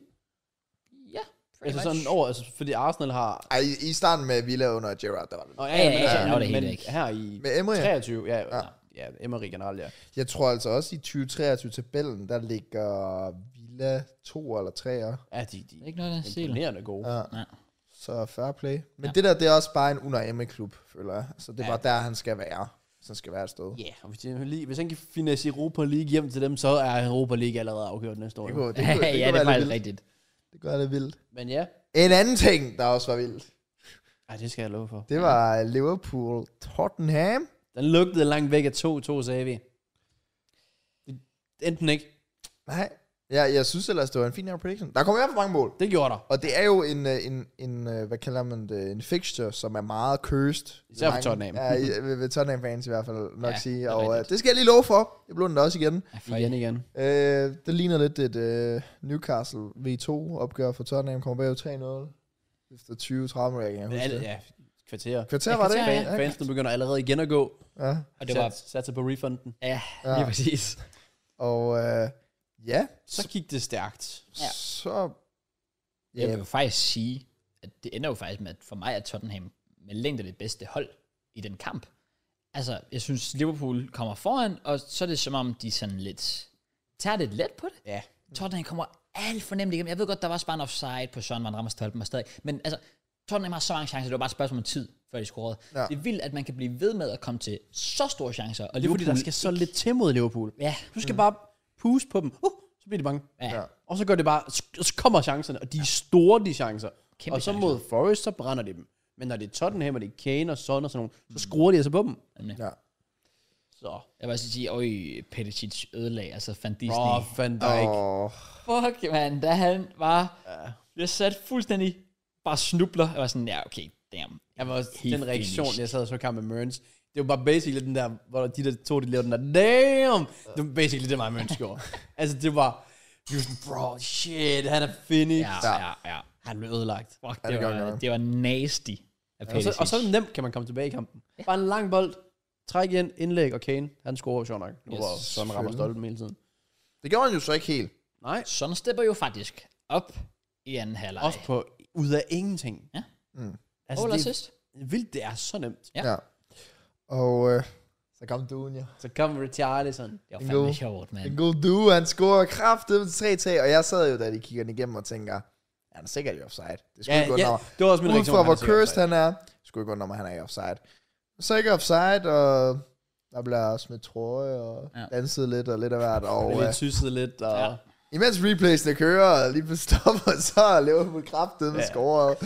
Speaker 1: Ja,
Speaker 3: Altså sådan over, altså, fordi Arsenal har...
Speaker 2: Ej, i- i starten med Villa under Gerrard, der var det.
Speaker 3: Nå,
Speaker 1: Ja, ja, ja,
Speaker 3: altså,
Speaker 1: der var det helt
Speaker 3: men
Speaker 1: væk.
Speaker 3: her i
Speaker 2: Med Emery,
Speaker 3: 23, ja, ja. ja Emery generelt, ja.
Speaker 2: jeg tror altså også i 2023-tabellen, der ligger Villa 2 eller 3.
Speaker 3: Ja, de, de
Speaker 1: Ikke noget, der
Speaker 3: er
Speaker 1: stil.
Speaker 3: imponerende gode.
Speaker 2: Ja.
Speaker 1: Ja.
Speaker 2: Så fair play. Men
Speaker 1: Ja.
Speaker 2: ja. det der, det er også bare en under Emery-klub, føler jeg. Så det er
Speaker 3: Ja.
Speaker 2: bare der, han skal være. Så han skal være et sted.
Speaker 3: Ja, og hvis, de, lige- hvis han kan finesse Europa League hjem til dem, så er Europa League allerede afgjort næste år.
Speaker 2: Det
Speaker 3: jo.
Speaker 2: kunne, det
Speaker 1: Ja,
Speaker 2: kunne, det
Speaker 1: ja,
Speaker 2: kunne
Speaker 1: det er
Speaker 2: være lidt
Speaker 1: faktisk
Speaker 2: vildt.
Speaker 1: rigtigt.
Speaker 2: Det kunne være lidt vildt.
Speaker 3: Men ja,
Speaker 2: En anden ting, der også var vildt,
Speaker 3: Ej, det skal jeg love for.
Speaker 2: det var Liverpool-Tottenham.
Speaker 3: Den lugtede langt væk af 2-2, sagde vi. Det- Enten ikke.
Speaker 2: Nej, jeg, jeg synes ellers, det var en fin her prediction. Der kommer i hvert fald mange mål.
Speaker 3: Det gjorde der.
Speaker 2: Og det er jo en, øh, en, en øh, hvad kalder man det, en fixture, som er meget cursed.
Speaker 3: Især for
Speaker 2: Mange-
Speaker 3: Tottenham.
Speaker 2: Ja, i- øh, ved, ved Tottenham fans i hvert fald nok
Speaker 1: Ja,
Speaker 2: ja,
Speaker 1: det er
Speaker 2: sige. Og øh,
Speaker 1: rigtigt.
Speaker 2: det skal jeg lige love for. Jeg blev den også igen.
Speaker 1: Ja, for
Speaker 3: Igen igen.
Speaker 2: Øh, det ligner lidt et øh, Newcastle V2-opgør for Tottenham. Kommer bag 3-0 efter 20-30 minutter, jeg kan
Speaker 3: Men
Speaker 2: huske
Speaker 3: alle,
Speaker 2: det.
Speaker 3: ja, kvarterer.
Speaker 2: Kvarter
Speaker 1: Ja,
Speaker 2: var det?
Speaker 1: kvarter, ja.
Speaker 2: Ja, ja.
Speaker 3: Fansene begynder allerede igen at gå.
Speaker 2: ja.
Speaker 1: Og det var...
Speaker 3: Sat, sig på refunden.
Speaker 1: Ja,
Speaker 2: Ja.
Speaker 1: lige præcis.
Speaker 2: Og øh, ja,
Speaker 3: Så gik det stærkt.
Speaker 1: Ja.
Speaker 2: så...
Speaker 1: Jeg vil
Speaker 2: Ja,
Speaker 1: jo faktisk sige, at det ender jo faktisk med, at for mig er Tottenham med længde det bedste hold i den kamp. Altså, jeg synes, Liverpool kommer foran, og så er det som om, de sådan lidt tager lidt let på det.
Speaker 3: Ja.
Speaker 1: Tottenham kommer alt for nemt igennem. Jeg ved godt, der var også bare en offside på Søren Van Rammers stolpen og stadig. Men altså, Tottenham har så mange chancer, det var bare et spørgsmål om tid, før de scorede. Ja.
Speaker 2: Ja.
Speaker 1: Det er vildt, at man kan blive ved med at komme til så store chancer. Og
Speaker 3: Det er fordi, der skal så lidt til mod Liverpool.
Speaker 1: Ja,
Speaker 3: Du skal bare puste på dem. Uh, så bliver de bange.
Speaker 1: ja, ja.
Speaker 2: Ja.
Speaker 3: Og så gør det bare, og så kommer chancerne, og de er store, de chancer.
Speaker 1: Kæmpe
Speaker 3: Kæmpe og så
Speaker 1: chancer.
Speaker 3: mod Forrest, så brænder de dem. Men når det er Tottenham, og det er Kane og Son og sådan nogen, så scorer de altså på dem.
Speaker 1: Nemlig.
Speaker 2: ja.
Speaker 3: Så.
Speaker 1: Jeg vil også sige, øj, Petticic ødelag, altså fandt Disney.
Speaker 3: Åh,
Speaker 1: Oh.
Speaker 3: fandt der ikke.
Speaker 2: Åh,
Speaker 1: Fuck, man, da han var, ja. blev sat fuldstændig, bare snubler. Jeg var sådan, ja, okay, damn.
Speaker 3: Jeg var også,
Speaker 1: Helt
Speaker 3: den reaktion,
Speaker 1: finished.
Speaker 3: jeg sad og så kamp med Mørns, det var bare basically den der, hvor de der to, de lavede den der, damn! Det var basically det, mig og Mørns gjorde. altså, det var, vi var sådan, bro, shit, han er finished.
Speaker 1: Ja,
Speaker 3: Ja.
Speaker 1: ja, ja.
Speaker 3: Han blev ødelagt.
Speaker 1: Fuck,
Speaker 2: Ja,
Speaker 1: det,
Speaker 2: det gør
Speaker 1: var,
Speaker 2: jeg.
Speaker 1: det var nasty af
Speaker 3: Og
Speaker 1: Petticic.
Speaker 3: så, og så nemt kan man komme tilbage i kampen. Bare en lang bold, træk igen, indlæg, og Kane, han scorer jo sjovt nok. Nu
Speaker 1: Yes,
Speaker 3: yes, var sådan rammer
Speaker 2: selvfølgelig.
Speaker 3: stolpen hele tiden.
Speaker 2: det gjorde han jo så ikke helt.
Speaker 3: Nej,
Speaker 1: Sådan stepper jo faktisk op i anden halvleg.
Speaker 3: også på ud af ingenting.
Speaker 1: Ja.
Speaker 2: Mm.
Speaker 1: Altså, All
Speaker 3: det
Speaker 1: assist.
Speaker 3: er vildt, det er så nemt.
Speaker 1: Ja.
Speaker 2: Ja. Og øh, så kom duen, ja.
Speaker 3: Så kom Richarlison.
Speaker 1: Det var
Speaker 2: En
Speaker 1: fandme
Speaker 2: god-
Speaker 1: sjovt, mand.
Speaker 2: En god due, han scorer kraftigt med 3 tag, og jeg sad jo, da de kigger den igennem og tænker, "Ja, han er sikkert i offside. Det skulle
Speaker 3: Ja,
Speaker 2: ikke gå
Speaker 3: ja,
Speaker 2: ja,
Speaker 3: det var også min
Speaker 2: Ud
Speaker 3: reaktion.
Speaker 2: fra
Speaker 3: han er
Speaker 2: hvor
Speaker 3: sikkert
Speaker 2: cursed
Speaker 3: offside.
Speaker 2: han er, skulle ikke gå nummer, han er i offside. Så ikke offside, og der bliver smidt trøje og
Speaker 1: Ja.
Speaker 2: ja. danset lidt og lidt af hvert. Og,
Speaker 3: Blev
Speaker 2: øh,
Speaker 3: lidt tysset lidt, og...
Speaker 1: Ja.
Speaker 2: imens replaysene kører, og lige pludselig stopper, så er Liverpool kraftet med
Speaker 3: Ja.
Speaker 2: ja. scoret.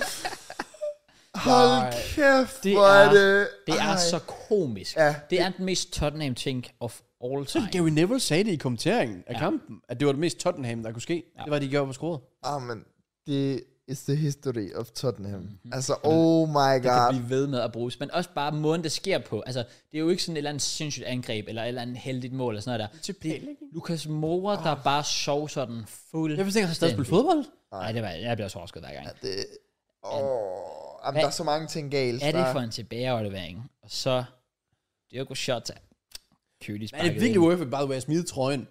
Speaker 2: Hold
Speaker 3: Nej.
Speaker 2: kæft,
Speaker 1: Det
Speaker 2: hvor er
Speaker 1: er-
Speaker 2: det.
Speaker 1: Det er
Speaker 2: Ej.
Speaker 1: så komisk.
Speaker 2: Ja.
Speaker 1: Det er den mest Tottenham-ting of all
Speaker 3: Så
Speaker 1: time.
Speaker 3: Gary Neville sagde det i kommenteringen af ja. kampen, at det var det mest Tottenham, der kunne ske. Ja. Det var, de gjorde på skruet.
Speaker 2: Ah, men det is the history of Tottenham. Mm-hmm. Altså, oh my
Speaker 1: Mhm. det kan
Speaker 2: god.
Speaker 1: blive ved med at bruges, men også bare måden, det sker på. Altså, det er jo ikke sådan et eller andet sindssygt angreb, eller et eller andet heldigt mål, eller sådan noget der. Det er Lukas Mora, der bare sov sådan fuld.
Speaker 3: Ah. Jeg vidste ikke, at han stadig spille fodbold.
Speaker 1: Nej, det var, jeg bliver også overrasket hver gang.
Speaker 2: Det, oh, jamen, der er så mange ting galt.
Speaker 1: Er det
Speaker 2: der.
Speaker 1: for en tilbageaflevering? Og så, Diogo Jota. Kølig
Speaker 3: Men er det
Speaker 1: sparket
Speaker 3: virkelig
Speaker 1: ind.
Speaker 3: worth it, by the way, at smide trøjen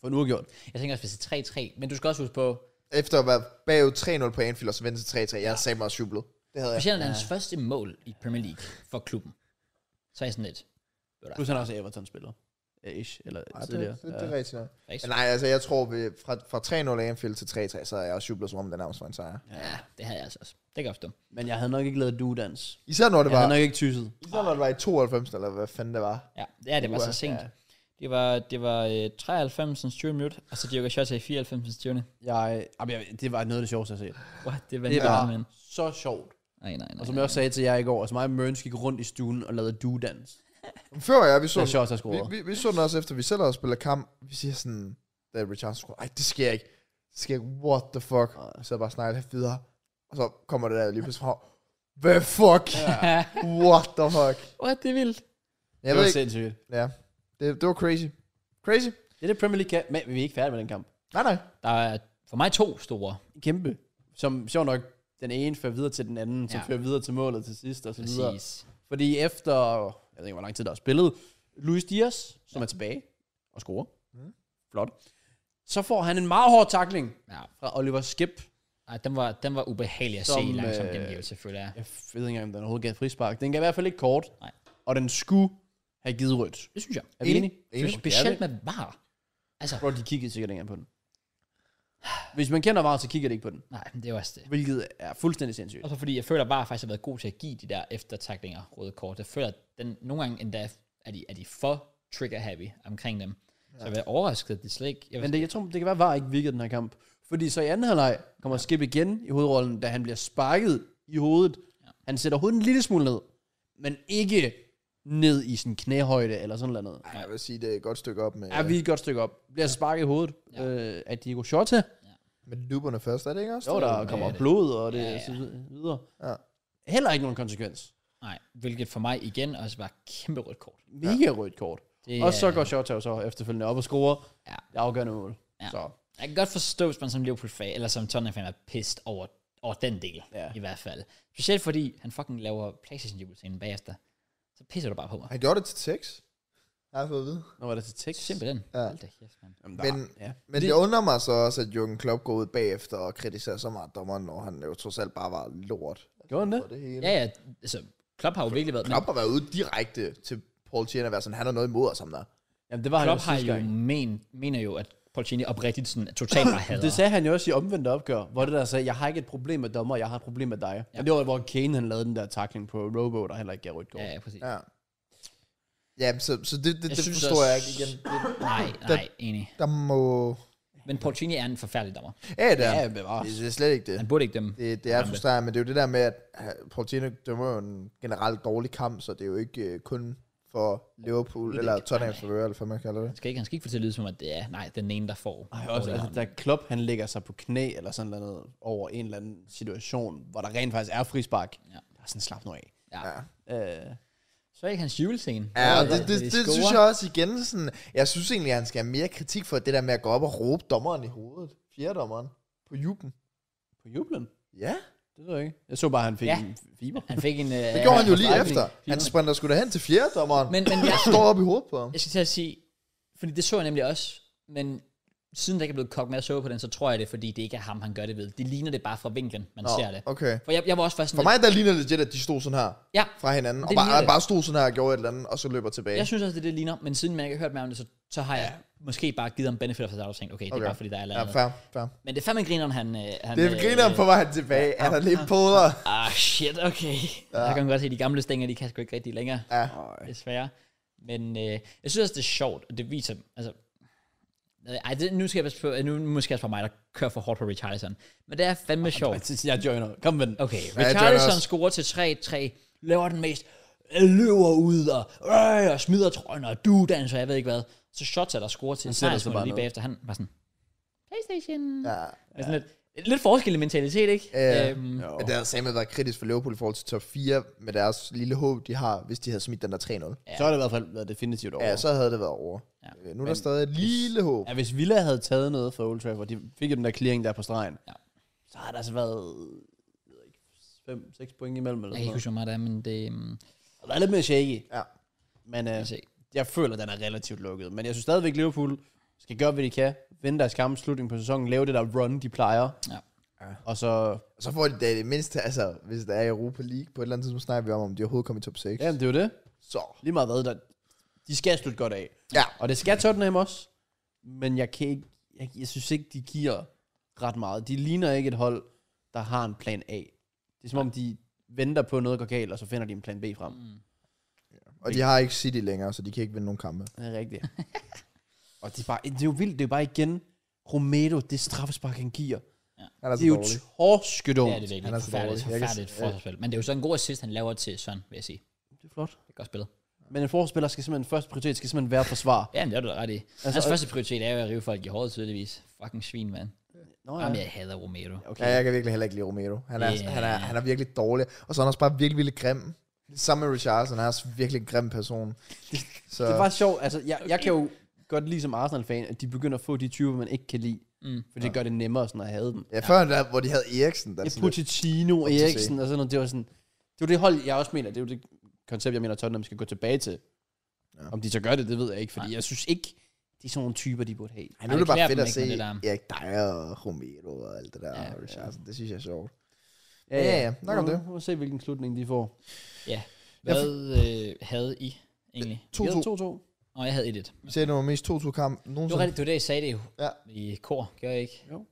Speaker 3: for en uafgjort?
Speaker 1: Jeg tænker også, hvis det er 3-3, men du skal også huske på,
Speaker 2: Efter at være bagud 3-0 på Anfield, og så vende til 3-3. Jeg sagde mig også jublet. Det havde jeg.
Speaker 1: specielt ja. hans første mål i Premier League for klubben. Så er jeg sådan lidt,
Speaker 3: Plus han er også Everton-spiller. Øh, Ish, eller
Speaker 2: Ej, det,
Speaker 3: tidligere.
Speaker 2: det, det, er rigtigt nok.
Speaker 1: Rigtigt.
Speaker 2: Men nej, altså jeg tror, vi, fra, fra 3-0 Anfield til 3-3, så havde jeg også jublet, som om den nærmest var en sejr.
Speaker 1: ja, det havde jeg altså også. Det kan jeg forstå.
Speaker 3: Men jeg havde nok ikke lavet do-dans.
Speaker 2: Især når det
Speaker 3: Jeg
Speaker 2: var,
Speaker 3: havde nok ikke tysset.
Speaker 2: især når det var i 92, eller hvad fanden det var.
Speaker 1: Ja, ja det var så
Speaker 2: Uha,
Speaker 1: sent.
Speaker 3: ja.
Speaker 1: Det var, det var øh, 93. 20 minut, og så Diogo Jota i 94. 20.
Speaker 3: Jeg, jamen, jeg, det var noget af det sjoveste, jeg har set.
Speaker 1: What, det var
Speaker 3: Det
Speaker 1: det
Speaker 3: var
Speaker 1: bare, men.
Speaker 3: så sjovt.
Speaker 1: Nej, nej, nej.
Speaker 3: Og som jeg også sagde til jer i går, altså mig og Mørns gik rundt i stuen og lavede do-dans.
Speaker 2: Før jeg, vi så,
Speaker 3: Det var sjovt, at
Speaker 2: vi,
Speaker 3: score.
Speaker 2: vi, vi, så den også efter, vi selv havde spillet kamp. Vi siger sådan, da Richard skulle, ej, det sker ikke. Det sker ikke, what the fuck. Vi sad bare og snakkede videre. Og så kommer det der lige pludselig fra, hvad fuck?
Speaker 1: Ja.
Speaker 2: what the fuck?
Speaker 1: What, det er vildt.
Speaker 2: Jeg ved
Speaker 3: det var
Speaker 2: ikke,
Speaker 3: sindssygt.
Speaker 2: ja. Det, det var crazy. Crazy?
Speaker 3: Det er det Premier League kan, men vi er ikke færdige med den kamp.
Speaker 2: Nej, nej.
Speaker 1: Der er for mig to store.
Speaker 3: kæmpe. Som sjov nok, den ene fører videre til den anden, som
Speaker 1: Ja.
Speaker 3: fører videre til målet til sidst og så videre.
Speaker 1: Præcis.
Speaker 3: Fordi efter, jeg ved ikke, hvor lang tid der er spillet, Luis Diaz, som er tilbage og scorer. Mm. Flot. Så får han en meget hård takling
Speaker 1: Ja.
Speaker 3: fra Oliver Skip.
Speaker 1: Ej, den var, den var ubehagelig at
Speaker 3: Som,
Speaker 1: se langsomt
Speaker 3: øh,
Speaker 1: øh, gengivelse, selvfølgelig. er.
Speaker 3: Jeg ved ikke engang, om den overhovedet gav frispark. Den gav i hvert fald ikke kort.
Speaker 1: Nej.
Speaker 3: Og den skulle have givet rødt.
Speaker 1: Det synes jeg.
Speaker 3: Er vi
Speaker 2: Enig.
Speaker 3: enige?
Speaker 2: Enig.
Speaker 1: Synes, specielt med var. Altså,
Speaker 3: Bro, de kiggede sikkert ikke engang på den. Hvis man kender VAR, så kigger de ikke på den.
Speaker 1: nej, det er jo også det.
Speaker 3: Hvilket er fuldstændig sindssygt.
Speaker 1: Og så fordi jeg føler, at VAR faktisk har været god til at give de der eftertaklinger røde kort. Jeg føler, at den, nogle gange endda er de, er de for trigger-happy omkring dem. Så jeg er overrasket, at de slet ikke... Jeg
Speaker 3: Men det, jeg tror, det kan være, var ikke virkede den her kamp. Fordi så i anden halvleg kommer Skip igen i hovedrollen, da han bliver sparket i hovedet. Ja. Han sætter hovedet en lille smule ned, men ikke ned i sin knæhøjde eller sådan noget.
Speaker 2: Ej, jeg vil sige, det er et godt stykke op med,
Speaker 3: Ja. Er vi et godt stykke op. Bliver så sparket i hovedet ja. øh, af Diego Schotte.
Speaker 2: med duberne først, er det ikke også?
Speaker 3: Jo, der
Speaker 2: det?
Speaker 3: kommer
Speaker 1: det.
Speaker 3: blod og det ja,
Speaker 1: Ja,
Speaker 3: ja.
Speaker 1: ja.
Speaker 3: så vid- videre.
Speaker 2: Ja.
Speaker 3: Heller ikke nogen konsekvens.
Speaker 1: Nej, hvilket for mig igen også var kæmpe rødt kort.
Speaker 3: Mega ja. rødt kort.
Speaker 1: Det
Speaker 3: Og så
Speaker 1: er-
Speaker 3: går Schotte så efterfølgende op og scorer.
Speaker 1: Ja.
Speaker 3: Det afgørende mål.
Speaker 1: Ja.
Speaker 3: Så
Speaker 1: Jeg kan godt forstå, hvis man som Liverpool-fan, eller som Tottenham-fan er pissed over, over den del,
Speaker 3: Ja.
Speaker 1: ja. i hvert fald. Specielt fordi han fucking laver playstation jubelscenen bagefter. Så pisser du bare på mig.
Speaker 2: Han gjorde det til 6. Har jeg fået at vide.
Speaker 3: nu var det til tekst.
Speaker 1: Simpelthen.
Speaker 2: Ja.
Speaker 1: Ja. Hold da kæft, mand.
Speaker 3: Jamen, der,
Speaker 2: Men-
Speaker 3: ja.
Speaker 2: Men det, det undrer mig så også, at Jürgen Klopp går ud bagefter og kritiserer så meget dommeren, når han jo trods alt bare var lort.
Speaker 3: Gjorde han det?
Speaker 2: For det hele.
Speaker 1: Ja, ja, altså, Klopp har jo virkelig været...
Speaker 2: Klopp har været ude direkte til Paul Tien og været sådan, han har noget imod os, ham der.
Speaker 3: Jamen, det var
Speaker 1: men Klopp
Speaker 3: han
Speaker 1: har
Speaker 3: sidste
Speaker 1: jo
Speaker 3: gang.
Speaker 1: men, mener jo, at Pochettino oprigtigt sådan, totalt bare hader.
Speaker 3: Det sagde han jo også i omvendt opgør, hvor det der sagde, jeg har ikke et problem med dommer, jeg har et problem med dig. Ja. Og det var, hvor Kane han lavede den der tackling på Robo, der heller ikke gav rødt kort.
Speaker 1: Ja,
Speaker 3: Ja.
Speaker 1: ja, præcis.
Speaker 2: Ja. Ja, så, så det, det,
Speaker 1: Jeg
Speaker 2: det
Speaker 1: synes
Speaker 2: forstår
Speaker 1: også-
Speaker 2: jeg ikke igen. Det,
Speaker 1: Nej, nej, enig.
Speaker 2: der må...
Speaker 1: Men Pochettino er en forfærdelig dommer.
Speaker 2: Ja, det er.
Speaker 3: Ja,
Speaker 2: Ja,
Speaker 3: bevares.
Speaker 2: det, det er slet ikke det.
Speaker 1: Han burde ikke dømme.
Speaker 2: Det, det er frustrerende, men det er jo det der med, at Paul Tien dømmer jo en generelt dårlig kamp, så det er jo ikke øh, kun for Liverpool, eller Tottenham for eller hvad man kalder det.
Speaker 1: Han skal ikke, han skal ikke få til at lyde som, at det er, nej, den ene, der får.
Speaker 3: Ej, også,
Speaker 1: over det
Speaker 3: altså,
Speaker 1: her.
Speaker 3: da Klopp, han lægger sig på knæ eller sådan noget over en eller anden situation, hvor der rent faktisk er frispark.
Speaker 1: Ja.
Speaker 3: Der er sådan slap nu af.
Speaker 1: ja.
Speaker 2: Ja.
Speaker 3: Øh,
Speaker 1: Så er ikke hans julescene.
Speaker 2: Ja, og
Speaker 1: Altså,
Speaker 2: det, det, det,
Speaker 1: scorer.
Speaker 2: det synes jeg også igen. Sådan, jeg synes egentlig, at han skal have mere kritik for det der med at gå op og råbe dommeren i hovedet. Fjerdommeren. På jublen.
Speaker 3: på jublen?
Speaker 2: Ja.
Speaker 3: Det ved jeg ikke. Jeg så bare, at han fik
Speaker 1: Ja.
Speaker 3: ja. en fiber.
Speaker 1: Han fik en... øh,
Speaker 2: Det gjorde han jo lige
Speaker 1: forretning.
Speaker 2: efter. Han sprinter skulle da hen til fjerdommeren.
Speaker 1: Men, men jeg,
Speaker 2: står op i hovedet på ham.
Speaker 1: jeg skal til at sige, fordi det så jeg nemlig også, men siden der ikke er blevet kogt med at så på den, så tror jeg det, er, fordi det ikke er ham, han gør det ved. Det ligner det bare fra vinklen, man ser det.
Speaker 2: okay.
Speaker 1: For jeg, jeg var også faktisk sådan...
Speaker 2: For mig der ligner legit, at de stod sådan her
Speaker 1: ja,
Speaker 2: fra hinanden. Og
Speaker 1: Det ligner
Speaker 2: bare,
Speaker 1: det.
Speaker 2: bare stod sådan her og gjorde et eller andet, og så løber tilbage.
Speaker 1: jeg synes også, det er det det ligner, men siden man ikke har hørt mere om det, så, så har jeg måske bare givet ham benefit of the doubt og tænkt, okay, det er
Speaker 2: Okay.
Speaker 1: bare fordi, der er et eller
Speaker 2: ja,
Speaker 1: andet.
Speaker 2: fair, fair.
Speaker 1: Men det er fandme grineren, han... øh, han
Speaker 2: Det
Speaker 1: øh,
Speaker 2: griner på vejen tilbage. Er der lidt poder?
Speaker 1: Ah, shit, okay. Ja. Jeg kan godt se, at de gamle stænger, de kan sgu ikke rigtig længere,
Speaker 2: Ja.
Speaker 1: desværre. Men øh, jeg synes også, det er sjovt, og det viser, altså... øh, Ej, det, nu skal jeg passe på, øh, nu måske også for mig, der kører for hårdt på Richarlison. Men det er fandme sjovt.
Speaker 3: Jeg- Jeg joiner. Kom med den.
Speaker 1: Okay,
Speaker 2: jeg joiner
Speaker 1: Richarlison
Speaker 2: også.
Speaker 1: scorer til 3-3, laver den mest øh, løber ud og, øh, og smider trøjen og du danser, jeg ved ikke hvad. Så Shota, der scorer til
Speaker 3: sætter sig
Speaker 1: sejrsmålet
Speaker 3: bare
Speaker 1: lige
Speaker 3: ned.
Speaker 1: bagefter, han var sådan, Playstation. Ja.
Speaker 2: ja.
Speaker 1: Sådan lidt, lidt forskel i mentalitet, ikke?
Speaker 2: Ja.
Speaker 1: Øhm,
Speaker 3: Jo.
Speaker 2: Men det havde samme været kritisk for Liverpool i forhold til top 4 med deres lille håb, de har, hvis de havde smidt den der 3-0.
Speaker 3: Så har det i hvert fald været definitivt over.
Speaker 2: Ja, så havde det været over.
Speaker 1: Ja.
Speaker 2: Øh, Nu er der stadig et lille håb.
Speaker 3: Ja, hvis Villa havde taget noget fra Old Trafford, de fik jo den der clearing der på stregen,
Speaker 1: Ja.
Speaker 3: ja. så har der altså været 5-6 point imellem. Eller
Speaker 1: Jeg kan ikke
Speaker 3: sådan
Speaker 1: huske, hvor meget det er, men det... Um,
Speaker 3: noget. Der er lidt mere shaky,
Speaker 2: Ja.
Speaker 3: men øh,
Speaker 1: se.
Speaker 3: jeg føler, den er relativt lukket. Men jeg synes stadigvæk, Liverpool skal gøre, hvad de kan, vinde deres kamp, slutning på sæsonen, lave det der run, de plejer,
Speaker 1: Ja.
Speaker 3: og så...
Speaker 2: Og så får de da i det mindste, altså, hvis der er Europa League, på et eller andet tidspunkt snakker vi om, om de overhovedet kommer i top 6.
Speaker 3: Jamen, det er jo det.
Speaker 2: Så.
Speaker 3: Lige meget hvad, der, de skal slutte godt af.
Speaker 2: Ja.
Speaker 3: Og det skal Tottenham også, men jeg, kan ikke, jeg, jeg synes ikke, de giver ret meget. De ligner ikke et hold, der har en plan A. Det er som om, de venter på, at noget går galt, og så finder de en plan B frem. Mm.
Speaker 2: Og de har ikke City længere, så de kan ikke vinde nogen kampe.
Speaker 3: Det er rigtigt. og det er, bare, det er jo vildt, det er jo bare igen, Romero, det straffespark, han giver.
Speaker 2: Han er
Speaker 3: Det
Speaker 2: så
Speaker 3: er jo
Speaker 2: dårlig.
Speaker 3: torskedumt.
Speaker 1: Ja, det er det.
Speaker 2: Han
Speaker 1: Det
Speaker 2: er
Speaker 1: er
Speaker 2: så
Speaker 1: forfærdeligt,
Speaker 2: dårlig. Jeg kan-
Speaker 1: forfærdeligt forsvarsspil. Men det er jo så en god assist, han laver til Søren, vil jeg sige.
Speaker 3: det er flot.
Speaker 1: Det er godt spillet.
Speaker 3: Men en forspiller skal simpelthen, første prioritet skal simpelthen være at forsvare.
Speaker 1: Ja, men det er du da ret i. Altså, Hans første prioritet er jo at rive folk i håret, tydeligvis. Fucking svin, mand.
Speaker 3: Nå,
Speaker 1: Jamen, jeg hader Romero.
Speaker 3: Okay.
Speaker 2: Ja, jeg kan virkelig heller ikke lide Romero. Han er,
Speaker 1: Ja.
Speaker 2: yeah. han er, han er virkelig dårlig. Og så er han også bare virkelig, virkelig grim. Sammen med Richardson, han er også virkelig en grim person. Så,
Speaker 3: Det var sjovt. Altså, jeg, okay. jeg kan jo godt lide som Arsenal-fan, at de begynder at få de 20, man ikke kan lide. Mm. For det gør det nemmere sådan at have dem.
Speaker 2: ja, før der, hvor de havde Eriksen, der
Speaker 3: Ja,
Speaker 2: er sådan lidt-
Speaker 3: Pochettino,
Speaker 2: til
Speaker 3: Eriksen og sådan noget. Det var sådan... Det var det hold, jeg også mener. Det er jo det koncept, jeg mener, Tottenham skal gå tilbage til. Ja. Om de så gør det, det ved jeg ikke. Fordi Nej. jeg synes ikke, de er sådan nogle typer, de burde have.
Speaker 2: Ej, nu er det
Speaker 1: klæder
Speaker 2: bare fedt
Speaker 1: dem
Speaker 2: at
Speaker 1: ikke
Speaker 2: se
Speaker 1: med det der.
Speaker 2: Erik Dyer og Romero og alt det der.
Speaker 1: Ja,
Speaker 2: Ja,
Speaker 1: ja.
Speaker 2: Richardson, det synes jeg er sjovt. ja, ja. Nok om det.
Speaker 3: Nu må vi se, hvilken slutning de får.
Speaker 1: Ja. Hvad øh, havde I egentlig?
Speaker 2: 2-2.
Speaker 3: Ja, 2-2.
Speaker 1: Og jeg havde edit.
Speaker 2: Vi ser det var mest 2-2-kamp
Speaker 1: Det var
Speaker 2: nogensinde.
Speaker 1: rigtigt, det var det, I sagde det jo.
Speaker 2: Ja.
Speaker 1: I kor, gør jeg ikke?
Speaker 2: Jo.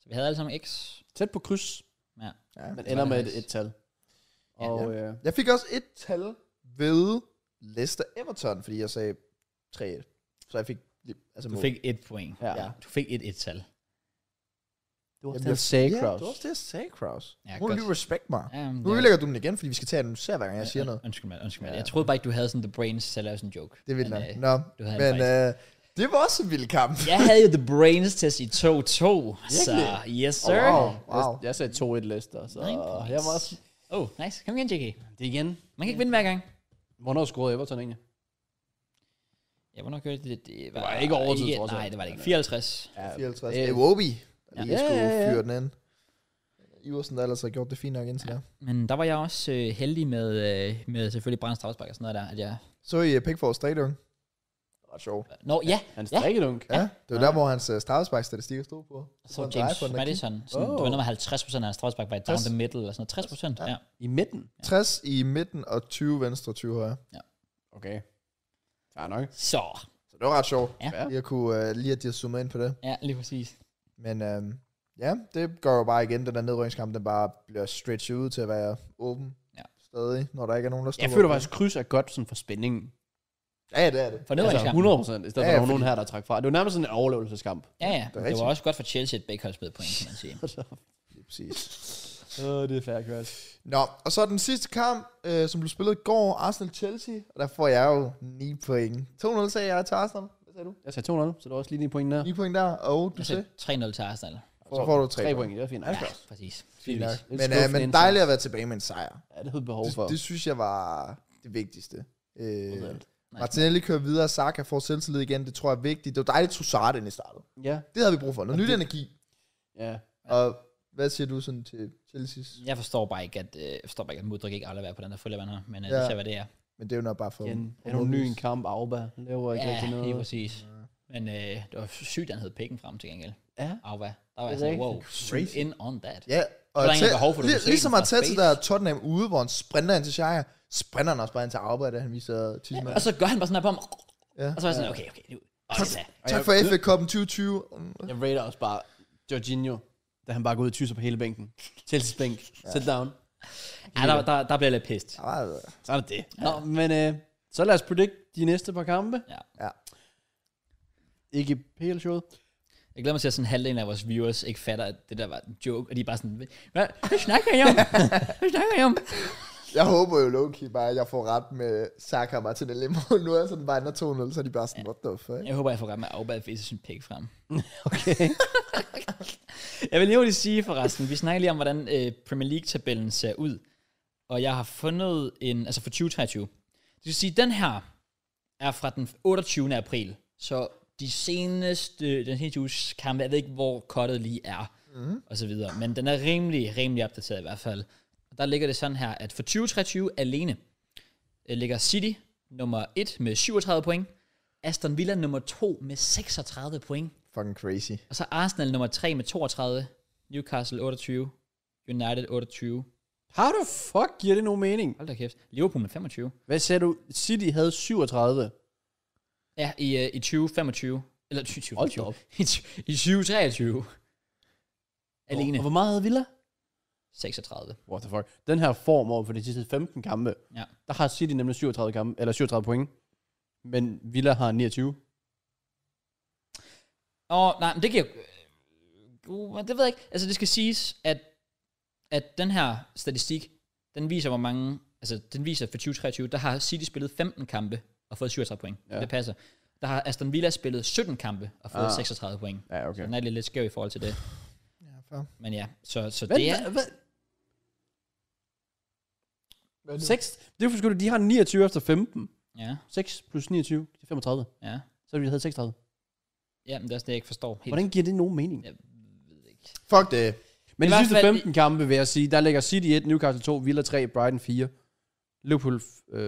Speaker 1: Så vi havde alle sammen X.
Speaker 3: Tæt på kryds,
Speaker 1: Ja.
Speaker 2: Ja.
Speaker 3: men ender
Speaker 1: det
Speaker 3: med et,
Speaker 1: nice.
Speaker 3: et tal.
Speaker 1: Ja.
Speaker 3: Og ja. øh,
Speaker 2: Jeg fik også et tal ved Leicester Everton, fordi jeg sagde 3-1. Så jeg fik... Altså,
Speaker 1: Du
Speaker 2: mål.
Speaker 1: fik et point.
Speaker 3: ja.
Speaker 2: Ja.
Speaker 3: ja.
Speaker 1: Du fik et et-tal.
Speaker 3: Det
Speaker 2: Jamen,
Speaker 3: var også den
Speaker 2: jeg-
Speaker 3: sagde
Speaker 2: Ja,
Speaker 3: Kraus.
Speaker 2: det var også det, jeg sagde, Kraus.
Speaker 1: Ja,
Speaker 2: Ja, nu vil
Speaker 1: godt.
Speaker 2: du respekt mig.
Speaker 1: Ja, men
Speaker 2: Nu
Speaker 1: det er-
Speaker 2: ødelægger du den igen, fordi vi skal tage den ser, hver gang jeg siger noget.
Speaker 1: Undskyld mig, undskyld mig.
Speaker 2: Ja.
Speaker 1: Jeg troede bare ikke, du havde sådan the brains til at lave sådan en joke.
Speaker 2: Det vil
Speaker 1: Men,
Speaker 2: nok.
Speaker 1: øh,
Speaker 2: Nå,
Speaker 1: du havde
Speaker 2: men
Speaker 1: en
Speaker 2: øh, det var også en vild kamp.
Speaker 1: Jeg havde jo the brains til at sige 2-2, så yes sir.
Speaker 2: Wow, wow.
Speaker 3: Wow. Jeg sagde 2-1 Leicester, så
Speaker 1: Nine
Speaker 3: jeg var
Speaker 1: points.
Speaker 3: også...
Speaker 1: Oh, nice. Kom igen, JK.
Speaker 3: Det er igen.
Speaker 1: Man kan ikke vinde hver gang.
Speaker 3: Hvornår scorede Everton egentlig?
Speaker 1: Ja, hvornår kørte det? Det var,
Speaker 3: var ikke overtid,
Speaker 1: ikke-
Speaker 3: trods alt.
Speaker 1: Nej, det var det ikke. 54.
Speaker 3: Ja,
Speaker 2: 54.
Speaker 3: det-
Speaker 2: Det er Wobi, der lige
Speaker 3: Ja,
Speaker 2: skulle
Speaker 3: ja, ja.
Speaker 2: fyre den ind. Iversen, der ellers har gjort det fint nok indtil der.
Speaker 1: Men der var jeg også øh, heldig med, øh, med selvfølgelig Brands Strafspark og sådan noget der. At jeg...
Speaker 2: Så i øh, Pickford stadion. Det var sjovt.
Speaker 1: Nå, ja,
Speaker 3: Hans
Speaker 1: Ja.
Speaker 3: ja. drikkedunk.
Speaker 2: Ja, det var der, hvor hans øh, straffesparkstatistikker stod på.
Speaker 1: så
Speaker 2: Hvor han drejer
Speaker 1: James
Speaker 2: på den der
Speaker 1: Madison. Sådan, oh. Det var noget med 50 procent af hans strafspark var i down
Speaker 2: 60.
Speaker 1: the middle, eller sådan noget. 60 procent, ja. ja.
Speaker 3: I midten.
Speaker 2: kig. 60 i midten og 20 venstre og 20 højre.
Speaker 3: Okay. Ja, nok.
Speaker 1: Så,
Speaker 2: Så det var ret sjovt.
Speaker 1: Ja.
Speaker 2: Jeg kunne øh, lige, at de har zoomet ind på det.
Speaker 1: ja, lige præcis.
Speaker 2: Men øhm, ja, det går jo bare igen, den der nedrykningskamp, den bare bliver stretchet ud til at være åben
Speaker 1: Ja.
Speaker 2: ja. stadig, når der ikke er nogen, der står
Speaker 3: Jeg føler faktisk, kryds er godt sådan for spændingen.
Speaker 2: Ja, ja, det er det.
Speaker 1: For
Speaker 3: Altså
Speaker 1: nedrykningskampen.
Speaker 3: 100 procent, i stedet
Speaker 2: Ja,
Speaker 3: for, at
Speaker 2: ja,
Speaker 3: der var nogen
Speaker 2: fordi-
Speaker 3: her, der trak fra. Det var nærmest sådan en overlevelseskamp.
Speaker 1: Ja, ja. Det, det var
Speaker 2: rigtigt.
Speaker 1: også godt for Chelsea, at Bæk holdt spillet point, kan man sige.
Speaker 2: Lige præcis.
Speaker 3: Åh, det er fair, Chris.
Speaker 2: Nå, og så den sidste kamp, øh, som blev spillet i går, Arsenal-Chelsea. Og der får jeg jo 9 point. 2-0 sagde jeg til Arsenal. Hvad sagde du?
Speaker 3: Jeg sagde 200, så der er også lige 9 point der.
Speaker 2: 9 point der, og du
Speaker 1: Altså,
Speaker 2: sagde?
Speaker 1: 3-0 til Arsenal.
Speaker 2: Så får du 3,
Speaker 3: 3 point, det er fint. Ja,
Speaker 1: Præcis.
Speaker 2: Fint
Speaker 1: Fint.
Speaker 2: nok.
Speaker 3: Lidt
Speaker 2: Men, øh,
Speaker 3: skuffende
Speaker 2: men
Speaker 3: indsats.
Speaker 2: dejligt at være tilbage med en sejr.
Speaker 3: ja det havde behov for.
Speaker 2: Det, det synes jeg var det vigtigste. Øh,
Speaker 3: Udvalgt.
Speaker 2: Martinelli kører videre, Saka får selvtillid igen, det tror jeg er vigtigt. Det var dejligt, at Trussard endelig startede.
Speaker 3: Ja,
Speaker 2: Det havde vi brug for. Noget nyt energi.
Speaker 3: ja.
Speaker 2: Og hvad siger du sådan til Chelsea's?
Speaker 1: Jeg forstår bare ikke, at, øh, jeg forstår bare ikke, at Mudrik ikke aldrig være på den der fulde vand her, men øh,
Speaker 2: Ja.
Speaker 1: det ser, hvad det er.
Speaker 2: Men det er jo nok bare for...
Speaker 3: En
Speaker 2: for
Speaker 3: anonym
Speaker 2: modvis.
Speaker 3: kamp, Auba. Han laver ikke
Speaker 1: Ja,
Speaker 3: rigtig noget.
Speaker 1: helt præcis. Men øh, det var sygt, at han hed Pikken frem til gengæld.
Speaker 3: Ja.
Speaker 1: Auba. Der var
Speaker 3: Det er
Speaker 1: jeg sådan,
Speaker 3: rigtigt.
Speaker 1: wow, zoom in on that.
Speaker 2: Ja, og
Speaker 1: der er ingen
Speaker 2: Arteta-
Speaker 1: behov for, at du
Speaker 2: li-
Speaker 1: kan se
Speaker 2: ligesom
Speaker 1: den fra
Speaker 2: Arteta,
Speaker 1: space.
Speaker 2: der er Tottenham ude, hvor han sprinter ind til Shire, sprinter han også bare ind til Auba, da han viser tidsmand.
Speaker 1: Og så gør han bare sådan her på ham.
Speaker 2: Ja.
Speaker 1: Og så er jeg sådan, okay, okay. Nu. Og det er
Speaker 2: Tak for FA Cup'en 2020.
Speaker 3: Jeg rater også bare Jorginho, da han bare går ud og tyser på hele bænken. Chelsea's bænk. Sit down.
Speaker 1: ja, der, der, der bliver jeg lidt pissed.
Speaker 3: Så er det det. Nå, men øh, så lad os predict de næste par kampe.
Speaker 1: Ja.
Speaker 2: Ja.
Speaker 3: Ikke PL-showet.
Speaker 1: Jeg glæder mig til, at sådan halvdelen af vores viewers ikke fatter, at det der var en joke, og de er bare sådan, hvad, hvad snakker jeg om? Hvad snakker jeg om?
Speaker 2: Jeg håber jo low-key bare, at jeg får ret med Saka og Martinelli mod nu er sådan bare ender 2-0, så er de bare sådan, what the fuck?
Speaker 1: Jeg håber, jeg får ret med Auberg, hvis jeg synes pæk frem.
Speaker 3: Okay.
Speaker 1: Jeg vil lige hurtigt sige forresten, vi snakker lige om, hvordan øh, Premier League-tabellen ser ud. Og jeg har fundet en, altså for 2023. Det vil sige, den her er fra den 28. april. Så de seneste, den seneste uges kampe, jeg ved ikke, hvor kottet lige er, mm. og så videre. Men den er rimelig, rimelig opdateret i hvert fald. Og der ligger det sådan her, at for 2023 alene øh, ligger City nummer 1 med 37 point. Aston Villa nummer 2 med 36 point.
Speaker 2: Fucking crazy.
Speaker 1: Og så Arsenal nummer 3 med 32, Newcastle 28, United 28.
Speaker 3: How the fuck giver det nogen mening?
Speaker 1: Hold da kæft. Liverpool med 25.
Speaker 3: Hvad sagde du? City havde 37.
Speaker 1: Ja, i, øh, i 2025. Eller 2025.
Speaker 3: Hold da op.
Speaker 1: I, ty- i 2023. Alene.
Speaker 3: Og hvor meget havde Villa?
Speaker 1: 36.
Speaker 3: What the fuck? Den her form over for de sidste 15 kampe,
Speaker 1: Ja.
Speaker 3: der har City nemlig 37, kampe, eller 37 point. Men Villa har 29.
Speaker 1: Og nej, men det giver... Uh, det ved jeg ikke. Altså, det skal siges, at, at den her statistik, den viser, hvor mange... Altså, den viser for 2023, der har City spillet 15 kampe og fået 37 point.
Speaker 3: Ja.
Speaker 1: Ja. Det passer. Der har Aston Villa spillet 17 kampe og fået
Speaker 3: Ah.
Speaker 1: ah. 36 point.
Speaker 3: Ja,
Speaker 1: Så
Speaker 3: okay.
Speaker 1: den er lidt, lidt skæv i forhold til det.
Speaker 2: Ja, fair.
Speaker 1: Men ja, så, så
Speaker 3: Hvad,
Speaker 1: det er...
Speaker 3: hvad, hvad?
Speaker 2: Hvad er det?
Speaker 3: 6? Det er for sgu, de har 29 efter 15.
Speaker 1: Ja,
Speaker 3: 6 plus 29, det er 35.
Speaker 1: ja.
Speaker 3: Så vi havde 36.
Speaker 1: Ja, men det er også det, jeg ikke forstår helt.
Speaker 3: Hvordan giver det nogen mening?
Speaker 1: Ja.
Speaker 2: Fuck det.
Speaker 3: Men
Speaker 1: I
Speaker 3: de
Speaker 1: hvert
Speaker 3: sidste
Speaker 1: fald-
Speaker 3: 15 kampe, vil jeg sige, der ligger City 1, Newcastle 2, Villa 3, Brighton 4, Liverpool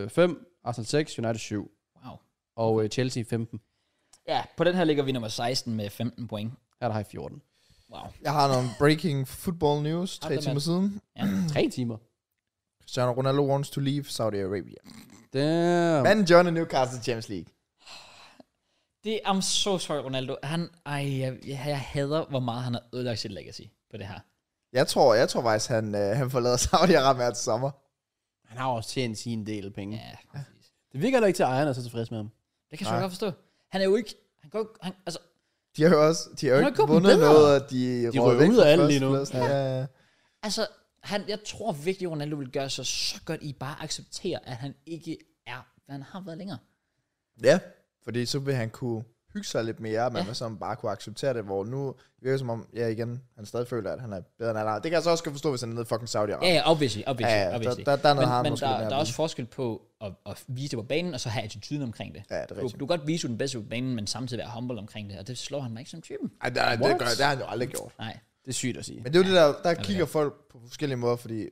Speaker 3: 5, Arsenal 6, United 7
Speaker 1: Wow.
Speaker 3: og øh, Chelsea 15.
Speaker 1: Ja, på den her ligger vi nummer 16 med 15 point.
Speaker 3: Her der har jeg 14.
Speaker 1: Wow.
Speaker 2: Jeg har nogle breaking football news
Speaker 1: Hold
Speaker 2: tre
Speaker 1: da,
Speaker 2: timer
Speaker 1: mand.
Speaker 2: siden.
Speaker 1: Ja.
Speaker 3: 3 timer.
Speaker 2: Cristiano Ronaldo wants to leave Saudi Arabia.
Speaker 3: Damn.
Speaker 2: Manden John i Newcastle Champions League.
Speaker 1: Det, I'm so sorry, Ronaldo. Han, ej, jeg, jeg, jeg hader, hvor meget han har ødelagt sit legacy på det her.
Speaker 2: Jeg tror, jeg tror faktisk, han, øh, han forlader Saudi-Arabien her til sommer.
Speaker 3: Han har også tjent sin del penge.
Speaker 1: Ja, præcis.
Speaker 3: Det virker da ikke til at ejeren er så tilfreds med ham.
Speaker 1: Det kan jeg sgu godt forstå. Han er jo ikke... Han går, ikke- han, altså,
Speaker 2: De har jo også de har
Speaker 1: Han
Speaker 2: jo
Speaker 1: har
Speaker 2: ikke
Speaker 1: gjort dem
Speaker 2: vundet
Speaker 1: bedre.
Speaker 2: noget, og de,
Speaker 3: De
Speaker 2: røg
Speaker 3: ryger
Speaker 2: væk
Speaker 3: ud af
Speaker 2: fra
Speaker 3: alt lige nu.
Speaker 2: førstepladsen. Ja. ja.
Speaker 1: altså han, jeg tror virkelig, Ronaldo vil gøre sig så godt i bare at acceptere, at han ikke er, hvad han har været længere.
Speaker 2: Ja, fordi så vil han kunne hygge sig lidt mere, men
Speaker 1: Ja.
Speaker 2: ja. som bare kunne acceptere det, hvor nu det virker som om, ja igen, han stadig føler, at han er bedre end alle andre. Det kan jeg så også godt forstå, hvis han er nede i fucking Saudi-Arabien.
Speaker 1: Ja, ja, obviously, obviously,
Speaker 2: Ja, ja, der-
Speaker 1: obviously.
Speaker 2: der- der er noget,
Speaker 1: men,
Speaker 2: har han
Speaker 1: men
Speaker 2: måske lidt
Speaker 1: der,
Speaker 2: mere
Speaker 1: der er
Speaker 2: at
Speaker 1: også forskel på at, at vise det på banen, og så have attituden omkring det.
Speaker 2: Ja, det er
Speaker 1: du,
Speaker 2: rigtigt.
Speaker 1: du kan godt vise du er den bedste på banen, men samtidig være humble omkring det, og det slår han mig ikke som typen.
Speaker 2: Ej, det, det,
Speaker 3: What?
Speaker 2: det, gør, det har han jo aldrig gjort.
Speaker 1: Nej.
Speaker 3: Det er sygt at sige.
Speaker 2: Men det er jo det, der, der kigger folk på forskellige måder, fordi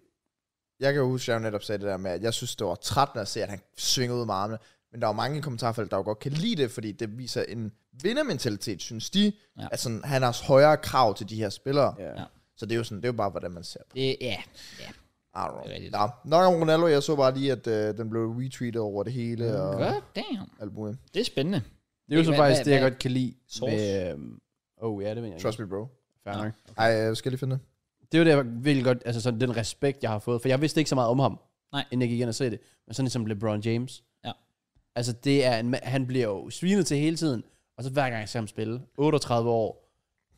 Speaker 2: jeg kan jo huske, at jeg jo netop sagde det der med, at jeg synes, det var trættende at se, at han svingede ud med armene. Men der er jo mange i kommentarfeltet, der jo godt kan lide det, fordi det viser en vindermentalitet, synes de,
Speaker 1: Ja.
Speaker 2: ja. at sådan, han har højere krav til de her spillere.
Speaker 3: Ja.
Speaker 1: Ja.
Speaker 2: Så det er jo sådan, det er jo bare, hvordan man ser
Speaker 1: Det, ja, ja.
Speaker 2: I don't know.
Speaker 1: Det er rigtigt.
Speaker 2: Nå, nok om Ronaldo, jeg så bare lige, at øh, den blev retweetet over det hele mm. og
Speaker 1: God damn.
Speaker 2: alt muligt.
Speaker 1: Det er spændende.
Speaker 3: Det er jo
Speaker 1: Hvad-
Speaker 3: så
Speaker 1: hvad-
Speaker 3: faktisk det, jeg
Speaker 1: hvad-
Speaker 3: godt kan lide.
Speaker 1: Sauce?
Speaker 3: Med, øhm, oh, ja, det mener jeg
Speaker 2: Trust
Speaker 3: ikke.
Speaker 2: me, bro.
Speaker 3: Fair nok.
Speaker 2: Ej, jeg skal lige finde det.
Speaker 3: Det er jo det, jeg virkelig godt, altså sådan den respekt, jeg har fået. For jeg vidste ikke så meget om ham,
Speaker 1: Nej.
Speaker 3: inden jeg gik ind og så det. Men sådan som LeBron James.
Speaker 1: Ja.
Speaker 3: Altså det er en, ma- han bliver jo svinet til hele tiden. Og så hver gang jeg ser ham spille, 38 år,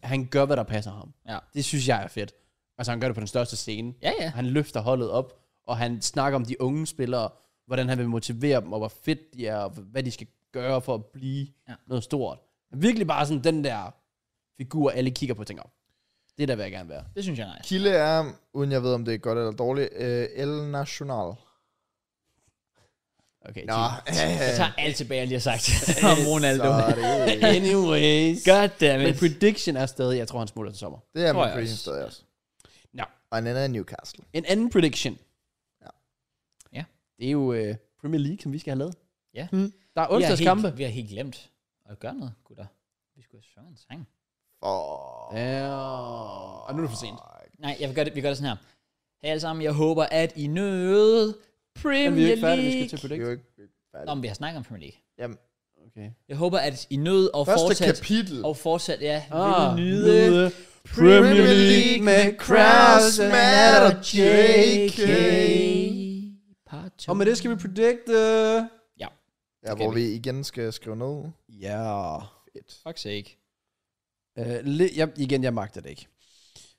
Speaker 3: han gør, hvad der passer ham.
Speaker 1: Ja.
Speaker 3: Det synes jeg er fedt. Altså han gør det på den største scene.
Speaker 1: Ja, ja.
Speaker 3: Han løfter holdet op, og han snakker om de unge spillere, hvordan han vil motivere dem, og hvor fedt de er, og hvad de skal gøre for at blive
Speaker 1: Ja.
Speaker 3: ja. noget stort. Han er virkelig bare sådan den der figur, alle kigger på og tænker, det der vil jeg gerne være.
Speaker 1: Det synes jeg er nice.
Speaker 2: Kilde er, uden jeg ved, om det er godt eller dårligt, øh, El Nacional.
Speaker 3: Okay,
Speaker 2: Nå,
Speaker 1: Jeg
Speaker 2: øh,
Speaker 1: tager alt tilbage, jeg lige har sagt om Ronaldo.
Speaker 2: så er det,
Speaker 3: Jesus. Anyways. Men
Speaker 1: Goddammit.
Speaker 3: prediction er stadig, jeg tror, han smutter til sommer.
Speaker 2: det er
Speaker 1: Tror
Speaker 2: min
Speaker 1: jeg
Speaker 2: prediction
Speaker 1: også.
Speaker 2: stadig også.
Speaker 3: Nå.
Speaker 2: Og en anden er Newcastle.
Speaker 3: En anden prediction.
Speaker 2: Ja.
Speaker 1: Ja.
Speaker 3: Det er jo øh, Premier League, som vi skal have lavet.
Speaker 1: Ja.
Speaker 3: Mm. Der er
Speaker 1: Vi har,
Speaker 3: onsdagskampe.
Speaker 1: helt, vi har helt glemt at gøre noget, gutter. Vi skulle have sunget en sang.
Speaker 2: Åh,
Speaker 3: Ja. Og nu er det for sent.
Speaker 1: Nej, jeg vil gøre det, vi gør det sådan her. Hej alle sammen, jeg håber, at I nød Premier
Speaker 3: Men vi er ikke færdige, vi
Speaker 1: League.
Speaker 3: skal til
Speaker 2: det er
Speaker 3: prediction.
Speaker 2: jo ikke
Speaker 1: Nå,
Speaker 2: færdigt.
Speaker 1: men vi har snakket om Premier League.
Speaker 2: Jamen,
Speaker 3: Okay.
Speaker 1: Jeg håber, at I nød og
Speaker 2: første
Speaker 1: fortsat...
Speaker 2: kapitel.
Speaker 1: Og fortsat, ja,
Speaker 3: Ah,
Speaker 1: ah, nyde,
Speaker 3: nyde.
Speaker 2: Premier League med Kraus, Matt og JK.
Speaker 1: Part
Speaker 3: Og med det skal vi predict. øh,
Speaker 1: Ja,
Speaker 2: Ja, hvor vi igen skal skrive ned.
Speaker 3: Ja.
Speaker 2: Fedt.
Speaker 1: fuck sake.
Speaker 3: Øh, le- jeg, igen, jeg magter det ikke.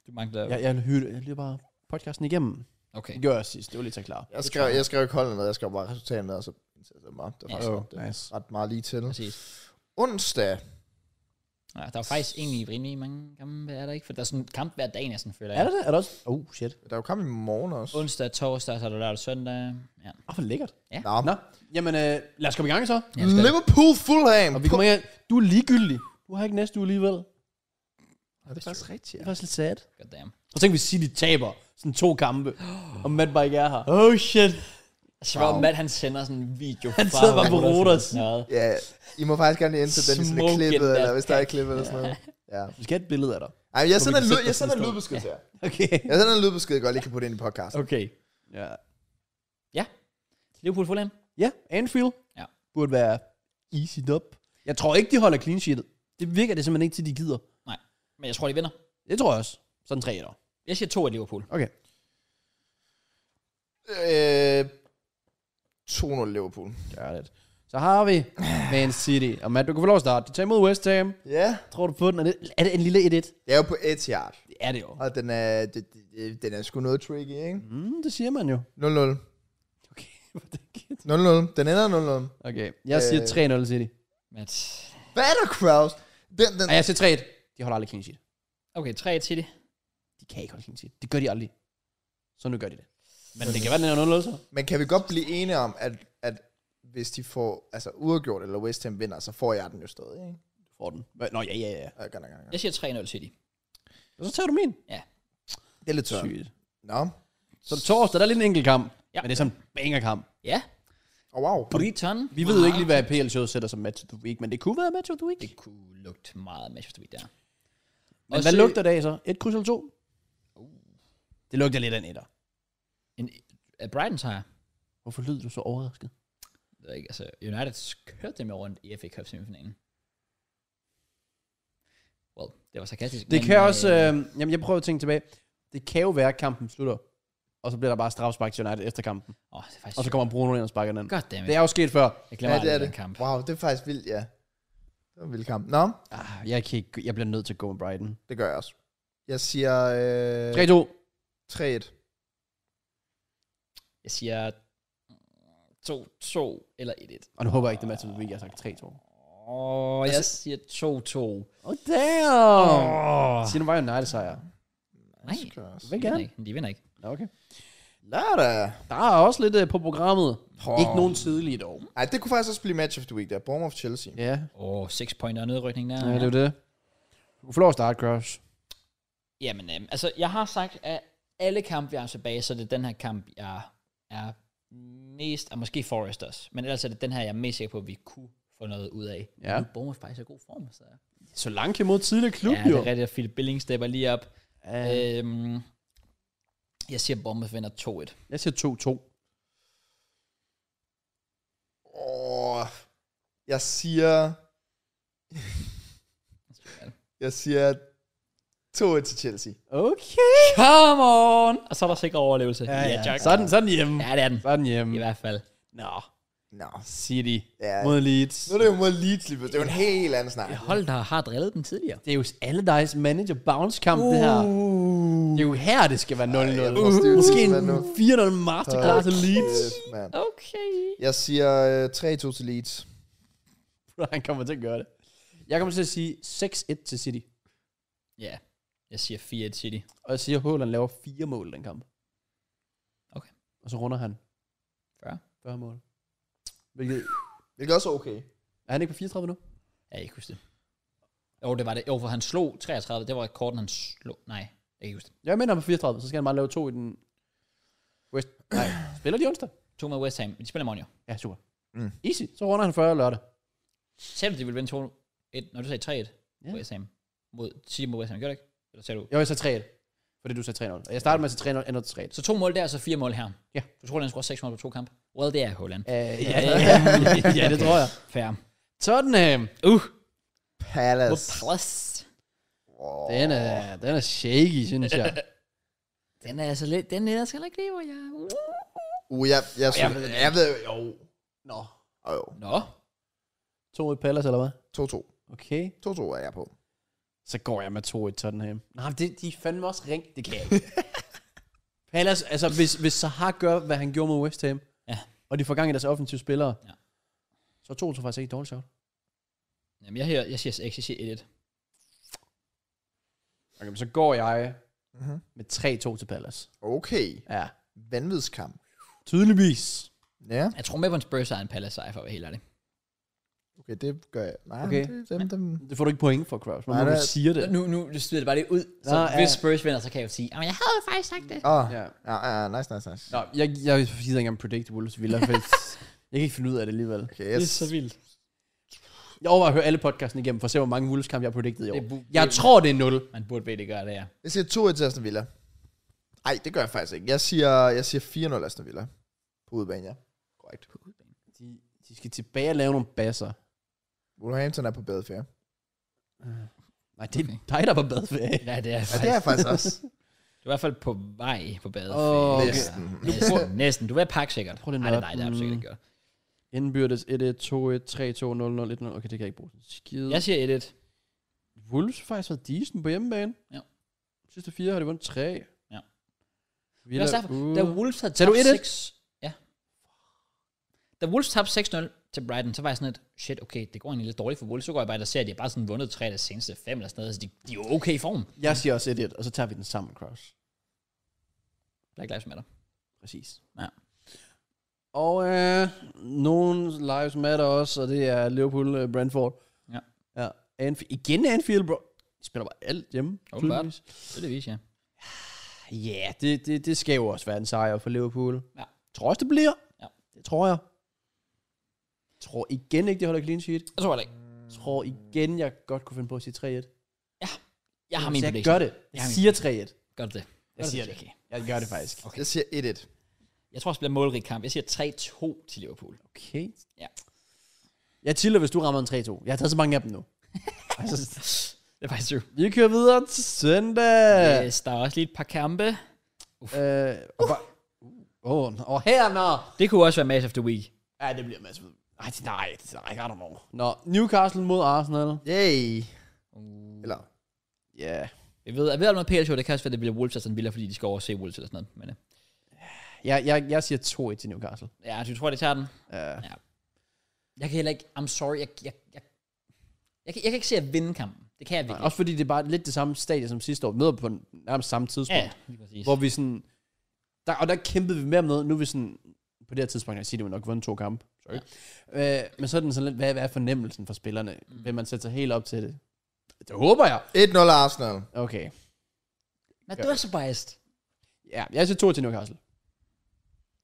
Speaker 1: Du mangler...
Speaker 3: Jeg, jeg, hylder, jeg lyder bare podcasten igennem.
Speaker 1: Okay.
Speaker 3: Det gjorde jeg sidst. Det var lige så klar.
Speaker 2: Jeg skrev, jeg skrev ikke holdene med, jeg skrev bare resultatet med, og så indsætter jeg dem bare. Det var
Speaker 1: Ja.
Speaker 2: faktisk
Speaker 3: Oh,
Speaker 2: ret, øh,
Speaker 3: nice.
Speaker 2: ret meget lige til.
Speaker 1: Præcis.
Speaker 2: Onsdag.
Speaker 1: Ja, der er faktisk egentlig rimelig mange kampe, er der ikke? For der er sådan en kamp hver dag næsten, føler jeg.
Speaker 3: Er der det? Er der også? Oh, shit.
Speaker 2: Der er jo kamp i morgen også.
Speaker 1: Onsdag, torsdag, så er der lørdag, søndag. Ja.
Speaker 3: Åh, hvor lækkert.
Speaker 2: Nå.
Speaker 3: Nå, jamen øh, lad os komme i gang så.
Speaker 2: Mm.
Speaker 1: Ja, vi skal-
Speaker 2: Liverpool Fulham.
Speaker 3: Og vi kommer igen. Du er ligegyldig. Du har ikke næste uge alligevel. Det
Speaker 2: Ja, det er faktisk rigtigt,
Speaker 3: er
Speaker 2: ja.
Speaker 3: faktisk lidt sad.
Speaker 1: Goddamn.
Speaker 3: Og så kan vi sige, at de taber sådan to kampe. Og Matt bare ikke er her.
Speaker 1: Oh shit. Så var
Speaker 2: Wow.
Speaker 1: Matt, han sender sådan en video
Speaker 3: Han sidder bare på
Speaker 1: Rhodes
Speaker 3: Rhodes.
Speaker 1: og sådan noget.
Speaker 2: Ja, I må faktisk gerne lige indsætte den i sådan et
Speaker 1: Smoke
Speaker 2: klippet,
Speaker 1: in that
Speaker 2: eller hvis der er et klippet eller sådan noget. Ja.
Speaker 3: Vi skal have et billede af dig.
Speaker 2: Ej, jeg sender
Speaker 3: kan
Speaker 2: en lyd,
Speaker 3: sætte
Speaker 2: jeg
Speaker 3: det
Speaker 2: sender en
Speaker 3: sådan et
Speaker 2: lydbesked til jer.
Speaker 3: Okay.
Speaker 2: Jeg sender en lydbesked, jeg godt lige kan putte ind i podcasten.
Speaker 1: Okay.
Speaker 3: Ja.
Speaker 1: Ja. Liverpool Fulham.
Speaker 3: Ja, Anfield
Speaker 1: Ja.
Speaker 3: burde være easy up. Jeg tror ikke, de holder clean sheetet. Det virker det simpelthen ikke til, de gider.
Speaker 1: Nej. Men jeg tror, de vinder.
Speaker 3: Det tror jeg også. Sådan tre etter.
Speaker 1: Jeg siger to af Liverpool.
Speaker 3: Okay.
Speaker 2: Øh, 2-0 Liverpool.
Speaker 3: Got it. Så har vi Man City. Og Matt, du kan få lov at starte. De tager imod West Ham.
Speaker 2: Ja.
Speaker 3: Tror du på den? Er det, er det en lille 1-1? Det
Speaker 2: Det er jo på Etihad,
Speaker 3: er det jo.
Speaker 2: og den er, det- det- det- den er sgu noget tricky, ikke?
Speaker 3: Mm, det siger man jo.
Speaker 2: 0-0.
Speaker 3: Okay, hvor er det kid.
Speaker 2: 0-0. Den ender 0-0.
Speaker 3: Okay, jeg siger
Speaker 2: Øh.
Speaker 3: 3-0 City.
Speaker 1: Matt.
Speaker 2: Hvad er der, Kraus? Den, den,
Speaker 3: Nej, jeg siger 3-1. De holder aldrig clean sheet.
Speaker 1: Okay, tre til det.
Speaker 3: De kan ikke holde clean sheet. Det gør de aldrig. Så nu gør de det.
Speaker 1: Men
Speaker 3: Men det kan være, den er 0-0 så.
Speaker 2: men kan vi godt blive enige om, at, at hvis de får altså, uafgjort, eller West Ham vinder, så får jeg den jo stadig, ikke?
Speaker 3: Du får den. Nå, ja, ja, ja.
Speaker 2: Ja, godt, nok, godt, nok.
Speaker 1: Jeg siger 3-0 City.
Speaker 3: Og så tager du min.
Speaker 2: Det er lidt tørt.
Speaker 3: Sygt.
Speaker 2: Nå.
Speaker 3: Så er det torsdag, der er lidt en enkelt kamp.
Speaker 1: Ja.
Speaker 3: Ja. Men det er sådan en bangerkamp.
Speaker 1: Ja.
Speaker 2: Oh, wow.
Speaker 1: Briton.
Speaker 3: Vi ved jo ikke lige, hvad PL-showet sætter som match of the week, men det kunne være match of the week.
Speaker 1: Det kunne lugte meget match of the week der.
Speaker 3: Men
Speaker 1: Og
Speaker 3: hvad
Speaker 1: så-
Speaker 3: lugter det af så? Et kryds eller to? Uh. Det lugter lidt af en etter.
Speaker 1: En, at Brighton sejr.
Speaker 3: Hvorfor lyder du så overrasket?
Speaker 1: Det ved jeg ikke, altså United kørte dem jo rundt i FA Cup semifinalen. Well, det var sarkastisk.
Speaker 3: Det
Speaker 1: men,
Speaker 3: kan også...
Speaker 1: øh,
Speaker 3: Øh, jamen, jeg prøver at tænke tilbage. Det kan jo være, at kampen slutter. Og så bliver der bare strafspark til United efter kampen.
Speaker 1: Åh, det er faktisk...
Speaker 3: øh, Og så kommer Bruno ind og sparker den.
Speaker 1: God damn
Speaker 3: Det
Speaker 1: it.
Speaker 3: er jo sket før.
Speaker 1: Jeg
Speaker 2: Ja,
Speaker 1: glemmer
Speaker 2: det er
Speaker 1: aldrig
Speaker 2: det.
Speaker 1: den kamp.
Speaker 2: Wow, det er faktisk vildt, ja. Det var en vild kamp. Nå,
Speaker 3: Ah, jeg, kan ikke, jeg bliver nødt til at gå med Brighton.
Speaker 2: det gør jeg også. Jeg siger øh,
Speaker 3: 3-2.
Speaker 2: 3-1.
Speaker 1: Jeg siger 2-2 eller 1-1.
Speaker 3: Og nu håber jeg ikke, det er match of the week, jeg har sagt 3-2.
Speaker 1: Åh, jeg siger 2-2.
Speaker 3: Oh, damn!
Speaker 1: Åh,
Speaker 3: Siden var United sejr.
Speaker 1: nej.
Speaker 2: Nice.
Speaker 1: De
Speaker 3: Hvem
Speaker 1: vinder
Speaker 3: gerne?
Speaker 1: ikke. De vinder ikke.
Speaker 3: Nå, Okay.
Speaker 2: Lørdag.
Speaker 3: Der er også lidt øh, på programmet. Ikke nogen tidlige dog.
Speaker 2: Ej, det kunne faktisk også blive match of the week der. Bournemouth Chelsea.
Speaker 3: Ja,
Speaker 1: Åh, 6 point og nedrykning der.
Speaker 3: ja det er jo det. Du får lov at starte, Crush.
Speaker 1: Jamen, øhm, altså, jeg har sagt, at alle kampe, jeg har tilbage, så er det den her kamp, jeg er mest, og måske Forrest også, men ellers er det den her, jeg er mest sikker på, at vi kunne få noget ud af.
Speaker 3: Ja.
Speaker 1: Nu er Bournemouth faktisk i god form, så...
Speaker 3: Så langt imod tidligere klub,
Speaker 1: ja,
Speaker 3: jo.
Speaker 1: det er rigtigt, at Philip Billing stepper lige op.
Speaker 3: Uh,
Speaker 1: Øhm, jeg siger, at Bournemouth vinder 2-1.
Speaker 3: jeg siger 2-2.
Speaker 2: Åh, jeg siger... jeg siger 2-1 til Chelsea.
Speaker 3: Okay.
Speaker 1: Come on! Og så er der sikker overlevelse.
Speaker 3: Ja, ja.
Speaker 1: Jack.
Speaker 3: Så er den, så er den hjemme.
Speaker 1: Ja, det er den.
Speaker 3: Så er den hjemme.
Speaker 1: I hvert fald.
Speaker 3: Nå.
Speaker 2: Nå.
Speaker 3: City
Speaker 2: Ja.
Speaker 3: mod Leeds.
Speaker 2: Nu er det jo mod Leeds lige pludselig. Det er jo en helt anden snak.
Speaker 1: Hold der har drillet dem tidligere.
Speaker 3: Det er jo Allardyce manager bounce kamp, uh. det her. Det er jo her, det skal være 0-0.
Speaker 2: jeg
Speaker 3: Uh.
Speaker 2: tror, det er
Speaker 3: Måske en
Speaker 2: hvad nu?
Speaker 3: 4-0 masterclass til Leeds.
Speaker 2: Shit, mand.
Speaker 1: Okay.
Speaker 2: Jeg siger øh, 3-2 til Leeds.
Speaker 3: Han kommer til at gøre det. Jeg kommer til at sige 6-1 til City.
Speaker 1: Ja. Yeah. Jeg siger 4-1 City.
Speaker 3: Og jeg siger, at Haaland laver fire mål den kamp.
Speaker 1: Okay.
Speaker 3: Og så runder han.
Speaker 1: 40.
Speaker 3: 40 mål. Hvilket,
Speaker 2: Hvilket også er okay.
Speaker 3: er han ikke på 34 nu?
Speaker 1: Ja, jeg kan ikke huske det. Jo, det var det. Jo, for han slog 33. Det var rekorden, han slog. Nej, jeg kan ikke huske det.
Speaker 3: Jeg mener, han er på 34, så skal han bare lave to i den... West... Nej, spiller de onsdag?
Speaker 1: To med West Ham. men De spiller i morgen jo.
Speaker 3: Ja, super.
Speaker 2: Mm.
Speaker 3: Easy. Så runder han 40 lørdag.
Speaker 1: Sagde du, de ville vinde 2-1, når du sagde 3-1
Speaker 3: Ja.
Speaker 1: yeah. West Ham? Mod, City mod West Ham, gjorde du ikke? Eller sagde du?
Speaker 3: Jo, jeg sagde 3-1. Fordi du sagde 3-0. Og jeg startede med at sige 3-0, ender til 3-1.
Speaker 1: Så to mål der, og så fire mål her.
Speaker 3: Ja.
Speaker 1: Du tror, han scorer seks mål på to kampe? Well, det er Holland.
Speaker 3: Uh, ja, ja, ja, det tror jeg.
Speaker 1: Fair.
Speaker 3: Tottenham.
Speaker 1: Uh,
Speaker 2: Palace.
Speaker 1: plus.
Speaker 2: Wow.
Speaker 3: Den er, den er shaky, synes jeg.
Speaker 1: Den er altså lidt, den er jeg skal ikke lige, hvor jeg...
Speaker 2: Uh, jeg, jeg, jeg,
Speaker 3: ved det
Speaker 2: jeg, jeg ved jo.
Speaker 3: Nå.
Speaker 2: Oh, jo.
Speaker 1: Nå,
Speaker 3: To i Pallas, eller hvad?
Speaker 2: 2-2.
Speaker 3: Okay.
Speaker 2: 2-2 er jeg på.
Speaker 3: Så går jeg med 2 i Tottenham. Nej, men det, de er fandme også ringt. Det kan jeg ikke. Pallas, altså hvis, hvis Sahar gør, hvad han gjorde mod West Ham,
Speaker 1: Ja.
Speaker 3: og de får gang i deres offensive spillere,
Speaker 1: Ja.
Speaker 3: så er 2-2 faktisk ikke et dårligt shot.
Speaker 1: Jamen, jeg, her, jeg siger 6, jeg siger 1-1.
Speaker 3: Okay, men så går jeg
Speaker 2: Mhm.
Speaker 3: med 3-2 til Pallas.
Speaker 2: Okay.
Speaker 3: Ja.
Speaker 2: Vanvidskamp.
Speaker 3: Tydeligvis.
Speaker 2: Ja.
Speaker 1: Jeg tror med på en Spurs sejr en Palace sejr, for at være helt ærlig.
Speaker 2: Okay, det gør jeg. Nej,
Speaker 3: Okay.
Speaker 2: okay. det, dem, dem.
Speaker 3: Det får du ikke point for, Kraus, men
Speaker 2: Nej,
Speaker 3: når du
Speaker 2: det-
Speaker 3: siger det.
Speaker 1: Nu, nu du smider det bare lige ud. Så
Speaker 3: Nå,
Speaker 1: Nå,
Speaker 3: ja.
Speaker 1: hvis Spurs vinder, så kan jeg jo sige, at jeg havde jo faktisk sagt det.
Speaker 2: Åh,
Speaker 3: Ja.
Speaker 2: Ah, ja, ja, nice, nice, nice.
Speaker 3: Nå, jeg, jeg gider ikke engang predict Wolves Villa, for jeg jeg kan ikke finde ud af det alligevel.
Speaker 2: Okay, yes.
Speaker 1: vildt.
Speaker 3: Jeg overvejer at høre alle podcasten igennem, for at se, hvor mange Wolves-kampe jeg har predicted i
Speaker 1: Det er
Speaker 3: år.
Speaker 1: bu-
Speaker 3: Jeg
Speaker 1: det-
Speaker 3: tror, det er 0.
Speaker 1: Man burde ved, det gør det, ja.
Speaker 2: Jeg siger 2-1 til Aston Villa. Nej, det gør jeg faktisk ikke. Jeg siger, jeg siger 4-0 Aston Villa. På udebane, ja. Korrekt.
Speaker 3: De, de skal tilbage og lave nogle basser.
Speaker 2: Wolverhampton er på badeferie.
Speaker 3: Nej, det er okay. dig, der var badferie.
Speaker 1: Ja, det er
Speaker 2: Ja,
Speaker 1: faktisk.
Speaker 2: det er jeg faktisk også.
Speaker 1: Du er i hvert fald på vej på badet.
Speaker 3: Åh, okay.
Speaker 2: Næsten.
Speaker 1: Næsten. Næsten. Du er pakke sikkert.
Speaker 3: Prøv lige Mm.
Speaker 1: Nej,
Speaker 3: at
Speaker 1: det er dig, der er
Speaker 3: nørde
Speaker 1: du
Speaker 3: den.
Speaker 1: sikkert ikke gjort.
Speaker 3: Indbyrdes 1-1, 2-1, 3-2, 0-0, 1-0. Okay, det kan jeg ikke bruge. Skide.
Speaker 1: Jeg siger 1-1.
Speaker 3: Wolves har faktisk været decent på hjemmebane.
Speaker 1: Ja.
Speaker 3: Sidste fire har de vundet tre.
Speaker 1: Ja.
Speaker 3: Villa,
Speaker 1: Men også derfor,
Speaker 3: ude.
Speaker 1: da Wolves havde
Speaker 3: Sagde du
Speaker 1: tabt
Speaker 3: 1-1?
Speaker 1: 6... Ja. Da Wolves tabte 6-0 til Brighton, så var jeg sådan lidt, shit, okay, det går egentlig lidt dårligt for Wolves. Så går jeg bare ind og ser, at de har bare sådan vundet 3 af de seneste 5 eller sådan noget. Så de, de er jo okay i form.
Speaker 3: Jeg siger også 1-1, og så tager vi den sammen, Kraus.
Speaker 1: Black Lives Matter.
Speaker 3: Præcis.
Speaker 1: Ja.
Speaker 3: Og øh, nogen lives matter også, og det er Liverpool øh, Brentford.
Speaker 1: Ja.
Speaker 3: ja. Anf- igen Anfield, bro. De spiller bare alt hjemme.
Speaker 1: Åbenbart.
Speaker 3: tydeligvis.
Speaker 1: Det er det vis, ja.
Speaker 3: Ja, yeah, det, det, det skal jo også være en sejr for Liverpool.
Speaker 1: Ja.
Speaker 3: Tror også, det bliver.
Speaker 1: Ja.
Speaker 3: Det tror jeg. Tror igen ikke, det holder clean sheet.
Speaker 1: Jeg tror heller ikke.
Speaker 3: Tror igen, jeg godt kunne finde på at sige 3-1.
Speaker 1: Jeg har min
Speaker 3: jeg
Speaker 1: prediction.
Speaker 3: gør det. Jeg
Speaker 1: Jeg har min
Speaker 3: siger 3-1.
Speaker 1: Gør det det.
Speaker 3: Jeg
Speaker 1: Gør
Speaker 3: siger
Speaker 1: det.
Speaker 3: det.
Speaker 1: Okay.
Speaker 3: Jeg gør det faktisk.
Speaker 2: Jeg siger 1-1.
Speaker 1: Jeg tror også, det bliver en målrig kamp. Jeg siger 3-2 til Liverpool.
Speaker 3: Okay.
Speaker 1: Ja.
Speaker 3: Jeg chiller, hvis du rammer en 3-2. Jeg har taget så mange af dem nu. altså,
Speaker 1: Det er faktisk true.
Speaker 3: vi kører videre til søndag.
Speaker 1: Yes, der er også lige et par kampe.
Speaker 3: Øh, og,
Speaker 1: Uh.
Speaker 3: bare, oh, og her, når...
Speaker 1: Det kunne også være match of the week.
Speaker 3: Ja, det bliver masser. Ej, det- nej, det- nej, I don't know. Nå, Newcastle mod Arsenal.
Speaker 2: Yay.
Speaker 1: Uh.
Speaker 2: Eller,
Speaker 3: Ja. Yeah.
Speaker 1: Jeg ved, jeg ved noget PL-show, det kan også være, det bliver Wolves og sådan Villa, fordi de skal overse Wolves eller sådan noget. Men, øh,
Speaker 3: Jeg, jeg, jeg siger 2-1 til Newcastle.
Speaker 1: ja, du tror, det tager den.
Speaker 3: Uh,
Speaker 1: Jeg kan heller ikke, I'm sorry, jeg, jeg, jeg, jeg, kan, jeg kan ikke se at vinde kampen. Det kan jeg virkelig
Speaker 3: også fordi det er bare lidt det samme stadie som sidste år. Vi møder på en, nærmest samme
Speaker 1: ikke. Ja,
Speaker 3: tidspunkt.
Speaker 1: lige præcis.
Speaker 3: Hvor vi sådan... Der, og der kæmpede vi mere med. Nu er vi sådan... På det her tidspunkt, jeg siger, det var nok vundet to kampe. Sorry. Ja. Øh, men så er den sådan lidt, hvad, hvad er fornemmelsen for spillerne?
Speaker 1: Mm.
Speaker 3: Vil man sætte sig helt op til det? Det håber jeg.
Speaker 2: 1-0 Arsenal.
Speaker 3: Okay.
Speaker 1: Nej, du er så biased.
Speaker 3: Ja, jeg siger 2 til Newcastle.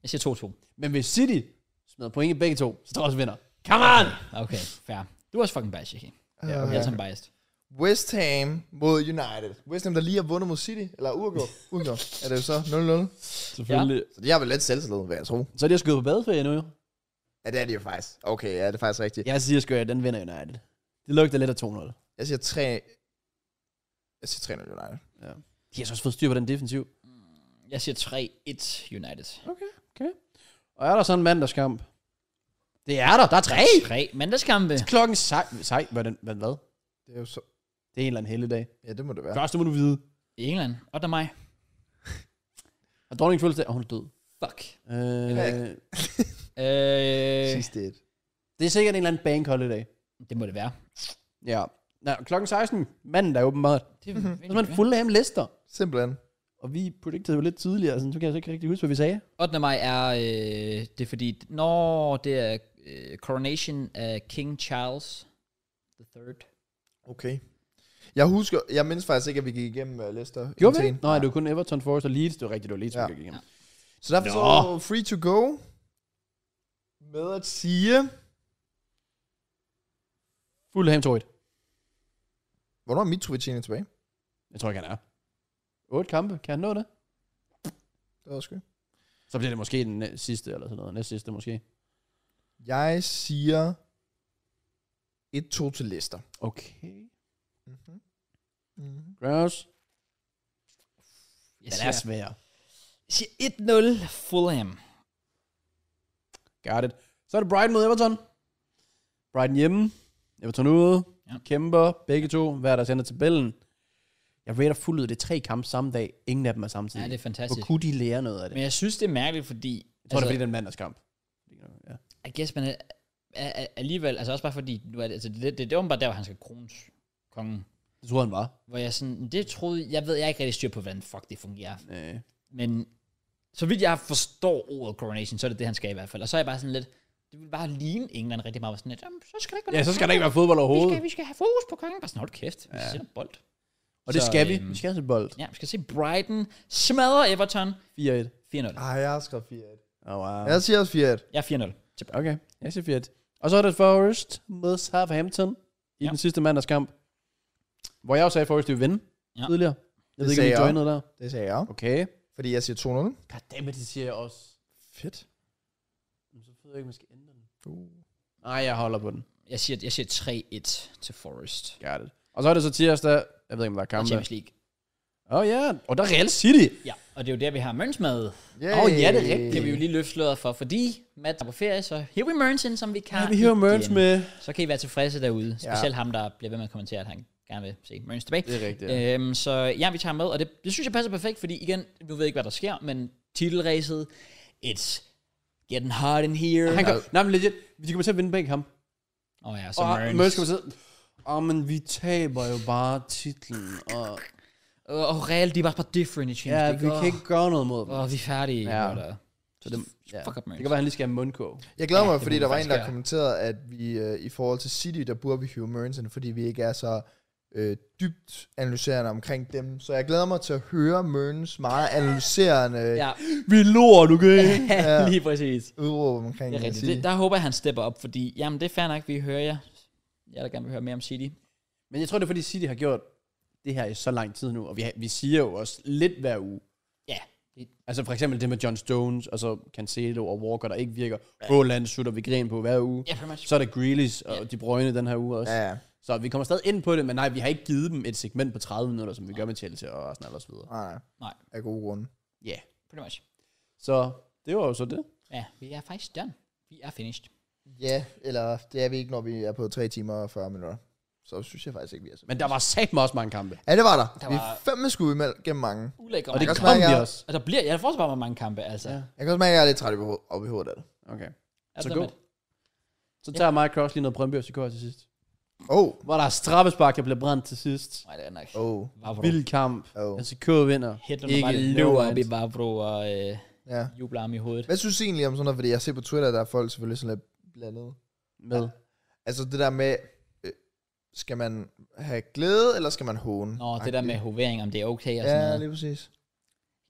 Speaker 1: Jeg siger 2-2.
Speaker 3: Men hvis City smider point i begge to, så tror jeg også vi vinder. Come on!
Speaker 1: Okay, fair. Du er også fucking biased, Jackie. Ja, okay. Jeg er sådan biased.
Speaker 2: West Ham mod United. West Ham, der lige har vundet mod City. Eller uafgjort. Uafgjort. er det jo så 0-0?
Speaker 1: Selvfølgelig.
Speaker 2: Så de har vel lidt selvtillid, hvad jeg tror.
Speaker 3: Så er de jo skudt på badeferie nu jo.
Speaker 2: Ja, det er de jo faktisk. Okay, ja, det er faktisk rigtigt.
Speaker 3: Jeg siger sgu, at den vinder United. Det lugter lidt af 2-0.
Speaker 2: Jeg siger 3... Jeg siger 3-0 United.
Speaker 3: De har så også fået styr på den defensiv.
Speaker 1: Jeg siger 3-1 United.
Speaker 3: Okay. Og er der sådan en mandagskamp? Det er der. Der er tre.
Speaker 1: Tre mandagskampe.
Speaker 3: Klokken sej... Sej, hvordan, hvad, hvad?
Speaker 2: Det er jo så...
Speaker 3: Det er en eller anden heldig dag.
Speaker 2: Ja, det må det være.
Speaker 3: Først, det må du vide.
Speaker 1: I England. 8. maj.
Speaker 3: Og dronningens fødselsdag, og hun er død.
Speaker 1: Fuck.
Speaker 3: Øh,
Speaker 1: Øh,
Speaker 2: Sidste et.
Speaker 3: det er sikkert en eller anden bank holiday.
Speaker 1: det må det være.
Speaker 3: Ja. Nå, klokken 16, manden der er åbenbart.
Speaker 1: Det er mm-hmm.
Speaker 3: Så er man Mhm. fuld af Leicester.
Speaker 2: Simpelthen.
Speaker 3: Og vi predicted jo lidt tidligere, sådan, så kan jeg så ikke rigtig huske, hvad vi sagde.
Speaker 1: 8. maj er, øh, det er fordi, når det er øh, coronation af King Charles the Third.
Speaker 2: Okay. Jeg husker, jeg mindes faktisk ikke, at vi gik igennem uh, Leicester.
Speaker 3: Gjorde vi?
Speaker 2: indtil
Speaker 3: det?
Speaker 2: en.
Speaker 3: Nej, det var kun Everton, Forest og Leeds. Det var rigtigt, det var Leeds,
Speaker 2: Ja.
Speaker 3: ja. vi gik igennem.
Speaker 2: Så derfor
Speaker 3: Nå.
Speaker 2: så free to go. Med at sige...
Speaker 3: Fulham tog et.
Speaker 2: Hvornår er Mitrovic egentlig tilbage?
Speaker 3: Jeg tror ikke, han er. Otte kampe. Kan han nå det?
Speaker 2: Det var sgu.
Speaker 3: Så bliver det måske den næ- sidste, eller sådan noget. Næst sidste måske.
Speaker 2: Jeg siger... 1-2 til Leicester.
Speaker 3: Okay.
Speaker 2: Mm-hmm. Mm-hmm.
Speaker 3: Gross.
Speaker 1: Jeg
Speaker 3: Den
Speaker 1: siger,
Speaker 3: er svær.
Speaker 1: jeg siger 1-0 Fulham.
Speaker 3: Got it. Så er det Brighton mod Everton. Brighton hjemme. Everton ude.
Speaker 1: Ja.
Speaker 3: Ja. Kæmper. Begge to. Hver der sender tabellen. Jeg rater fuldt ud. Det er tre kampe samme dag. Ingen af dem er samtidig.
Speaker 1: Ja, det er
Speaker 3: Og
Speaker 1: fantastisk.
Speaker 3: kunne de lære noget af det?
Speaker 1: Men jeg synes, det er mærkeligt, fordi... altså,
Speaker 3: Jeg tror, altså, det er fordi, den mandagskamp. Ja.
Speaker 1: I guess, man er, er, er, alligevel... Altså også bare fordi... Nu er det, altså, det, det, det er åbenbart der, hvor han skal krones kongen.
Speaker 3: Det tror han var.
Speaker 1: Hvor jeg sådan... Det troede... Jeg ved, jeg er ikke rigtig styr på, hvordan fuck det fungerer.
Speaker 3: Øh.
Speaker 1: Men så vidt jeg forstår ordet coronation, så er det det, han skal i hvert fald. Og så er jeg bare sådan lidt, det vil bare ligne England rigtig meget. hvor Sådan lidt, jamen, så skal der ikke være
Speaker 3: Ja,
Speaker 1: nogen
Speaker 3: så skal
Speaker 1: kamp.
Speaker 3: der ikke være fodbold
Speaker 1: vi
Speaker 3: overhovedet.
Speaker 1: skal, vi skal have fokus på kongen. Bare sådan, hold kæft, vi ja. sætter bold.
Speaker 3: Og det
Speaker 1: Så,
Speaker 3: skal vi.
Speaker 1: øhm,
Speaker 3: Vi skal have bold.
Speaker 1: Ja, vi skal se Brighton smadre Everton
Speaker 3: 4-1.
Speaker 1: 4-0.
Speaker 2: Ej, jeg har skrevet 4-1.
Speaker 3: Oh, wow.
Speaker 2: Jeg siger også 4-1.
Speaker 1: Ja, 4-0. Til Brighton.
Speaker 3: Okay, jeg siger 4 Og så er det Forrest mod Southampton i
Speaker 1: Ja.
Speaker 3: ja. den sidste mandagskamp. Hvor jeg også sagde, at Forrest ville vinde
Speaker 1: Ja.
Speaker 3: ja. tidligere. Jeg ved ikke,
Speaker 2: sagde
Speaker 3: om
Speaker 2: jeg
Speaker 3: vi joinede der.
Speaker 2: Det sagde jeg.
Speaker 3: Okay.
Speaker 2: Fordi jeg siger 2-0.
Speaker 3: Goddammit, det siger jeg også.
Speaker 2: Fedt.
Speaker 3: Så ved jeg ikke, om jeg skal ændre den.
Speaker 2: Uh.
Speaker 3: Nej, jeg holder på den.
Speaker 1: Jeg siger, jeg siger 3-1 til Forest.
Speaker 3: Got it. Og så er det så tirsdag. Jeg ved ikke, om der er
Speaker 1: Og
Speaker 3: kamp.
Speaker 1: Champions League.
Speaker 3: Åh oh, ja, og der er Real City.
Speaker 1: Ja, og det er jo der, vi har Mørns med.
Speaker 2: Yay.
Speaker 3: Åh, ja, det er rigtigt.
Speaker 1: Det kan vi jo lige løfte sløret for, fordi Matt er på ferie, så hiver vi Mørns ind, som vi kan.
Speaker 3: Ja, vi hører
Speaker 1: igen.
Speaker 3: Merns med.
Speaker 1: Så kan I være tilfredse derude. Specielt ham, der bliver ved med at kommentere, at han gerne vil se Mørns tilbage.
Speaker 3: Det er rigtigt. Ja.
Speaker 1: Øhm, så ja, vi tager med, og det, det synes jeg passer perfekt, fordi igen, nu ved jeg ikke, hvad der sker, men titelræset, it's getting hot in here.
Speaker 3: Han kan, nej, men legit, de kommer til at vinde begge kamp.
Speaker 1: Åh oh, ja, så
Speaker 3: Og
Speaker 1: Mørns.
Speaker 3: Merns kommer til at Åh, oh, men vi taber jo bare titlen. Og
Speaker 1: Og, og Real, de er bare, bare different i Champions
Speaker 3: Ja,
Speaker 1: League.
Speaker 3: vi kan ikke gøre noget mod dem.
Speaker 1: Åh, oh, vi er færdige.
Speaker 3: Ja.
Speaker 1: Ja. Så det,
Speaker 3: Ja.
Speaker 1: fuck up,
Speaker 3: Det
Speaker 1: Mørns.
Speaker 3: kan være, han lige skal have mundkog.
Speaker 2: Jeg glæder
Speaker 1: Ja,
Speaker 2: ja, mig,
Speaker 1: det
Speaker 2: fordi
Speaker 1: må
Speaker 2: der
Speaker 1: vi
Speaker 2: var en,
Speaker 1: faktisk
Speaker 2: der
Speaker 1: gøre.
Speaker 2: kommenterede, at vi øh, i forhold til City, der burde vi hive Mørens ind, fordi vi ikke er så øh, dybt analyserende omkring dem. Så jeg glæder mig til at høre Mørens meget analyserende ja.
Speaker 1: Ja,
Speaker 3: Vi er lort, okay?
Speaker 1: ja, lige præcis.
Speaker 2: udråb omkring
Speaker 1: Det er
Speaker 2: øh,
Speaker 1: rigtigt.
Speaker 2: City.
Speaker 1: Det, der håber jeg, han stepper op, fordi, jamen, det er fair nok, vi hører jer. Jeg der gerne vil høre mere om City.
Speaker 3: Men jeg tror, det er, fordi City har gjort det her i så lang tid nu, og vi, har- vi siger jo også lidt hver uge.
Speaker 1: Ja, det-
Speaker 3: Altså for eksempel det med John Stones, og så Cancelo og Walker, der ikke virker. Roland sutter vi grin på hver uge.
Speaker 1: Ja, pretty much.
Speaker 3: Så er der Grealish og De Bruyne den her uge også.
Speaker 2: Ja,
Speaker 3: Så vi kommer stadig ind på det, men nej, vi har ikke givet dem et segment på 30 minutter, som vi gør med Chelsea og Arsenal og så videre.
Speaker 2: nej,
Speaker 1: Nej.
Speaker 2: af gode grunde.
Speaker 3: Ja, yeah.
Speaker 1: Pretty much.
Speaker 3: så det var jo så det.
Speaker 1: Ja, vi er faktisk done. Vi er finished.
Speaker 2: Ja, eller det er vi ikke, når vi er på 3 timer og 40 minutter. Så synes jeg faktisk ikke, vi er så
Speaker 3: Men der var satme også mange kampe.
Speaker 2: Ja, det var der.
Speaker 1: Der
Speaker 2: der vi
Speaker 1: var-
Speaker 2: var... fem skud imellem gennem mange.
Speaker 1: Ulækker.
Speaker 3: Og det
Speaker 2: kan også
Speaker 3: kom
Speaker 2: mærke,
Speaker 3: vi
Speaker 2: at-
Speaker 3: også.
Speaker 1: Og der bliver, jeg forstår bare, hvor mange kampe, altså.
Speaker 3: Ja.
Speaker 2: Jeg kan også mærke, at jeg er lidt træt i beho- op i hovedet af det.
Speaker 3: Okay.
Speaker 1: Er
Speaker 3: Så
Speaker 1: det
Speaker 3: gå.
Speaker 1: dumt?
Speaker 3: Så tager Mike Cross lige noget Brøndby FCK her til sidst.
Speaker 2: Oh,
Speaker 3: Hvor der er straffespark, der bliver brændt til sidst.
Speaker 1: Nej, det er nok.
Speaker 2: oh,
Speaker 1: Vavro.
Speaker 3: Vild kamp.
Speaker 2: oh.
Speaker 3: Altså KV vinder.
Speaker 1: Hitler
Speaker 3: Ikke
Speaker 1: bare løber
Speaker 3: lort.
Speaker 1: op i Vavro og øh,
Speaker 2: Ja.
Speaker 1: jubler ham i hovedet.
Speaker 2: Hvad synes du egentlig om sådan noget? Fordi jeg ser på Twitter, at der er folk selvfølgelig sådan lidt blandet.
Speaker 3: Med.
Speaker 2: Altså det der med, øh, skal man have glæde, eller skal man håne?
Speaker 1: Nå, det der med hovering, om det er okay og sådan
Speaker 2: Ja,
Speaker 1: noget.
Speaker 2: lige præcis.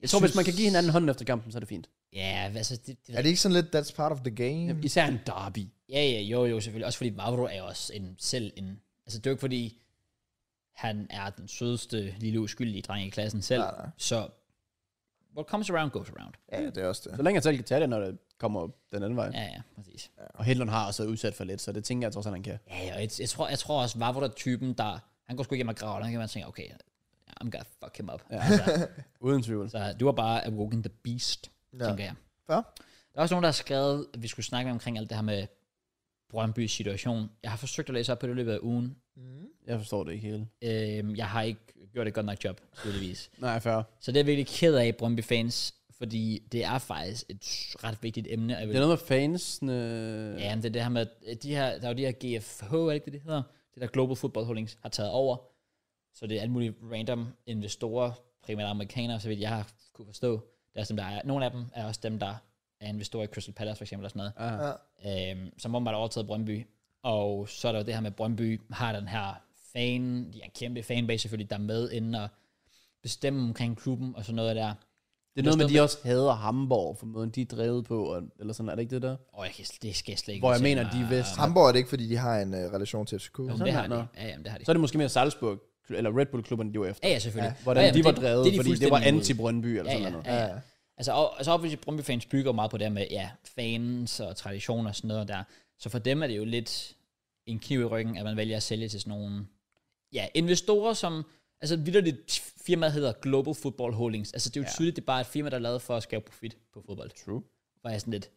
Speaker 3: Jeg tror, hvis man kan give hinanden hånden efter kampen, så er det fint.
Speaker 1: Ja, altså, det, det,
Speaker 2: Er det ikke sådan lidt, that's part of the game?
Speaker 3: Især en derby.
Speaker 1: ja, ja, jo, jo, selvfølgelig. Også fordi Vavro er jo også en, selv en... Altså, det er jo ikke fordi, han er den sødeste lille uskyldige dreng i klassen selv.
Speaker 2: Nej, nej.
Speaker 1: Så, what comes around, goes around.
Speaker 2: Ja, det er også det.
Speaker 3: Så længe han selv kan tage det, når det kommer den anden vej. Ja.
Speaker 1: Ja, ja, præcis.
Speaker 3: Og Hedlund har også været udsat for lidt, så det tænker jeg trods alt, han kan.
Speaker 1: Ja, ja, og jeg, jeg, tror, jeg tror også, Vavro er typen, der... Han går sgu igennem og graver, og han kan man tænke, okay, I'm gonna fuck him up. Ja. Altså,
Speaker 3: Uden tvivl.
Speaker 1: så du var bare awoken the beast, ja.
Speaker 2: Ja.
Speaker 1: tænker jeg.
Speaker 2: Hva?
Speaker 1: Der er også nogen, der har skrevet, at vi skulle snakke med omkring alt det her med Brøndbys situation. Jeg har forsøgt at læse op på det i løbet af ugen.
Speaker 3: Jeg forstår det ikke helt.
Speaker 1: Øhm, jeg har ikke gjort et godt nok job, tydeligvis.
Speaker 3: Nej, fair.
Speaker 1: Så det er jeg virkelig ked af, Brøndby fans, fordi det er faktisk et ret vigtigt emne. og Jeg
Speaker 3: Det
Speaker 1: vil
Speaker 3: er noget med fansene... Ja.
Speaker 1: Ja, men det er det her med, at de her, der er jo de her GFH, er det ikke det, det hedder? Det der Global Football Holdings har taget over. Så det er alle mulige random investorer, primært amerikanere, så vidt jeg har kunne forstå. Der er, som der er, nogle af dem er også dem, der er investorer i Crystal Palace for eksempel og sådan
Speaker 3: Ah.
Speaker 1: noget, øhm, som om man har overtaget Brøndby. Og så er der jo det her med, at Brøndby har den her fan, de er en kæmpe fanbase selvfølgelig, der er med inden og bestemme omkring klubben og sådan noget der.
Speaker 3: Det er noget med,
Speaker 1: står
Speaker 3: at de også hader Hamburg for måden, de er drevet på, og, eller sådan, er det ikke det der?
Speaker 1: Og jeg kan, sl- det skal jeg slet ikke
Speaker 3: Hvor jeg
Speaker 1: fortælle
Speaker 3: mener, de er
Speaker 1: mig.
Speaker 3: vest.
Speaker 2: Hamburg er det ikke, fordi de har en øh, relation til FCK.
Speaker 1: Jo,
Speaker 3: Sådan
Speaker 1: det har
Speaker 3: er
Speaker 1: de.
Speaker 3: det.
Speaker 1: Ja, jamen, det har de.
Speaker 3: Så er det måske mere Salzburg, eller Red Bull-klubberne, de var efter.
Speaker 1: Ja, ja, selvfølgelig. Ja,
Speaker 3: Hvordan
Speaker 1: ja,
Speaker 3: ja,
Speaker 1: men
Speaker 3: de var
Speaker 1: det-
Speaker 3: drevet,
Speaker 1: det er de
Speaker 3: fordi det var
Speaker 1: fuldstændig imod.
Speaker 3: anti-Brøndby, eller
Speaker 1: Ja,
Speaker 3: sådan
Speaker 1: ja,
Speaker 3: noget.
Speaker 1: ja, ja. Altså, og, altså obviously, Brøndby fans bygger jo meget på det her med, ja, fans og traditioner og sådan noget der. Så for dem er det jo lidt en kniv i ryggen, at man vælger at sælge til sådan nogle, ja, investorer, som, altså vidderligt firmaet hedder Global Football Holdings. Altså det er jo ja. tydeligt, det er bare et firma, der er lavet for at skabe profit på fodbold.
Speaker 3: True.
Speaker 1: Hvor jeg er sådan lidt,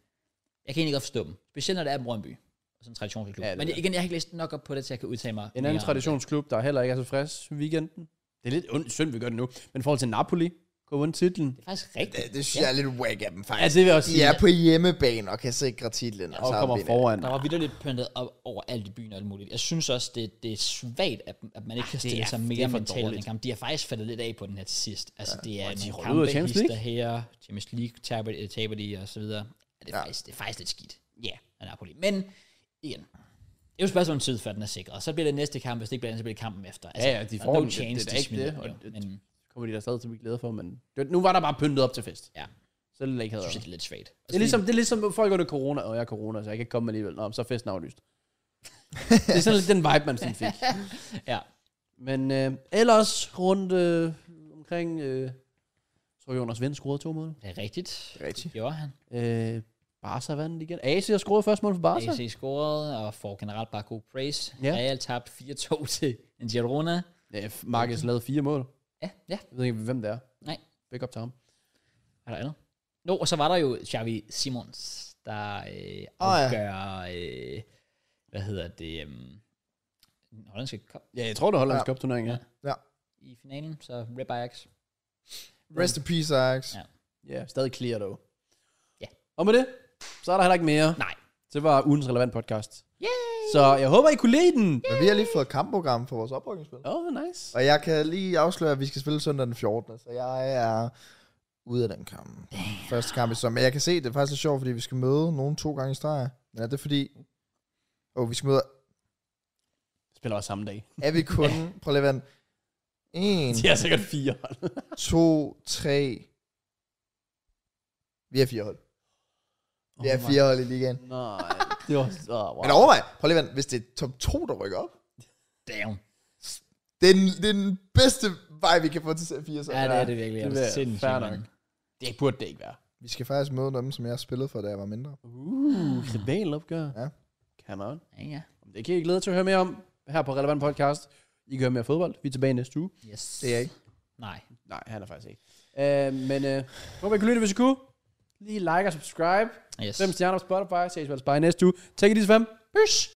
Speaker 1: jeg kan egentlig godt forstå dem. Specielt når det er Brøndby, og sådan en traditionsklub.
Speaker 3: Ja,
Speaker 1: Ja,
Speaker 3: det
Speaker 1: Men
Speaker 3: er det.
Speaker 1: igen, jeg har ikke læst nok op på det, til jeg kan udtale mig.
Speaker 3: En
Speaker 1: mere om
Speaker 3: anden
Speaker 1: det.
Speaker 3: traditionsklub, der heller ikke er tilfreds weekenden. Det er lidt ondt, synd, vi gør det nu. Men i forhold til Napoli, kunne vundet titlen.
Speaker 1: Det er faktisk rigtigt.
Speaker 2: Det, det synes jeg er lidt whack af dem, faktisk.
Speaker 3: Ja, det vil jeg også
Speaker 2: de
Speaker 3: sige.
Speaker 2: er på hjemmebane og kan sikre titlen.
Speaker 3: og
Speaker 2: så
Speaker 3: kommer
Speaker 2: vinder de.
Speaker 3: foran.
Speaker 1: Der var vidderligt pyntet op over alt i byen og alt muligt. Jeg synes også, det, det er svagt, at, at man ikke kan stille
Speaker 3: er-
Speaker 1: sig
Speaker 3: Ah, det er
Speaker 1: mere
Speaker 3: for
Speaker 1: mentalt i den
Speaker 3: dårligt.
Speaker 1: kamp. De har faktisk faldet lidt af på den her til sidst. Altså, det er nogle
Speaker 3: røg ud
Speaker 1: kampe,
Speaker 3: af Champions
Speaker 1: hister
Speaker 3: League.
Speaker 1: her, Champions League taber, øh, taber de og så videre. Ja, det, er ja. faktisk, det er faktisk lidt skidt. Ja, yeah, af Napoli. Men igen, det er jo et spørgsmål om tid, før den er sikret. Og så bliver det næste kamp, hvis det ikke bliver den, så bliver det kampen efter. Altså,
Speaker 3: Ja, ja, de
Speaker 1: der er
Speaker 3: får
Speaker 1: no
Speaker 3: den. Det-
Speaker 1: chance,
Speaker 3: det er da
Speaker 1: de
Speaker 3: ikke
Speaker 1: smider.
Speaker 3: det, og
Speaker 1: jo.
Speaker 3: det-
Speaker 1: men jeg
Speaker 3: Kommer de der stadig til at blive glade for, men det, nu var der bare pyntet op til fest.
Speaker 1: Ja.
Speaker 3: Så det ikke havde
Speaker 1: synes,
Speaker 3: jeg.
Speaker 1: det er lidt svagt.
Speaker 3: Det er ligesom, det er ligesom folk under corona, og jeg er corona, så jeg kan ikke komme alligevel. Nå, men så er festen aflyst. det er sådan lidt den vibe, man sådan fik.
Speaker 1: Ja.
Speaker 3: Men øh, ellers rundt øh, omkring, øh, så Jonas Vind scorede to mål.
Speaker 1: Det er rigtigt.
Speaker 2: Rigtigt.
Speaker 1: Det gjorde han.
Speaker 3: Øh, Barca vandt igen. AC har scoret første mål for Barca.
Speaker 1: AC scorede og får generelt bare god praise.
Speaker 3: Ja.
Speaker 1: Ja. Real tabte 4-2 til Girona.
Speaker 3: Ja, f- Marcus lavede fire mål.
Speaker 1: Ja, ja.
Speaker 3: Jeg ved ikke, hvem det er.
Speaker 1: Nej.
Speaker 3: Big up til ham.
Speaker 1: Er der andet? Nå, og så var der jo Xavi Simons, der øh,
Speaker 2: Åh, ja.
Speaker 1: afgør, oh, ja. øh, hvad hedder det, øhm, den hollandske cup
Speaker 3: Ja, jeg tror, det er Hollands
Speaker 2: Ja.
Speaker 3: ja. Cup-turnering, ja.
Speaker 1: i finalen, så Rip Ajax.
Speaker 2: Rest in peace, Ajax.
Speaker 1: Ja.
Speaker 3: Ja, stadig clear dog.
Speaker 1: Ja.
Speaker 3: Og med det, så er der heller ikke mere.
Speaker 1: Nej.
Speaker 3: Det var ugens relevant podcast.
Speaker 1: Yay!
Speaker 3: Så jeg håber, I kunne lide den.
Speaker 2: Men vi har lige fået kampprogram for vores oprykningsspil.
Speaker 3: Åh, oh, nice.
Speaker 2: Og jeg kan lige afsløre, at vi skal spille søndag den 14. Så jeg er ude af den kamp. Første kamp i sommer. Men jeg kan se, det er faktisk lidt sjovt, fordi vi skal møde nogen to gange i streg. Men er det fordi... Åh, oh, vi skal møde...
Speaker 3: Spiller også samme dag.
Speaker 2: Er vi kun... Prøv lige at vente. En,
Speaker 3: De er sikkert fire hold.
Speaker 2: to, tre... Vi er fire hold. Vi er
Speaker 3: Oh my-
Speaker 2: fire hold i ligaen.
Speaker 3: Nej, det var... Oh, wow.
Speaker 2: Men overvej, prøv lige at vente. Hvis det er top 2, der rykker op,
Speaker 1: Damn.
Speaker 2: det er, den, det er den bedste vej, vi kan få til serie 4. Så.
Speaker 1: Ja, det er det virkelig.
Speaker 3: det
Speaker 1: Det er
Speaker 3: er
Speaker 1: sindssygt,
Speaker 3: fair
Speaker 1: mand.
Speaker 3: nok. Det burde det ikke være.
Speaker 2: Vi skal faktisk møde dem, som jeg spillede for, da jeg var mindre.
Speaker 3: Uh, rivalopgør.
Speaker 2: Ja.
Speaker 3: Come on.
Speaker 1: Ja, ja.
Speaker 3: Det kan I glæde jer til at høre mere om her på Relevant Podcast. I kan høre mere fodbold. Vi er tilbage næste uge.
Speaker 1: Yes.
Speaker 2: Det er jeg ikke.
Speaker 1: Nej.
Speaker 3: Nej, han er faktisk ikke. Øh, men øh, håber, I kunne lytte, hvis I kunne. Lige like og subscribe.
Speaker 1: Yes.
Speaker 3: Fem stjerner på Spotify. Ses vel i næste uge. Tak i disse fem. Peace.